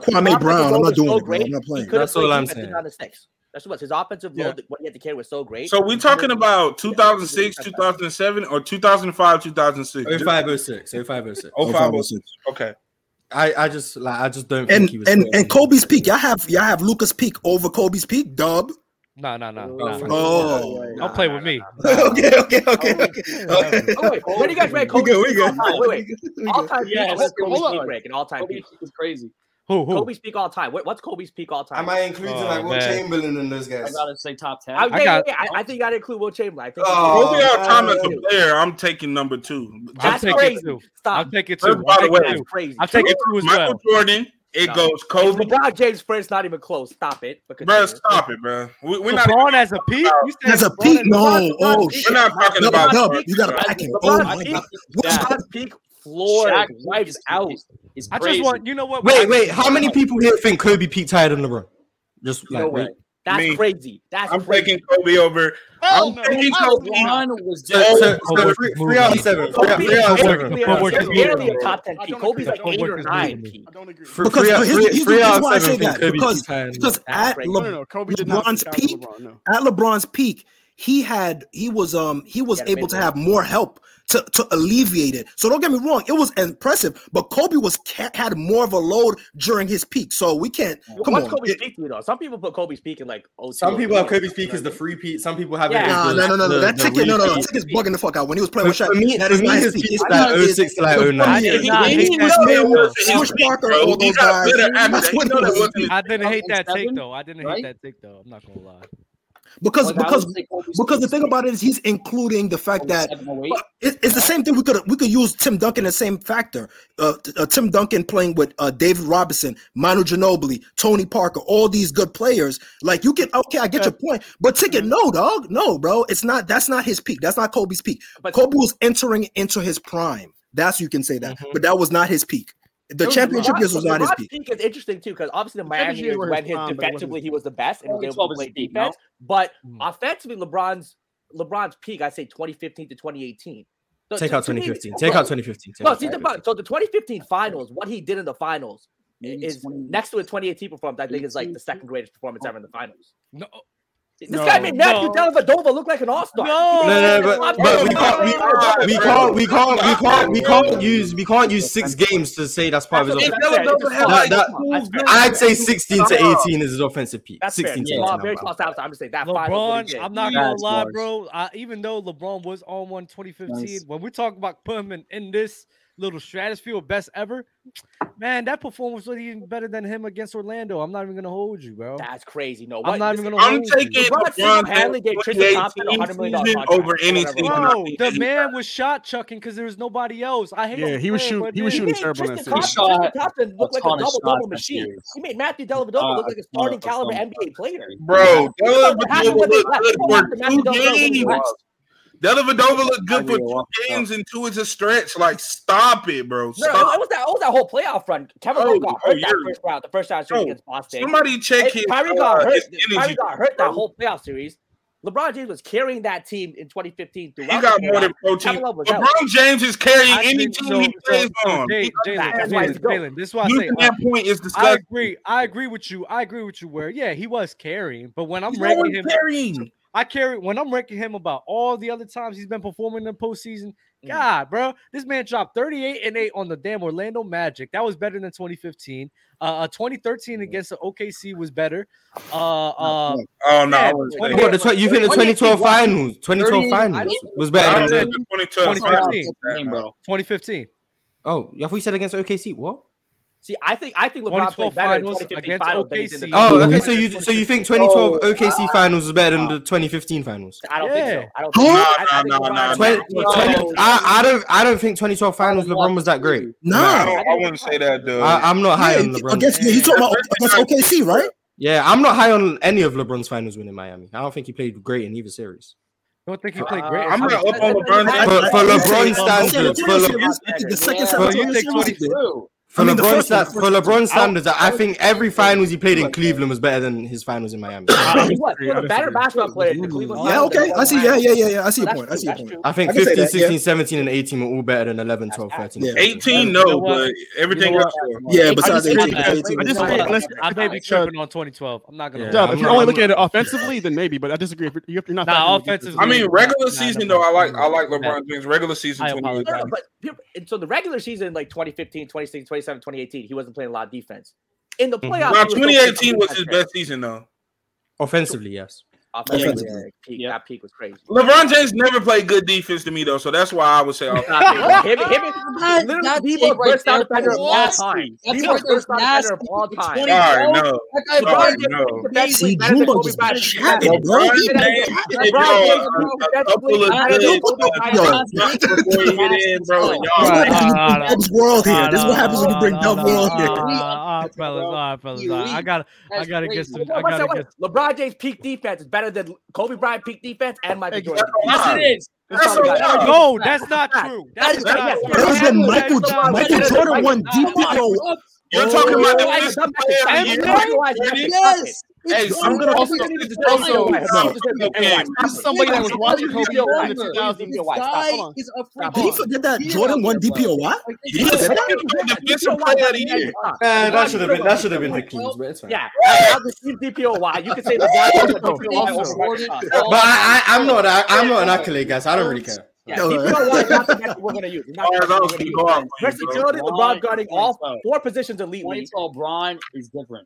S14: Kwame Brown. I'm not doing it, bro. I'm not playing.
S11: That's all I'm saying.
S6: 2006. That's what his offensive
S11: Yeah.
S6: load, what he had to carry was so great.
S11: So we talking about 2006, 2007, or 2005, 2006?
S1: 0506, 0506.
S11: 0506. Okay.
S1: I, I just like I just don't think
S14: And
S1: he was
S14: and
S1: playing.
S14: and Kobe's peak. Y'all have y'all have Lucas peak over Kobe's peak. Dub.
S2: No, no, no.
S14: Oh.
S2: Don't play with
S6: *laughs*
S2: me.
S14: okay, okay, okay, okay.
S6: Oh, wait, where do you guys rank Kobe?
S14: We good, we good.
S6: All-time, wait, wait. All time peak.
S20: Yes,
S6: What's Kobe's
S20: hold
S6: peak
S20: on.
S6: rank? An all time peak.
S20: It's crazy.
S2: Who?
S6: Kobe's peak all time. What- What's Kobe's peak all time?
S1: Am I including
S20: Oh,
S1: like Will
S20: man.
S1: Chamberlain and those guys?
S20: I gotta say top ten.
S6: I, would
S11: I
S6: say-
S11: got-
S6: yeah, I, I think you got to include Will Chamberlain. I think
S11: Oh, Kobe all time
S6: man.
S11: as a player, I'm taking number two.
S6: That's
S11: Just-
S6: crazy. Stop.
S2: I'm taking
S11: First,
S2: two.
S11: By the
S2: I'm
S11: way,
S2: taking two. I'm taking two as
S11: Michael
S2: well.
S11: Jordan. It
S6: No.
S11: goes Kobe.
S6: LeBron James first, not even close. Stop it. But
S11: Bro, stop it, bro. We, we're not
S2: LeBron as a peak. You said
S14: That's a
S2: LeBron
S14: peak.
S2: as-
S14: No. Oh
S6: LeBron's peak.
S14: shit.
S6: We're not talking
S14: Dub,
S6: about
S14: Dub,
S6: Kobe.
S14: You gotta pack him. Oh
S6: LeBron's
S14: my
S6: peak
S14: god.
S6: is
S14: What's
S6: that.
S14: God?
S6: peak floor
S20: Shaq
S6: wipes out. Is
S2: I just want you know what?
S1: Wait, wait. How many people here think Kobe peaked higher than LeBron? Just like
S6: No way.
S1: wait.
S6: That's
S11: Me.
S6: crazy. That's
S11: I'm taking Kobe over. I'm taking Kobe.
S20: LeBron was
S1: So,
S20: just
S1: so, so three, three out of seven. Three, out-
S6: Kobe
S1: three out of
S6: is
S1: seven.
S6: barely-
S1: Three out of
S6: Kobe's
S1: seven.
S6: barely a top ten peak. Kobe's like eight or nine peak.
S1: Three-
S14: Because
S1: three out-
S14: here's,
S1: three-
S14: here's,
S1: three out
S14: here's
S1: of
S14: why I say
S1: seven think
S14: that
S1: Kobe
S14: because,
S1: peaked higher than
S14: because
S1: LeBron.
S14: at
S13: No,
S14: Le-
S13: no, no. Kobe did not
S14: LeBron's
S13: peak after
S14: peak at LeBron's peak he had he was um he was able to have more help to, to alleviate it. So don't get me wrong, it was impressive, but Kobe was ca- had more of a load during his peak. So we can't come
S6: What's
S14: on.
S6: Kobe's peak to you though? Some people put Kobe's peak in like oh.
S1: Some people have Kobe's peak as the free peak. Some people have it. as
S14: Nah,
S1: the-
S14: no, no, no, no.
S1: the-
S14: That
S1: the
S14: ticket, no, no, no.
S1: repeat.
S14: That ticket's bugging the fuck out. When he was playing with
S1: For-
S14: Shaq,
S1: for me-
S14: that is
S1: for me,
S14: not
S1: his peak is
S14: It's
S1: like
S14: not his-
S1: 06 to like
S14: the
S1: 09.
S14: funny
S1: Yeah,
S14: is,
S1: he- he-
S14: when
S1: he
S14: he was
S1: got
S14: playing
S1: better
S14: with
S1: after
S14: Smush
S1: his
S14: Parker,
S1: peak,
S14: all
S1: bro. He
S14: those
S1: got
S14: guys.
S1: better after
S14: That's
S1: that.
S14: what
S1: He
S14: it
S1: got
S14: was.
S1: better.
S2: I didn't hate that take
S20: Right?
S2: though. I didn't hate that take though. I'm not gonna lie.
S14: Because
S21: Like, I
S14: because
S21: would say Kobe's
S14: because the thing about it is he's including the fact that it- it's the same thing. We could we could use Tim Duncan the same factor. Uh, t- uh, Tim Duncan playing with uh, David Robinson, Manu Ginobili, Tony Parker, all these good players. Like you can okay, I get your point, but ticket no dog, no bro, it's not. That's not his peak. That's not Kobe's peak. Kobe was entering into his prime. That's you can say that, but that was not his peak. The championship years was not his peak.
S6: is interesting too because obviously the Miami
S14: championship
S6: years
S14: were his
S6: when his
S14: prime, but it wasn't
S6: defensively he was the best and was
S21: Only
S6: able
S21: 12
S6: to
S21: is
S6: play
S21: his peak, no?
S6: defense. But offensively, LeBron's LeBron's peak, I say 2015 to 2018. So
S1: Take
S6: to-
S1: out
S6: to me-
S1: 2015. Take out 2015. Take
S6: No,
S1: out
S6: see the problem. So the 2015 finals, what he did in the finals is next to a 2018 performance. I think is like the second greatest performance
S14: Oh.
S6: ever in the finals.
S2: No.
S6: This
S1: No,
S6: guy made Matthew
S1: no.
S6: Dellavedova look like an all-star.
S1: No, no, no, but, but we can't, we, we can't, we can't, we can't, we can't use, we can't use six games to say that's part of his.
S6: That's
S1: offensive
S6: fair.
S1: peak. That-
S6: That's fair.
S1: that- I'd say sixteen to eighteen is his offensive peak.
S6: That's fair.
S1: Sixteen to
S6: Yeah.
S1: eighteen.
S6: Well,
S1: I'm
S6: very
S1: out.
S6: close outside. I'm just saying that.
S2: LeBron, I'm not gonna
S1: That's
S2: lie,
S1: large.
S2: bro. I, even though LeBron was on one 2015,
S1: Nice.
S2: when we talk about putting him in, in this little stratosphere of best ever, man, that performance was even better than him against Orlando. I'm not even gonna hold you, bro.
S6: That's crazy. No,
S2: I'm not even gonna.
S6: I'm
S2: hold
S6: taking
S2: you.
S6: LeBron single-handedly gave Tristan Thompson a $100 million
S11: season contract. over any
S2: Bro,
S11: season I've seen
S2: the
S11: anybody.
S2: man was shot chucking because there was nobody else. I hate.
S3: Yeah,
S2: to
S3: he was
S2: say it,
S3: shoot-
S2: but
S3: he was
S2: then-
S3: shooting terrible in that
S6: Tristan
S3: series.
S6: Thompson,
S3: Shot
S6: Tristan Thompson looked
S3: a
S6: like a
S3: ton of
S6: double double
S3: shots that
S6: machine.
S3: series.
S6: He made Matthew Dellavedova look like a starting caliber NBA player.
S11: Bro, Dellavedova
S6: Dellavedova
S11: looked good for two games. Dellavedova looked good for two games, and two is a stretch. Like, stop it, bro.
S6: No,
S11: Stop.
S6: it was, it was that it was that whole playoff run. Kevin Love got
S11: oh,
S6: hurt that
S11: you're-
S6: first round, the first round series
S11: Bro,
S6: against Boston.
S11: somebody check
S6: And
S11: his,
S6: Kyrie
S11: uh,
S6: got hurt.
S11: his
S6: Kyrie
S11: energy,
S6: got hurt that whole playoff series. LeBron James was carrying that team in 2015. Throughout
S11: He got
S6: the
S11: more than
S6: playoffs.
S11: protein.
S6: Kevin Love was out.
S11: LeBron James is carrying
S6: I
S11: any
S6: think
S11: team
S6: so-
S11: he plays on.
S2: Jalen, Jalen,
S11: That's why
S2: Jalen,
S11: he's dope.
S2: Jalen, this is why I
S11: You
S2: say
S11: think
S2: uh,
S11: that point is
S2: I
S11: disgusting.
S2: agree. I agree with you. I agree with you. Where yeah, he was carrying, but when I'm
S11: He's
S2: ranking
S11: always
S2: him,
S11: carrying.
S2: I carry when I'm ranking him about all the other times he's been performing in the postseason.
S11: Mm.
S2: God, bro, this man dropped 38 and 8 on the damn Orlando Magic. That was better than 2015. Uh, uh
S11: Mm.
S2: 2013 against the OKC was better. Uh, uh,
S6: Um,
S11: Oh no!
S2: yeah,
S11: I wouldn't say
S2: 20
S11: that.
S2: What, the tw- you think the 2012
S1: finals- 2012 finals was better than-
S11: I said the 2012
S2: 2015.
S11: finals.
S2: 2015.
S1: Oh, I thought you said against OKC. What?
S6: See, I think I think LeBron
S2: 2012
S6: played better in
S2: finals
S6: 2015
S2: against
S6: finals than he did in
S2: OKC.
S6: the
S1: Oh, okay.
S6: finals.
S1: So you so you think 2012 OKC finals was better than the 2015 finals?
S6: I don't think so. I don't
S1: Who?
S6: think so.
S1: Nah,
S6: I- I think
S1: nah,
S6: LeBron-
S1: nah, Twen- twen- I, I don't I don't think 2012 finals LeBron was that great.
S11: Nah, I, don't, I wouldn't say that, though.
S1: I, am not high on LeBron.
S14: Ah. Against you talking about against OKC, right?
S1: Yeah, I'm not high on any of LeBron's finals win in Miami. I don't think he played great in either series.
S2: don't think he played
S1: Uh,
S2: great.
S1: I'm not up on
S2: LeBron.
S1: LeBron James. For- for LeBron standards, for LeBron-
S14: The second
S1: For
S14: time
S1: you
S14: was
S1: think
S14: true.
S1: 20 For
S14: I mean, the
S1: LeBron,
S14: first
S1: sta-
S14: one-
S1: for LeBron standards, I, think every finals he played in Cleveland was better than his finals in
S14: *coughs*
S1: Miami.
S6: He was he was a better basketball player than the Cleveland.
S14: Yeah,
S6: Cavaliers
S14: okay.
S6: than
S14: I see.
S6: LeBron.
S14: Yeah, yeah, yeah, yeah. I see your
S6: That's
S14: point. I see your point.
S1: I think
S14: can say
S1: 15,
S14: that, yeah.
S1: 16, 17, and 18 were all better than 11, 12, 13.
S14: yeah.
S11: 18, no, but everything else.
S14: Yeah, besides
S2: I
S14: eighteen,
S2: just- I
S14: eighteen.
S2: just-
S14: was
S2: I
S14: fine.
S2: just- I may be tripping on 2012. I'm not gonna.
S3: Yeah,
S2: lie.
S3: if you're only looking at it offensively, then maybe. But I disagree. If you're, if you're not
S2: Nah,
S3: factoring the defense.
S11: I mean, regular season though, I like I like LeBron James. Regular season,
S6: I apologize.
S11: 2018.
S6: No, no, but people- and so the regular season, like 2015, 2016, 2017, 2018, he wasn't playing a lot of defense. In the
S11: Now,
S6: playoffs, he was still playing
S11: 2018 was his
S6: defense.
S11: best season though.
S1: Offensively, yes.
S6: Offensively, peak- That peak was
S11: *laughs*
S6: crazy.
S11: LeBron James never played good defense to me though, so that's why I would say. off-
S6: Stop it. Him, him, him, literally,
S18: that
S6: the
S18: take
S6: most
S18: right
S6: best
S18: there
S6: out defender of
S18: was
S6: all
S18: nasty.
S6: time.
S18: That
S6: The
S18: take
S6: most
S18: right there
S6: best
S18: was
S6: defender of
S18: nasty.
S6: all
S18: The *laughs*
S6: time.
S18: 2012
S11: Sorry, no.
S18: that guy
S6: LeBron
S11: Sorry,
S6: James
S11: no.
S6: is defensively
S14: See,
S6: better than
S14: Jumbo
S6: Kobe
S14: just
S6: Bryant.
S14: chatting, bro.
S11: LeBron
S14: He didn't-
S11: James did
S6: LeBron James
S11: y'all
S6: is
S11: a, a couple
S6: defensively
S11: of good
S6: better than
S11: uh,
S6: Kobe
S14: Yo,
S6: Bryant.
S14: this
S11: before he hit in, bro. and
S14: is
S11: Y'all, like,
S14: what happens when you bring Dub's world here. This is what happens when you bring Dub's world here.
S2: All right, fellas, all right, fellas. all right. I gotta, I gotta get some. I
S6: Wait, wait,
S2: gotta
S6: wait.
S2: get.
S6: LeBron James peak defense is better than Kobe Bryant peak defense and Michael Jordan.
S2: Yes, it
S6: is.
S2: That's a lie. No, that's not true. That is not true.
S14: That was when Michael Michael Jordan won deep in your.
S11: You're talking about the best
S2: Oh,
S11: player of the year.
S14: Yes.
S11: Hey,
S14: I'm gonna also.
S11: also, no, okay.
S14: This is somebody that was watching Kobe in the 2000s.
S18: guy is a freak.
S14: Did he forget that Jordan won DPOY? Did he forget that?
S11: Defensive player of the year.
S1: Man, that should have been that should have been the Kings, but it's fine.
S6: Yeah, now the team DPOY. You can say LeBron was a DPOY over Michael Jordan.
S1: But I, I, I'm not a, I'm not an accolade, guys. I don't really care.
S6: Yeah, DPOY is not the metric we're gonna use. It's not the metric we're gonna use. Versatility, LeBron guarding all four positions elite.
S21: LeBron is different.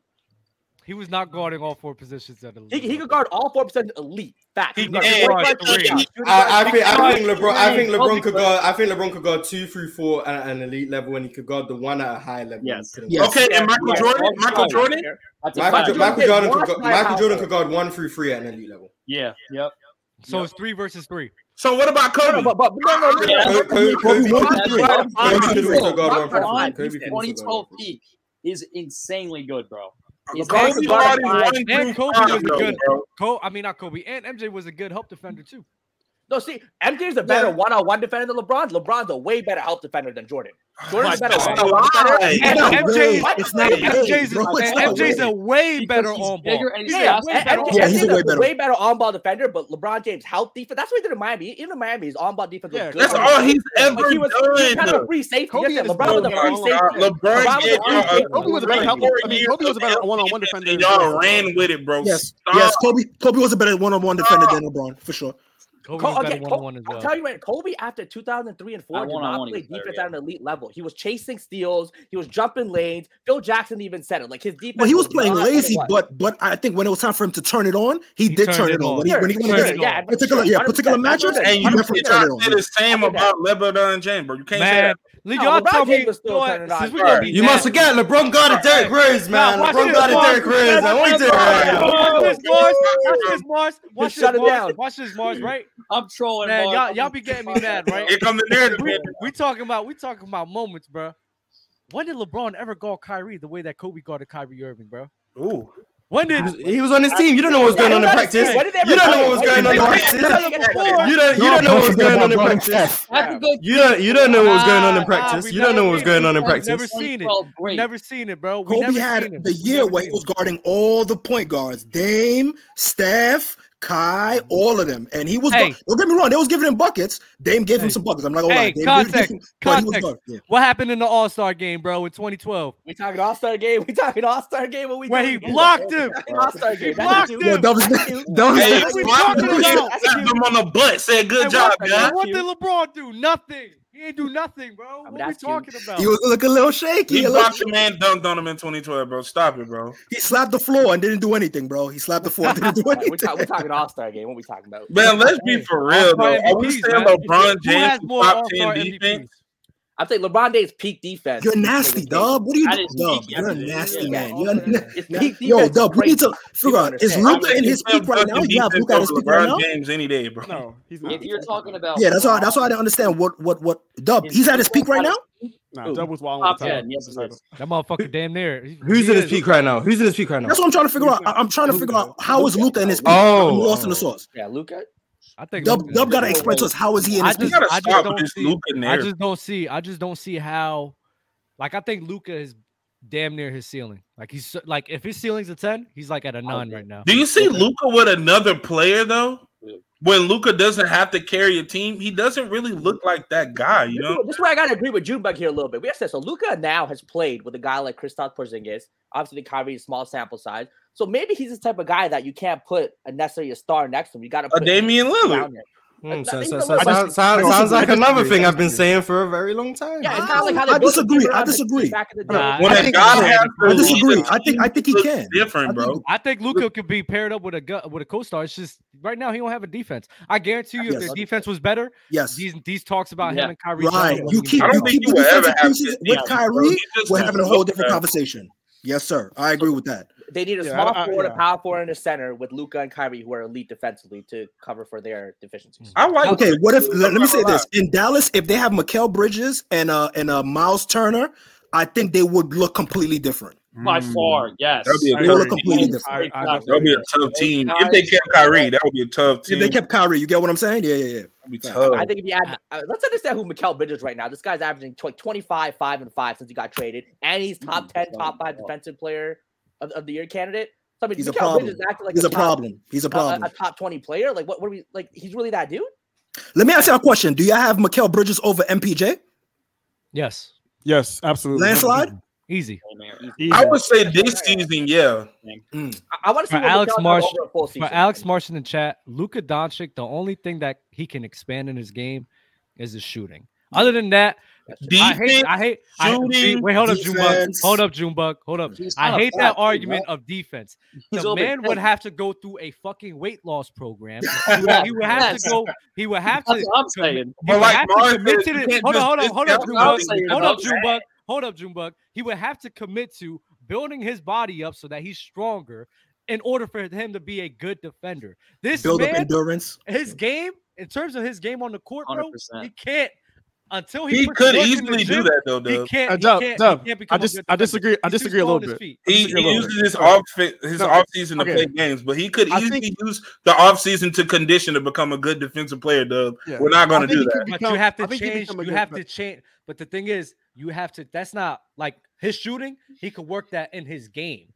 S2: He was not guarding all four positions at the
S6: He, he could guard all four percent elite. Fact. He could guard
S1: Yeah,
S6: 45 touchdowns. He could guard
S1: I, I think I think
S6: 45
S1: LeBron I think LeBron could
S6: touchdowns.
S1: guard I think LeBron could guard two through four at an elite level and he could guard the one at a high level. Yes.
S11: Yes. Okay, and Michael Yeah. Jordan? Michael Yeah. Jordan? That's a
S1: Michael,
S11: fact.
S1: Jo- Michael
S11: Jordan
S1: Jordan could
S11: was
S1: guard,
S11: high
S1: Michael
S11: power.
S1: Jordan could guard one through three at an elite level.
S20: Yeah. Yep.
S2: So it's three versus three.
S11: So what about Kobe?
S6: But, but, but no, no,
S11: *laughs*
S6: no,
S1: Yeah.
S6: no.
S1: Kobe-
S6: Kobe-
S1: Kobe- Kobe- Kobe-
S6: Kobe-
S1: Kobe-
S6: Kobe-
S1: Kobe-
S6: Kobe-
S1: Kobe-
S6: Kobe-
S1: Kobe-
S6: Kobe-
S1: Kobe- Kobe-
S6: Kobe-
S20: 2012 peak is insanely good, bro. He's
S2: And
S20: actually got a
S2: Kobe-
S20: five-
S2: and Kobe was a good. Kobe, I mean not Kobe. And MJ was a good help defender too.
S6: No, see, MJ is a better one-on-one defender than LeBron. LeBron's a way better help defender than Jordan. Jordan's a better
S2: That's
S6: one-on-one
S2: a
S6: defender.
S2: lie.
S6: And
S2: Oh It's not
S6: MJ
S2: good. It's
S6: is-
S2: not good, bro. It's not good. Because he's bigger and he's faster.
S6: and
S2: Yeah,
S6: MJ
S2: he's
S6: is
S2: a way
S6: a
S2: better-
S6: way better on-ball defender, but LeBron James help defense. That's what he did in Miami. Even in Miami, his on-ball defense was good.
S11: that's all he's
S6: Like,
S11: ever
S6: he was, He was
S11: done.
S6: kind of a free safety.
S11: Kobe
S6: Yes,
S11: is
S6: LeBron was a
S11: better
S6: free
S11: on-
S3: Uh,
S6: safety.
S11: LeBron
S6: LeBron was
S11: gave
S6: a free
S11: y'all a-
S6: safety.
S13: Kobe was a better help. I mean, Kobe was a better one-on-one defender. than
S11: Y'all
S13: Jordan.
S11: ran with it, bro.
S14: Yes, yes. Kobe, Kobe was a better one-on-one defender than LeBron for sure.
S6: Kobe okay, Kobe, I'm telling you right, Kobe after 2003 and 4
S14: At
S6: did
S14: one-on-one,
S6: not
S14: he
S6: play
S14: was better,
S6: defense at an elite level. He was chasing steals, he was jumping lanes. Phil Jackson even said it. Like his defense.
S14: Well, he was playing
S6: not what it
S14: lazy,
S6: was.
S14: but but I think when it was time for him to turn it on, he, did
S6: turned
S14: turn
S6: it
S14: it on.
S6: on.
S14: When he, when he
S6: Sure,
S14: went
S6: sure,
S14: against
S6: yeah,
S14: particular
S6: sure,
S14: yeah particular
S6: 100%,
S14: matches,
S11: And you
S14: he definitely turned it
S11: cannot
S14: on.
S11: say the same about LeBron James, bro. You can't say
S2: Man,
S11: that.
S2: Lee, y'all tell me- you know what, since we gonna be
S1: You
S2: mad-
S1: must forget LeBron guarded Derrick Rose, man.
S2: Nah, watch
S1: LeBron
S2: this,
S1: guarded
S2: watch
S1: Derrick
S2: this,
S1: Rose. man. What
S2: watch
S1: he
S2: this,
S1: did
S2: Watch
S1: right
S2: this, Mars. Watch this, Mars. Watch
S1: shut
S2: this,
S1: it
S2: Mars.
S1: down.
S2: Watch this, Mars. Right?
S20: I'm trolling,
S2: man.
S20: Mars.
S2: Y'all, y'all be getting me mad, right?
S11: Here come the narrative,
S2: We,
S11: man.
S2: we talking about, we talking about moments, bro. When did LeBron ever guard Kyrie the way that Kobe guarded Kyrie Irving, bro?
S11: Ooh.
S2: When did
S1: He was on his team. You don't know what was going on in practice. You don't know what was going on in practice. You don't. You don't know what was going on in practice. You don't. You don't know what was going on in practice. You don't know what was going on in practice.
S2: Never seen it. We Never seen it, bro. We
S14: Kobe
S2: never
S14: had
S2: seen it.
S14: the year where he was guarding all the point guards: Dame, Steph, Kai, all of them, and he was.
S2: Hey.
S14: Hey. Don't get me wrong; they was giving him buckets. Dame gave him some buckets. I'm not gonna lie.
S2: Hey,
S14: Dame
S2: context,
S14: gave him- but he was
S2: context.
S14: guarding, yeah.
S2: What happened in the All Star game, bro, in 2012?
S6: We talking All Star game. We talking All Star game. What we
S2: Where he
S6: doing?
S2: blocked him.
S6: All Star
S2: He
S6: game.
S2: blocked him.
S14: Yeah, that was
S1: *laughs*
S14: that was.
S11: Hey,
S2: What we
S11: slapped
S2: talking
S11: him
S2: about?
S11: slapped him on the butt. Said good
S2: And
S11: job,
S2: what,
S11: guy.
S2: and what did LeBron do? Nothing. He ain't do nothing, bro. what we talking about?
S14: He was looking a little shaky.
S11: He
S14: a little-
S11: blocked the man, dunked on him in 2012, bro. Stop it, bro.
S14: He slapped the floor and didn't do anything, bro. He slapped the floor and didn't do
S6: Like,
S14: anything.
S6: we talk, we're talking All Star game. What we talking about?
S11: Man, let's be for real though. Are we saying LeBron James is top ten defense?
S6: I think LeBron James peak defense.
S14: You're nasty, dub. What are you
S6: I
S14: doing,
S6: didn't
S14: dub?
S6: speak
S14: You're a
S6: yesterday.
S14: nasty
S6: Yeah.
S14: man. You're a *laughs* na-
S6: peak
S14: Yo,
S6: defense
S14: dub, we need to figure
S6: People
S14: out is
S6: understand.
S14: Luca in his peak right now? You have Luca at his peak right now?
S11: LeBron James any day, bro. No,
S13: he's
S20: If you're talking about
S14: Yeah, that's why. That's why I didn't understand what what what dub. He's at his peak right now.
S13: Nah, Dub was wild
S20: Top
S13: on the title.
S20: 10, yes, it is.
S2: That motherfucker damn near. he-
S1: Who's
S2: he
S1: in his
S2: is.
S1: peak right now? Who's in his peak right now?
S14: That's what I'm trying to figure out. I- I'm trying to figure out how is Luca in his peak.
S1: Oh.
S14: I'm lost in the sauce.
S6: Yeah, Luca.
S2: I think
S14: Dub,
S2: Luka's-
S14: Dub gotta explain to us how is he in
S2: I
S14: his
S2: just,
S14: peak.
S2: I just don't see. I just don't see. I just don't see how. Like I think Luca is damn near his ceiling. Like he's so- like if his ceiling's a ten, he's like at a nine right now.
S11: Do you see Luca with another player though? When Luca doesn't have to carry a team, he doesn't really look like that guy, you know.
S6: This is where I gotta agree with June back here a little bit. We have said so. Luca now has played with a guy like Kristaps Porzingis. Obviously, Kyrie is small sample size, so maybe he's the type of guy that you can't put a necessarily a star next to him. You got to
S14: Uh,
S11: A
S6: put
S11: Damian Lillard.
S6: around him.
S1: Hmm,
S6: Uh,
S1: so-
S6: even
S1: so-
S6: though-
S1: so- so- so- Sounds like another thing I've been saying for a very long time.
S6: Yeah, it's not like how they
S14: Ah, I
S6: built the team
S14: disagree.
S6: around
S14: I
S6: the-
S14: disagree.
S6: back in the day.
S2: Nah,
S14: When a
S2: think-
S14: guy
S2: think-
S14: has to I disagree. lead a I think- I think he team, can.
S11: Different, bro.
S2: I think Luca could be paired up with a gu- with a co-star. It's just right now he don't have a defense. I guarantee you, if
S14: Yes.
S2: their defense was better,
S14: yes,
S2: these these talks about him and Kyrie.
S14: Right.
S2: Irving
S14: You
S2: wouldn't
S14: keep
S2: even
S14: you
S2: be-
S14: keep the defensive pieces with Kyrie. We're having a whole
S6: look
S14: different
S6: bad.
S14: conversation. Yes, sir. I agree with that.
S6: They need a
S14: Yeah,
S6: small
S14: I- I-
S6: forward,
S14: yeah.
S6: a power forward, and a center with Luca and Kyrie, who are elite defensively, to cover for their deficiencies.
S11: I like.
S14: Okay, what if let, let me say this in Dallas, if they have Mikael Bridges and uh and uh Miles Turner, I think they would look completely different.
S20: By far, yes.
S11: Mm. That'd Hmm. be a
S14: They would look
S11: Kyrie.
S14: completely different.
S11: That'll be a tough team. If they kept Kyrie, that would be a tough
S14: If
S11: team.
S14: they kept Kyrie, you get what I'm saying? Yeah, yeah,
S11: yeah.
S6: I think if you add, uh, let's understand who Mikel Bridges right now. This guy's averaging tw- 25, 5, and 5 since he got traded, and he's top 10, top 5 defensive player of, of the year candidate. So, I mean,
S14: He's a
S6: Mikal
S14: problem.
S6: Bridges acting like
S14: He's a
S6: top-
S14: problem. He's a
S6: uh,
S14: problem.
S6: A, top 20 player? Like, what, what are we, like, he's really that dude?
S14: Let me ask you a question. Do y'all have Mikael Bridges over MPJ?
S2: Yes.
S13: Yes, absolutely.
S14: Landslide?
S2: Easy.
S11: I would say this season, yeah.
S18: Mm.
S6: I want
S2: For Alex Marsh, for Alex Marsh in the chat, Luka Doncic, the only thing that he can expand in his game is his shooting. Other than that, I hate. I hate. I,
S18: shooting,
S2: wait, hold up, Junebug.
S18: defense.
S2: Hold up, Junebug. Hold up.
S18: He's
S2: I
S18: not
S2: hate
S18: a
S2: that
S18: back,
S2: argument
S18: bro.
S2: of defense.
S18: He's
S2: the
S18: over
S2: man would
S18: ten.
S2: have to go through a fucking weight loss program. He would- he would have
S18: Yes.
S2: to go. He would have to.
S18: That's what I'm
S2: commi-
S18: saying.
S2: he
S18: But
S2: would
S18: like
S2: have
S18: Mars
S2: to commit
S18: said,
S2: to this.
S18: you can't
S2: Hold on, hold on,
S18: just
S2: hold up,
S18: discount what
S2: Junebug.
S18: I'm saying
S2: Hold
S18: about
S2: up,
S18: that.
S2: Junebug. Hold up, Junebug. He would have to commit to building his body up so that he's stronger in order for him to be a good defender. This
S14: Build up
S2: man-
S14: endurance.
S2: His game, in terms of his game on the court, bro, he
S22: 100%.
S2: can't until he,
S11: He
S2: puts
S11: could
S2: work in the
S11: easily do
S2: gym,
S11: that though.
S2: He
S11: Dub.
S2: can't.
S3: Uh,
S2: he
S3: Dub,
S2: can't-
S3: Dub,
S2: he can't
S3: I
S2: become a
S3: dis-
S2: good
S3: I
S2: defender.
S3: disagree. I
S2: He's too
S3: disagree a
S2: slow
S3: little
S2: on his
S3: bit.
S2: feet.
S3: I
S11: He,
S3: disagree a
S11: he
S3: little
S11: uses
S3: bit.
S11: his
S3: Sorry.
S11: off his
S3: No,
S11: off season to
S3: okay.
S11: play games, but he could
S3: I
S11: easily use the off season to condition to become a good defensive player. Dub,
S3: Yeah.
S11: we're not going
S3: I
S11: to do
S3: think he
S11: that.
S3: could
S2: But
S3: become-
S2: you have
S3: I
S2: to
S3: think he
S2: change.
S3: become a
S2: You
S3: good
S2: have
S3: player.
S2: to change. But the thing is, you have to. That's not like his shooting. He could work that in his game.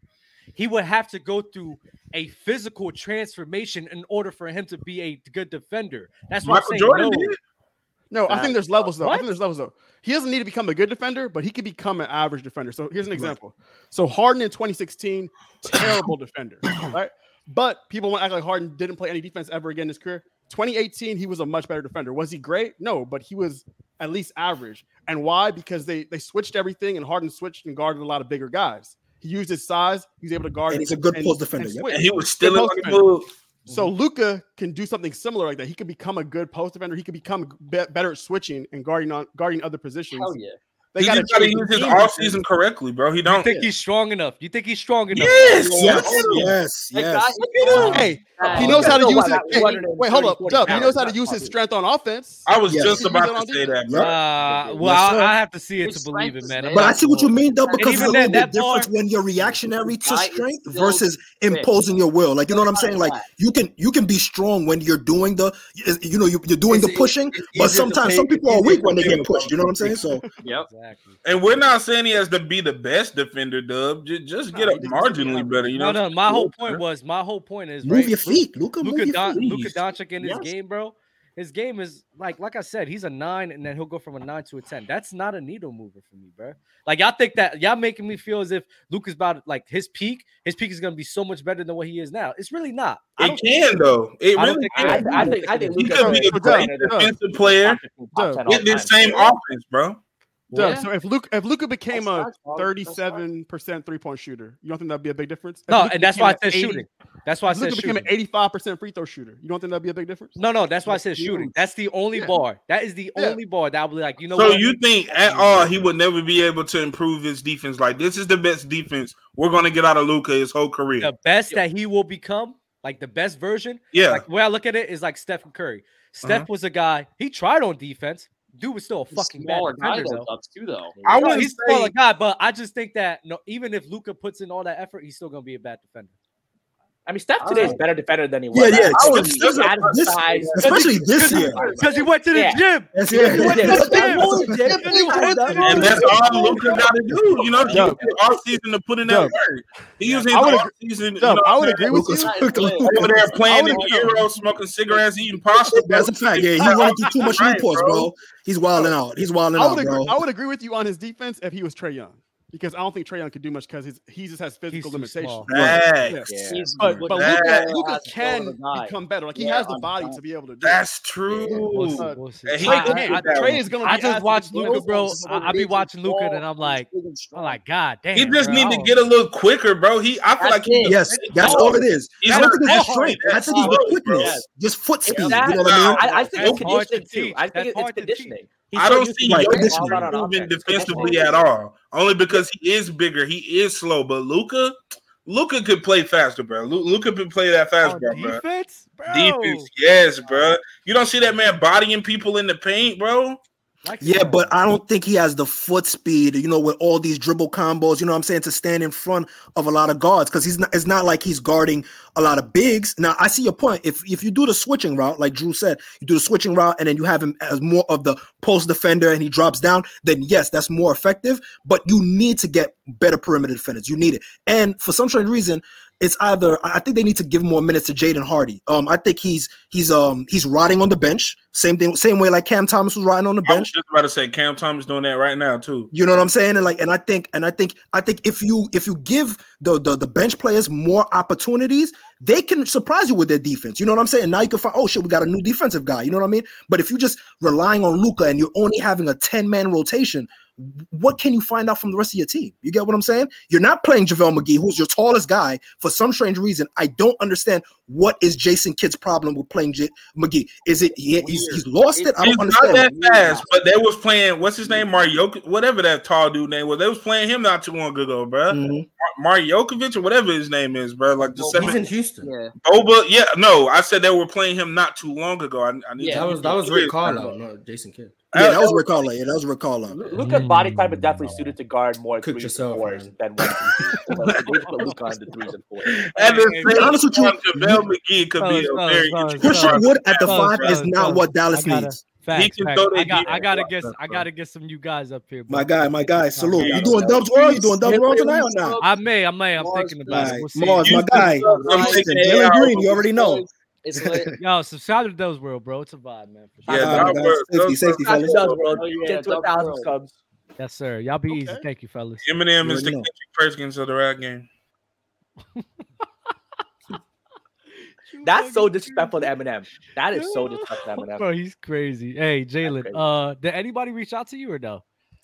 S2: He would have to go through a physical transformation in order for him to be a good defender. That's what
S3: Michael
S2: I'm saying.
S3: Jordan
S2: no.
S3: did. No, I
S2: Uh,
S3: think there's levels though. I
S2: what?
S3: think there's levels though. He doesn't need to become a good defender, but he could become an average defender. So here's an example. So Harden in 2016,
S14: *coughs*
S3: terrible defender, right? But people want to act like Harden didn't play any defense ever again in his career. 2018, he was a much better defender. Was he great? No, but he was at least average. And why? Because they they switched everything, and Harden switched and guarded a lot of bigger guys. He used his size. He was able to guard.
S14: And he's a good post defender, yep.
S3: switch.
S14: And he was
S3: Good
S14: still in
S3: post
S14: on the
S3: defender.
S14: move.
S3: So
S11: Mm-hmm.
S3: Luca can do something similar like that. He can become a good post defender. He can become be- better at switching and guarding on guarding other positions.
S2: Hell yeah.
S3: They
S11: he
S3: gotta
S11: just got to
S3: change
S11: use
S3: the
S11: his
S3: team.
S11: off season correctly, bro. He
S2: You
S11: don't.
S2: think he's strong enough? You think he's strong enough?
S11: Yes, yes, yes,
S2: That
S11: yes.
S2: guy-
S3: Hey,
S2: Uh,
S3: he knows how to
S2: Luka
S3: use
S2: still
S3: it.
S2: got
S3: Hey,
S2: like 230,
S3: wait, hold up,
S2: 40
S3: Dub. He knows how to
S2: pounds.
S3: use his strength on offense.
S11: I was
S3: Yes.
S11: just
S3: He can use
S11: about
S3: it on
S11: to say that,
S3: defense.
S11: bro.
S2: Uh, well,
S11: Yes,
S2: I,
S11: sir.
S2: I have to see it to believe it, man. I'm
S14: But I
S2: not
S14: see what
S2: sure.
S14: you mean, though,
S2: And
S14: because it's a
S2: even
S14: little
S2: then,
S14: bit
S2: that
S14: different
S2: bar-
S14: when you're reactionary to
S2: Guy is
S14: strength
S2: still
S14: versus
S2: quick.
S14: imposing your will. Like you know what I'm saying? Like
S2: that.
S14: you can you can be strong when you're doing the is- you know you, you're doing
S11: It's- e,
S14: the pushing,
S11: it's
S14: but
S11: easier to
S14: sometimes
S11: pay-
S14: some people are
S11: it's
S14: weak
S11: easier
S14: when
S11: to
S14: they
S11: pay
S14: get pushed. You know what I'm saying? So
S22: Yep.
S11: And we're not saying he has to be the best defender, Dub. Ju- Just get up marginally better. You know,
S2: No, no. My whole point was. My whole point is.
S11: Move
S2: right,
S11: your feet,
S14: Luka,
S11: move your feet.
S2: Luka Doncic in his
S11: Yes.
S2: game, bro. His game is like, like I said, he's a nine, and then he'll go from a nine to a ten. That's not a needle mover for me, bro. Like y'all think that y'all making me feel as if Luka's about like his peak. His peak is gonna be so much better than what he is now. It's really not. I
S11: It
S2: don't think
S11: can
S2: so.
S11: though. It
S2: I don't
S11: really
S2: think- I-
S11: can.
S2: I think- I think
S11: he
S2: Luka
S11: could be
S2: is
S11: a
S2: a
S11: great
S2: great
S11: defensive
S2: defender.
S11: player
S3: Duh.
S11: with this same offense, bro.
S3: Duh.
S11: Yeah.
S3: So if Luca if Luca became
S2: That's-
S3: a
S2: that's all- that's all.
S3: 37 percent three point shooter, you don't think that'd be a big difference? If
S2: No,
S3: Luka
S2: and that's why I
S3: became
S2: said
S3: an 80
S2: shooting. That's why I
S3: if
S2: said
S3: Luka became an
S2: shooting.
S3: 85 percent free throw shooter. You don't think that'd be a big difference?
S2: No, no, that's why I said shooting. That's the only
S3: Yeah.
S2: bar. That is the
S3: Yeah.
S2: only bar that I would be like, you know
S11: so
S2: what?
S11: you think at all he would never be able to improve his defense? Like this is the best defense we're gonna get out of Luca his whole career.
S2: the best that he will become, like the best version.
S11: Yeah.
S2: Like the way I look at it is like Stephen Curry. Steph
S11: Uh-huh.
S2: was a guy, he tried on defense. Dude was still a fucking bad
S22: smaller guy
S2: defender,
S22: though,
S2: though.
S22: Dubs, too though.
S11: I
S2: No,
S11: wouldn't
S2: he's a smaller
S11: say-
S2: guy, but I just think that no, even if Luca puts in all that effort, he's still gonna be a bad defender.
S6: I mean, Steph
S2: I
S6: today is
S2: don't-
S6: better defender than he was.
S2: Yeah, yeah,
S6: I would
S2: especially-
S6: just add his
S2: this-
S6: size.
S14: especially this year.
S2: Because he went to the
S6: Yeah.
S2: gym.
S11: *laughs*
S14: That's
S2: Because he
S14: it.
S2: went to the
S14: Yeah.
S2: gym. Because
S14: That's it.
S2: he went to the gym.
S11: And that's all Luca got to do. You know,
S3: Dub.
S11: off season to put in that
S3: Dub.
S11: work. He using
S3: I would
S11: off
S3: agree-
S11: season.
S3: Dub, I would agree with you.
S11: Over there
S3: I
S11: playing
S3: would
S11: in
S3: agree.
S11: Euro, smoking cigarettes, eating pasta. bro.
S14: that's a fact. Yeah, he wanted to do too much
S11: Right,
S14: reports, bro. He's wilding out. He's wilding
S3: I
S14: out,
S3: would agree.
S14: bro.
S3: I would agree with you on his defense if he was Trey Young, because I don't think Trey Young could do much because his he just has physical limitations.
S11: small. Facts.
S3: Yeah.
S11: He's-
S3: But, but
S11: Facts.
S3: Luca,
S11: Has
S3: Luca
S11: to
S3: can
S11: throw the guy.
S3: become better. Like he
S11: Yeah,
S3: has the
S11: I'm
S3: body
S11: not-
S3: to be able to. do
S11: That's
S3: We'll
S11: true.
S3: see,
S2: we'll see.
S11: And he
S2: I,
S11: can
S2: I-
S11: do
S2: I-
S11: that
S2: Trey
S11: one.
S2: is gonna. I just watched Luca, bro. I, I be watching Luca, and I'm like, I'm like, God damn.
S11: He just
S2: bro, I
S11: need to
S2: don't-
S11: get a little quicker, bro. He, I feel
S2: That's
S11: like he
S2: it. Yes, that's all it is.
S11: He's
S2: I
S14: don't
S11: not
S14: think it's
S11: that
S14: his strength.
S11: hard.
S14: I think it's the
S11: That's
S14: quickness.
S11: hard,
S14: Just foot speed. You
S6: That-
S14: know what I mean?
S6: I, I think it's
S11: Nope.
S6: conditioning too. I think it, it's conditioning. He's
S11: I
S6: so
S11: don't
S6: used to
S11: see
S6: being
S11: Jokic
S6: all out on
S11: improving
S6: offense.
S11: defensively at all. Only because he is bigger, he is slow. But Luca, Luca could play faster, bro. Luca could play that fastball, bro.
S2: Defense, bro.
S11: Defense, yes, bro. You don't see that man bodying people in the paint, bro.
S14: Yeah, but I don't think he has the foot speed, you know, with all these dribble combos, you know what I'm saying, to stand in front of a lot of guards because he's not it's not like he's guarding a lot of bigs. Now I see your point. If if you do the switching route, like Drew said, you do the switching route and then you have him as more of the post defender and he drops down, then yes, that's more effective. But you need to get better perimeter defenders. You need it. And for some strange reason, it's either I I think they need to give more minutes to Jaden Hardy. Um, I think he's he's um he's rotting on the bench. Same thing, same way like Cam Thomas was rotting on the
S11: I
S14: bench.
S11: was just about to say Cam Thomas doing that right now too.
S14: You know what I'm saying? And like, and I think, and I think, I think if you if you give the the, the bench players more opportunities, they can surprise you with their defense. You know what I'm saying? Now you can find, oh shit, we got a new defensive guy. You know what I mean? But if you're just relying on Luca and you're only having a 10 man rotation, what can you find out from the rest of your team? You get what I'm saying? You're not playing JaVale McGee, who's your tallest guy for some strange reason. I don't understand what is Jason Kidd's problem with playing J- McGee. Is it he, he's, he's lost it? I
S11: He's
S14: don't
S11: not that
S14: understand.
S11: fast, but they was playing what's his name, Mariokovic, whatever that tall dude name was. They was playing him not too long ago, bro. Mm-hmm. Mariokovic or whatever his name is, bro. Like the seven.
S1: Houston.
S23: Yeah.
S11: Boba, yeah, no, I said they were playing him not too long ago. I, I need
S1: Yeah,
S11: to-
S1: that was that was Rick Carlisle, not Jason Kidd.
S14: Yeah, that was Rick Carlisle. Yeah, that was Rick Carlisle.
S6: Luca's
S2: Mm.
S6: body type is definitely suited to guard more
S1: Cook
S6: threes
S1: yourself,
S6: and fours than one.
S14: *laughs*
S6: put Luca on the threes and fours.
S11: And the
S14: To be honest with you,
S11: JaVale McGee could be a
S14: fellas,
S11: very
S14: fellas,
S11: good
S14: Christian
S11: guard.
S14: Wood at the
S11: Fellas,
S14: five is
S11: fellas,
S14: not
S11: fellas.
S14: what Dallas
S11: I gotta-
S14: needs.
S11: He
S2: Facts,
S11: can
S2: facts.
S11: throw
S2: I
S11: that
S2: got,
S11: deep
S2: I gotta
S11: block,
S2: get,
S11: bro.
S2: I gotta get some new guys up here. Bro.
S14: My guy, my guy, salute.
S2: yeah,
S14: You doing
S2: yeah.
S14: dubs world? You doing dubs world tonight or not?
S2: I may, I may. I'm thinking about it.
S14: Alright,
S2: We'll see.
S14: Mars, my guy. Houston, Jalen Green, you already know.
S2: *laughs* Yo, subscribe to Dove's World, bro. It's a vibe, man. for sure.
S14: Yeah, Alright, Dubs guys, World, safety, Dubs safety, World. fellas.
S2: Dubs World.
S6: Oh, yeah,
S2: Get to a
S6: Dubs
S2: thousand
S6: World.
S2: subs. Yes, sir. Y'all be easy. Thank you, fellas.
S11: Eminem is the Kendrick Perkins of the rap game.
S6: That's so disrespectful to Eminem. That is so disrespectful to Eminem.
S2: Bro, he's crazy. Hey, Jalen. Uh, did anybody reach out to you or no?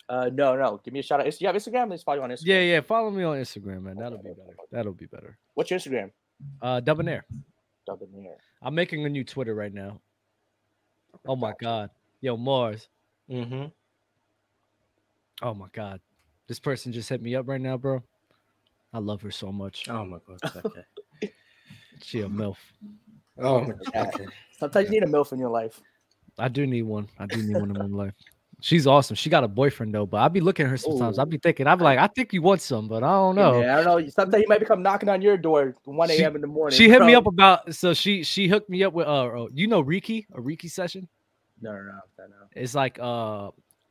S6: Uh, no, no. Give me a shout out. Is- You have Instagram? Let's follow you on Instagram.
S2: Yeah, yeah. Follow me on Instagram, man. That'll be better. That'll be better.
S6: What's your Instagram?
S2: Uh, Debonair.
S6: Debonair.
S2: I'm making a new Twitter right now. Oh my god, yo Mars.
S1: Mm-hmm.
S2: Oh my god, this person just hit me up right now, bro. I love her so much.
S1: Oh my god, okay.
S2: *laughs* she a milf.
S6: *laughs*
S1: Oh my
S6: Yeah. Sometimes you need a milf in your life.
S2: I do need one. I do need one in my life. She's awesome. She got a boyfriend though, but I be looking at her sometimes. I be thinking, I'm like, I think you want some, but I don't know.
S6: Yeah, I don't know. Sometimes you might become knocking on your door 1
S2: She-
S6: a.m. in the morning.
S2: She hit me
S6: Bro.
S2: up about so she she hooked me up with uh uh, you know Riki a Riki session.
S6: No, no, no. no, no.
S2: It's like uh,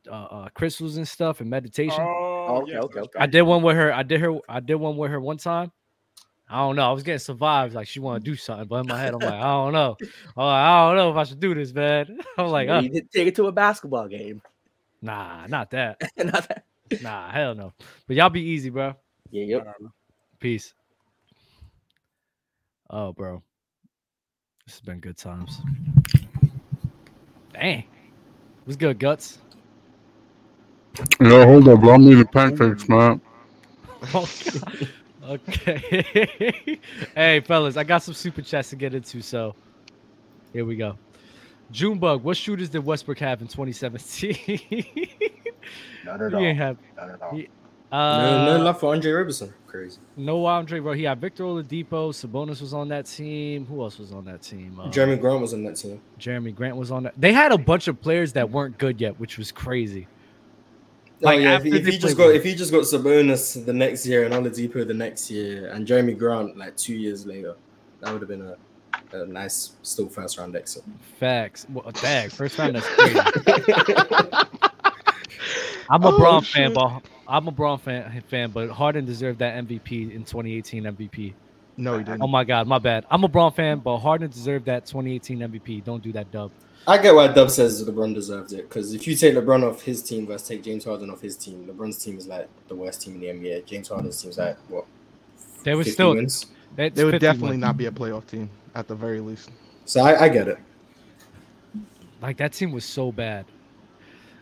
S2: uh, uh crystals and stuff and meditation.
S6: Oh, okay, okay, okay.
S2: I did one with her. I did her. I did one with her one time. I don't know. I was getting some vibes like she want to do something, but in my head I'm like, I don't
S6: *laughs*
S2: know. Oh, I don't know if I should do this, man. *laughs* I'm like,
S6: Yeah,
S2: uh,
S6: you did take it to a basketball game.
S2: nah, not
S6: *laughs*
S2: that. Nah, hell no. But y'all be easy, bro.
S6: Yeah,
S2: Peace. Oh, bro, this has been good times. Dang, what's good, guts?
S15: Yeah, hold up, bro. I'm eating pancakes, man.
S2: Oh, God. *laughs* okay. *laughs* hey, fellas, I got some super chats to get into, so here we go. Junebug, what shooters did Westbrook have in 2017?
S1: None
S2: at He ain't all. have-
S1: None at
S2: all.
S1: no,
S2: Uh,
S1: no love for Andre Roberson. Crazy.
S2: no Andre, bro. He had Victor Oladipo. Sabonis was on that team. Who else was on that team? Uh,
S1: Jeremy Grant was on that team.
S2: Jeremy Grant was on that. They had a bunch of players that weren't good yet, which was crazy.
S1: Oh,
S2: Like,
S1: yeah, if,
S2: after
S1: if
S2: they
S1: he
S2: played-
S1: just got if he just got Sabonis the next year and Oladipo the next year and Jeremy Grant like two years later, that would have been a, a nice still first round exit.
S2: Facts. Well, dag. First round.
S5: *laughs*
S2: That's crazy. I'm a
S5: Oh,
S2: Braun fan,
S1: shit.
S2: but I'm a Braun fan, fan, but Harden deserved that MVP in 2018 MVP.
S5: No, he didn't.
S2: Oh my God, my bad. I'm a Braun fan, but Harden deserved that 2018 MVP. Don't do that, Dub.
S1: I get why Dub says LeBron deserves it because if you take LeBron off his team versus take James Harden off his team, LeBron's team is like the worst team in the NBA. James Harden's team's like what?
S2: They were
S1: 50
S2: still.
S1: wins?
S2: that's
S15: They would
S2: 50
S15: definitely
S2: wins.
S15: not be a playoff team at the very least.
S1: So I, I get it.
S2: Like that team was so bad.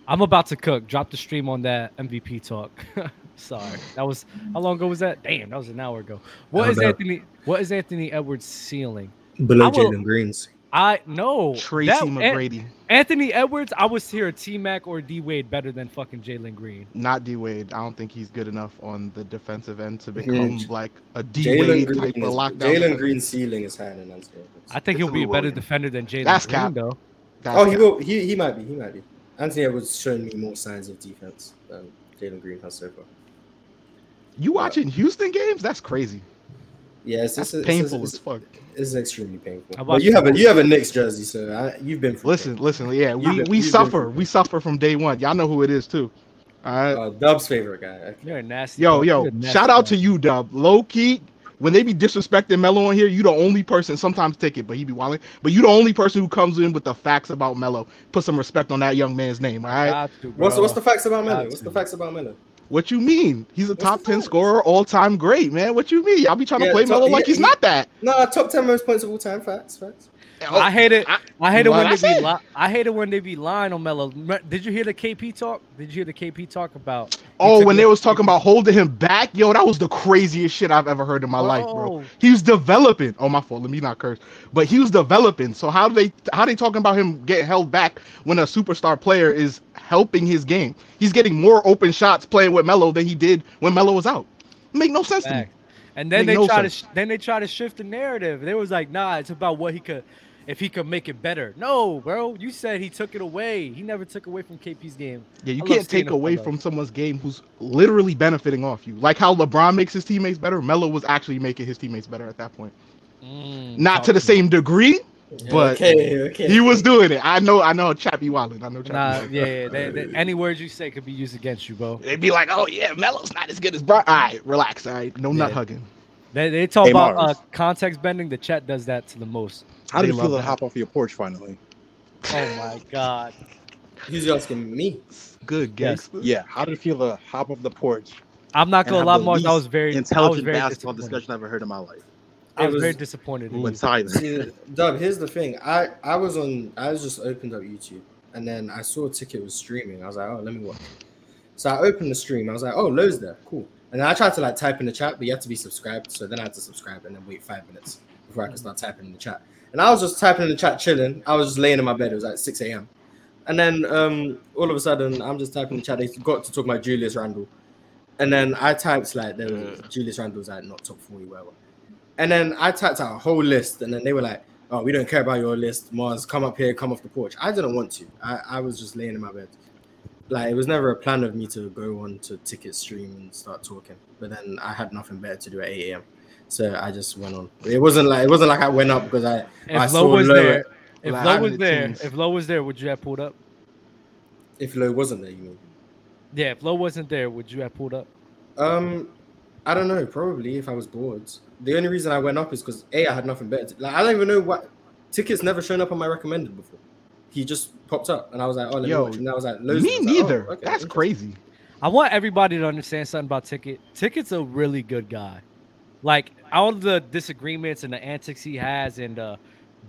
S2: I'm about to cook. Drop the stream on that MVP talk. *laughs* Sorry, that was how long ago was that? Damn, that was an hour ago. What
S1: Oh,
S2: is
S1: no.
S2: Anthony? What is Anthony Edwards ceiling? I
S1: Below
S2: will-
S1: Jalen Greens.
S2: I no
S15: Tracy
S2: An-
S15: McGrady.
S2: Anthony Edwards, I was here T Mac or D Wade better than fucking Jalen Green.
S15: Not D Wade. I don't think he's good enough on the defensive end to
S1: Mhm.
S15: become like a D
S1: Jalen
S15: Wade type
S1: Green,
S15: of
S1: is-
S15: lockdown.
S1: Jalen
S15: defender.
S1: Green's ceiling is higher than Anthony Edwards.
S2: I think he'll be a better defender than Jalen
S15: That's
S2: Green,
S15: cap.
S2: though.
S1: oh, he will. He, he might be. He might be. Anthony Edwards showing me more signs of defense than Jalen Green has so far.
S15: You watching Houston games? That's crazy.
S1: Yeah, it's,
S15: That's
S1: it's, it's,
S15: painful
S1: it's,
S15: as fuck.
S1: It's extremely painful.
S15: I
S1: But
S15: watched
S1: you have a
S15: the-
S1: you have a Knicks jersey, so uh, I, you've been.
S15: Listen, listen. Yeah,
S1: You've
S15: we,
S1: been-
S15: we
S1: you've been
S15: suffer. We suffer from day one. Y'all know who it is too. All right.
S1: Uh, Dub's favorite guy.
S2: You're a nasty.
S15: Yo,
S2: dog.
S15: yo,
S2: You're a nasty
S15: shout out
S2: dog.
S15: to you, Dub. Low key, when they be disrespecting Melo on here, you the only person. Sometimes take it, but he be wilding. But you the only person who comes in with the facts about Melo. Put some respect on that young man's name. All right.
S1: What's what's the facts about Melo? What's the facts about Melo?
S15: What you mean? He's a top ten scorer, all time great, man. What you mean? Y'all be trying to
S1: Yeah,
S15: play
S1: top-
S15: Melo like
S1: yeah,
S15: he's
S1: he-
S15: not that.
S1: No, top ten most points of all time. Facts, facts.
S15: Oh,
S2: I hate it. I, hate it
S15: well,
S2: when they
S15: that's
S2: be.
S15: it.
S2: Li- I hate it when they be lying on Melo. Me- Did you hear the KP talk? Did you hear the KP talk about?
S15: Oh, when they was talking about holding him back, yo, that was the craziest shit I've ever heard in my life, bro.
S2: Bro.
S15: He was developing. Oh, my fault. Let me not curse. But he was developing. So how do they how they talking about him getting held back when a superstar player is helping his game? He's getting more open shots playing with Melo than he did when Melo was out. Make no sense to me.
S2: Facts. And
S15: Make
S2: then they
S15: no
S2: try to
S15: sense.
S2: sh- then they try to shift the narrative. They was like, nah, it's about what he could if he could make it better. No, bro, you said he took it away. He never took away from KP's game.
S15: Yeah, you
S2: I love
S15: can't
S2: seeing
S15: take
S2: him
S15: away
S2: play.
S15: from someone's game who's literally benefiting off you. Like how LeBron makes his teammates better, Melo was actually making his teammates better at that point. Not to the same degree, but
S2: Mm, Okay, okay.
S15: he was doing it. I know, I know, Chappie Wallen. I know Chappie.
S2: Nah,
S15: Wallen.
S2: yeah, yeah they, they, any words you say could be used against you, bro.
S15: They'd be like, oh yeah, Melo's not as good as Bron. All right, relax. All right, no nut
S2: Yeah.
S15: hugging.
S2: They, they talk
S14: Hey,
S2: about uh,
S14: Mars.
S2: context bending. The chat does that to the most.
S14: How
S2: They
S14: did you feel
S2: love
S14: to hop off your porch finally?
S2: that. Oh my god.
S1: He's asking me.
S15: Good
S14: Yes. Yeah. How did it feel to hop off the porch?
S2: I'm not
S14: and
S2: gonna
S14: have
S2: lie,
S14: the
S2: Mars. I
S14: least
S2: was very I was
S14: intelligent
S2: very
S14: basketball
S2: disappointed.
S14: discussion I've ever heard in my life.
S2: I
S1: It
S2: was,
S1: was-
S2: very disappointed.
S14: When silent.
S1: See, Dub, here's the thing. I I was on. I was just opened up YouTube, and then I saw Ticket was streaming. I was like, oh, let me watch. So I opened the stream. I was like, oh, Lowe's there, cool. And then I tried to like type in the chat, but you had to be subscribed. So then I had to subscribe and then wait five minutes before I could start typing in the chat. And I was just typing in the chat, chilling. I was just laying in my bed. It was like six a.m. And then um, all of a sudden, I'm just typing in the chat. They got to talk about Julius Randle. And then I typed like there was Julius Randle's like not top 40, whatever. And then I typed out a whole list, and then they were like, Oh, we don't care about your list. Mars, come up here, come off the porch. I didn't want to. I, I was just laying in my bed. Like it was never a plan of me to go on to ticket stream and start talking. But then I had nothing better to do at 8 a.m. So I just went on. It wasn't like it wasn't like I went up because I, I
S2: If
S1: saw
S2: Low was
S1: Lowe-
S2: there, if
S1: like,
S2: Low
S1: I'm
S2: was
S1: the
S2: there,
S1: teams.
S2: if Low was there, would you have pulled up?
S1: if Low wasn't there, you mean?
S2: Yeah, if Low wasn't there, would you have pulled up?
S1: Um, I don't know. Probably if I was bored. The only reason I went up is because a I had nothing better. To, like I don't even know what tickets never shown up on my recommended before. He just popped up, and I was like, "Oh, let
S15: Yo,
S1: me watch." And I was like,
S15: Me
S1: loads of- I was like, oh,
S15: neither.
S1: okay,
S15: That's
S1: okay.
S15: crazy.
S2: I want everybody to understand something about Ticket. Ticket's a really good guy. Like all the disagreements and the antics he has and uh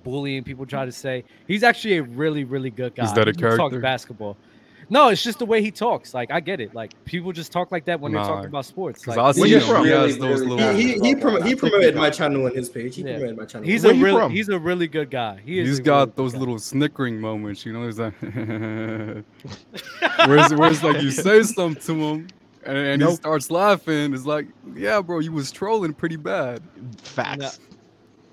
S2: bullying people try to say, he's actually a really, really good guy.
S24: Is that a
S2: He talks
S24: character?
S2: basketball. No, it's just the way he talks. Like I get it. Like people just talk like that when
S24: Nah,
S2: they're talking about sports.
S24: 'cause
S2: Like,
S24: I see Where you him, from? he has those
S1: He-
S24: little-
S1: he, he, promo- he
S24: Ticket
S1: promoted
S24: guy.
S1: my channel on his page. He
S2: Yeah.
S1: promoted my channel.
S2: He's
S24: Where
S2: a
S24: you
S2: really
S24: from?
S2: he's a really good guy. He is
S24: He's
S2: a
S24: got those little snickering moments, you know. He's like, *laughs* where's where's like you *laughs* say something to him, and, and he
S15: Nope.
S24: starts laughing. It's like, yeah, bro, you was trolling pretty bad.
S15: Facts.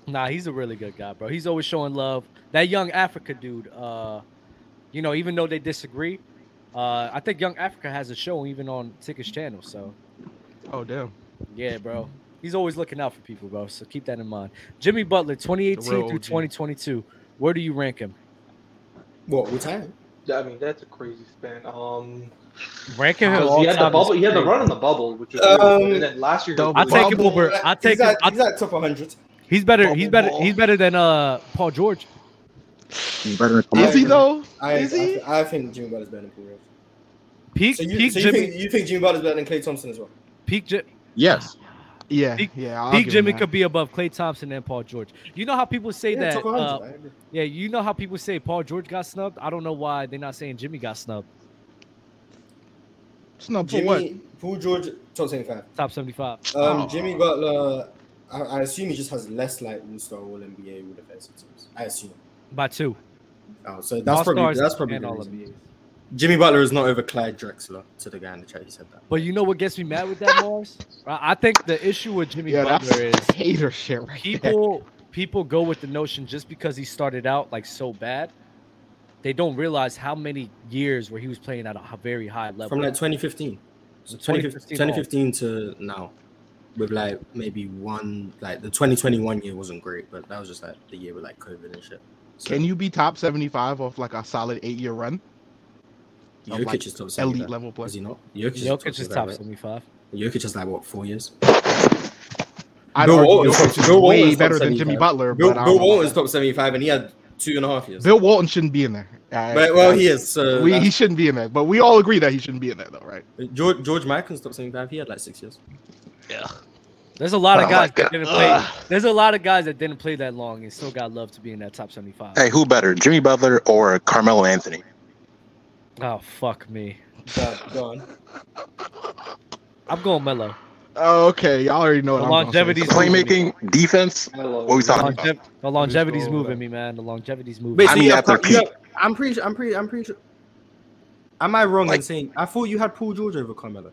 S2: Nah, he's a really good guy, bro. He's always showing love. That young Africa dude, uh, you know, even though they disagree, uh, I think Young Africa has a show even on Ticket's channel. So,
S15: oh damn,
S2: yeah, bro. He's always looking out for people, bro. So keep that in mind. Jimmy Butler, 2018
S1: The real
S2: through
S1: OG.
S2: 2022. Where do you rank him?
S1: What? What time?
S11: I mean, that's a crazy span. Um,
S2: Ranking him.
S11: because
S2: all
S11: he had the
S2: time is
S11: bubble. He had the
S2: crazy.
S11: run in the bubble, which was
S1: Um,
S11: really good. And then last year,
S2: I take him over. I take
S1: he's
S2: him.
S1: At, he's at top 100.
S2: He's better. He's better. He's better than uh Paul George.
S15: Is he though?
S1: I,
S15: Is he?
S1: I, I think Jimmy Butler's better than Paul George.
S2: Peak.
S1: So you,
S2: peak
S1: so you
S2: Jimmy.
S1: think you think Jimmy Butler's better than Clay Thompson as well?
S2: peak. Ji-
S15: Yes. Yeah.
S2: Peak-
S15: yeah. I'll
S2: Peak
S15: give him
S2: Jimmy
S15: that.
S2: could be above Clay Thompson and Paul George. You know how people say
S1: Yeah,
S2: that.
S1: top 100,
S2: uh,
S1: I agree.
S2: yeah, you know how people say Paul George got snubbed. I don't know why they're not saying Jimmy got snubbed.
S15: Snubbed
S1: Jimmy, Paul George, top 75.
S2: Top 75.
S1: Um, Jimmy Butler, I, I assume he just has less like All Star, All NBA, All Defensive teams. I assume.
S2: By two.
S1: Oh, so that's probably
S2: All-Stars
S1: that's probably
S2: and
S1: the
S2: all
S1: reason.
S2: NBAs.
S1: Jimmy Butler is not over Clyde Drexler to the guy in the chat. He said that.
S2: But you know what gets me mad with that, Mars? I I think the issue with Jimmy
S15: Yeah, that's
S2: Butler is
S15: hater shit right there.
S2: people people go with the notion just because he started out like so bad, they don't realize how many years where he was playing at a h- very high level.
S1: From like 2015, So 2015,
S2: 2015
S1: 2015 to now, with like maybe one like the 2021 year wasn't great, but that was just like the year with like COVID and shit. So
S15: Can you be top seventy-five off like a solid eight-year run? Of,
S1: Jokic
S15: like,
S1: is top 75.
S15: elite level player.
S1: Is he not?
S2: Jokic is top 75.
S1: Jokic is like what four years?
S15: I'd
S1: Bill
S15: argue
S1: Walton's-
S15: Jokic is
S1: Bill
S15: way
S1: Walton's top
S15: better than Jimmy
S1: 75.
S15: Butler,
S1: Bill,
S15: but I
S1: Bill
S15: don't know.
S1: Walton's top 75, and he had two and a half years.
S15: Bill Walton shouldn't be in there. I-
S1: But- well,
S15: I-
S1: he is, so
S15: we, he
S1: that's-
S15: shouldn't be in that, but we all agree that he shouldn't be in that, though, right?
S1: George George Michael stopped saying that he had like six years.
S15: Yeah.
S2: There's a lot
S15: Oh
S2: of
S15: my
S2: guys that
S15: God.
S2: didn't play.
S15: Ugh.
S2: There's a lot of guys that didn't play that long and still got love to be in that top 75.
S11: Hey, who better, Jimmy Butler or Carmelo Anthony?
S2: Oh fuck me.
S1: Gone.
S2: I'm going mellow.
S15: Oh, okay, y'all already know.
S2: The
S15: what I'm gonna say.
S2: longevity's Playmaking,
S11: defense. What we talking
S2: Longev- The longevity's moving me, man. The longevity's moving.
S1: Wait,
S2: me.
S1: so you have Paul- you have- I'm pretty. sure- I'm pretty. I'm pretty. sure- Am I wrong in saying I thought you had Paul George over Carmelo?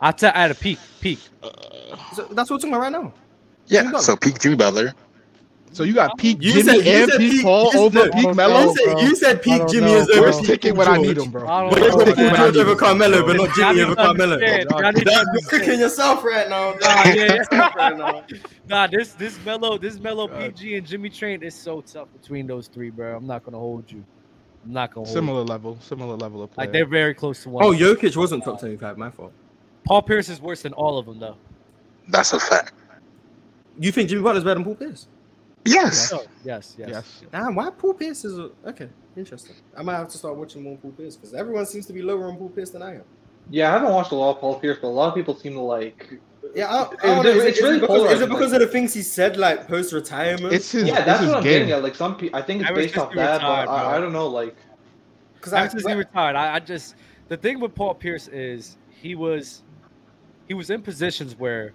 S2: I tell at a peak, peak.
S1: So that's what we're talking about right now.
S11: Yeah, so peak Jimmy Butler.
S15: So you got peak
S1: You
S15: Jimmy
S1: said- you
S15: and
S1: said
S15: peak
S1: peak-
S15: Paul
S1: you said-
S15: over
S1: I
S15: peak
S1: don't
S15: Melo.
S1: know, bro. You said peak I don't Jimmy know, is over
S15: Where's
S1: peak
S15: taking when I need him,
S1: I
S15: bro?
S1: don't Where's know, taking man. George over Carmelo, but not Jimmy
S2: Y'all
S1: over
S2: need to
S1: Carmelo?
S2: understand. Y'all
S1: Damn,
S2: need to
S1: You're cooking yourself right now.
S2: Nah, yeah, yeah. *laughs* nah, this this mellow, this mellow PG and Jimmy Train is so tough between those three, bro. I'm not gonna hold you. I'm not gonna hold
S15: Similar
S2: You.
S15: level, similar level of play.
S2: Like they're very close to one.
S1: Oh, Jokic wasn't top seventy-five. My fault.
S2: Paul Pierce is worse than all of them, though.
S11: That's a fact.
S1: You think Jimmy Butler's better than Paul Pierce?
S11: Yes.
S1: Oh,
S2: Yes. Yes.
S1: Damn, why Paul Pierce is a, okay? Interesting. I might have to start watching more Paul Pierce because everyone seems to be lower on Paul Pierce than I am.
S5: Yeah, I haven't watched a lot of Paul Pierce, but a lot of people seem to like.
S1: Yeah, I,
S5: It's-
S1: I don't know. Is,
S5: it's
S1: it- is
S5: really
S1: it because, is
S5: polarizing,
S1: it because
S5: like-
S1: of the things he said, like post retirement?
S5: yeah, that's what I'm getting at. Like some, pe- I think it's
S2: Ever
S5: based
S2: since
S5: off
S2: he
S5: that,
S2: retired,
S5: but I,
S2: bro.
S5: I don't know. Like,
S1: Because
S2: ever since he retired, I, I just the thing with Paul Pierce is he was he was in positions where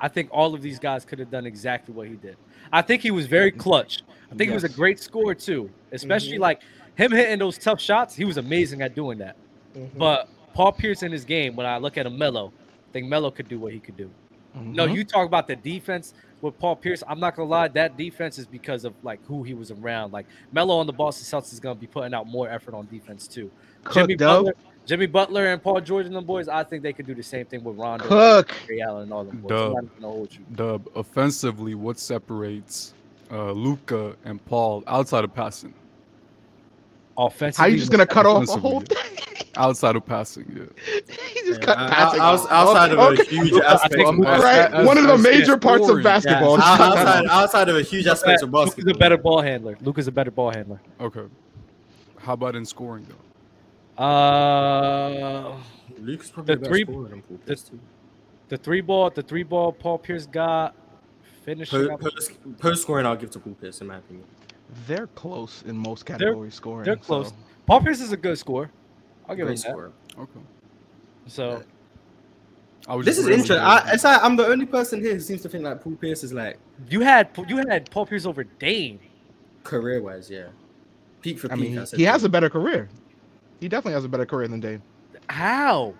S2: I think all of these guys could have done exactly what he did. I think he was very clutch. I think he was a great scorer too, especially
S5: Mm-hmm.
S14: Mhm.
S2: like him hitting those tough shots. He was amazing at doing that.
S5: Mm-hmm.
S11: Mm-hmm.
S2: But Paul Pierce in his game, when I look at him, Melo, I think Melo could do what he could do. No,
S6: Mm-hmm.
S15: Mm-hmm.
S14: Mhm.
S2: you talk about the defense with Paul Pierce. I'm not gonna lie, that defense is because of like who he was around. Like Melo on the Boston Celtics is gonna be putting out more effort on defense too. Jimmy
S15: Cook, dog.
S2: Butler, Jimmy Butler and Paul George and them boys, I think they could do the same thing with Rondo,
S15: Cook.
S2: Ray Allen, and all them boys. I'm
S24: Dub,
S2: not even gonna hold you.
S24: Dub, offensively, what separates uh, Luca and Paul outside of passing?
S2: Offensively,
S24: How you just gonna cut off a whole thing? *laughs* Outside of passing, yeah.
S15: he just
S24: cut
S1: Yeah,
S24: passing
S1: Uh, outs-
S24: off.
S1: outside of
S15: Okay. *laughs*
S1: a huge aspect,
S15: Right,
S1: of basketball.
S15: one of the major parts of basketball.
S1: Yeah,
S15: Just cut that
S1: outside,
S15: off.
S1: outside of a huge aspect of basketball.
S2: Luca's a better ball handler. Luca's a better ball handler.
S24: Okay. How about in scoring though?
S2: Uh,
S1: Luke's
S24: probably the best
S2: three,
S24: scorer than Paul
S2: the, the three ball, the three ball. Paul Pierce got finishing. up-
S1: Po- Post, post scoring, I'll give to Paul Pierce in my opinion.
S15: They're close in most
S2: They're-
S15: categories scoring.
S2: They're close.
S15: so-
S2: Paul Pierce is a good scorer. I'll give him
S1: Great
S2: that.
S1: scorer.
S24: Okay.
S2: So
S24: I was
S1: This
S24: just
S1: is
S24: raising
S1: interesting.
S24: it.
S1: I, it's like I'm the only person here who seems to think like Paul Pierce is like
S2: you had you had Paul Pierce over Dame.
S1: career wise, yeah. Peak for
S15: I
S1: peak.
S15: mean, he, he has a better career. He definitely has a better career than Dave.
S2: How?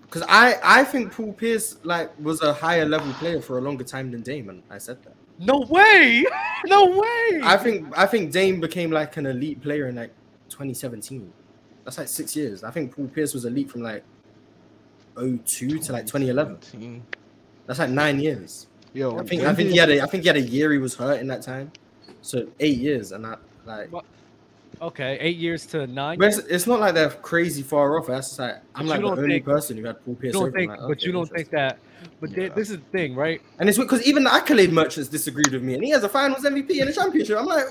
S1: Because I I think Paul Pierce like was a higher level player for a longer time than Dame, and I said that.
S2: No way, *laughs* no way.
S1: I think I think Dame became like an elite player in like 2017. That's like six years. I think Paul Pierce was elite from like 02 to like 2011. That's like nine years.
S15: Yo,
S1: I think
S15: when
S1: I think
S15: did-
S1: he had a I think he had a year he was hurt in that time, so eight years and that like.
S2: Okay, eight years to nine.
S1: But it's,
S2: years?
S1: it's not like they're crazy far off. That's just like
S2: But
S1: I'm like
S2: you
S1: the
S2: don't
S1: only
S2: think-
S1: person who had
S2: You
S1: Paul Pierce.
S2: don't
S1: over,
S2: think,
S1: like,
S2: but
S1: okay,
S2: you don't think that. But thi- this is the thing, right?
S1: And it's because even the accolade merchants disagreed with me, and he has a Finals MVP and a championship. I'm like,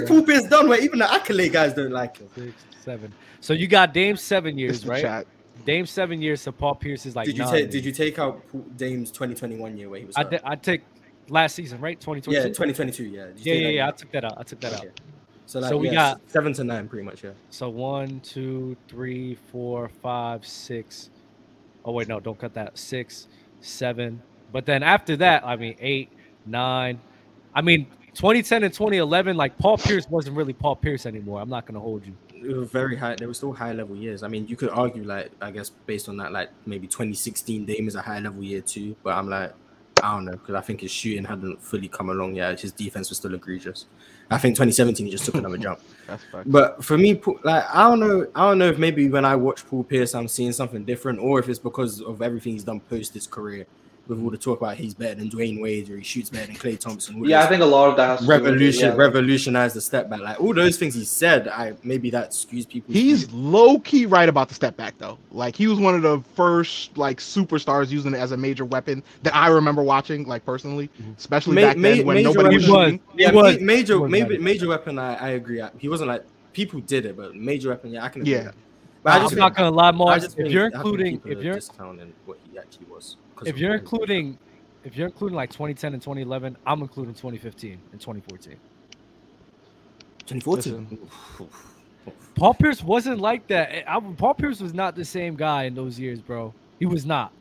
S2: *laughs*
S1: is Paul Pierce done? Where even the accolade guys don't like him.
S2: Six, seven. So you got Dame seven years,
S1: the
S2: right?
S1: chat.
S2: Dame seven years. So Paul Pierce is like.
S1: did you
S2: nine
S1: take? Did you take out Paul- Dame's 2021 year where he was?
S2: I
S1: hurt?
S2: did- I take last season, right? Twenty twenty.
S1: yeah, 2022. Yeah. Did you
S2: Yeah,
S1: take
S2: yeah,
S1: that
S2: yeah. I
S1: year?
S2: took that out. I took that out.
S1: So, like,
S2: so we
S1: yeah,
S2: got
S1: seven to nine, pretty much. Yeah.
S2: So one, two, three, four, five, six. Oh wait, no, don't cut that. Six, seven. But then after that, I mean eight, nine. I mean 2010 and 2011. Like Paul Pierce wasn't really Paul Pierce anymore. I'm not gonna hold you.
S1: It was very high. They were still high level years. I mean, you could argue, like, I guess based on that, like maybe 2016 Dame is a high level year too. But I'm like, I don't know because I think his shooting hadn't fully come along yet. His defense was still egregious. I think 2017 he just took another jump.
S15: That's fact.
S1: But for me, Paul- like, I don't know. I don't know if maybe when I watch Paul Pierce, I'm seeing something different, or if it's because of everything he's done post his career. With all the talk about he's better than Dwayne Wade or he shoots better than Clay Thompson. all
S5: Yeah,
S1: this
S5: I think a lot of that has to do with it,
S1: revolution,
S5: yeah.
S1: revolutionized the step back. Like all those things he said, I maybe that skews people.
S15: He's low key right about the step back though. Like he was one of the first like superstars using it as a major weapon that I remember watching, like personally, especially back then when nobody Mm-hmm. was shooting.
S1: yeah, ma- major, maybe major weapon. I, I agree. He wasn't like people did it, but major weapon, yeah, I can.
S2: Yeah. I'm not gonna lie, Mars, if you're including- if you're-
S1: discounting what he actually was, 'cause
S2: If
S1: of
S2: you're
S1: what he-
S2: including, if you're including like 2010 and 2011, I'm including 2015 and 2014.
S1: 2014.
S2: Paul Pierce wasn't like that. Eh, I- Paul Pierce was not the same guy in those years, bro. He was not.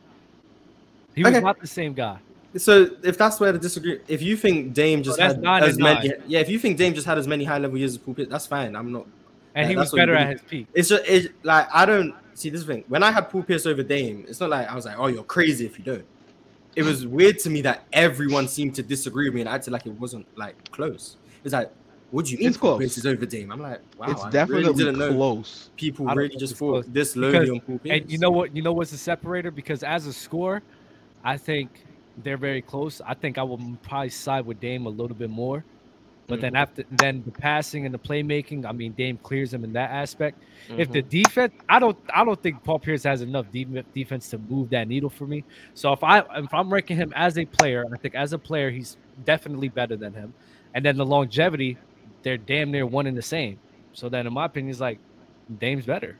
S2: He was
S1: Okay.
S2: not the same guy.
S1: So if that's where the disagree, if you think Dame just
S2: that's
S1: had
S2: nine
S1: as
S2: and
S1: many,
S2: nine.
S1: yeah, if you think Dame just had as many high level years as Paul Pierce, that's fine. I'm not.
S2: And he
S1: that's
S2: was
S1: what you
S2: better at
S1: believe.
S2: his peak.
S1: It's just it's like I don't see this is the thing. When I had Paul Pierce over Dame, it's not like I was like, oh, you're crazy if you don't. It was weird to me that everyone seemed to disagree with me and acted like it wasn't like close. It's like, what do you mean
S15: It's
S1: Paul
S15: close.
S1: Pierce is over Dame? I'm like, wow,
S15: It's
S1: I really
S15: definitely
S1: didn't know
S15: close.
S1: People
S2: I don't
S1: really
S2: think
S1: just
S2: it's
S1: thought
S2: close.
S1: this
S2: Because-
S1: lowly on Paul Pierce.
S2: And you know what? You know what's the separator? Because as a scorer, I think they're very close. I think I will probably side with Dame a little bit more. But then
S1: Mm-hmm.
S2: after then the passing and the playmaking, I mean Dame clears him in that aspect. If the
S6: Mhm.
S2: defense, I don't I don't think Paul Pierce has enough de- defense to move that needle for me. So if I if I'm ranking him as a player, I think as a player he's definitely better than him. And then the longevity, they're damn near one and the same. So then in my opinion, it's like Dame's better.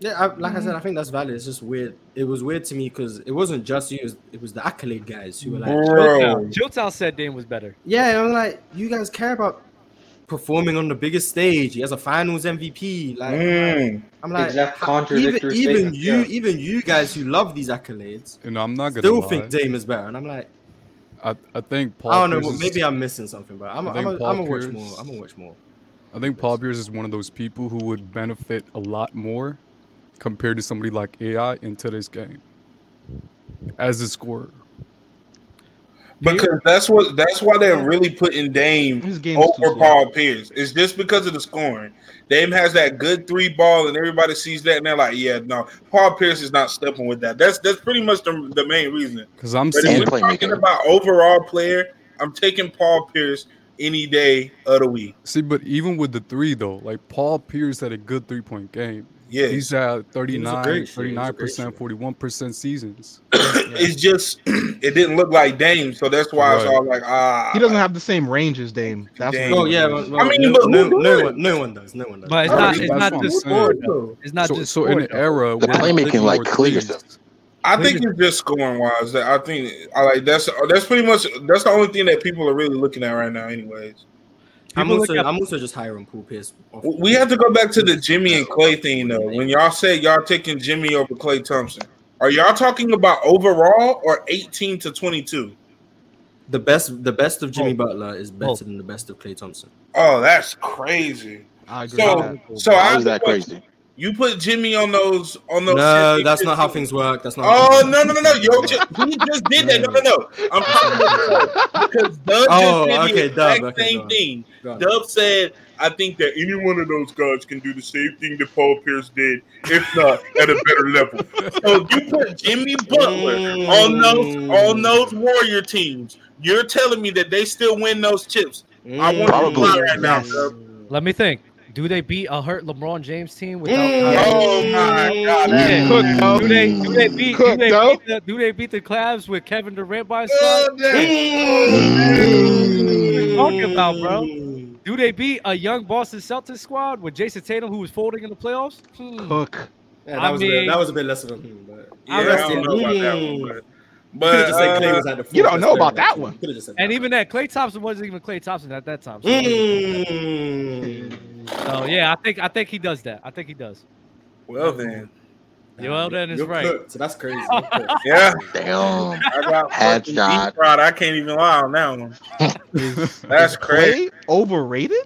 S1: Yeah, I, like I said, I think that's valid. It's just weird. It was weird to me because it wasn't just you; it was, it was the accolade guys who were like,
S2: Chiltown, Chiltown said Dame was better.
S1: "Yeah, I'm like, you guys care about performing on the biggest stage. He has a Finals MVP. Like,
S24: Mm.
S1: I'm like,
S24: Exact
S1: how- even,
S24: contradictory
S1: even
S24: statements,
S1: you,
S24: yeah.
S1: even you guys who love these accolades,
S24: and I'm not gonna
S1: still
S24: lie.
S1: think Dame is better. And I'm like,
S24: I, I think Paul
S1: I don't know.
S24: Pierce
S1: But
S24: is-
S1: maybe I'm missing something, but I'm,
S24: I think
S1: I'm, I'm,
S24: Paul
S1: gonna watch
S24: Pierce-
S1: more. I'm gonna watch more.
S24: I think Paul Pierce is one of those people who would benefit a lot more compared to somebody like AI in today's game as a scorer.
S11: Because that's what that's why they're really putting Dame
S24: game is too
S11: over
S24: slow.
S11: Paul Pierce. It's just because of the scoring. Dame has that good three ball, and everybody sees that, and they're like, "Yeah, no, Paul Pierce is not stepping with that." That's that's pretty much the, the main reason.
S24: 'Cause I'm
S11: but
S24: seeing-
S11: if we're talking about overall player, I'm taking Paul Pierce any day Uh, of the week.
S24: See, but even with the three though, like Paul Pierce had a good three point game.
S11: Yeah.
S24: He's at 39,
S11: great shooter. He was a
S24: 39
S11: great
S24: percent, 41 percent seasons.
S11: It's just *clears throat* it didn't look like Dame, so that's why it's
S24: Right.
S11: all like, ah,
S15: He doesn't have the same range as Dame. That's
S11: Dame.
S15: what
S11: Oh, yeah,
S15: it is.
S11: well, I mean, no- but who no- no does? one-
S1: no one does. No one does.
S2: But it's
S15: That's
S2: not.
S15: what
S2: It's
S15: I'm
S2: not
S15: saying.
S2: just
S15: Who
S2: scoring.
S15: does,
S2: though. It's not
S24: so,
S2: just
S24: so in
S2: scoring.
S24: an era
S11: The
S24: where we're
S11: playmaking,
S24: taking
S11: like,
S24: more
S11: clears
S24: threes,
S11: I think it's just scoring wise. that I think I like that's that's pretty much that's the only thing that people are really looking at right now. Anyways,
S1: I'm
S11: People look
S1: also,
S11: at-
S1: I'm also just higher on Paul Pierce. off-
S11: we have to go back to the Jimmy and Clay thing though. When y'all say y'all taking Jimmy over Clay Thompson, are y'all talking about overall or eighteen to twenty two?
S1: The best, the best of Jimmy Butler is better than the best of Clay Thompson.
S11: Oh, that's crazy.
S15: I
S1: agree
S11: So,
S1: with that.
S11: so
S1: How
S11: I
S1: is that crazy?
S11: You put Jimmy on those on those.
S1: No,
S11: 50,
S1: that's not how things work. That's not. how
S11: Oh
S1: things
S11: no
S1: work.
S11: no no no! Yo, ju- he just did that. No no no! I'm talking about because Dub
S1: Oh,
S11: just did
S1: okay,
S11: the exact
S1: Dub, okay,
S11: same
S1: Dub.
S11: thing.
S1: Got it.
S11: Dub said, "I think that any one of those guys can do the same thing that Paul Pierce did, if not at a better level." So you put Jimmy Butler
S1: Mm.
S11: on those on those Warrior teams. You're telling me that they still win those chips? I want to
S2: Probably.
S11: fly right now,
S2: Yes.
S11: Dub.
S2: Let me think. Do they beat a hurt LeBron James team without?
S11: Oh my God,
S2: Yeah.
S11: that's
S2: Do
S11: cooked,
S2: they do they beat do
S11: Cooked,
S2: they
S11: though.
S2: beat, the, do they beat the Cavs with Kevin Durant by his side?
S11: Mm.
S2: What are you talking about, bro?
S1: Mm.
S2: Do they beat a young Boston Celtics squad with Jason Tatum who was folding in the playoffs? Hmm.
S15: Cook.
S1: Yeah, that
S2: I
S1: was a bit,
S2: mean-
S1: that was a bit less of a. Hmm, but
S2: I Yeah, I don't know about that
S11: one,
S1: but.
S11: but,
S1: Hmm. just said Clay
S11: uh,
S1: was at the
S15: you
S1: fourth
S15: don't
S1: best
S15: know
S1: player
S15: about
S1: on
S15: that
S1: team.
S15: one.
S1: Could've
S2: *laughs*
S1: just said Mm.
S2: And even that Clay Thompson wasn't even Clay Thompson at that time. So,
S1: Hmm.
S2: So, Oh, yeah, I think I think he does that. I think he does.
S11: Well then.
S2: Well then is
S11: You're
S2: right.
S11: cooked.
S1: So
S15: *laughs*
S1: that's crazy.
S11: Yeah.
S25: Damn.
S11: I got fucking
S25: Headshot.
S11: deep fried. I can't even lie on that one.
S15: That's
S11: crazy.
S15: Overrated?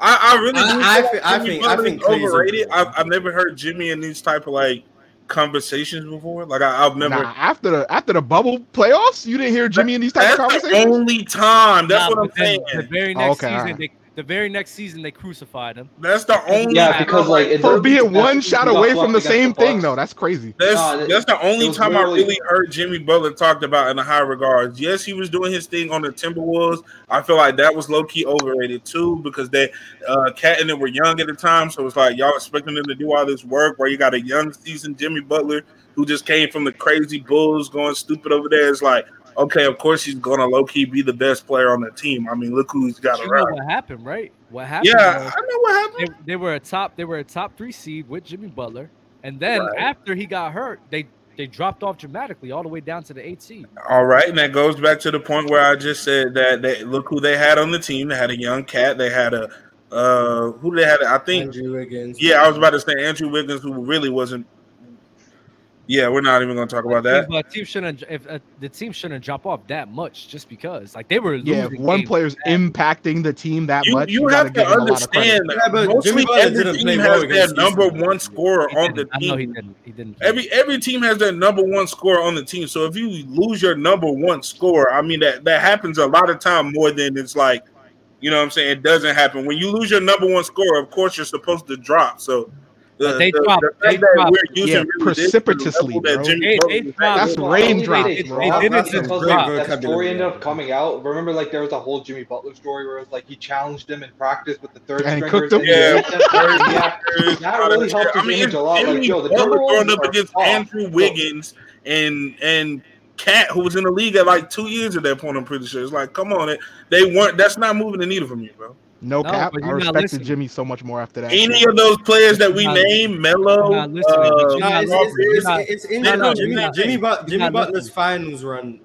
S11: I, I really do.
S15: I-
S11: feel
S15: I
S11: like
S15: think-
S11: Jimmy
S15: I think- I
S11: Butler
S15: think
S11: is
S15: Clay is
S11: overrated. I've, I've never heard Jimmy in these type of like conversations before. Like I, I've never.
S15: Nah, after the after the bubble playoffs, you didn't hear Jimmy in these type
S11: That's
S15: of
S11: the
S15: conversations.
S11: only time. That's
S2: Nah,
S11: what I'm
S2: but then
S11: saying.
S2: The very next
S15: Oh, Okay,
S2: season,
S15: alright.
S2: they, the very next season they crucified him.
S11: That's the only.
S15: Yeah, because, like, it For being literally- one shot away from the same thing, though. That's crazy.
S11: That's
S15: Nah, it-
S11: that's the
S15: it
S11: only
S15: was
S11: time I
S15: literally-
S11: really heard Jimmy Butler talked about in a high regard. Yes, he was doing his thing on the Timberwolves. I feel like that was low key overrated too because they uh Cat and they were young at the time, so it's like y'all expecting them to do all this work where you got a young seasoned Jimmy Butler who just came from the crazy Bulls going stupid over there. It's like, okay, of course he's gonna low key be the best player on the team. I mean, look who he's got
S2: you know
S11: around.
S2: what happened, right? What happened?
S11: Yeah,
S2: was
S11: I know what
S2: happened. They, they were a top. They were a top three seed with Jimmy Butler, and then
S11: Right.
S2: after he got hurt, they they dropped off dramatically, all the way down to the eight seed.
S11: All right, and that goes back to the point where I just said that they look who they had on the team. They had a young cat. They had a uh who they had. I think
S1: Andrew Wiggins.
S11: Yeah, I was about to say Andrew Wiggins, who really wasn't. Yeah, we're not even gonna talk about that.
S2: But team shouldn't. If uh, the team shouldn't drop off that much, just because like they were losing.
S15: Yeah, if one
S2: games.
S15: player's impacting the team that much.
S11: You
S15: gotta
S11: have to
S15: give him a lot of credit.
S11: understand. mostly every team has their number one scorer on the team.
S2: I know he didn't. He didn't.
S11: Every every team has their number one scorer on the team. So if you lose your number one scorer, I mean that that happens a lot of time more than it's like, you know what I'm saying? It doesn't happen. When you lose your number one scorer, of course you're supposed to drop. So the,
S2: But they
S11: the- the
S2: dropped-
S11: fact
S2: they
S11: that
S2: dropped-
S11: we're using
S15: yeah,
S11: really this is the
S15: precipitously,
S11: level that
S15: bro.
S11: Jimmy
S15: They-
S11: Butler
S15: they
S11: is
S15: dropped-
S11: at.
S15: That's rain drops,
S6: They,
S15: bro.
S6: they did
S15: That's
S6: it
S15: a
S6: because
S15: great
S6: like, that story
S15: vocabulary.
S6: ended up coming out. Remember, like there was a whole Jimmy Butler story where it was like he challenged him in practice with the third
S15: And he
S6: stringers.
S15: cooked him?
S6: and he
S15: Yeah.
S6: beat them third, yeah. That really helped
S11: I
S6: his
S11: mean,
S6: image a lot. Like,
S11: Jimmy
S6: yo, the
S11: Butler
S6: number
S11: going
S6: one
S11: up against Andrew Wiggins and and Cat, who was in the league at like two years at that point. I'm pretty sure. It's like, come on, it. They weren't. That's not moving the needle for me, bro.
S15: No,
S11: No,
S15: cap.
S11: but
S15: I
S11: you're not
S15: respected
S11: listening.
S15: Jimmy so much more after that.
S11: Any of those players that we
S15: Nah,
S11: name, Melo,
S15: nah,
S11: uh,
S15: listen, but you're
S1: Nah, it's, it's, it's, it's, it's
S11: they
S1: interesting.
S11: don't
S1: Jimmy,
S11: do that.
S1: Jimmy, but, Jimmy
S11: Nah, listen.
S1: Butler's finals run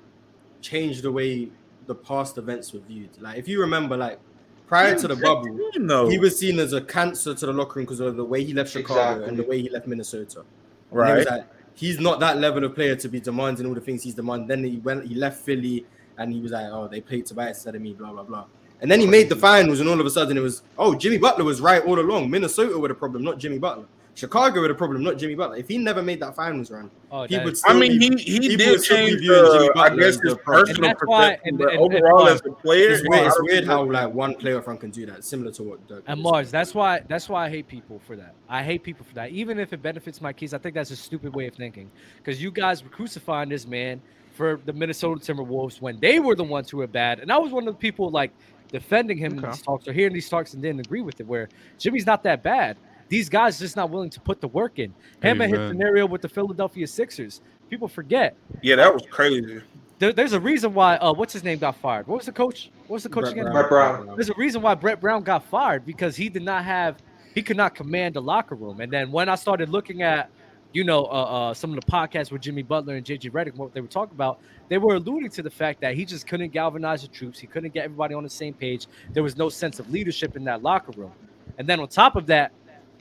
S1: changed the way the past events were viewed. Like, if you remember, like prior to the bubble,
S11: no.
S1: he was seen as a cancer to the locker room because of the way he left Chicago and the way he left Minnesota. And it
S11: Right.
S1: was like, he's not that level of player to be demanding all the things he's demanding. Then he went, he left Philly, and he was like, "Oh, they played Tobias instead of me," blah blah blah. And then he made the finals, and all of a sudden it was, "Oh, Jimmy Butler was right all along. Minnesota were the problem, not Jimmy Butler. Chicago were the problem, not Jimmy Butler. If he never made that finals run,
S2: Oh,
S1: he
S2: that-
S1: would.
S11: I
S1: Still
S11: mean,
S1: be-
S11: he, he
S1: people
S11: did
S1: would still be
S11: change
S1: viewing Jimmy
S11: the, I
S1: Butler
S11: guess,
S1: as
S11: his
S1: the problem.
S11: personal perception, but overall, as a player,
S1: it's weird,
S11: I
S1: it's
S11: don't
S1: weird
S11: think
S1: how like one player front can do that, similar to what Dirk.
S2: And Mars, that's why that's why I hate people for that. I hate people for that. Even if it benefits my kids, I think that's a stupid way of thinking. Because you guys were crucifying this man for the Minnesota Timberwolves when they were the ones who were bad. And I was one of the people like defending him in
S15: Okay.
S2: these talks or hearing these talks and didn't agree with it, where Jimmy's not that bad. These guys just not willing to put the work in. Him and his
S11: Amen.
S2: scenario with the Philadelphia Sixers. People forget.
S11: Yeah, that was crazy.
S2: There, there's a reason why uh what's his name got fired. What was the coach? What was the coach
S11: Brett
S2: again?
S11: Brown. Brett Brown.
S2: There's a reason why Brett Brown got fired because he did not have he could not command the locker room. And then when I started looking at you know uh, uh some of the podcasts with Jimmy Butler and JJ Redick, what they were talking about, they were alluding to the fact that he just couldn't galvanize the troops. He couldn't get everybody on the same page. There was no sense of leadership in that locker room. And then on top of that,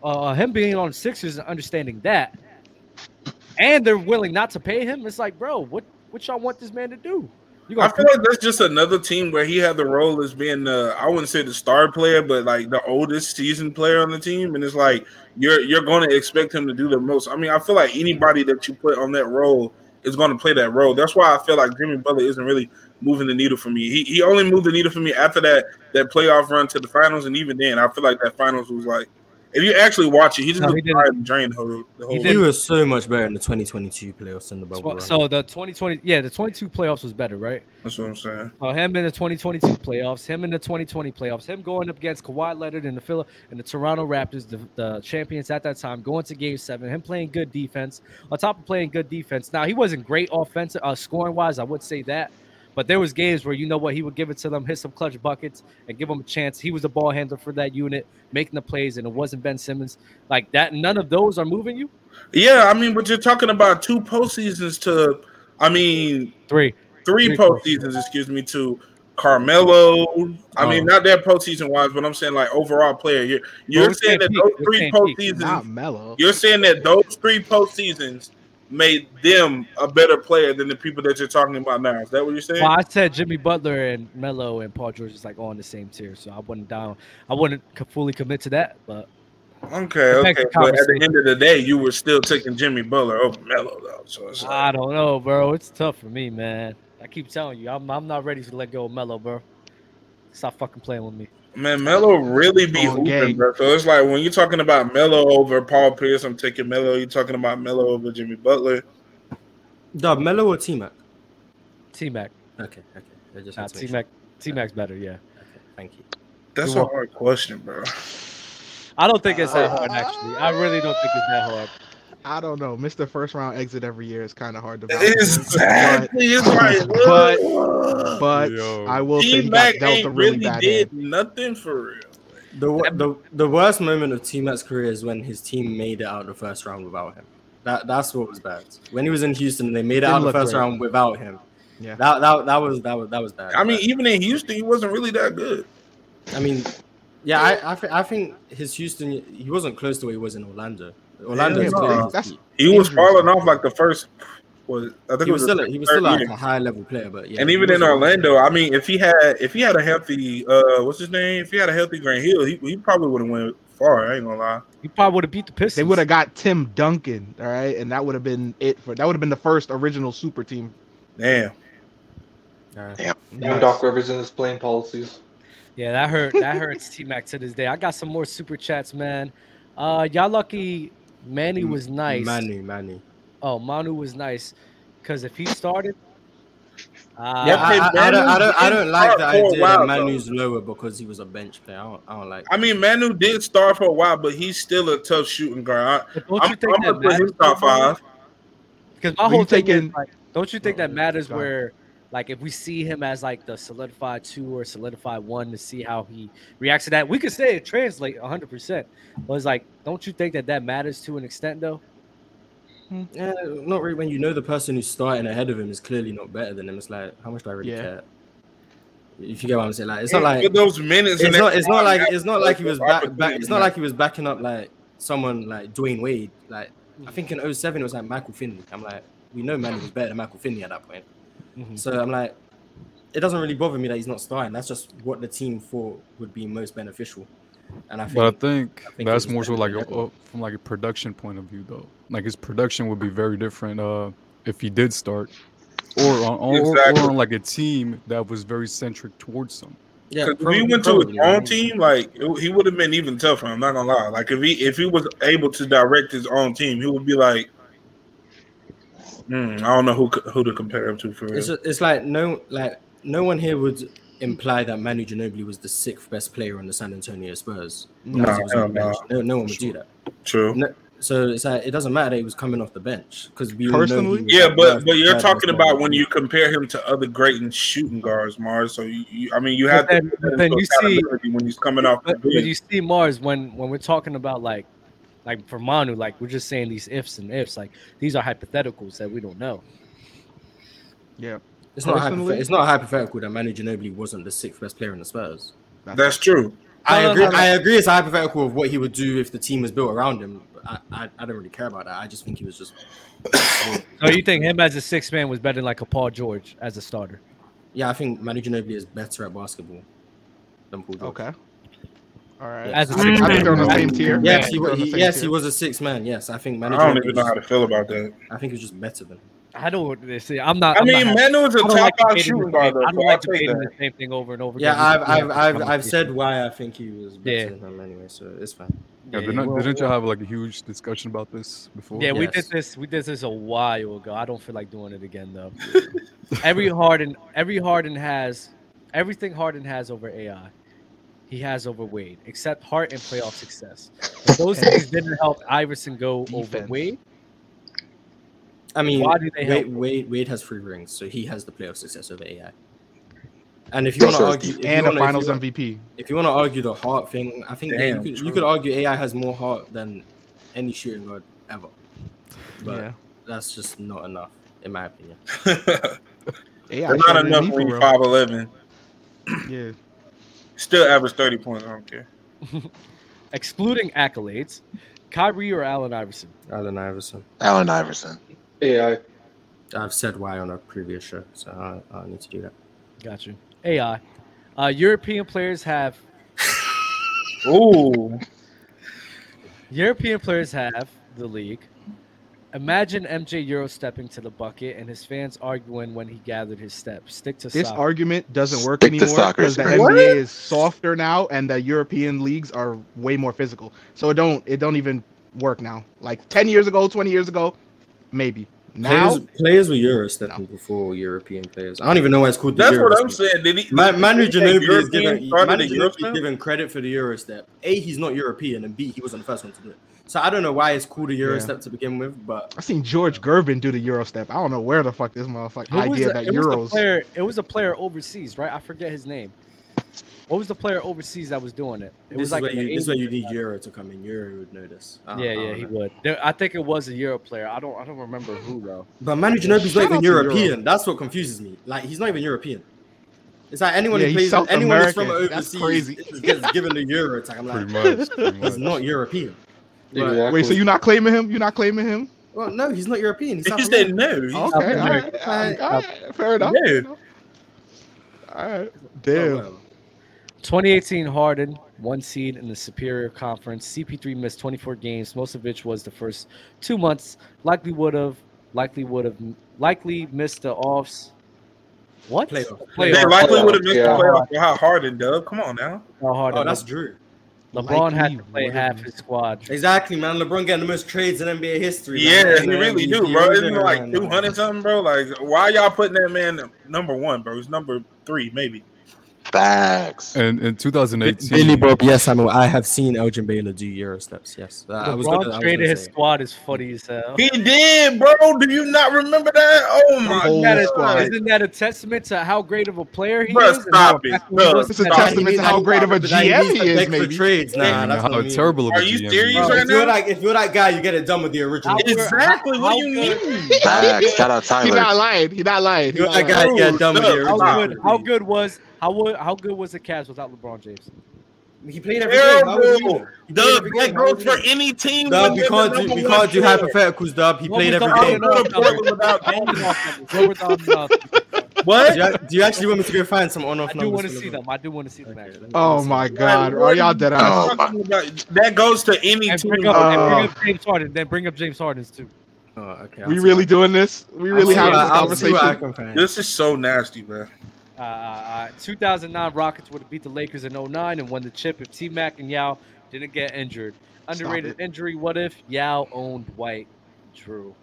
S2: uh, him being on the Sixers and understanding that, and they're willing not to pay him. It's like, bro, what what y'all want this man to do? You
S11: I feel like that's just another team where he had the role as being the I wouldn't say the star player, but like the oldest seasoned player on the team, and it's like you're you're going to expect him to do the most. I mean, I feel like anybody that you put on that role is going to play that role. That's why I feel like Jimmy Butler isn't really moving the needle for me. He he only moved the needle for me after that that playoff run to the finals, and even then, I feel like that finals was like if you actually watch it, he just
S2: No,
S11: no,
S2: he didn't.
S11: tired and drained the whole. The whole way.
S1: He was so much better in the 2022 playoffs than the bubble.
S2: Well,
S1: run.
S2: so the 2020, yeah, the 22 playoffs was better, right?
S11: That's what I'm saying.
S2: Oh, him in the 2022 playoffs, him in the 2020 playoffs, him going up against Kawhi Leonard and the Phil and the Toronto Raptors, the, the champions at that time, going to Game Seven, him playing good defense. On top of playing good defense, now he wasn't great offensive uh, scoring wise, I would say that, but there was games where you know what he would give it to them, hit some clutch buckets, and give them a chance. He was the ball handler for that unit, making the plays, and it wasn't Ben Simmons like that. None of those are moving you.
S11: Yeah, I mean, but you're talking about two postseasons to, I mean,
S2: three,
S11: three postseasons. Excuse me, to Carmelo. I
S15: Oh.
S11: mean, not that postseason wise, but I'm saying like overall player. You're you're
S15: we're
S11: saying
S15: saying
S11: that
S15: peak,
S11: those
S15: we're
S11: three
S15: saying peak, not
S11: postseasons.
S15: Melo.
S11: You're saying that those three postseasons made them a better player than the people that you're talking about now. Is that what you're saying?
S2: Well, I said Jimmy Butler and Melo and Paul George is like on the same tier, so I wouldn't down. I wouldn't co- fully commit to that, but
S11: Okay, okay. But at
S2: Back to
S11: the
S2: conversation.
S11: end of the day, you were still taking Jimmy Butler over Melo, though. So it's
S2: I don't know, bro. It's tough for me, man. I keep telling you, I'm I'm not ready to let go of Melo, bro. Stop fucking playing with me.
S11: Man, Melo really be hooping, bro. So it's like when you're talking about Melo over Paul Pierce, I'm taking Melo. You're talking about Melo over Jimmy Butler.
S1: Dub Melo or T Mac?
S2: T Mac.
S1: Okay, okay. I just
S2: Nah,
S1: had to make
S2: T
S1: sure.
S2: Mac. T Mac's better, yeah.
S1: Thank you.
S11: That's
S2: You're
S11: a hard question, bro.
S2: I don't think it's that hard, actually. I really don't think it's that hard.
S15: I don't know. Miss the first round exit every year is kind of hard to.
S11: Exactly, it's like,
S15: But, but, but I will say
S11: T
S15: he got
S11: Mac
S15: dealt a
S11: ain't
S15: really
S11: really
S15: bad
S11: did
S15: hand.
S11: nothing for real.
S1: The, wo- the the worst moment of T Mac's career is when his team made it out the first round without him. That that's what was bad. When he was in Houston, they made it
S6: Didn't
S1: out the
S6: look
S1: first
S6: great.
S1: round without him.
S15: Yeah.
S1: That, that that was that was that was bad.
S11: I mean, even in Houston, he wasn't really that good.
S1: I mean, yeah, I I, thi- I think his Houston he wasn't close to where he was in Orlando. Orlando,
S11: Yeah,
S1: is
S11: no,
S1: clearly-
S11: he was falling off like the first. Was I think
S1: he
S11: it
S1: was
S11: the
S1: still a- he was
S11: third
S1: still like
S11: year.
S1: a high level player, but yeah,
S11: and
S1: he
S11: even in
S1: wasn't-
S11: Orlando, I mean, if he had if he had a healthy uh what's his name? If he had a healthy Grant Hill, he, he probably would have went far. I ain't gonna lie.
S15: He
S2: probably would have beat the Pistons.
S15: They would have got Tim Duncan, all right, and that would have been it for that would have been the first original super team.
S11: Damn.
S15: Damn.
S26: Now Doc Rivers and his playing policies.
S2: Yeah, that hurt. That hurts T Mac to this day. I got some more super chats, man. Uh, y'all lucky Manny was nice.
S1: Manu, Manu.
S2: Oh, Manu was nice. Cause if he started, uh,
S1: Yeah, I, I, I don't, I don't, I don't like the idea that Manu's lower because he was a bench player. I don't, I don't like.
S11: I mean, Manu did start for a while, but he's still a tough shooting guard. I,
S2: don't
S11: I'm,
S2: you think
S11: I'm
S2: that
S11: gonna put him
S2: matters,
S11: top five.
S2: Because my
S15: Were you
S2: whole thing is,
S15: taking-
S2: like, don't you think that matters
S15: go ahead.
S2: where, like, if we see him as like the solidified two or solidified one to see how he reacts to that, we could say it translate 100. percent But it's like, don't you think that that matters to an extent though?
S1: Mm-hmm. Yeah, not really. When you know the person who's starting ahead of him is clearly not better than him, it's like, how much do I really
S2: Yeah.
S1: care? If you get what I'm saying, like it's
S11: And
S1: not like
S11: with those minutes and
S1: It's not,
S11: that-
S1: it's not like it's not like he was back, back.
S11: Opportunity,
S1: It's not
S11: man.
S1: like he was backing up like someone like Dwayne Wade. Like I think in 07 it was like Michael Finley. I'm like, we know Manny was better than Michael Finley at that point. So I'm like, it doesn't really bother me that he's not starting. That's just what the team thought would be most beneficial. And I think,
S24: But I think,
S1: I think it
S24: that's
S1: was
S24: more so
S1: better
S24: like
S1: than
S24: a,
S1: everyone.
S24: a- from like a production point of view, though. Like his production would be very different uh, if he did start, or on or, or
S11: Exactly.
S24: on like a team that was very centric towards him.
S11: Because if he went to his own team, like it- he would have been even tougher. I'm not gonna lie. Like if he if he was able to direct his own team, he would be like, "Hmm, I don't know who c- who to compare him to for real.
S1: It's, it's like no like no one here would imply that Manu Ginobili was the sixth best player on the San Antonio Spurs.
S11: No,
S1: Because he was on the
S11: no,
S1: bench. no, no one would do that.
S11: True.
S1: so it's like it doesn't matter that he was coming off the bench because we all know he
S24: Personally?
S1: was
S11: yeah,
S1: the
S11: but
S1: worst
S11: but you're
S1: third best
S11: talking
S1: player.
S11: about when you compare him to other great and shooting guards, Mars. So you, you I mean, you
S2: But
S11: have
S2: then-
S11: to
S2: but then you see-
S11: accountability when he's coming off.
S2: But,
S11: the
S2: but
S11: bench.
S2: you see Mars when when we're talking about like like for Manu, like we're just saying these ifs and ifs. Like these are hypotheticals that we don't know.
S15: Yeah.
S1: It's not, hypothet-
S2: Personally-
S1: it's not hypothetical that Manu Ginobili wasn't the sixth best player in the Spurs.
S11: That's true.
S1: I
S11: No, no,
S1: agree.
S11: no, no.
S1: I agree. It's hypothetical of what he would do if the team was built around him. But I, I, I don't really care about that. I just think he was just.
S2: So you think him as a six man was better than like a Paul George as a starter?
S1: Yeah, I think Manu Ginobili is better at basketball than Paul George.
S15: Okay. All right.
S1: Yes.
S15: I think they're on the same tier. I
S1: Yes,
S15: think
S1: he,
S15: they're
S1: wa-
S15: on the
S1: he-
S15: same
S1: yes, he
S15: tier.
S1: was a six man. Yes, I think. Manu
S11: I don't
S1: Ginobili
S11: even know
S1: was-
S11: how to feel about that.
S1: I think he was just better than.
S2: I don't see. I'm not.
S11: I
S2: I'm
S11: mean,
S2: not,
S11: Manu is a
S2: I don't
S11: top five
S2: debating
S11: shooting
S2: the
S11: guard,
S2: same-
S11: though,
S2: I
S11: so
S2: don't
S11: I'll
S2: like
S11: take
S2: debating
S11: that.
S2: the same thing over and over.
S1: Yeah,
S2: again.
S1: I've
S2: We have
S1: I've I've,
S2: this
S1: I've said why I think he was better
S2: Yeah.
S1: than him anyway, so it's fine.
S24: Yeah, didn't, didn't you have like a huge discussion about this before?
S2: Yeah, we did this. We did this a while ago. I don't feel like doing it again though. every Harden, every Harden has everything Harden has over AI. He has over Wade, except heart and playoff success. If those things didn't help Iverson go over Wade. *laughs*
S1: I mean,
S2: why do they help?
S1: Wade, Wade Wade has three rings, so he has the playoff success over AI. And if you want to
S15: Also,
S1: argue, if you
S15: and a
S1: wanna- if you
S15: Finals
S1: want-
S15: MVP.
S1: if you want to argue the heart thing, I think that
S15: Damn,
S1: you, could, you
S15: true.
S1: could argue AI has more heart than any shooting guard ever. But
S15: Yeah.
S1: that's just not enough, in my opinion.
S15: AI
S11: They're
S15: showed
S11: not
S15: his
S11: enough
S15: knee
S11: when
S15: for
S11: you're
S15: real.
S11: five eleven.
S15: Yeah.
S11: Still average thirty points. I don't care.
S2: excluding accolades, Kyrie or Allen Iverson?
S1: Allen Iverson.
S27: Allen Iverson.
S1: AI. I've said why on a previous show, so I, I don't need to do that.
S2: Gotcha. AI. Uh, European players have.
S11: Ooh.
S2: European players have the league. Imagine MJ Euro stepping to the bucket and his fans arguing when he gathered his steps. Stick to
S15: This
S2: soccer.
S15: argument doesn't work
S27: Stick to
S15: anymore
S27: soccer.
S15: because the
S27: What?
S15: NBA is softer now, and the European leagues are way more physical. So it don't it don't even work now. Like ten years ago, twenty years ago, maybe. Now
S1: players, players were Euro stepping before European players. I don't even know why it's called. The
S11: That's
S1: Euro
S11: what I'm
S1: step.
S11: saying. Did he,
S1: Ma- Manu
S11: did he say
S1: Ginobili is
S11: European
S1: given,
S11: started
S1: Manu
S11: the Euro
S1: Ginobili is given credit for the Euro step. A, he's not European, and B, he wasn't the first one to do it. So I don't know why it's called a Euro step to begin with, but
S15: I seen George Gervin do the Euro step. I don't know where the fuck this motherfucker
S2: Who was
S15: idea
S2: the-
S15: that
S2: it
S15: Euros.
S2: Was the player, it was a player overseas, right? I forget his name. What was the player overseas that was doing it? It
S1: this
S2: was
S1: is
S2: like
S1: where
S2: in the
S1: you, this is uh, where
S2: 80s.
S1: you need Euro to come in. Euro would know this. I don't-
S2: yeah,
S1: I
S2: yeah,
S1: don't
S2: he
S1: know.
S2: would. There, I think it was a Euro player. I don't, I don't remember who though.
S1: But Manu Ginobili's
S2: Shout
S1: not
S2: out
S1: even
S2: to Euro.
S1: European. That's what confuses me. Like he's not even European. It's like anyone
S2: Yeah,
S1: who
S2: he's
S1: plays
S2: South
S1: anyone who's from
S2: American. That's
S1: overseas
S2: crazy.
S1: gets given the Euro tag. I'm like,
S15: Pretty much, pretty
S1: *laughs* he's not European. But-
S15: Wait, so you're not claiming him? You're not claiming him?
S1: Well, no, he's not European. He's South
S15: said
S1: American.
S15: no, he's Okay, South all right, American. all right, all right, uh, fair enough, fair Yeah. enough. All right.
S11: Oh,
S15: Damn.
S2: 2018 Harden, one seed in the Superior Conference. CP3 missed 24 games, most of which was the first two months. Likely would have, likely would have, likely missed the offs. What? Playoff.
S11: They likely would have missed
S2: Yeah.
S11: the playoff for how Harden dub. Come on now.
S2: How Harden
S1: Oh, that's
S2: was.
S1: Drew.
S2: LeBron had to
S1: Likely
S2: play half his squad.
S1: Exactly, man. LeBron getting the most trades in NBA history. man.
S11: Yeah,
S1: Man,
S11: he really
S1: he's-
S11: do,
S1: he's
S11: bro.
S1: really
S11: Isn't it
S1: doing
S11: like
S1: man.
S11: two hundred something, bro? Like, why y'all putting that man number one, bro? He's number three, maybe.
S3: Facts.
S24: And in 2018,
S1: Billy Bob, yes, Samuel. I have seen Elgin Baylor do Euro steps. Yes, Uh, I was
S2: LeBron
S1: gonna- I was
S2: traded
S1: gonna
S2: his
S1: say it.
S2: squad is funny as hell.
S11: He did, bro. Do you not remember that? Oh my
S2: Isn't that, a,
S11: god.
S2: isn't that a testament to how great of a player he
S11: Bruh,
S2: is? and
S11: stop
S2: how
S11: it.
S2: effective he
S11: Bruh,
S2: was?
S11: It's a testament to how great of a GM he is, maybe. Yeah,
S1: that's
S24: how
S1: what I mean.
S24: terrible of a Are you GM he serious is. right
S1: if you're
S24: now?
S1: like, if you're that guy, you get it done with the original.
S11: Exactly. What do you mean?
S3: Facts. Shout out
S15: He
S3: Tyler.
S15: not lying. He not lying. He
S1: You're
S15: not
S1: that guy,
S15: lying.
S1: yeah, dumb with the
S2: How
S1: original.
S2: good? How good was? How wa- how good was the Cavs without LeBron James?
S1: He played every game. How would you
S11: Terrible.
S1: know? He played
S11: Dub,
S1: every
S11: that
S1: game. How would
S11: goes
S1: you
S11: for
S1: know?
S11: any team.
S1: Dub,
S11: with
S1: we
S11: the
S1: can't do
S11: number
S1: we
S11: one
S1: can't do
S11: player.
S1: hypotheticals,
S2: Uh,
S1: Dub. He
S11: What
S1: played
S11: was
S1: every
S11: the
S1: game.
S11: All-Star Portland without James
S1: What? Do you, do you actually want me to go find some on-off
S2: I
S1: numbers?
S2: do want to
S1: for
S2: see
S1: LeBron?
S2: them. I do want to see them. Actually.
S15: Oh my God. Are y'all dead
S11: I'm
S1: Oh
S15: ass?
S11: talking about- That goes to any
S2: And
S11: team.
S2: bring, up, and
S15: Oh.
S2: bring up James Harden. Then bring up James Harden's too.
S1: Oh, okay.
S15: We really doing this? *laughs* We really
S2: I'll see
S15: having
S2: what-
S15: this
S2: I'll see what I
S15: conversation?
S2: can find.
S11: This is so nasty, man.
S2: Uh, uh, 2009 Rockets would have beat the Lakers in 09 and won the chip if T Mac and Yao didn't get injured. Underrated injury. What if Yao owned White Drew?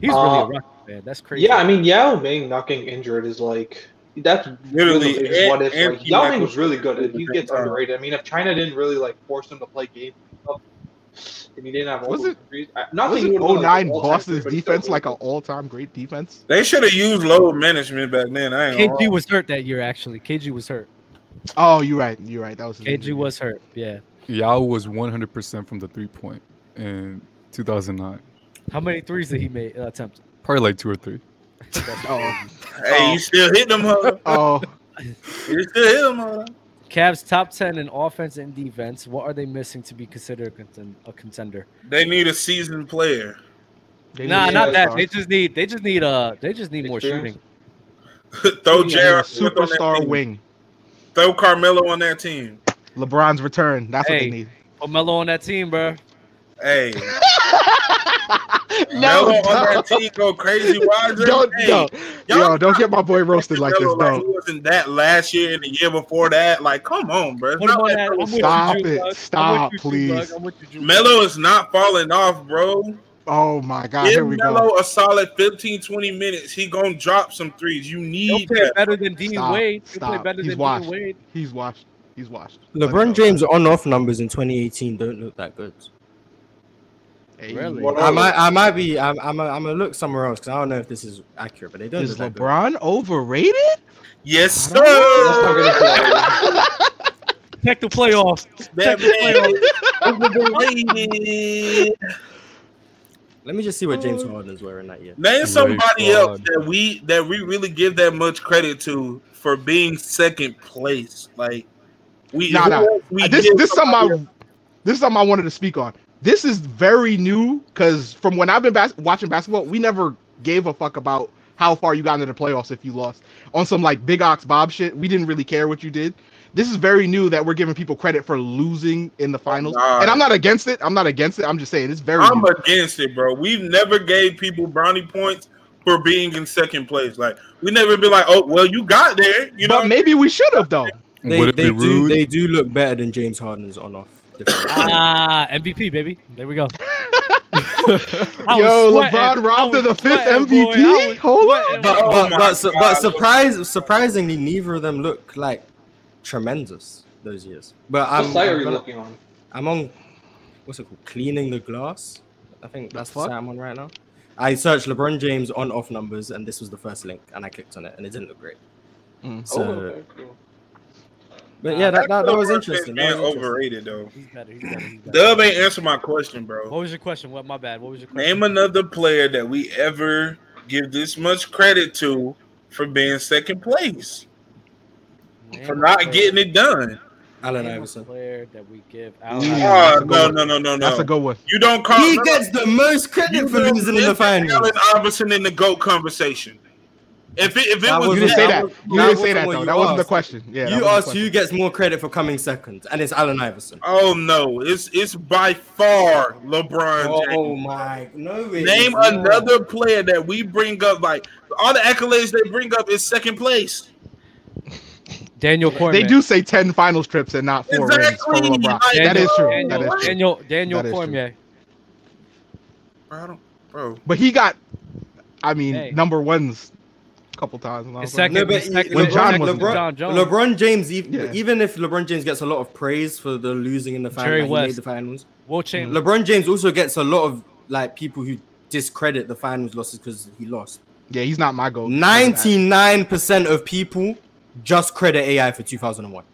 S2: He's really
S28: Uh,
S2: a Rocket fan. That's crazy.
S28: Yeah, I mean Yao Ming not getting injured is like that's
S11: Literally,
S28: really the biggest
S11: and-
S28: what if.
S11: and
S28: Like, Yao Ming
S11: Michael-
S28: was really good. and He gets
S11: Uh,
S28: underrated. I mean, if China didn't really like force him to play games and stuff, and he didn't have all
S15: Was
S28: those
S15: it-
S28: injuries, I- not
S15: Was
S28: saying he
S15: it
S28: would have
S15: 09 Boston's defense like an all-time great defense?
S11: They should have used load management back then. I ain't gonna
S2: KG
S11: lie.
S2: was hurt that year. Actually, KG was hurt.
S15: Oh, you're right. You're right. That was his
S2: KG was hurt. Yeah.
S24: Yao was 100% from the three point in 2009.
S2: How many threes did he make
S28: *laughs*
S2: uh, attempt?
S24: Probably like two or three.
S15: Oh.
S11: Hey, you still hit them, huh?
S15: Oh.
S11: You still hit them, huh?
S2: Cavs top ten in offense and defense. What are they missing to be considered a, conten- a contender?
S11: They need a seasoned player.
S2: nah, not that. They just need. They just need. Uh, they just need more
S11: Experience?
S2: shooting.
S11: *laughs* Throw
S15: Yeah,
S11: Jared
S15: yeah,
S11: Smith on that
S15: superstar
S11: team.
S15: wing.
S11: Throw Carmelo on that team.
S15: LeBron's return. That's what they
S2: Hey.
S15: need.
S2: Put Melo on that team, bro.
S15: *laughs*
S11: Hey. Melo on that team go crazy. Why is
S15: Don't,
S11: hey,
S15: yo,
S11: y'all
S15: yo, don't get my boy roasted like this,
S11: Melo, like, he
S15: though.
S11: wasn't that last year and the year before that. Like, come on, bro. It's
S2: Put him
S11: not
S2: on
S11: like
S2: that-
S11: Melo-
S2: I'm with you,
S15: Stop
S2: Drew,
S15: it.
S2: bug. I'm with
S15: Stop,
S2: you, Drew, bug.
S15: please.
S2: I'm with you, Drew, bug.
S11: Melo is not falling off, bro.
S15: Oh my God,
S11: Give
S15: here we
S11: Melo
S15: go.
S11: a solid 15, 20 minutes. He gonna drop some threes. You
S2: He'll
S11: need
S2: play
S11: that.
S2: better than D
S15: Stop,
S2: Wade. He'll play
S15: stop.
S2: better
S15: He's
S2: than
S15: washed.
S2: D Wade.
S15: He's washed. He's washed.
S1: LeBron James on-off numbers in 2018 don't look that good.
S15: Hey,
S2: Really?
S1: I might, I might be, I'm, I'm, I'm gonna look somewhere else because I don't know if this is accurate, but they don't.
S15: Is
S1: look that good.
S15: LeBron overrated?
S11: Yes,
S15: I don't
S11: sir.
S1: *laughs*
S2: Check the playoffs.
S11: That
S2: Check the
S1: *laughs* Let me just see what James
S15: Oh.
S1: Harden's wearing that year.
S11: Name somebody else that we that we really give that much credit to for being second place. Like we,
S15: Nah,
S11: who
S15: nah.
S11: else we
S15: this
S11: give
S15: this something
S11: somebody
S15: I, this is something I wanted to speak on. This is very new because from when I've been bas- watching basketball, we never gave a fuck about how far you got into the playoffs if you lost on some like big ox bob shit. We didn't really care what you did. This is very new that we're giving people credit for losing in the finals,
S11: nah.
S15: and I'm not against it. I'm not against it. I'm just saying it's very.
S11: I'm
S15: new.
S11: against it, bro. We've never gave people brownie points for being in second place. Like we never be like, oh well, you got there. You know,
S15: but maybe we should have though.
S1: They,
S24: Would it be
S1: they do,
S24: rude?
S1: They do look better than James Harden's on-off.
S2: playoffs. Ah, MVP baby. There
S1: *laughs*
S2: we go. I
S15: Yo,
S2: was sweating.
S15: LeBron robbed of the fifth MVP.
S2: I was
S15: Hold on.
S2: sweating.
S1: But
S2: Oh
S1: but
S2: my
S1: but, su-
S2: God.
S1: but surprise, surprisingly, neither of them look like tremendous those years. But
S28: What
S1: I'm
S28: side are
S1: I'm
S28: you
S1: gonna-
S28: looking on?
S1: I'm on what's it called? Cleaning the glass. I think that's the
S29: fuck?
S1: site I'm on right now. I searched LeBron James on off numbers, and this was the first link, and I clicked on it, and it didn't look great.
S2: Mm.
S1: So,
S28: Oh,
S1: but yeah, that, that, that was interesting. That
S11: Man,
S1: was interesting.
S11: overrated though.
S2: He's better. He's better. He's better.
S11: Dub ain't answer my question, bro.
S2: What was your question? What? My bad. What was your question?
S11: Name another player that we ever give this much credit to for being second place, for not getting it done.
S1: Allen
S2: Name a
S1: Iverson.
S2: player that we give.
S11: Oh, no, no, no, no, no.
S2: That's a good
S15: one.
S11: You don't call.
S1: He
S11: no,
S1: gets the most credit
S11: you
S1: for
S11: don't
S1: losing in the
S11: mention
S1: finals.
S11: Allen Iverson in the GOAT conversation. If it, if it
S1: That
S11: was
S1: wasn't-
S15: didn't say that.
S1: was-
S15: You didn't say
S1: wasn't
S15: that,
S1: what
S15: though.
S1: you
S15: That wasn't the
S1: asked.
S15: question. Yeah, that
S1: you
S15: wasn't the
S1: asked who gets more credit for coming second, and it's Allen Iverson.
S11: Oh no, it's it's by far LeBron.
S1: Oh,
S11: James.
S1: my, no! it
S11: Name
S1: is not.
S11: another player that we bring up. Like all the accolades they bring up is second place.
S2: Daniel Cormier.
S15: They do say ten finals trips and not four rings for
S11: Exactly.
S15: LeBron.
S11: Like,
S15: that is true.
S2: Daniel,
S15: That is true.
S2: Daniel, Daniel
S15: That is true.
S2: Cormier.
S11: Bro, I don't, bro.
S15: But he got, I mean,
S2: Hey.
S15: number ones a couple times. and all
S2: His
S15: that.
S2: second- his second-
S15: when John
S2: second
S15: was
S2: was
S15: there.
S2: John Jones.
S1: LeBron James, even,
S15: Yeah.
S1: even if LeBron James gets a lot of praise for the losing in the
S2: Jerry
S1: finals,
S2: West.
S1: made the finals. Mm.
S2: Will Chamberlain.
S1: LeBron James also gets a lot of like people who discredit the finals losses because he lost.
S15: Yeah, he's not my goal.
S1: Ninety-nine percent of people just credit AI for two thousand and one.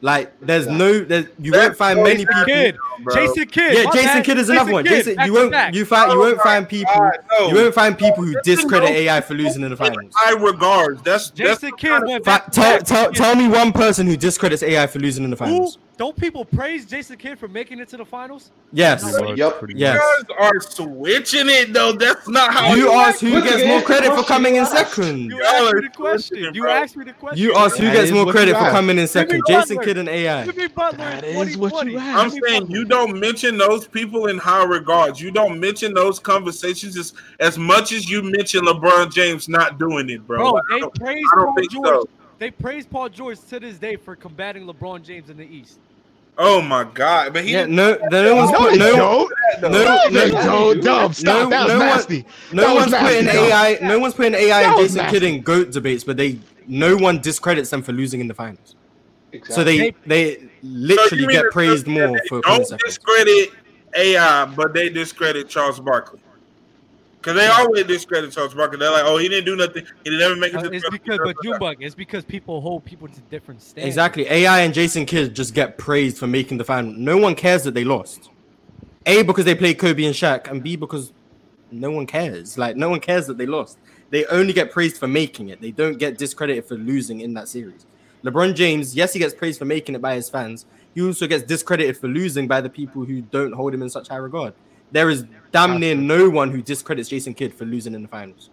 S1: Like, there's no, there's, you won't find many people.
S2: Kidd. Jason Kidd.
S1: Yeah,
S2: My
S1: Jason
S2: bad.
S1: Kidd is
S2: Jason
S1: another one.
S2: Kidd,
S1: Jason,
S2: back
S1: you
S2: to
S1: won't,
S2: back.
S1: you find, you won't find people,
S11: no.
S1: you won't find people who
S11: Listen,
S1: discredit
S11: no.
S1: AI for losing in the finals.
S11: I regards. That's
S2: Jason Kidd went
S1: Fa-
S2: back.
S1: tell, tell, tell me one person who discredits AI for losing in the finals.
S2: Don't people praise Jason Kidd for making it to the finals?
S1: Yes.
S2: Pretty much,
S1: Yep.
S11: pretty
S1: Yes.
S11: You guys are switching it though. That's not how
S1: You
S11: it
S1: asked who
S11: works.
S1: gets more credit for coming in second.
S2: You asked me the question. You asked me the question.
S1: You asked who
S2: That
S1: gets
S2: is
S1: more
S2: what
S1: credit
S2: you
S1: for
S2: asked.
S1: coming in
S2: Jimmy
S1: second, Jason
S2: Butler.
S1: Kidd and AI.
S2: Jimmy Butler. That is what you
S11: I'm saying you don't mention those people in high regards. You don't mention those conversations as, as much as you mention LeBron James not doing it, bro.
S2: Bro,
S11: Like, I
S2: they
S11: don't-
S2: praise
S11: I don't
S2: Paul
S11: think so.
S2: George. They praise Paul George to this day for combating LeBron James in the East.
S11: Oh my god, but he
S1: Yeah, no, no one's
S2: No,
S1: put,
S2: they
S1: no,
S2: don't.
S1: no,
S2: No,
S1: no,
S2: they don't.
S1: no,
S2: Dub, stop. That was
S1: no one-
S2: nasty.
S1: No
S2: That was
S1: one's
S2: nasty,
S1: putting
S2: Dub.
S1: AI. No one's putting AI
S2: That
S1: and
S2: was
S1: Jason
S2: nasty.
S1: Kidd in goat debates, but they no one discredits them for losing in the finals. So they they
S11: So you
S1: literally
S11: mean
S1: get
S11: that-
S1: praised more for coming
S11: don't
S1: second.
S11: discredit AI, but they discredit Charles Barkley. Cause they always discredit Charles Barkley. They're like, oh, he didn't do nothing. He didn't ever make it.
S2: Uh,
S11: to the
S2: It's because, but Junebug, it's because people hold people to different standards.
S1: Exactly. AI and Jason Kidd just get praised for making the final. No one cares that they lost. A because they played Kobe and Shaq, and B because no one cares. Like no one cares that they lost. They only get praised for making it. They don't get discredited for losing in that series. LeBron James, yes, he gets praised for making it by his fans. He also gets discredited for losing by the people who don't hold him in such high regard. There is damn near no one who discredits Jason Kidd for losing in the finals.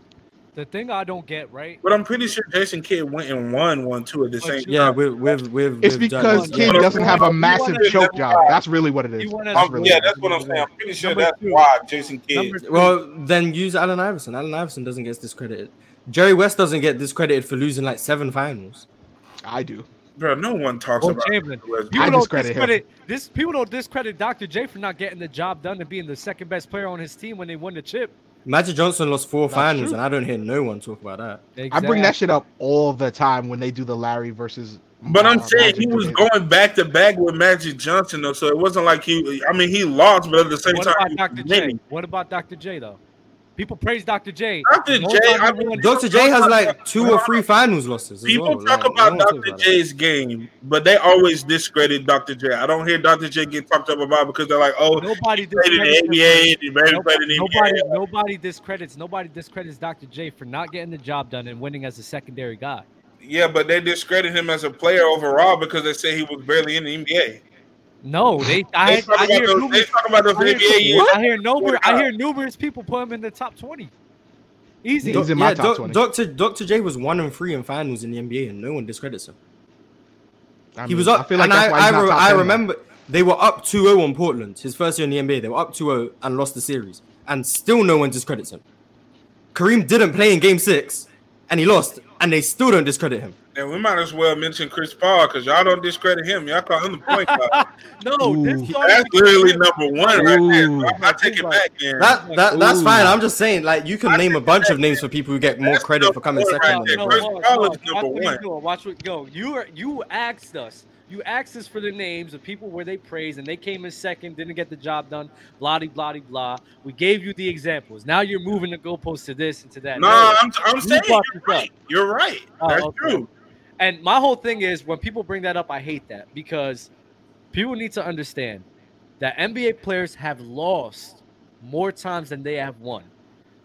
S2: The thing I don't get, right?
S11: But I'm pretty sure Jason Kidd went and won one two at the same.
S1: Yeah, with with with
S11: It's
S1: with
S15: Because
S1: Douglas.
S15: Kid doesn't have a massive choke job. That's really what it is. That's
S11: Um,
S15: really
S11: yeah,
S15: what it
S11: that's what I'm saying. I'm pretty sure that's why Jason Kidd.
S1: Well, then use Allen Iverson. Allen Iverson doesn't get discredited. Jerry West doesn't get discredited for losing like seven finals.
S15: I do.
S11: Bro, no one talks
S2: Will
S11: about
S2: Chamberlain.
S11: West.
S2: People don't discredit this. People don't discredit Dr. J for not getting the job done and being the second best player on his team when they won the chip.
S1: Magic Johnson lost four
S2: Not
S1: finals,
S2: true.
S1: and I don't hear no one talk about that.
S15: I bring that shit up all the time when they do the Larry versus.
S11: But I'm
S2: Oh,
S15: uh,
S11: saying
S15: Magic
S11: he was
S15: debate.
S11: going back to back with Magic Johnson, though, so it wasn't like he. I mean, he lost, but at the same
S2: What
S11: time,
S2: about
S11: he
S2: Dr.
S11: was
S2: J?
S11: winning.
S2: What about Dr. J though? People praise Dr. J.
S11: Dr. J, I mean,
S1: Dr. J has like two or three finals losses. as
S11: People
S1: well.
S11: talk
S1: Like,
S11: about
S1: no one
S11: Dr.
S1: talks about
S11: J's game, but they always discredit Dr. J. I don't hear Dr. J get talked up about because they're like, oh,
S2: nobody
S11: he played in the NBA, and he barely played in the
S2: Nobody,
S11: NBA.
S2: nobody discredits. Nobody discredits Dr. J for not getting the job done and winning as a secondary guy.
S11: Yeah, but they discredit him as a player overall because they say he was barely in the NBA.
S2: No, they. I,
S11: They talk
S2: I
S11: about
S2: hear
S11: those- they
S2: numerous,
S11: talk about those
S2: I hear,
S11: NBA years.
S2: I hear numerous. I hear numerous people put him in the top twenty. Easy.
S1: it. Doc- yeah, Doc- Dr. Dr. J was one and three in finals in the NBA, and no one discredits him.
S15: I
S1: he was
S15: mean,
S1: up.
S15: I feel like
S1: and
S15: that's why
S1: I,
S15: he's
S1: I,
S15: not
S1: re-
S15: top
S1: I
S15: 10 though.
S1: remember they were up 2-0 on Portland, his first year in the NBA. They were up 2-0 and lost the series, and still no one discredits him. Kareem didn't play in Game Six, and he lost, and they still don't discredit him.
S11: And we might as well mention Chris Paul because y'all don't discredit him. Y'all call him the point guard.
S2: *laughs* no,
S1: this
S11: that's literally number one right there. So I- I take it back, man.
S1: That, that that's fine. I'm just saying, like you can name a bunch of names for people who get more credit for coming
S11: point right
S1: second.
S11: there.
S1: than
S11: Chris
S1: LeBron.
S11: Paul is
S2: Watch
S11: number
S2: what
S11: one.
S2: you doing. Watch what yo. You are, you asked us You asked us for the names of people where they praised and they came in second, didn't get the job done, blah de blah de blah. We gave you the examples. Now you're moving the goalposts to this and to that.
S11: No, I'm, I'm
S2: You
S11: saying
S2: fucked
S11: you're
S2: this up.
S11: right. You're right.
S2: Oh,
S11: That's
S2: okay.
S11: true.
S2: And my whole thing is when people bring that up, I hate that because people need to understand that NBA players have lost more times than they have won.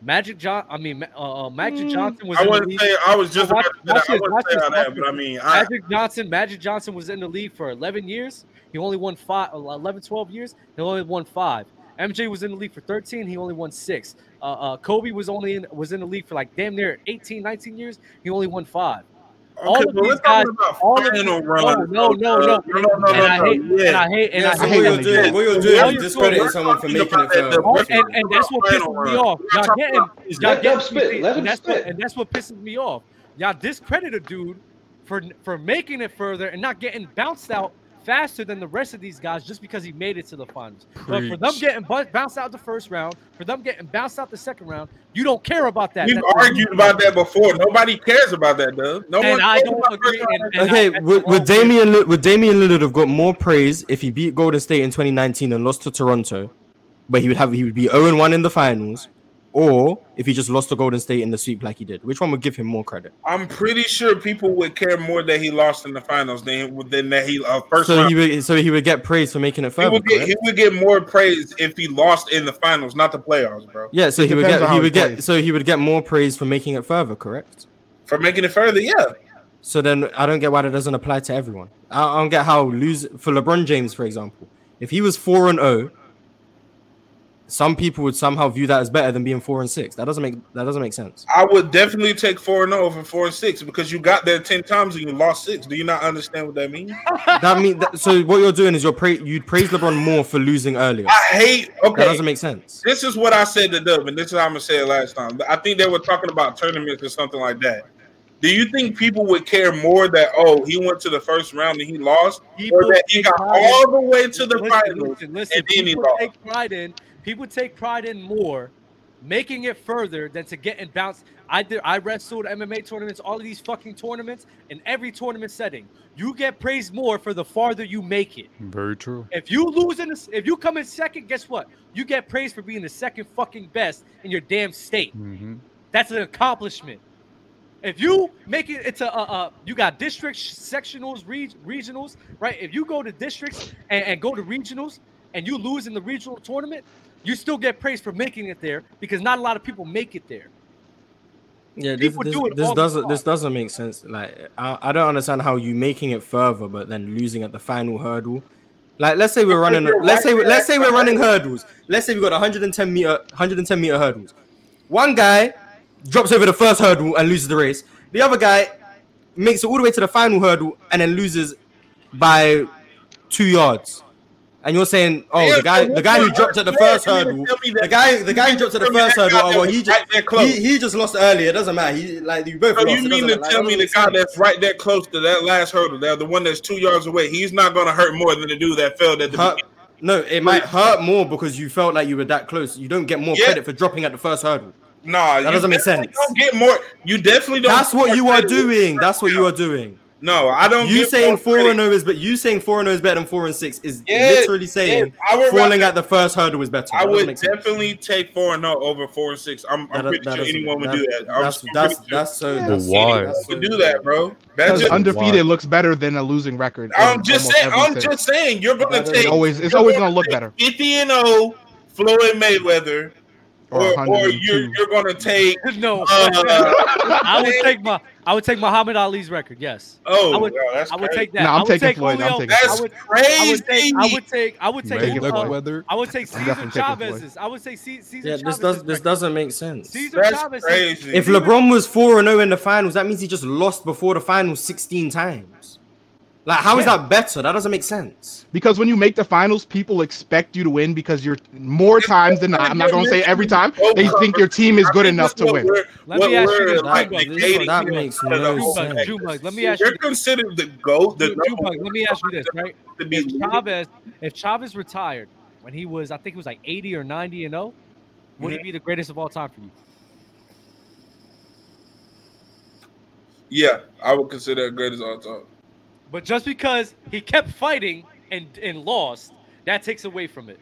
S2: Magic John, I mean, uh, uh, Magic
S11: Mm.
S2: Johnson was.
S11: I
S2: in the
S11: wouldn't
S2: league-
S11: say- I was just
S2: Watch-
S11: about to say that. I
S2: watch this,
S11: wouldn't
S2: watch
S11: say
S2: this,
S11: all that,
S2: watch
S11: but I
S2: this.
S11: mean, I-
S2: Magic Johnson. Magic Johnson was in the league for 11 years. He only won five, 11, 12 years. He only won five. MJ was in the league for 13. He only won six. Uh, uh, Kobe was only in, was in the league for like damn near 18, 19 years. He only won five. all
S11: Okay,
S2: of
S11: but
S2: these
S11: we're talking
S2: guys,
S11: about
S2: all of
S11: final
S2: these-
S11: run.
S2: No, no, no, no,
S11: No, no, no,
S2: and
S11: no,
S2: I
S11: no,
S2: hate,
S11: yeah.
S2: and I hate, and
S11: Yeah,
S2: I
S11: so
S2: hate
S11: what
S2: that
S11: you're doing-
S2: shit.
S11: what you're doing
S2: All
S11: is
S2: you're
S11: discrediting
S2: doing-
S11: someone for making it
S2: and,
S11: for-
S2: and, and that's what
S11: Final
S2: pisses me
S11: run.
S2: off.
S11: We're
S2: Y'all
S11: talking
S2: getting,
S11: about season.
S2: y'all
S11: Let them
S2: getting,
S11: spit,
S2: beat,
S11: let them
S2: and that's what,
S11: spit.
S2: and that's what pisses me off. Y'all discredit a dude for for making it further and not getting bounced out faster than the rest of these guys just because he made it to the finals. But for them
S11: Preach.
S2: getting bu- bounced out the first round, for them getting bounced out the second round, you don't care about that.
S11: We've
S2: That's what you
S11: argued about that before. Nobody cares about that, Dub. No
S2: And
S11: one
S2: I
S11: cares
S2: don't
S11: about
S2: agree,
S11: first round
S2: and-
S11: exit.
S1: Okay, would, would Damian Li- would Damian Lillard have got more praise if he beat Golden State in 2019 and lost to Toronto, but he would have he would be 0 1 in the finals, or if he just lost to Golden State in the sweep like he did? Which one would give him more credit?
S11: I'm pretty sure people would care more that he lost in the finals than than that he uh, first
S1: So
S11: round.
S1: he would so he would get praise for making it
S11: He
S1: further.
S11: would get
S1: correct?
S11: he would get more praise if he lost in the finals, not the playoffs, bro.
S1: yeah, so he would get he would get so he would get more praise for making it further. Correct.
S11: for making it further. Yeah,
S1: So then I don't get why that doesn't apply to everyone. I, I don't get how lose for LeBron James, for example, if he was four and zero, some people would somehow view that as better than being four and six. That doesn't make that doesn't make sense.
S11: I would definitely take four and oh over four and six because you got there ten times and you lost six. Do you not understand what that means?
S1: That mean that, so what you're doing is you're pra- you'd praise LeBron more for losing earlier.
S11: I hate. *laughs* Okay,
S1: That doesn't make sense.
S11: This is what I said to Dub, and this is how I'm gonna say it last time. I think they were talking about tournaments or something like that. Do you think people would care more that oh he went to the first round and he lost, or
S2: People
S11: that he
S2: take
S11: got
S2: pride in-
S11: all the way to the
S2: listen,
S11: finals
S2: Listen, listen.
S11: and then he
S2: people
S11: lost?
S2: take pride in people take pride in more making it further than to getting bounced. I did. I wrestled MMA tournaments, all of these fucking tournaments, in every tournament setting. You get praised more for the farther you make it.
S24: Very true.
S2: If you lose in this, if you come in second, guess what? You get praised for being the second fucking best in your damn state. That's an accomplishment. If you make it into uh, uh you got districts, sectionals, reg- regionals, right? If you go to districts and, and go to regionals and you lose in the regional tournament, you still get praised for making it there because not a lot of people make it there.
S1: Yeah, this,
S2: People
S1: this,
S2: do it
S1: this
S2: all the
S1: doesn't this doesn't make sense. Like I, I don't understand how you making it further, but then losing at the final hurdle. Like let's say we're running,
S14: you're
S1: let's say
S14: right there
S1: let's say
S14: at
S1: we're
S14: the
S1: running
S14: hurdle.
S1: hurdles. Let's say we got 110 meter 110 meter hurdles. One guy drops over the first hurdle and loses the race. The other guy makes it all the way to the final hurdle and then loses by two yards. And you're saying, oh,
S14: Yeah,
S1: the guy,
S14: so
S1: the guy who
S14: what-
S1: dropped at the
S14: yeah,
S1: first
S14: you mean to
S1: hurdle,
S14: tell me that-
S1: the guy, the
S14: you
S1: guy
S14: mean
S1: who
S14: to
S1: dropped at the
S14: tell me
S1: first
S14: that guy
S1: hurdle. Oh,
S14: that
S1: well,
S14: was
S1: he just,
S14: right there close?
S1: he, he just lost earlier. It doesn't matter. He like you both
S11: So
S1: lost.
S11: Oh, you
S1: It
S11: mean to
S1: doesn't matter. Like,
S11: tell
S1: that
S11: me the
S1: doesn't
S11: guy that's right that close to that last hurdle, that the one that's two yards away, he's not gonna hurt more than the dude that failed at the
S1: hurt. No, it might hurt more because you felt like you were that close. You don't get more credit for dropping at the first hurdle.
S11: Nah,
S1: that
S11: you
S1: doesn't make
S11: definitely
S1: sense.
S11: Don't get more. You definitely don't.
S1: That's what you are doing. That's what you are doing.
S11: No, I don't.
S1: You
S11: get
S1: saying
S11: more
S1: four
S11: credit.
S1: and zero is, but you saying four and zero is better than four and six is
S11: Yeah,
S1: literally saying
S11: yeah, I would
S1: falling
S11: rather-
S1: at the first hurdle is better.
S11: I
S1: That doesn't
S11: would
S1: make sense.
S11: definitely take four and zero over four and six. I'm, I'm
S1: That-
S11: pretty
S1: that
S11: sure
S1: doesn't-
S11: anyone would
S1: that-
S11: do that. I'm
S1: that's-
S11: pretty
S1: that's-
S11: sure
S1: that's so-
S24: But that's so- why?
S11: Anyone would do that, bro. That's
S15: Because
S11: just
S15: undefeated looks better than a losing record.
S11: I'm
S15: in
S11: just
S15: almost
S11: saying. I'm
S15: everything.
S11: just saying. You're gonna
S15: Better.
S11: take
S15: It always- it's
S11: you're
S15: always
S11: gonna
S15: gonna look
S11: take
S15: better.
S11: Fifty and zero, Floyd Mayweather,
S15: Or
S11: or, or
S15: 102.
S11: you're you're gonna take
S2: *laughs* no.
S11: Uh,
S2: I would take my I would take Muhammad Ali's record. Yes.
S11: Oh,
S2: I would,
S11: wow, that's
S2: I would
S11: crazy.
S2: take that.
S15: No,
S2: I
S15: I'm
S2: would
S15: taking
S2: take
S15: Floyd, I'm
S2: Julio.
S15: taking
S2: I
S15: Floyd.
S2: would,
S15: That's
S2: I would take. I
S15: crazy.
S2: would take. I would take.
S15: Taking
S2: Julio.
S15: Floyd.
S2: I would take
S15: I'm
S2: Caesar
S15: definitely taking Floyd.
S2: Chavez's. I would say Ce- Caesar
S1: Yeah, this
S2: Chavez's
S1: does this doesn't make sense.
S2: Cesar That's Chavez is- crazy.
S1: If LeBron was four and zero in the finals, that means he just lost before the finals sixteen times. Like, how is
S15: Yeah.
S1: that better? That doesn't make sense.
S15: Because when you make the finals, people expect you to win because you're more times than not. I'm not going to say every time. They think your team is good enough to win.
S2: Let me ask you this,
S11: like
S2: Jumbo, this
S11: negating
S2: is what-
S11: the
S1: makes
S11: other
S2: no
S11: whole
S2: sense.
S11: thing.
S2: Jumbo, let me ask
S11: You're
S2: you-
S11: considered the goat. The
S2: Dude,
S11: number
S2: Jupunk, let me ask you this, right?
S11: to be
S2: If Chavez, if Chavez retired when he was, I think he was like 80 or 90 and 0, would he
S11: Mhm.
S2: be the greatest of all time for you?
S11: Yeah, I would consider that greatest all time.
S2: But just because he kept fighting and and lost, that takes away from it.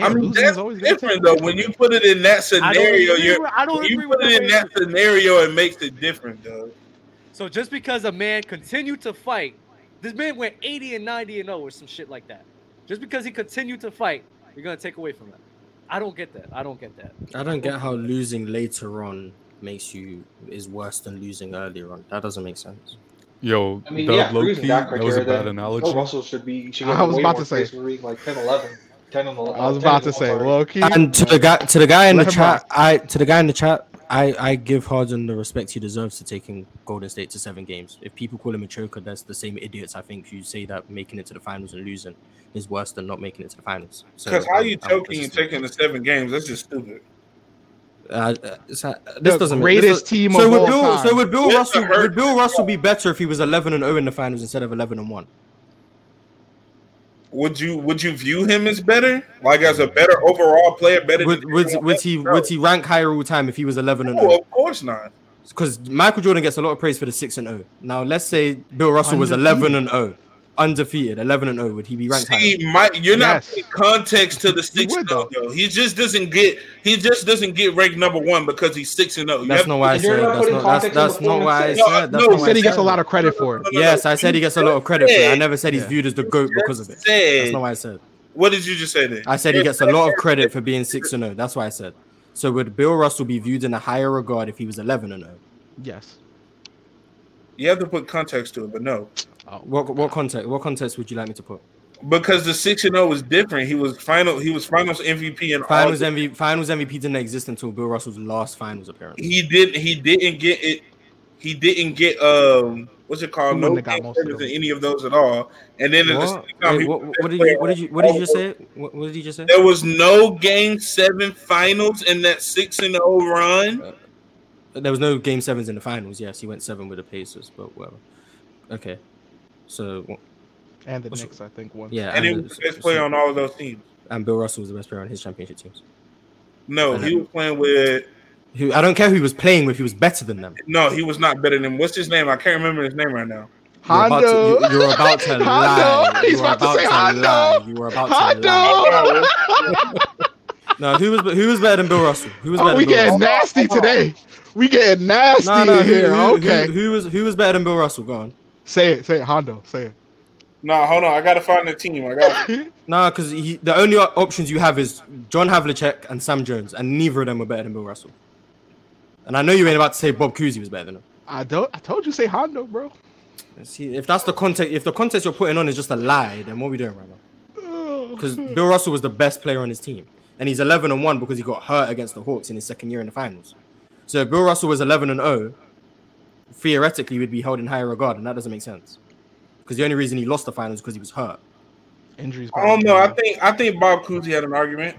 S11: I mean, that's different though. When you put it in that
S2: I don't
S11: scenario,
S2: agree
S11: you're,
S2: with- I don't
S11: when you
S2: agree
S11: put
S2: with
S11: it in
S2: the
S11: that scenario, it makes it different though.
S2: So just because a man continued to fight, this man went 80 and 90 and 0 or some shit like that. Just because he continued to fight, you're gonna take away from that. I don't get that. I don't get that.
S1: I don't get how losing later on makes you is worse than losing earlier on. That doesn't make sense.
S24: Yo,
S1: I mean,
S24: Dub
S1: yeah,
S24: low
S1: using
S24: key,
S1: that
S24: that was a
S1: criteria,
S24: bad
S1: then
S24: analogy.
S1: *laughs*
S14: Bill Russell should be. Should
S15: I
S14: get
S15: was
S14: way
S15: about
S14: more
S15: to say-
S14: space per week, like 10, 11, 10 and 11.
S15: I
S11: Uh,
S15: was about to say, well, keep
S1: And to the guy to the guy in the
S15: Let him
S1: chat, I to the guy in the chat, I I give Harden the respect he deserves to taking Golden State to seven games. If people call him a choker, that's the same idiots. I think you say that making it to the finals and losing is worse than not making it to the finals. So,
S11: Because how
S1: um,
S11: you
S1: I'm
S11: choking and
S1: just-
S11: taking the seven games? That's just stupid.
S1: Uh, uh, it's, uh, this
S11: The
S1: doesn't
S11: greatest
S1: make, this does-
S11: team
S1: So
S11: of
S1: would
S11: all
S1: Bill,
S11: time.
S1: so would Bill
S11: It's a
S1: Russell
S11: hurt-
S1: would Bill Russell be better if he was eleven and zero in the finals instead of eleven and one?
S11: Would you would you view him as better? Like as a better overall player, better
S1: Would
S11: than
S1: would,
S11: everyone
S1: would
S11: else?
S1: he would he rank higher all time if he was eleven and oh?
S11: No,
S1: zero?
S11: of course not.
S1: Because Michael Jordan gets a lot of praise for the six and zero. Now let's say Bill Russell was eleven and zero, undefeated, eleven and zero. Would he be ranked
S11: See,
S1: higher?
S11: Mike, you're not putting context to the six and oh, though. He just doesn't get he just doesn't get ranked number one because he's six and zero. You
S1: That's
S11: have
S1: not
S11: to-
S1: why I said. That's not, that's, that's not why I
S11: No,
S1: said. That's
S11: no,
S1: not why I
S15: said he gets a lot of credit for it.
S1: Yes, I said he gets a lot of credit for it. I
S11: said-
S1: never said he's
S11: Yeah.
S1: viewed as the goat because of it. That's
S11: said-
S1: not why I said.
S11: What did you just say then?
S1: I said he gets a lot of credit for being six and zero. That's why I said. So would Bill Russell be viewed in a higher regard if he was eleven and oh? zero?
S15: Yes.
S11: You have to put context to it, but no.
S1: Uh, What what context? What context would you like me to put?
S11: Because the six and zero was different. He was final. He was finals MVP and
S1: Finals MVP. Finals MVP didn't exist until Bill Russell's last finals appearance.
S11: He didn't. He didn't get it. He didn't get um. What's it called?
S1: He
S11: No
S1: wouldn't have got
S11: game
S1: most of
S11: service in any of those at all. And then in the
S1: What?
S11: second time,
S1: Wait,
S11: he
S1: what,
S11: was
S1: what did you? What did you? What did you just say? What, what did you just say?
S11: There was no game seven finals in that six and zero run.
S1: There was no game sevens in the finals. Yes, he went seven with the Pacers, but whatever. Okay, so
S15: And the
S1: what's-
S15: Knicks, I think, won.
S1: Yeah,
S11: And he was the best player on all of those teams.
S1: And Bill Russell was the best player on his championship teams.
S11: No,
S1: And
S11: he
S1: then-
S11: was playing with.
S1: Who I don't care who he was playing with. He was better than them.
S11: No, he was not better than. What's his name? I can't remember his name right now.
S1: You're about to, you, are
S15: *laughs*
S1: about to lie.
S11: He's
S1: You were
S11: about to
S1: about
S11: say
S1: to
S11: Hondo.
S1: lie. You were about to lie.
S3: *laughs*
S1: *laughs*
S15: Hondo.
S1: No, who was who was better than Bill Russell? Who was better?
S15: Oh, we
S1: than Bill
S15: getting
S1: Russell?
S15: nasty today. We getting nasty
S1: No, no,
S15: in
S1: who,
S15: here.
S1: who- who-
S15: okay.
S1: Who, was who was better than Bill Russell? Go on.
S15: Say it. Say it. Hondo. Say it.
S11: No, hold on. I gotta find the team. I *laughs* got.
S1: Nah, because the only o- options you have is John Havlicek and Sam Jones, and neither of them were better than Bill Russell. And I know you ain't about to say Bob Cousy was better than him.
S15: I don't. I told you say Hondo, bro.
S1: See, if that's the context, if the context you're putting on is just a lie, then what are we doing right now? Because
S5: Hmm.
S1: Bill Russell was the best player on his team, and he's 11 and one because he got hurt against the Hawks in his second year in the finals. So if Bill Russell was 11 and 0, theoretically, would be held in higher regard, and that doesn't make sense. Because the only reason he lost the finals because he was hurt.
S15: Injuries.
S11: I don't know. I think I think Bob Cousy had an argument.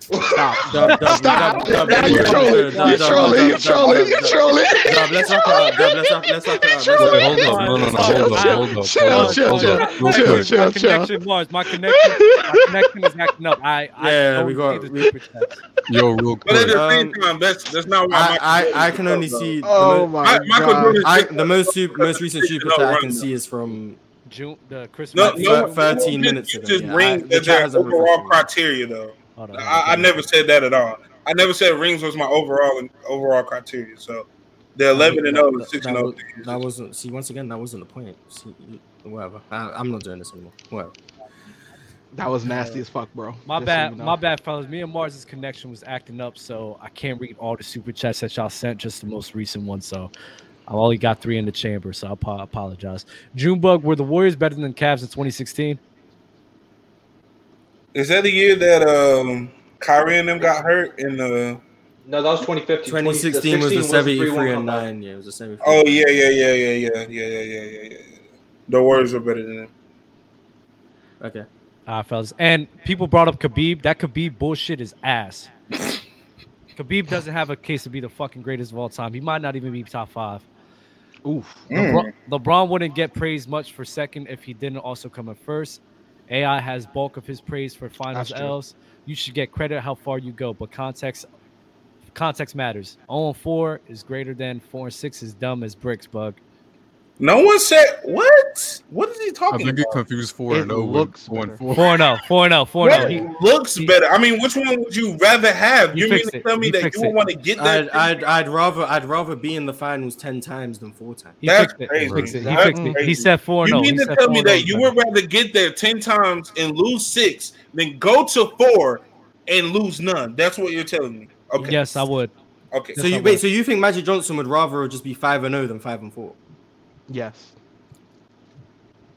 S11: *laughs*
S1: Stop. Dub, dub,
S11: Stop.
S1: dub, dub,
S11: Now
S1: dub,
S11: you're
S1: dub,
S11: trolling.
S1: dub,
S11: You're
S1: dub,
S11: trolling.
S1: dub,
S11: You're
S1: dub,
S11: trolling.
S1: dub,
S11: You're
S1: dub.
S11: trolling.
S1: Dub, let's wrap it up. Dub, *laughs* let's wrap let's wrap it up.
S2: You're
S1: Let's
S2: trolling.
S1: wrap it up.
S2: Hold up, no, no, no,
S1: Chill,
S2: hold up,
S1: chill,
S2: hold up,
S1: chill,
S2: hold up,
S1: chill,
S2: hold up,
S1: chill,
S2: real
S1: chill,
S2: quick.
S1: chill,
S2: My connection
S1: chill.
S2: was my connection. My connection is acting up. I I
S1: Yeah,
S2: don't
S1: we got- Um,
S2: see the super chat.
S24: Yo, real
S11: But at
S24: quick.
S11: the same time, that's that's not why Michael
S1: I,
S11: Jordan
S1: I, I
S11: is
S1: can
S11: the
S1: only
S11: GOAT,
S1: see
S11: though.
S15: Oh
S1: the,
S11: Mi- Michael Jordan.
S1: I, the most su-
S11: *laughs*
S1: most recent super chat I can see is from
S2: June the Christmas.
S11: No,
S1: like
S11: no,
S1: thir- 13
S11: you
S1: minutes
S11: Just,
S1: ago.
S11: just
S1: Yeah,
S11: rings
S1: I- the
S11: as
S1: chat
S11: their
S1: hasn't
S11: overall criteria, though. I, I never said that at all. I never said rings was my overall and overall criteria. So the eleven and zero,
S1: That-
S11: the six
S1: that-
S11: and oh.
S1: that
S11: zero.
S1: was- That wasn't. See, once again, that wasn't the point. See, you- whatever. I, I'm not doing this anymore. Whatever.
S15: That was nasty as fuck, bro.
S2: My
S15: Just so
S2: bad,
S15: you know.
S2: my bad, fellas. Me and Mars's connection was acting up, so I can't read all the super chats that y'all sent, just the most recent one. So I only got three in the chamber, so I apo- apologize. Junebug, were the Warriors better than Cavs in 2016?
S11: Is that the year that um Kyrie and them got hurt in the?
S14: No, that was 2015.
S1: 2016 was the 73 and
S14: 9.
S1: nine. Yeah, it was the 73.
S11: Oh yeah, yeah, yeah, yeah, yeah, yeah, yeah, yeah, yeah. yeah. The Warriors are better than them.
S2: All
S1: Okay.
S2: right, Ah, fellas. And people brought up Khabib. That Khabib bullshit is
S15: *laughs*
S2: ass. Khabib doesn't have a case to be the fucking greatest of all time. He might not even be top five.
S15: Oof.
S2: LeBron, LeBron wouldn't get praised much for second if he didn't also come in first. AI has bulk of his praise for finals
S15: That's true.
S2: L's. You should get credit how far you go, but context Oh context matters. 0 and 4 is greater than 4 and 6 is dumb as bricks, bug.
S11: No one said what? What is he
S24: I
S11: talking
S24: think
S11: about?
S24: get confused four and zero. Looks four and four.
S11: oh,
S2: 4-0, 4-0, 4-0.
S11: What looks better? I mean, which one would you rather have? You mean to tell me that you would want to get that?
S1: I'd, I'd, I'd rather I'd rather be in the finals ten times than four times.
S11: He That's fixed it. He crazy. fixed it. He That's fixed it. He crazy. said oh
S2: four.
S11: you mean to tell me that you would rather get there ten times and lose six than go to four and lose none? That's what you're telling me. Okay.
S2: Yes, I would.
S11: Okay.
S1: So you wait. So you think Magic Johnson would rather just be five and zero than five and four?
S15: Yes.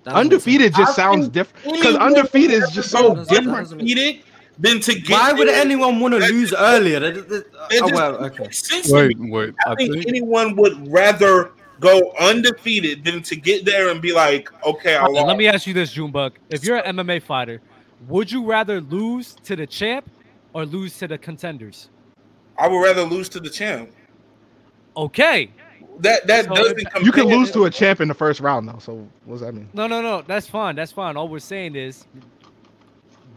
S15: Undefeated just sounds different because undefeated is just so different.
S11: Undefeated than to get.
S1: Why would
S11: there.
S1: anyone want to lose earlier? That- that- that-
S11: It
S1: oh,
S11: just
S1: well,
S11: doesn't
S1: okay.
S11: make sense to me.
S24: wait.
S11: I, think, anyone would rather go undefeated than to get there and be like, okay, I
S2: Let
S11: lost.
S2: me ask you this, Junebug. If you're an MMA fighter, would you rather lose to the champ or lose to the contenders?
S11: I would rather lose to the champ.
S2: Okay.
S11: That that doesn't
S15: You can lose to a champ in the first round though. So what does that mean?
S2: No, no, no. That's fine. That's fine. All we're saying is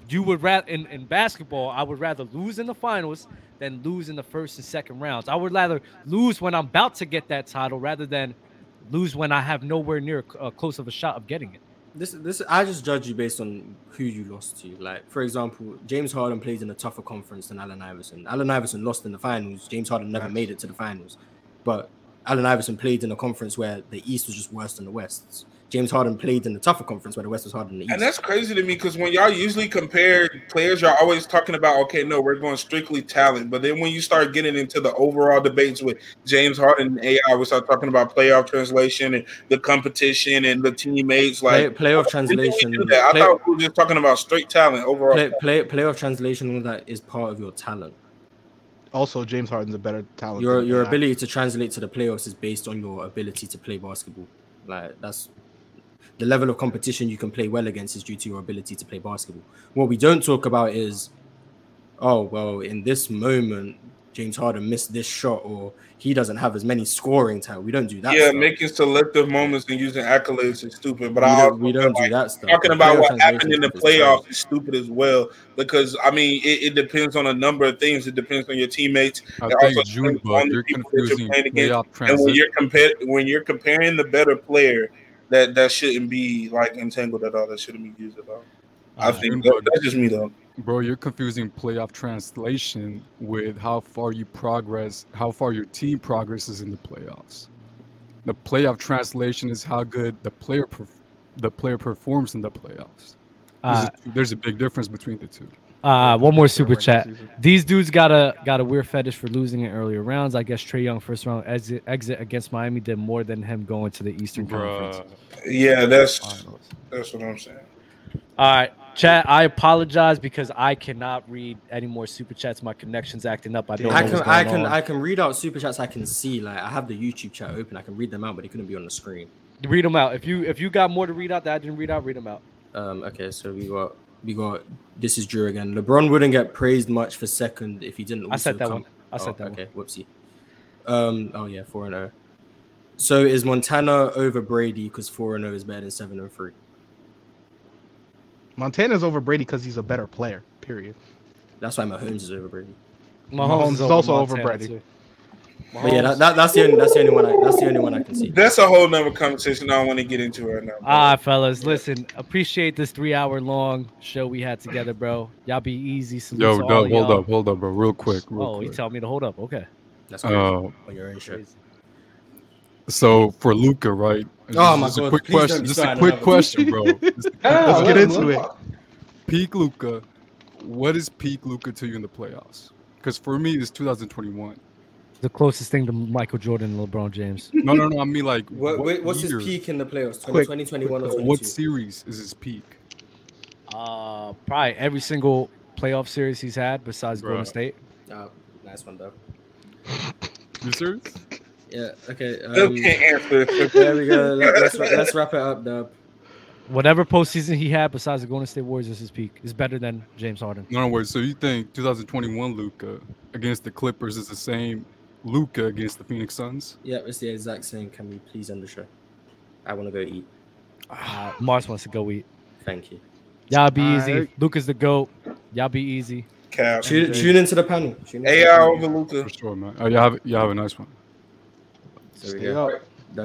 S2: you would rather in, in basketball, I would rather lose in the finals than lose in the first and second rounds. I would rather lose when I'm about to get that title rather than lose when I have nowhere near uh, close of a shot of getting it.
S1: This this I just judge you based on who you lost to. Like for example, James Harden plays in a tougher conference than Allen Iverson. Allen Iverson lost in the finals. James Harden never made it to the finals, but Allen Iverson played in a conference where the East was just worse than the West. James Harden played in the tougher conference where the West was harder than the East.
S11: And that's crazy to me because when y'all usually compare players, y'all always talking about, okay, no, we're going strictly talent. But then when you start getting into the overall debates with James Harden and AI, we start talking about playoff translation and the competition and the teammates. Like
S1: Play- playoff
S11: Didn't we do
S1: translation,
S11: that? I
S1: play-
S11: thought we were just talking about straight talent overall.
S1: Play, play playoff translation all that is part of your talent.
S15: Also, James Harden's a better
S11: Oh,
S15: talent.
S1: Your
S15: than
S1: your
S15: AI.
S1: ability to translate to the playoffs is based on your ability to play basketball. Like that's the level of competition you can play well against is due to your ability to play basketball. What we don't talk about is, oh well, in this moment James Harden missed this shot or he doesn't have as many scoring time. We don't do that.
S11: yeah,
S1: stuff.
S11: making selective moments and using accolades is stupid. But
S1: we
S11: I also
S1: don't, we don't do that stuff.
S11: talking about
S1: Playoff
S11: what happened in the
S1: translation is trash.
S11: playoffs is stupid as well because I mean it, it depends on a number of things. It depends on your teammates.
S24: I
S11: It
S24: think
S11: also
S24: June,
S11: depends on
S24: but
S11: the
S24: you're
S11: people that you're
S24: confusing playoff
S11: playing against. And when
S24: transition.
S11: you're compared when you're comparing the better player, that that shouldn't be like entangled at all. That shouldn't be used at all. I
S24: Uh,
S11: think
S24: June,
S11: that,
S24: but-
S11: that's just me though.
S24: Bro, you're confusing playoff translation with how far you progress, how far your team progresses in the playoffs. The playoff translation is how good the player perf- the player performs in the playoffs. There's,
S2: Uh,
S24: a, there's a big difference between the two.
S2: Uh, one more super chat. These dudes got a got a weird fetish for losing in earlier rounds. I guess Trey Young first round exit exit against Miami did more than him going to the Eastern Conference.
S11: Yeah, that's that's what I'm saying.
S2: All right, chat. I apologize because I cannot read any more super chats. My connection's acting up. I don't.
S1: I
S2: know
S1: can
S2: what's
S1: I
S2: going
S1: can
S2: on.
S1: I can read out super chats. I can see like I have the YouTube chat open. I can read them out, but they couldn't be on the screen.
S2: read them out. If you if you got more to read out that I didn't read out, read them out.
S1: Um, okay, so we got we got this is Drew again. LeBron wouldn't get praised much for second if he didn't.
S2: I said
S1: also
S2: that
S1: come-
S2: one. I said
S1: Oh,
S2: that one.
S1: Okay, whoopsie. Um. Oh yeah, four and zero. So is Montana over Brady because four and zero is better than seven and three?
S15: Montana's over Brady because he's a better player. Period.
S1: That's why Mahomes is over Brady.
S15: Mahomes is also over Brady.
S1: But yeah, that, that, that's the only that's the only one I, that's the only one I can see.
S11: That's a whole nother conversation I don't want to get into right now.
S2: All right, Ah, fellas. Listen, appreciate this three hour long show we had together, bro. Y'all be easy. Salute
S24: Yo,
S2: to all
S24: Doug,
S2: of
S24: hold
S2: y'all.
S24: up, hold up, bro, real quick, real
S2: oh, you
S24: quick.
S2: tell me to hold up. Okay.
S1: That's
S24: crazy. Oh.
S1: On your own shit.
S24: So for Luca, right?
S1: Oh my
S24: just
S1: God,
S24: A quick
S1: please don't
S24: question.
S1: be
S24: Just a
S1: starting
S24: quick
S1: another- Oh,
S24: question,
S1: *laughs*
S24: bro.
S11: *laughs*
S24: Just a quick
S15: Yeah,
S24: question.
S15: let's get into it.
S24: Peak Luca. What is peak Luca to you in the playoffs? Because for me, it's 2021.
S2: The closest thing to Michael Jordan and LeBron James.
S24: No, no, *laughs* no. I mean, like,
S1: What,
S24: what
S1: what's
S24: year?
S1: his peak in the playoffs? 20,
S24: Quick,
S1: 2021 or
S24: quick, uh,
S1: 22?
S24: What series is his peak?
S2: Uh, probably every single playoff series he's had besides Golden
S24: Bruh.
S2: State.
S1: Oh, nice one, Doug.
S24: You serious?
S1: Yeah. Okay. Um,
S2: Doug can't answer.
S1: There we go. Let, us let's wrap it up, Dub.
S2: Whatever postseason he had besides the Golden State Warriors is his peak. Is better than James Harden.
S24: No, no, wait. So you think 2021 Luca against the Clippers is the same Luca against the Phoenix Suns?
S1: Yeah, it's the exact same. Can we please end the show? I want to go eat.
S2: Uh, Mars wants to go eat.
S1: Thank you.
S2: Y'all be
S1: All
S2: easy.
S1: right.
S2: Luca's the goat. Y'all be easy.
S11: Cap.
S1: Tune, tune into the panel. Tune into the
S11: AI
S1: panel.
S11: over Luca.
S24: Oh, For sure, man. Oh, you have you have a nice one.
S1: There we go.